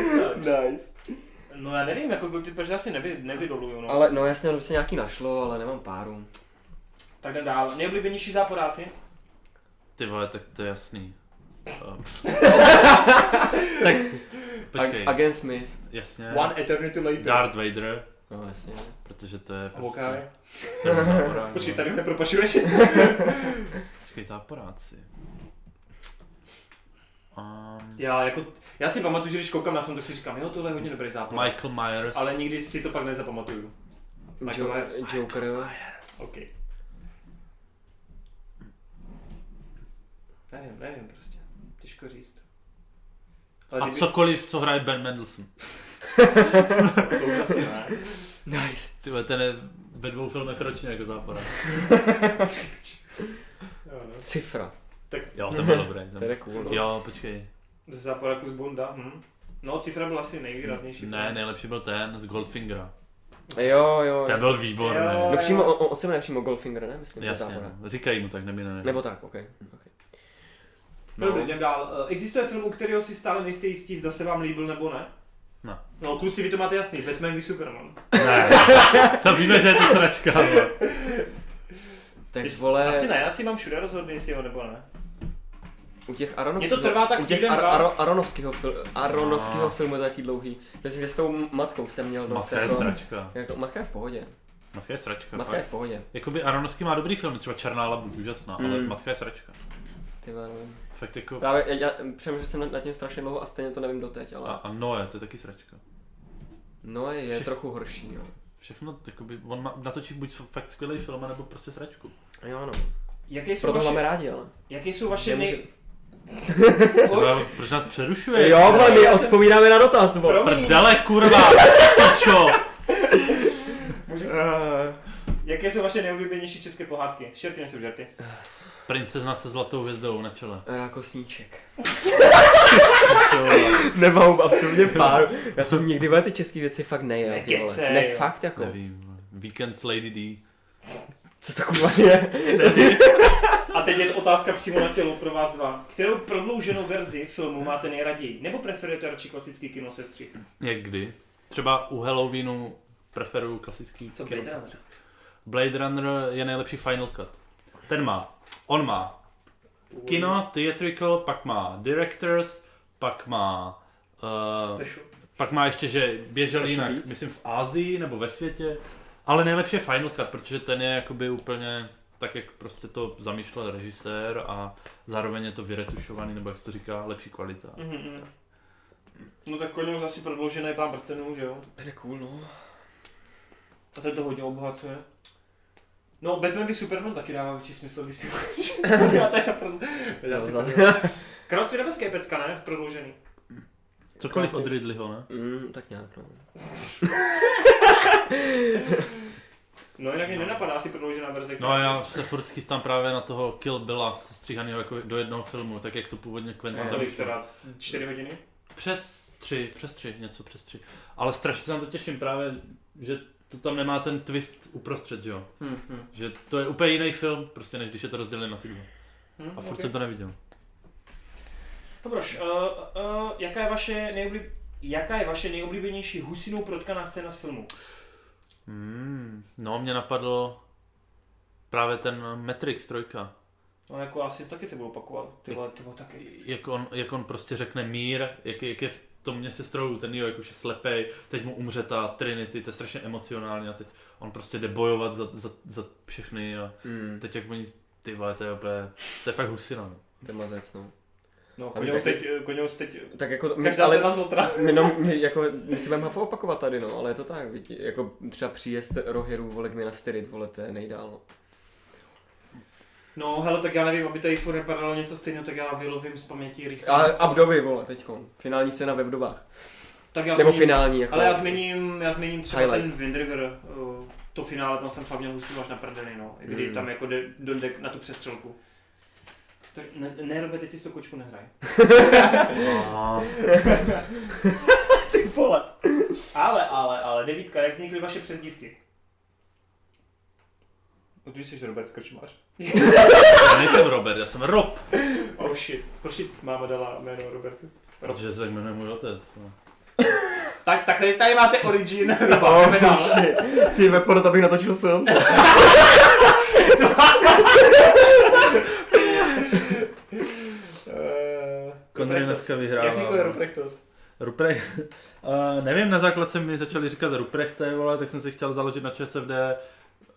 S3: Nice.
S1: No já nevím, jako guilty pleasure asi nevy, nevydoluju, no.
S3: Ale no jasně, ono by se nějaký našlo, ale nemám páru.
S1: Tak jdem dál. Nejoblíbenější záporáci?
S2: Ty vole, tak to je jasný. Um. tak, počkej,
S3: Ag- Agent Smith.
S2: jasně.
S1: One Eternity Later.
S2: Darth Vader,
S3: No jasně.
S2: protože to je prostě...
S1: Okay.
S2: To [LAUGHS] je záporák,
S1: Počkej,
S2: no.
S1: tady ho nepropašuješ? [LAUGHS]
S2: Počkej, záporáci. Um,
S1: Já, jako, já si pamatuju, že když koukám na film, tak si říkám, jo, tohle je hodně dobrý západ.
S2: Um, Michael Myers.
S1: Ale nikdy si to pak nezapamatuju. Michael
S3: Jo-
S1: Myers.
S3: Joker.
S1: OK. Nevím, nevím prostě. Těžko říct. Ale
S2: A
S1: kdyby-
S2: cokoliv, co hraje Ben Mendelsohn.
S1: [LAUGHS] To už asi ne.
S3: Nice.
S2: Ty vole, ten je ve dvou filmech ročně jako záporák.
S1: Jo, no.
S3: Cifra.
S2: Jo, ten byl dobrý.
S3: To je
S2: Ten.
S3: cool. no.
S2: Jo, počkej.
S1: Ze západaku z Bonda. Hm. No, cifra byla asi nejvýraznější.
S2: Ne, nejlepší byl ten z Goldfingera.
S3: Jo, jo.
S2: Ten byl výborný.
S3: No přímo, on, on se jmenuje přímo Goldfinger, ne? Myslím, že
S2: Jasně,
S3: zápora.
S2: no. říkají mu tak, nebo ne.
S3: Nebo tak, ok. okay.
S1: No.
S2: No,
S1: Dobře, jdem dál. Eh, Existuje film, u kterého si stále nejste jistí, zda se vám líbil nebo ne?
S2: Ne.
S1: No, kluci, vy to máte jasný. Batman v Superman.
S2: ne. To víme, že je to sračka. vole. [LAUGHS]
S3: Tak
S1: Ty-
S3: vole,
S1: Asi ne, já si mám všude rozhodný, jestli jo nebo ne.
S3: u těch
S1: Mně
S3: Aronovských,
S1: to trvá tak
S3: u těch
S1: týden,
S3: Ar-
S1: dva.
S3: Aro- Aronovského, fil- Aronovského
S2: No.
S3: filmu je to taky dlouhý. Myslím, že s tou matkou jsem měl dost.
S2: Matka je
S3: jako-
S2: sračka.
S3: Jako, matka je v pohodě.
S2: Matka je sračka.
S3: Matka je
S2: fakt.
S3: v pohodě.
S2: Jakoby Aronovský má dobrý film, třeba Černá labuť, úžasná, ale
S3: Mm.
S2: Matka je sračka.
S3: Ty vole, nevím.
S2: Fakt jako...
S3: Právě já, já přemýšlel jsem nad- nad tím strašně dlouho a stejně to nevím doteď,
S2: A,
S3: ale
S2: a Noé, to je taky sračka.
S3: no je, je
S2: Všech-
S3: trochu horší, jo.
S2: Všechno, jakoby, on má, natočí buď fakt skvělý film, nebo prostě sračku.
S3: Jo, no.
S1: Jaké jsou,
S3: Proto máme
S1: vaše,
S3: rádi, ale.
S1: jaké jsou vaše
S3: Nemůže-
S1: nej...
S2: Tvoje, proč nás přerušuje?
S3: Jo, vole, my odpovídáme na dotaz, vole.
S1: Promiň.
S2: Prdele, kurva, pičo!
S1: Eh, Jaké jsou vaše nejoblíbenější české pohádky? Šerty nejsou žerty.
S2: Princezna se zlatou hvězdou na čele.
S3: Rákosníček.
S2: Pičo.
S3: jako. Nemám absolutně pár. Já jsem nikdy vole, ty české věci fakt nejel, ty vole.
S1: Nekecej,
S3: Ne,
S1: jo.
S3: fakt jako.
S2: Nevím. vole. Weekend s Lady D.
S3: Co to kurva je?
S1: A teď je otázka přímo na tělo pro vás dva. Kterou prodlouženou verzi filmu máte nejraději? Nebo preferujete radši klasický kino se střih?
S2: Jak kdy? Třeba u Halloweenu preferuju klasický
S1: Co
S2: kino.
S1: Blade Runner?
S2: Blade Runner je nejlepší Final Cut. Ten má. On má kino, theatrical, pak má directors, pak má... Uh,
S1: Special.
S2: pak má ještě, že běžel
S3: Special
S2: jinak,
S3: Beats.
S2: myslím v Ázii nebo ve světě. Ale nejlepší je Final Cut, protože ten je jakoby úplně tak, jak prostě to zamýšlel režisér a zároveň je to vyretušovaný, nebo jak se to říká, lepší kvalita.
S1: Mhm. No tak koně asi prodloužené pán prstenů, že jo?
S3: To je cool, no.
S1: A ten to hodně obohacuje. No, Batman vs Superman taky dává větší smysl, když si [LAUGHS] Já to je naprosto- Já si
S3: No,
S1: to- Království nebeské pecka, ne? V prodloužený.
S2: Cokoliv od Ridleyho, ne?
S3: Mm, tak nějak, no.
S1: No jinak mě nenapadá asi prodloužená verze.
S2: No a já se furt chystám právě na toho Kill Billa, sestříhaného jako do jednoho filmu, tak jak to původně Quentin
S1: Kolik
S2: zamýšlel.
S1: teda? Čtyři hodiny?
S2: Přes tři, přes tři, něco přes tři. Ale strašně se na to těším právě, že to tam nemá ten twist uprostřed, že jo?
S1: Hm, hm.
S2: Že to je úplně jiný film, prostě než když je to rozdělené na ty dva.
S1: Hm,
S2: A furt
S1: ok.
S2: jsem to neviděl.
S1: Dobroš, uh, uh, jaká je vaše nejoblib... Jaká je vaše nejoblíbenější husinou protkaná scéna z filmu?
S2: Mm, no, mě napadlo právě ten Matrix trojka.
S1: No jako asi taky se budou opakovat, ty vole, to bylo taky.
S2: Jak on, jak on prostě řekne mír, jak, je- jak je v tom městě strojů, ten jo, jak už je slepej, teď mu umře ta Trinity, to je strašně emocionální a teď on prostě jde bojovat za, za, za všechny a
S3: Hmm,
S2: teď jak oni, ty vole, to je úplně, to je fakt husina. no.
S3: to je mazec, no.
S1: No,
S3: A my
S1: koněl
S3: taky-
S1: teď, eh, koněl teď,
S3: Tak jako, my,
S1: každá
S3: ale
S1: scéna
S3: [LAUGHS]
S1: zlotra.
S3: my, no, my, jako, my si budeme hafo opakovat tady, no, ale je to tak, vidí, jako třeba příjezd roherů, vole, k mi na styrit, vole, to je nejdál, no.
S1: No, hele, tak já nevím, aby tady furt nepadalo něco stejného, tak já vylovím z paměti rychle.
S3: A,
S1: něco.
S3: a vdovy, vole, teďkon. Finální scéna ve vdovách.
S1: tak já
S3: Nebo
S1: zmíním-
S3: finální, jako.
S1: Ale já změním, já změním třeba
S3: Highlight.
S1: Highlight. ten Windriver, eh, to finále, tam jsem fakt měl husinu až na prdeli, no, kdy
S3: Hmm.
S1: tam jako jde, jde na tu přestřelku. To, ne, ne Robert, teď si s tou kočku nehraj.
S3: Ty vole.
S1: Ale, ale, ale, Davidka, jak vznikly vaše přezdívky? No, ty jsi Robert Krčmář.
S2: Já nejsem Robert, já jsem Rob,
S1: Oh shit, proč ti máma dala jméno Robertu? Rob.
S2: protože se tak jmenuje můj otec. no.
S1: Tak, tak tady, tady máte origin [LAUGHS] Oh, Roba, jdeme dál.
S3: [LAUGHS] Ty ve porno, to bych
S1: [LAUGHS]
S3: natočil film.
S1: Eh,
S2: Konry
S1: Ruprechtos.
S2: dneska vyhrává.
S1: Jak
S3: no.
S1: vznikl Ruprechtos?
S5: [LAUGHS]
S2: Ruprecht,
S5: eh,
S2: uh, nevím, na základce mi začali říkat Ruprechte, vole, tak jsem si chtěl založit na ČSFD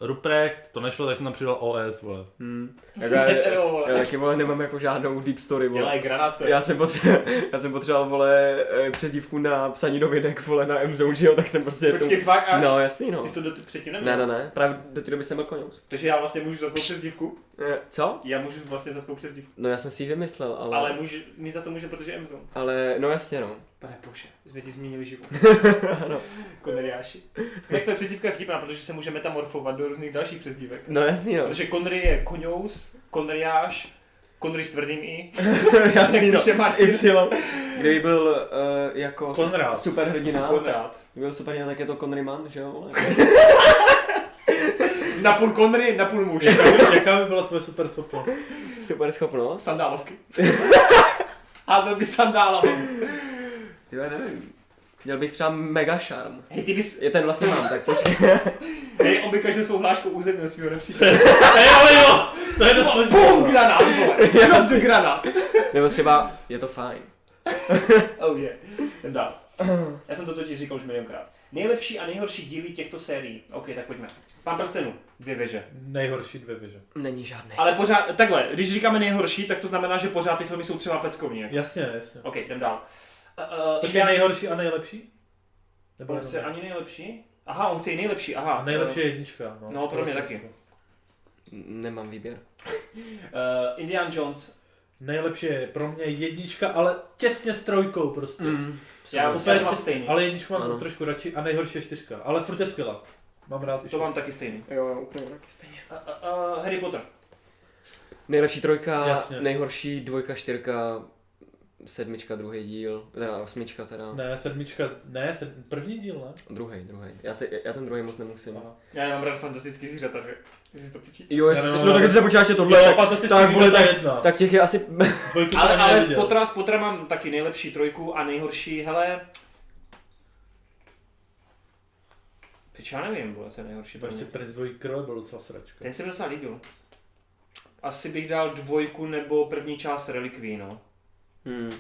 S2: Ruprecht, to nešlo, tak jsem tam přidal OS, vole.
S3: Hmm.
S1: [LAUGHS]
S3: Jako já,
S1: SRO,
S3: já,
S1: vole.
S3: taky, vole, nemám jako žádnou deep story, vole.
S1: Dělej granát, to je.
S3: Já jsem, potřeboval, já jsem potřeboval, vole, eh, přezdívku na psaní novinek, vole, na MZO, že jo, tak jsem prostě...
S1: Počkej, fakt až.
S3: No, jasný, no.
S1: Ty jsi to do, předtím neměl.
S3: Ne, ne, ne, právě do té doby jsem byl koněus.
S1: Takže já vlastně můžu za tvou přezdívku.
S3: Eh, Co?
S1: Já můžu vlastně za tvou přezdívku.
S3: No já jsem si ji vymyslel, ale...
S1: Ale může, mi za to může, protože Amazon.
S3: ale no jasně, no.
S1: Pane bože, jsme ti změnili
S3: [LAUGHS]
S1: život. Konriáši. Jak tvoje přezdívka je vtipná, protože se může metamorfovat do různých dalších přezdívek.
S3: No jasný, [LAUGHS] no.
S1: Protože Konry je konous, Konriáš, Konry s tvrdým i.
S3: jasný, no.
S1: píše
S3: S
S1: Martin.
S3: Y. Kdyby byl eh, jako...
S2: Konrád.
S3: Superhrdina.
S1: Konrád.
S3: Kdyby byl superhrdina, tak je to Conry Mann, že jo, [LAUGHS] vole?
S1: Napůl Konry, napůl
S3: [LAUGHS]
S1: muž.
S2: Jaká by byla tvoje
S5: [LAUGHS]
S2: super schopnost?
S3: Super schopnost.
S1: Sandálovky. [LAUGHS] A to by sandálovou.
S3: Já nevím. Měl bych třeba mega šarm.
S1: Hej, ty bys...
S3: Je ten vlastně mám, tak [LAUGHS] počkej.
S1: Hej, on by každou svou hlášku územil svého
S3: [LAUGHS]
S1: nepřítele.
S2: Hej, ale jo, to je dost složitý.
S1: BOOM! Granát, vole! Drop the granát!
S3: Nebo třeba je to fajn.
S1: Oh yeah. Jdem dál. Já jsem to totiž říkal už milionkrát. Nejlepší a nejhorší díly těchto sérií. OK, tak pojďme. Pán prstenů, dvě věže.
S5: Nejhorší dvě věže.
S3: Není žádný.
S1: Ale pořád, takhle, když říkáme nejhorší, tak to znamená, že pořád ty filmy jsou třeba peckovní.
S5: Jasně, jasně.
S1: OK, jdem dál. Uh,
S5: Počkej, nejhorší a nejlepší? Nebo
S1: On chce
S5: jenom?
S1: ani nejlepší? Aha, on chce i nejlepší, aha.
S5: A nejlepší je jednička. No,
S1: No, pro mě
S5: Proč
S1: taky.
S5: jasně.
S3: Nemám výběr.
S1: Uh, Indiana Jones.
S5: Nejlepší je pro mě jednička, ale těsně s trojkou prostě.
S3: Mm.
S1: Já to
S5: Super,
S1: mám
S5: tě-
S1: stejný.
S5: Ale jedničku mám
S3: Ano.
S5: trošku radši a nejhorší je čtyřka. Ale furt je skvělá. Mám rád i
S1: To
S5: čtyřku.
S1: mám taky stejný.
S3: Jo, jo, úplně taky stejně.
S1: Uh, uh, uh, Harry Potter.
S3: Nejlepší trojka,
S5: Jasně.
S3: nejhorší dvojka, čtyřka, sedmička, druhý díl, teda osmička teda.
S5: Ne, sedmička, ne, sed, první díl, ne?
S3: Druhý, druhý. Já, te, já ten druhý moc nemusím.
S5: Aha.
S1: Já nemám rád fantastický zvířata, že? Jestli si to pičí.
S3: Jo,
S5: Já
S3: jestli,
S5: nemám rád.
S3: no tak jestli se počítáš, je tohle,
S5: Jo,
S3: tak,
S5: fantastický
S3: vole,
S5: zvířata jedna.
S3: tak těch je asi...
S5: Dvojku
S1: Ale,
S5: jsem ani
S1: ale z,
S5: neviděl.
S1: potra, z potra mám taky nejlepší trojku a nejhorší, hele... Pič, já nevím, bylo to nejhorší.
S5: Třeba
S1: pro
S3: Prostě
S1: mě.
S5: ještě Prince dvojí krve byl docela sračka.
S1: Ten se mi docela líbil. Asi bych dal dvojku nebo první část relikví, no.
S3: Hmm.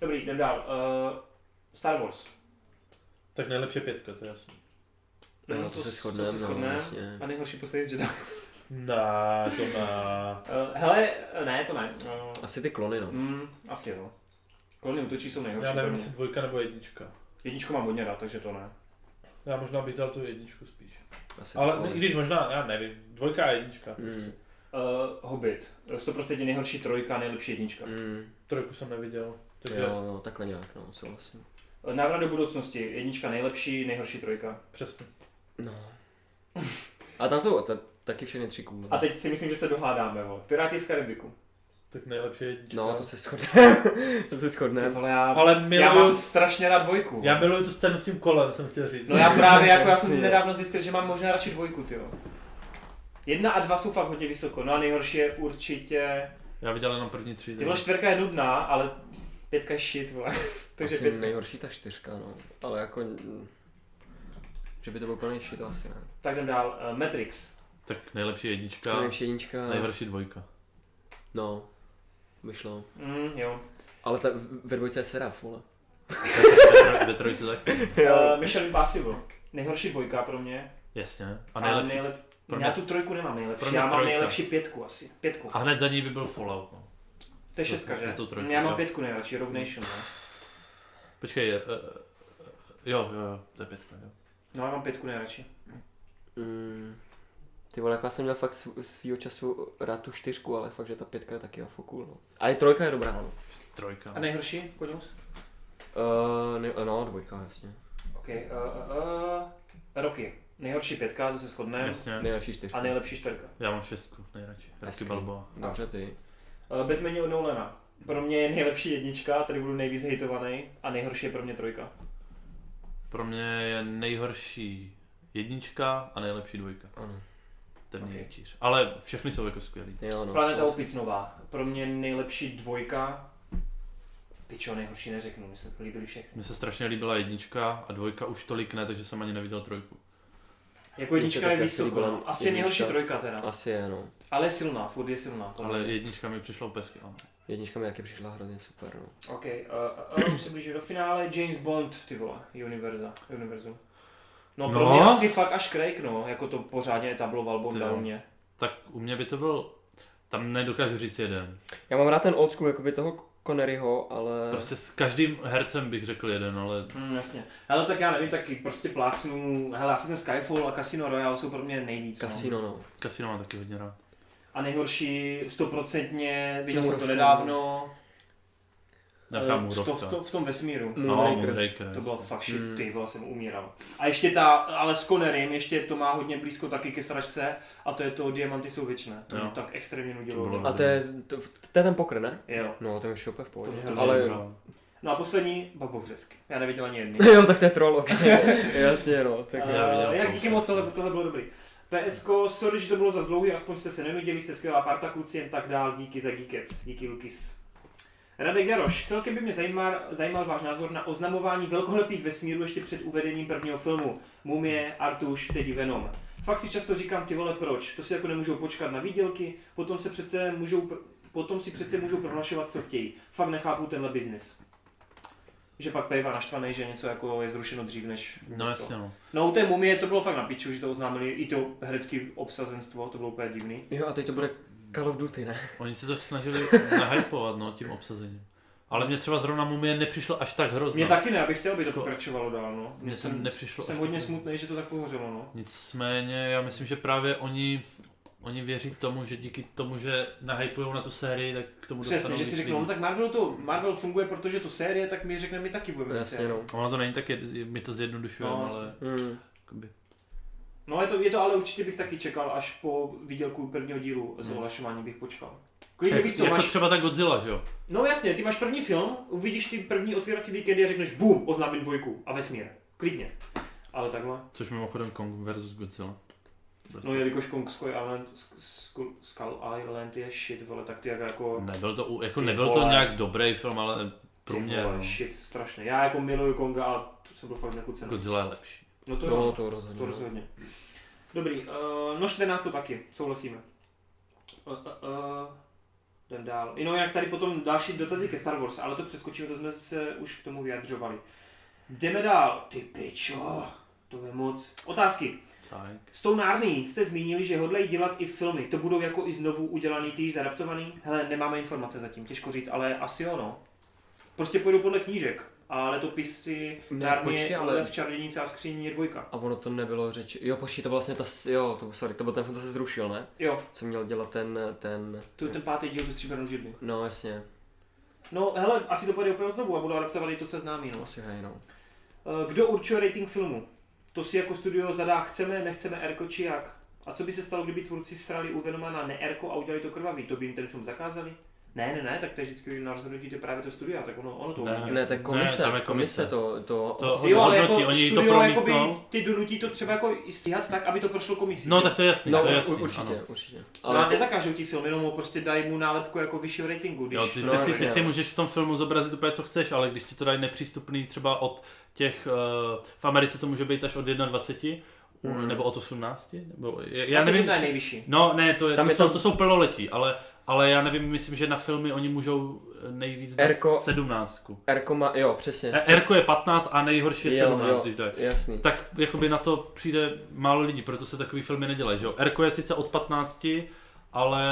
S1: Dobrý, jdem dál. Uh, Star Wars.
S5: Tak nejlepší je pětka, to je jasný.
S3: No, to se shodneme, no, jasně.
S1: A nejhorší poslední z Jedi. Uh,
S5: Ne, to ne.
S1: hele, ne, to ne. Uh,
S3: Asi ty klony, no.
S1: mm, asi jo. Kolony útočí jsou nejhorší.
S5: Já nevím,
S1: pro mě.
S5: jestli dvojka nebo jednička.
S1: Jedničku mám hodně rád, takže to ne.
S5: Já možná bych dal tu jedničku spíš.
S3: Asi ty
S5: Ale
S3: klony.
S5: i když možná, já nevím, dvojka a jednička.
S3: Mm.
S1: Uh, Hobbit. 100% nejhorší trojka, nejlepší jednička.
S3: Mm.
S5: Trojku jsem neviděl. Takže
S3: Jo, no, takhle nějak, no, souhlasím.
S1: Eh, Návrat do budoucnosti. Jednička nejlepší, nejhorší trojka.
S5: přesně.
S3: No. A tam jsou ta, taky všechny tři kůle.
S1: A teď si myslím, že se dohádáme, vole. Piráti z Karibiku.
S5: Tak nejlepší je jednička.
S3: No, to se shodne. [LAUGHS] to se shodne.
S6: Vole, já,
S5: Ale
S6: já mám
S5: miluju,
S6: strašně rád dvojku.
S5: já miluju tu scénu s tím kolem, jsem chtěl říct.
S6: No já právě, jako já
S3: Jasně.
S6: jsem nedávno zjistil, že mám možná radši dvojku, ty jo.
S1: Jedna a dva jsou fakt hodně vysoko, no a nejhorší je určitě...
S2: Já viděl jenom první tři.
S1: Ty vole, čtvrka je nudná, ale pětka je shit, vole. Takže
S3: Takže
S1: pět...
S3: asi nejhorší ta čtyřka, no. Ale jako... mm, Že by to byl plný shit, asi ne.
S1: Tak jdem dál. Eh, Matrix.
S2: Tak nejlepší jednička,
S3: To je jednička.
S2: nejhorší dvojka.
S3: No. Vyšlo.
S1: Mm, jo.
S3: Ale ta ve dvojce je seraf, vole.
S2: Ve trojce taky.
S1: Uh, Mission Impossible. Nejhorší dvojka pro mě.
S2: Jasně. A nejlepší.
S1: nejlep...
S2: pro
S1: Já
S2: mě-
S1: tu trojku nemám
S2: pro
S1: nejlepší,
S2: mě
S1: já mám
S2: trojka.
S1: nejlepší pětku asi. Pětku.
S2: A hned za ní by byl Fallout. No.
S1: To je
S2: to-
S1: šestka,
S2: to-
S1: že?
S2: to trojku,
S1: já mám
S2: jo.
S1: pětku nejradši, Rogue Nation, ne?
S2: Počkej, eh, eh, jo, jo, jo, to je pětka, jo.
S1: No já mám pětku nejradši.
S3: Mm. Ty vole, jako já jsem měl fakt sv- svýho času rád tu čtyřku, ale fakt, že ta pětka je taky jako cool, no. A i trojka je dobrá, no.
S2: Trojka.
S1: A nejhorší, Konus?
S3: Uh, ne, no, dvojka, jasně.
S1: OK. Uh, uh, uh, roky. Nejhorší pětka, to se shodneme.
S2: Jasně.
S3: Nejlepší čtyřka.
S1: A nejlepší čtvrka.
S2: Já mám šestku, nejradši. Rocky
S3: Hezký.
S2: Balboa.
S3: Dobře ty.
S1: Uh, Batman je od Nolana. Pro mě je nejlepší jednička, tady budu nejvíc hejtovaný. A nejhorší je pro mě trojka.
S2: Pro mě je nejhorší jednička a nejlepší dvojka.
S3: Ano.
S2: Temný
S1: Ok.
S2: okay. rytíř. Ale všechny jsou jako skvělý.
S3: Jo, no.
S1: Planeta
S3: souhlasím.
S1: opic nová. Pro mě nejlepší dvojka. Pičo, nejhorší neřeknu, mi se líbily všechny.
S2: Mně se strašně líbila jednička a dvojka už tolik ne, takže jsem ani neviděl trojku.
S1: Jako
S3: Mně se
S1: jednička
S3: taky
S1: je
S3: asi
S1: vysoko,
S3: líbila
S1: no. Asi
S3: jednička.
S1: nejhorší trojka teda.
S3: Asi je, no.
S1: Ale je silná, furt je silná. podle
S2: Ale
S1: mě.
S2: jednička mi přišla úplně skvělá.
S3: Jednička mi taky přišla hrozně super, no.
S1: OK, uh, uh, už se blíží do finále. James Bond, ty vole, Univerza, Univerzum. No, pro
S2: No.
S1: mě asi fakt až Craig, no, jako to pořádně etabloval Bonda
S2: Ty jo.
S1: u mě.
S2: Tak u mě by to byl... Tam nedokážu říct jeden.
S3: Já mám rád ten old school, jakoby toho Conneryho, ale...
S2: Prostě s každým hercem bych řekl jeden, ale
S1: Mm, jasně. Ale tak já nevím, taky prostě plácnu, hele, asi ten Skyfall a Casino Royale jsou pro mě nejvíc. No.
S3: Casino, no.
S2: Casino mám taky hodně rád.
S1: Eh, A nejhorší, stoprocentně, viděl jsem to
S3: Můrovka.
S1: nedávno,
S2: Nějaká
S1: eh, v, to,
S2: můrovka.
S1: v, to, v tom vesmíru.
S2: No,
S3: Moonraker.
S2: Moonraker.
S1: To bylo fakt shit,
S3: Mm.
S2: Hmm.
S1: ty vole, jsem umíral. A ještě ta, ale s Connerym, ještě to má hodně blízko taky ke stračce, a to je to Diamanty jsou věčné. To
S2: Jo.
S1: mě tak extrémně
S2: To
S1: nudilo.
S2: bylo-
S3: A to je, to, to je ten pokr, ne?
S1: Jo.
S3: No, ten je šope v pohodě.
S1: To- to-
S3: ale... [LAUGHS]
S1: No a poslední, Babovřesk. Já neviděl ani jedný.
S3: jo, tak to je troll, [LAUGHS] ok. Jasně, no. Tak...
S1: Tak
S2: já viděl
S1: jinak
S2: Babovřesk.
S1: díky moc, tohle, tohle bylo dobrý. PSK, sorry, že to bylo za dlouhý, aspoň jste se nenudili, jste skvělá parta kluci, jen tak dál, díky za geekec, díky Lukis. Radek Jaroš, celkem by mě zajímal, zajímal váš názor na oznamování velkolepých vesmíru ještě před uvedením prvního filmu. Mumie, Artuš, teď i Venom. Fakt si často říkám, ty vole, proč? To si jako nemůžou počkat na výdělky, potom se přece můžou, pr- potom si přece můžou prohlašovat, co chtějí. Fakt nechápu tenhle biznis. Že pak Pejva naštvaný, že něco jako je zrušeno dřív než
S2: No
S1: něco.
S2: jasně no.
S1: No u té mumie to bylo fakt na piču, že to oznámili, i to herecký obsazenstvo, to bylo úplně divný.
S3: Jo, a teď to bude Call of Duty, ne?
S2: Oni se to snažili nahypovat no, tím obsazením. Ale mě třeba zrovna Mumie nepřišlo až tak hrozně.
S1: Mně taky ne, abych chtěl, aby to pokračovalo dál, no.
S2: Jako- Mně
S1: jsem,
S2: sem nepřišlo
S1: jsem
S2: až
S1: hodně
S2: tak-
S1: smutný, že to tak pohořelo, no.
S2: Nicméně já myslím, že právě oni Oni věří tomu, že díky tomu, že nahypujou na tu sérii, tak k tomu dostanou
S1: Přesně, že
S2: víc
S1: si řeknou, no
S2: lidí.
S1: tak Marvel to, Marvel funguje, protože to série, tak my řekneme, my taky budeme mít
S3: Jasně,
S1: sérii.
S3: no.
S2: Ono to není tak, jed- my to zjednodušujeme,
S1: No,
S2: ale...
S3: Hmm.
S2: jakoby-
S1: No je to, je to ale určitě bych taky čekal, až po výdělku prvního dílu z ohlašování bych počkal. Klidně víš
S2: Jak,
S1: co,
S2: Hmm. jako
S1: máš,
S2: třeba ta Godzilla, že jo?
S1: no jasně, ty máš první film, uvidíš ty první otvírací víkendy a řekneš bum, oznámím dvojku a vesmír. Klidně. Ale takhle.
S2: Což mimochodem Kong versus Godzilla.
S1: No jelikož Kong Skull Island, Sk- Skull- Skull Island je shit, vole, tak ty jako, jako
S2: Nebyl to, u- jako
S1: Ty
S2: nebyl to
S1: vole.
S2: nějak dobrý film, ale pro
S1: ty
S2: mě
S1: vole,
S2: no,
S1: shit, strašný. Já jako miluju Konga, ale to jsem byl fakt nechucený.
S2: Godzilla je lepší.
S1: No to,
S3: No,
S1: jo,
S3: to rozhodně.
S1: to rozhodně. Dobrý, uh, no 14 to taky, souhlasíme. Uh, uh, uh, jdem dál. No jak tady potom další dotazy ke Star Wars, ale to přeskočíme, to jsme se už k tomu vyjadřovali. Jdeme dál, ty pičo, to je moc. Otázky.
S2: Tak.
S1: S tou Nární jste zmínili, že hodlají dělat i filmy. To budou jako i znovu udělaný, ty již zadaptovaný? Hele, nemáme informace zatím, těžko říct, ale asi ono. Prostě půjdu podle knížek. A letopisy
S3: Ne,
S1: Nárny,
S3: počkej, ale-
S1: ale v čarodějnice a skříní je dvojka.
S3: A ono to nebylo řeči. Jo, počkej, to vlastně ta, s- jo, to, sorry, to byl ten film, co se zrušil, ne?
S1: Jo,
S3: Co měl dělat ten, ten,
S1: to je ten pátý díl, tu stříbrnou židli.
S3: no jasně,
S1: No, hele, asi to půjde úplně znovu a budou adaptovat i to, co známý. No.
S3: asi hej, no.
S1: Eh, Kdo určuje rating filmu? To si jako studio zadá, chceme, nechceme Erko či jak? A co by se stalo, kdyby tvůrci srali u Venoma na ne-Erko a udělali to krvavý? To by jim ten film zakázali? Ne, ne, ne, tak to je vždycky na rozhodnutí to právě to studia, tak ono, ono to
S2: Ne.
S1: ovlivňuje.
S3: Ne, tak komise,
S2: Ne, tam je
S3: komise
S2: komise.
S3: to, to,
S2: To
S1: Jo, ale
S2: hodnotí,
S1: jako
S2: oni to
S1: studio, jakoby,
S2: promítnou.
S1: ty donutí to třeba jako i stíhat tak, aby to prošlo komisí.
S2: No tak to je jasný,
S3: no,
S2: to je
S3: u-
S2: jasný,
S3: určitě,
S2: ano.
S3: určitě.
S1: Ale no,
S3: Ale
S1: nezakážou ti film, jenom mu prostě dají mu nálepku jako vyššího ratingu. Když
S2: Jo, ty,
S1: to vlastně-
S2: ty,
S1: dáš-
S2: si, ty si
S3: jasně.
S2: můžeš v tom filmu zobrazit úplně co chceš, ale když ti to dají nepřístupný třeba od těch, eh, v Americe to může být až od 21, u- nebo od 18, nebo já, já
S1: Asi
S2: nevím,
S1: jedna je nejvyšší.
S2: No, ne, to, je,
S3: Tam
S2: to,
S3: je
S2: je jsou,
S3: to-
S2: to... jsou plnoletí, ale, ale já nevím, myslím, že na filmy oni můžou eh, nejvíc dát
S3: Erko-
S2: 17.
S3: Erko má, jo, přesně.
S2: E- Erko je 15 a nejhorší je
S3: Jo,
S2: 17,
S3: jo,
S2: když jde.
S3: Jasný.
S2: Tak jakoby na to přijde málo lidí, proto se takový filmy nedělají, že jo? Erko je sice od 15, ale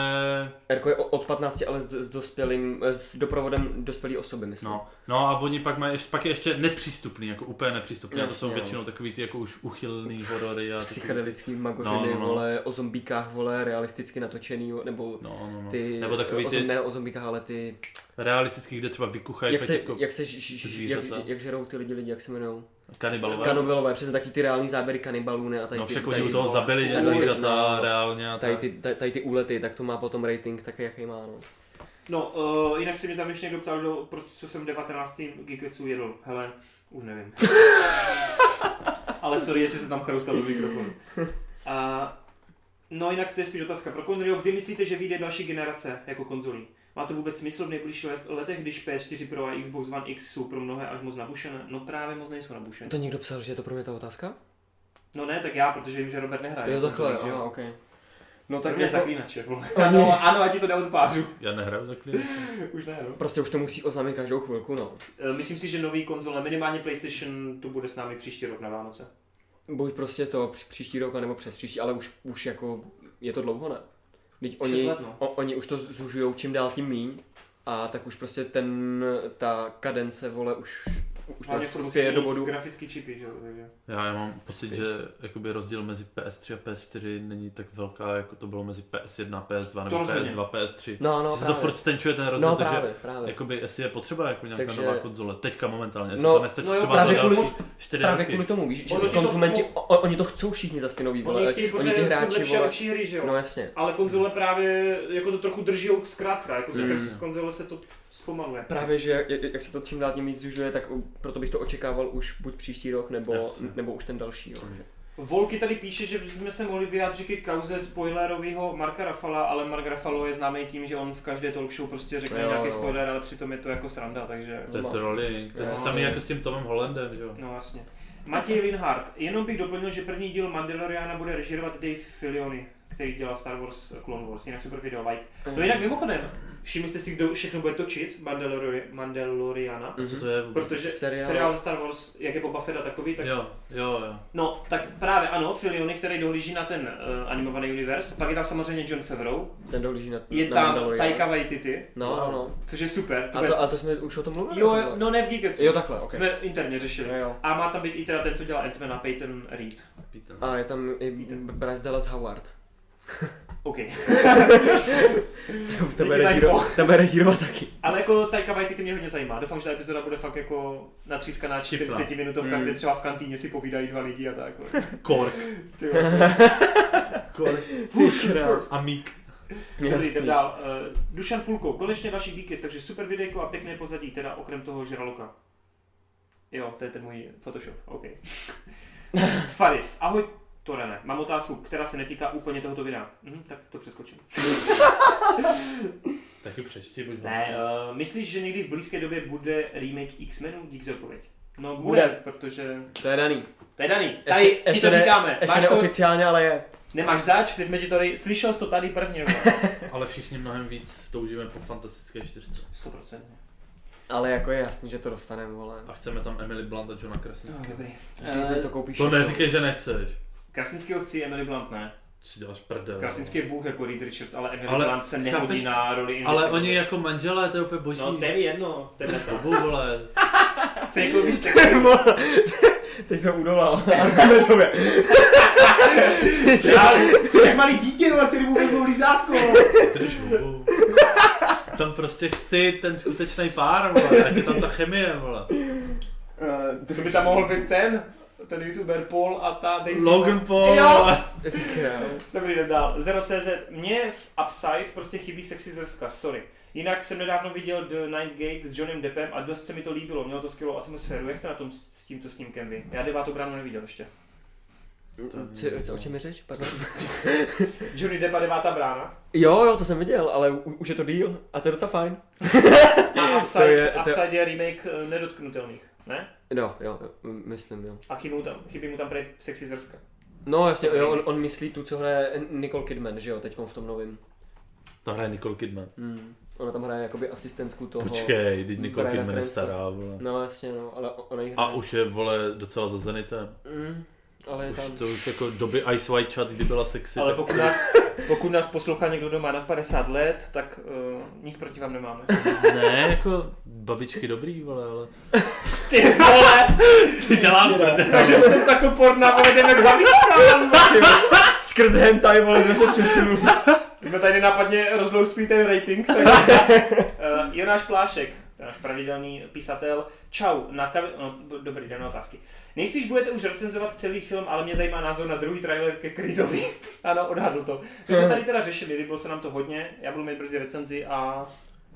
S3: Erko je o- od 15, ale s, s dospělým, s doprovodem dospělé osoby, myslím.
S2: no, no a oni pak mají, ještě, pak je ještě nepřístupný, jako úplně nepřístupný, a to jsou
S3: Jasně, no.
S2: většinou takový ty jako už uchylný horory a takový,
S3: Psychedelický magořiny,
S2: No, no, no.
S3: vole, o zombíkách, vole, realisticky natočený, nebo
S2: no, no, no.
S3: ty,
S2: nebo takový
S3: o, zom-
S2: ty
S3: ne o zombíkách, ale ty,
S2: realistický, kde třeba vykuchají
S3: jak
S2: fakt
S3: se,
S2: jako
S3: jak se, ž, ž, ž, jak,
S2: zvířata.
S3: jak žerou ty lidi lidi, jak se jmenujou?
S2: kanibalové.
S3: Kanibalové, přesně taky ty reální záběry kanibalů, ne? A tady
S2: No
S3: ty,
S2: však
S3: tady,
S2: oni u toho zabili
S3: tady-
S2: zvířata
S3: no.
S2: reálně a
S3: tady
S2: tak.
S3: ty, tady, tady ty úlety, tak to má potom rating taky, jaký má, no.
S1: No, uh, jinak se mě tam ještě někdo ptal, do, proč co jsem 19. Giketsu jedl. Hele, už nevím. Ale sorry, jestli se tam chroustal do mikrofonu. A, no jinak to je spíš otázka pro Conryho. Kdy myslíte, že vyjde další generace jako konzolí? Má to vůbec smysl v nejbližších let, letech, když PS4 Pro a Xbox One X jsou pro mnohé až moc nabušené? No právě moc nejsou nabušené.
S3: To někdo psal, že je to pro mě ta otázka?
S1: No ne, tak já, protože vím, že Robert nehraje.
S3: jo,
S1: na
S3: takhle,
S1: konzolích, že
S3: aha,
S1: jo.
S3: ok. No
S1: Tak
S3: tak
S1: mě
S3: jako,
S1: zaklínače, vole. Ano, ano, a ti to neodpářu.
S2: Já nehraju za klid.
S1: [LAUGHS] Už ne, no.
S3: prostě už to musí oznámit každou chvilku, no.
S1: E, Myslím si, že nový konzole, minimálně PlayStation, to bude s námi příští rok na Vánoce.
S3: Buď prostě to při- příští rok, nebo přes příští, ale už, už jako je to dlouho, ne? Teď
S1: Šest
S3: oni,
S1: let, no.
S3: o, oni už to zužujou čím dál tím míň a tak už prostě ten, ta kadence, vole, už, už
S1: Hlavně
S3: nás
S1: furt
S3: prostě
S1: musí
S3: do
S1: mít
S3: bodu.
S1: Grafický čipy, že jo, takže.
S2: Já, já mám pocit, že jakoby rozdíl mezi PS3 a PS4 není tak velká, jako to bylo mezi PS1 a PS2 nebo
S1: rozhodně.
S2: PS2 PS3.
S3: No,
S2: No,
S3: no,
S2: se to
S3: právě.
S2: furt jako stenčuje ten rozdíl,
S3: No,
S2: takže
S3: právě, právě.
S2: jakoby, jestli je potřeba jako nějaká
S3: Takže-
S2: nová konzole, teďka momentálně, jestli
S3: No,
S2: to nestačí
S1: no jo,
S2: třeba za
S3: Právě
S2: další
S3: kvůli,
S2: 4
S3: právě
S2: roky.
S3: kvůli tomu, víš, že
S1: Ono
S3: ty
S1: ti to-
S3: konzumenti, o, o- oni to chcou všichni zase ty nový,
S1: Oni
S3: vole,
S1: chtějí
S3: oni ty
S1: pořád
S3: hráči,
S1: lepší a
S3: vole,
S1: lepší hry, že jo.
S3: no jasně.
S1: Ale konzole právě jako to trochu drží zkrátka, jako se
S3: Hmm.
S1: z konzole se to zpomaluje.
S3: Právě, že jak, jak se to čím dál tím víc zužuje, tak u- proto bych to očekával už buď příští rok, nebo,
S2: Jasně.
S3: nebo už ten další rok. že?
S1: Volky tady píše, že bychom se mohli vyjádřit ke kauze spoilerového Marka Rafala, ale Mark Rafalo je známý tím, že on v každé talk show prostě řekne
S3: Jo,
S1: nějaký
S3: jo.
S1: spoiler, ale přitom je to jako sranda, takže...
S2: To je trolling, to je to
S3: No,
S2: samé
S3: jasně.
S2: jako s tím Tomem Hollandem, že jo.
S1: No jasně. Matěj Linhardt, jenom bych doplnil, že první díl Mandaloriana bude režírovat Dave Filioni, který dělal Star Wars eh, Clone Wars, jinak super video, like. No jinak mimochodem, všimli jste si, kdo všechno bude točit Mandalori- Mandaloriana?
S2: Co to je vůbec?
S1: Protože
S3: Seriál.
S1: seriál. seriál ze Star Wars, jak je Boba Fett a takový, tak...
S2: Jo, jo, jo.
S1: No, tak právě ano, Filioni, který dohlíží na ten uh, animovaný univerz, pak je tam samozřejmě John Favreau,
S3: Ten dohlíží na,
S1: je
S3: na
S1: tam
S3: Mandaloriana.
S1: Taika Waititi,
S3: No, no, no.
S1: což je super. To
S3: A
S1: bude...
S3: to, a to jsme už o tom mluvili?
S1: Jo,
S3: o
S1: jo,
S3: tomhle?
S1: no ne v Geekets,
S3: Jo, takhle, ok. No
S1: jsme interně řešili.
S3: Jo, jo.
S1: A má tam být i teda ten, co dělal Ant-Mana, Peyton Reed.
S2: Pítám.
S3: A je tam i Bryce Dallas Howard.
S1: [LAUGHS] OK.
S3: To bude
S1: za
S3: režírovat, to bude režírovat taky.
S1: Ale jako Taika Waititi mě hodně zajímá. Doufám, že ta epizoda bude fakt jako natřískaná
S2: Vtipná.
S1: 40 minutovka, kde třeba v kantýně si povídají dva lidi a tak.
S2: Kork.
S1: Ty vole.
S3: Who's first?
S2: A mík.
S1: Dobrý, jdem dál. Uh, Dušan Pulko, konečně další díky, takže super videjko a pěkné pozadí, teda okrem toho žraloka. Jo, to je ten můj Photoshop, OK. Faris, ahoj Torene, mám otázku, která se netýká úplně tohoto videa. Mhm, tak to přeskočím.
S2: Taky přečti, buď
S1: Ne, uh, myslíš, že někdy v blízké době bude remake X-Menů? Dík za odpověď. No bude,
S3: Bude.
S1: protože...
S3: To je daný.
S1: To je daný, tady ještě, ti to
S3: ne-
S1: říkáme.
S3: Ještě
S1: Máš to,
S3: neoficiálně, ale je.
S1: nemáš zač, teď jsme ti to tady, slyšel jsi to tady prvně. vole.
S2: Ale všichni mnohem víc toužíme po fantastické čtyřce.
S1: 100%.
S3: Ale jako je jasný, že to dostaneme, vole.
S2: A chceme tam Emily Blunt a Johna Krasinského.
S1: Dobrý.
S3: Disney to koupíš.
S2: To
S3: [LAUGHS]
S2: neříkej, že nechceš.
S1: Krasnického eh, chci, Emily Blunt ne.
S2: Si děláš prdel.
S1: Krasinský je bůh jako Reed Richards, ale Emily
S2: Ale
S1: Blunt se nehodí
S2: chápeš-
S1: na roli
S2: Ale
S1: Invisible.
S2: oni jako manželé, to je úplně boží.
S1: No, to je mi jedno, to je
S2: [LAUGHS]
S1: meta.
S2: Obu, vole.
S1: Chce jako [LAUGHS] víc
S3: [LAUGHS] Teď jsem udolal. Ale to je.
S6: Jsi jak malý dítě, vole, který mu vezmou lízátko.
S2: Drž hubu. Tam prostě chci ten skutečný pár, vole. Ať je tam ta chemie, vole.
S1: Eh, To by tam mohl být ten, ten youtuber Paul a ta Daisy.
S2: Logan Paul,
S1: Jo.
S2: vole.
S1: Dobrý, jdem dál. Zero.cz. Mně v Upside prostě chybí sexy zrska, sorry. Jinak jsem nedávno viděl The Night Gate s Johnem Deppem a dost se mi to líbilo, mělo to skvělou atmosféru. Jak jste na tom s, s tímto snímkem vy? Já devátou bránu neviděl ještě.
S3: Co, co, o čem je řeč? Pardon.
S1: Johnny Depp a devátá brána.
S3: Jo, jo, to jsem viděl, ale u, už je to díl a to je docela fajn.
S1: A Upside,
S3: je-
S1: je,
S3: to-
S1: Upside je remake eh, nedotknutelných, ne?
S3: No, jo, jo, m- myslím, jo.
S1: A chybí mu tam, chybí mu tam prej sexy zrska.
S3: No, jasně, jo, on, on myslí tu, co hraje Nicole Kidman, že jo, teď v tom novém.
S2: Tam hraje Nicole Kidman.
S1: No.
S3: Hmm. Ona tam hraje jakoby asistentku toho.
S2: Počkej, teď Nicole
S3: Briana
S2: Kidman je
S3: Cranston.
S2: stará, vole.
S3: No, jasně, no, ale o- ona jí hraje.
S2: A už je, vole, docela za Zenitem.
S3: Mm, ale je
S2: Už
S3: tam...
S2: to už jako doby Ice White Chat, kdy byla sexy,
S1: Ale
S2: tak
S1: pokud nás, pokud nás poslouchá někdo doma na 50 let, tak uh, nic proti vám
S3: [LAUGHS]
S1: nemáme.
S2: ne, jako babičky dobrý, vole, ale...
S1: [LAUGHS] Ty vole,
S2: Ty dělám prde.
S1: takže jste tako porna, vole, jdeme k babičkám.
S3: Skrz hentai, vole, jsme se přesunuli.
S1: My jsme tady nápadně rozlousklí ten rating. Takže,
S3: [LAUGHS]
S1: uh, Jonáš Plášek, to je náš pravidelný pisatel. Čau, na kavi... No, b- dobrý den, na otázky. Nejspíš budete už recenzovat celý film, ale mě zajímá názor na druhý trailer ke Creedovi. [LAUGHS] ano, odhadl to. My jsme tady teda řešili, líbilo se nám to hodně, já budu mít brzy recenzi a...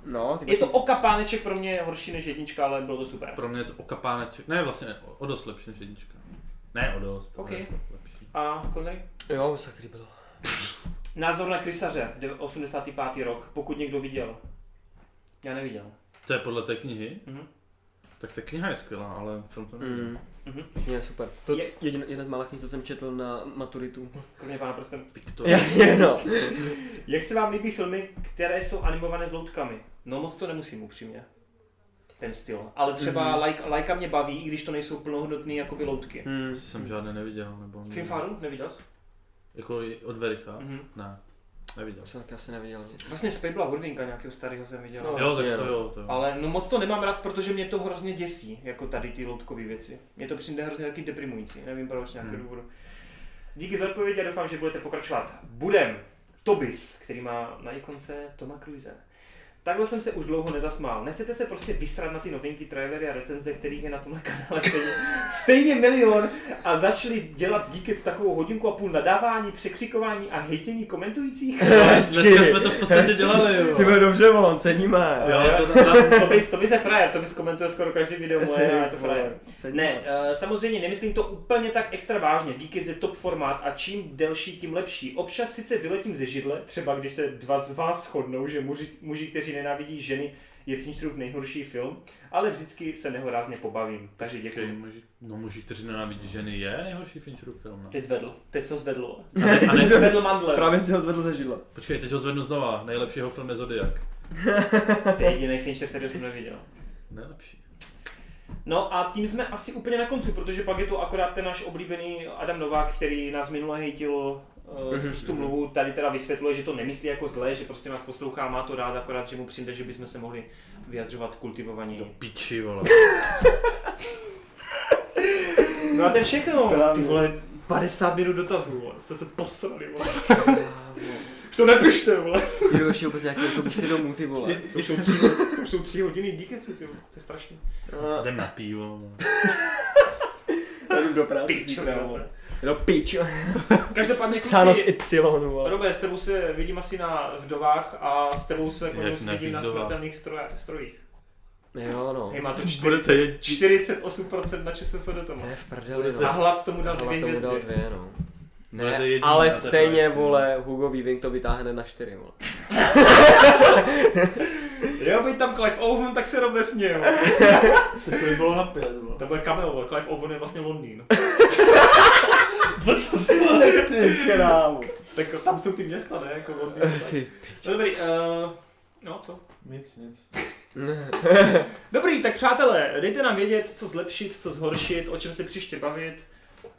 S3: No, ty
S1: Je to okapáneček pro mě horší než jednička, ale bylo to super.
S2: Pro mě je to okapáneček, ne, vlastně ne, o- o dost lepší než jednička. Ne, o dost,
S1: OK.
S2: ale jako lepší.
S1: A Connery?
S3: [LAUGHS] Jo, sakry bylo.
S1: Názor na Krysaře, de- 85. rok, pokud někdo viděl. Já neviděl.
S2: To je podle té knihy?
S1: Mhm.
S2: Tak ta kniha je skvělá, ale film to neviděl.
S3: Mm.
S1: Mhm.
S3: Je super. To je
S1: Je-
S3: jedin, jedna z mála knih, co jsem četl na [LAUGHS] maturitu.
S1: Kromě pána prstenů.
S2: Viktor.
S3: Jasně, no.
S1: Jak se vám líbí filmy, které jsou animované s loutkami? No moc to nemusím upřímně. Ten styl. Ale třeba mm-hmm. lajka, lajka mě baví, i když to nejsou plnohodnotné jakoby loutky. Mm.
S3: Hmm.
S2: Asi jsem žádné neviděl, nebo...
S1: Filmfáru? Neviděl jsi?
S2: Jako i od Vericha?
S1: Mhm.
S2: Ne, neviděl.
S3: To jsem taky asi neviděl nic.
S1: Vlastně Spejbla Hurvinka nějakého starého jsem viděl.
S3: No.
S1: No.
S2: Jo, tak to
S3: Jasně, no.
S2: jo, to jo.
S1: Ale no moc to nemám rád, protože mě to hrozně děsí, jako tady ty loutkové věci. Mě to přijde hrozně taky deprimující, nevím proč, nějaký
S2: Hmm.
S1: hmm. důvod. Díky za odpověď a doufám, že budete pokračovat. Budem. Tobis, který má na ikonce Toma Cruise. Takhle jsem se už dlouho nezasmál. Nechcete se prostě vysrat na ty novinky, trailery a recenze, kterých je na tomhle kanále stejně, stejně milion a začali dělat díkec takovou hodinku a půl nadávání, překřikování a hejtění komentujících?
S3: Hezky.
S2: Dneska jsme to v podstatě dělali, jo.
S3: Ty bude dobře, on, ceníme.
S2: Jo,
S1: Jo,
S2: to, to,
S5: [LAUGHS]
S1: to bys, to bys je frajer, to bys komentuje skoro každý video moje, a je to frajer. Ne, eh, samozřejmě nemyslím to úplně tak extra vážně. Geekit je top formát a čím delší, tím lepší. Občas sice vyletím ze židle, třeba když se dva z vás shodnou, že muži, muži kteří nenávidí ženy, je Fincherův nejhorší film, ale vždycky se nehorázně pobavím. Takže
S2: Počkej,
S1: děkuji.
S2: muži, no muži, kteří nenávidí ženy, je nejhorší Fincherův film. Ne?
S1: Teď zvedl, teď jsem zvedl.
S2: A
S1: Teď
S2: ne,
S1: jsem zvedl mandle.
S3: Právě si ho odvedl ze židla.
S2: počkej, teď ho zvednu znova. Nejlepšího film je Zodiak.
S1: To je jediný Fincher, který jsem neviděl.
S2: Nejlepší.
S1: No a tím jsme asi úplně na konci, protože pak je tu akorát ten náš oblíbený Adam Novák, který nás minule hejtil eh, z tu mluvu, tady teda vysvětluje, že to nemyslí jako zlé, že prostě nás poslouchá, má to rád, akorát, že mu přijde, že bychom se mohli vyjadřovat
S2: Do
S5: Mm.
S1: kultivovaně.
S2: piči,
S3: [LAUGHS]
S2: vole.
S1: No a to je všechno.
S3: Správně.
S1: Ty vole, 50 minut dotazů, vole. jste se posrali, vole. Už to nepište, vole.
S3: Jo, ještě vůbec nějaký autobusy domů, ty vole.
S1: To jsou tři, to jsou tři hodiny díkeci, ty vole. to je strašný.
S3: A,
S2: Jdem na pivo. vole.
S3: já jdu do práce
S1: Pičo,
S3: zítra,
S1: vole.
S3: vole. No pič.
S1: Každopádně
S3: Psáno s
S1: kluci,
S3: Y, vole.
S1: Robe, s tebou se vidím asi na vdovách a s tebou se jako
S2: Jak
S1: dost
S2: na
S1: vidím na
S2: jakých vdovách?
S1: smrtelných stroje- strojích.
S3: Jo, no.
S1: Hej, má to
S2: Budete je...
S1: 48% na ČSFD to
S3: To
S1: má.
S3: je v prdeli,
S1: A
S3: no.
S1: hlad tomu dal
S3: Ale
S1: dvě
S3: tomu dal
S1: hvězdy.
S3: dvě, no.
S2: Bude to
S3: Ne,
S2: jediný
S3: ale
S2: na té
S3: stejně,
S2: projekci, no.
S3: vole, Hugo Weaving to vytáhne na čtyři, vole.
S1: Jo, by tam Clive Owen, tak se Robe směl.
S5: To by bylo na pět, vole.
S1: To bude cameo, vole. Clive Owen je vlastně Londýn.
S3: Ty krávu.
S1: Tak tam jsou ty města, ne? Jako Londýn. tak.
S3: Ty
S1: No dobrý, uh, no co?
S5: Nic, nic.
S1: [LAUGHS] Dobrý, tak přátelé, dejte nám vědět, co zlepšit, co zhoršit, o čem se příště bavit.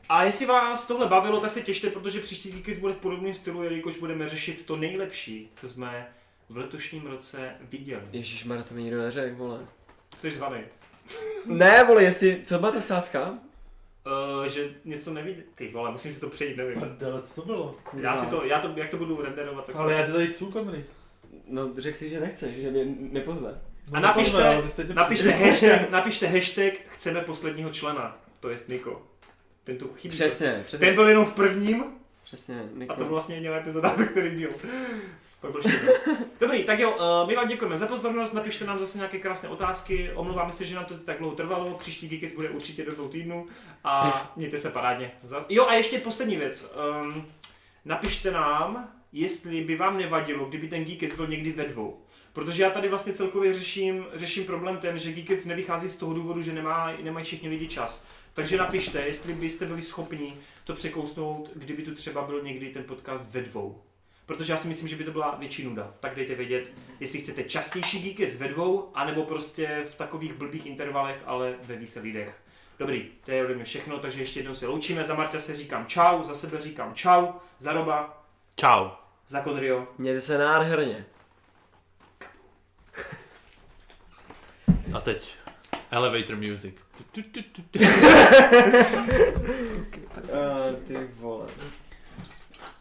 S1: A jestli vás tohle bavilo, tak se těšte, protože příští díky bude v podobném stylu, jelikož budeme řešit to nejlepší, co jsme v letošním roce viděli.
S3: Ježíš, Mara, to mi nikdo neřekl, vole.
S1: Jsi zvaný.
S3: Ne, vole, jestli, co byla ta sázka?
S1: Uh, že něco nevidí. Ty vole, musím si to přejít, nevím.
S5: Prdele, co to bylo?
S1: Já si to, já to, jak to budu renderovat, tak
S5: Ale
S1: se...
S5: já tě tady chci, Kamry.
S3: No, řekl si, že nechceš, že mě nepozve.
S1: A napište-
S5: napište,
S1: Napište hashtag, napište hashtag chceme posledního člena, to jest Niko. Ten tu chybí.
S3: Přesně, přesně,
S1: Ten byl jenom v prvním
S3: přesně,
S1: a to [LAUGHS]
S3: Niko.
S1: byl vlastně jediná epizoda, ve který byl. Pak byl štědrý. Dobrý, tak jo, eh, my vám děkujeme za pozornost, napište nám zase nějaké krásné otázky, omlouváme se, že nám to tak dlouho trvalo, příští Geekis bude určitě do dvou týdnů a mějte se parádně. Za... Jo a ještě poslední věc, um, napište nám, jestli by vám nevadilo, kdyby ten Geekis byl někdy ve dvou. Protože já tady vlastně celkově řeším, řeším problém ten, že Geekec nevychází z toho důvodu, že nemá, nemají všichni lidi čas. Takže napište, jestli byste byli schopni to překousnout, kdyby tu třeba byl někdy ten podcast ve dvou. Protože já si myslím, že by to byla větší nuda. Tak dejte vědět, jestli chcete častější Geekec ve dvou, anebo prostě v takových blbých intervalech, ale ve více lidech. Dobrý, to je ode mě všechno, takže ještě jednou se loučíme. Za Marta se říkám čau, za sebe říkám čau, za Roba,
S2: Čau.
S1: za Konrio.
S3: Mějte se nádherně.
S2: A teď. Elevator music. Tu, tu, tu, tu, tu.
S3: prostě
S4: Uh, ty vole.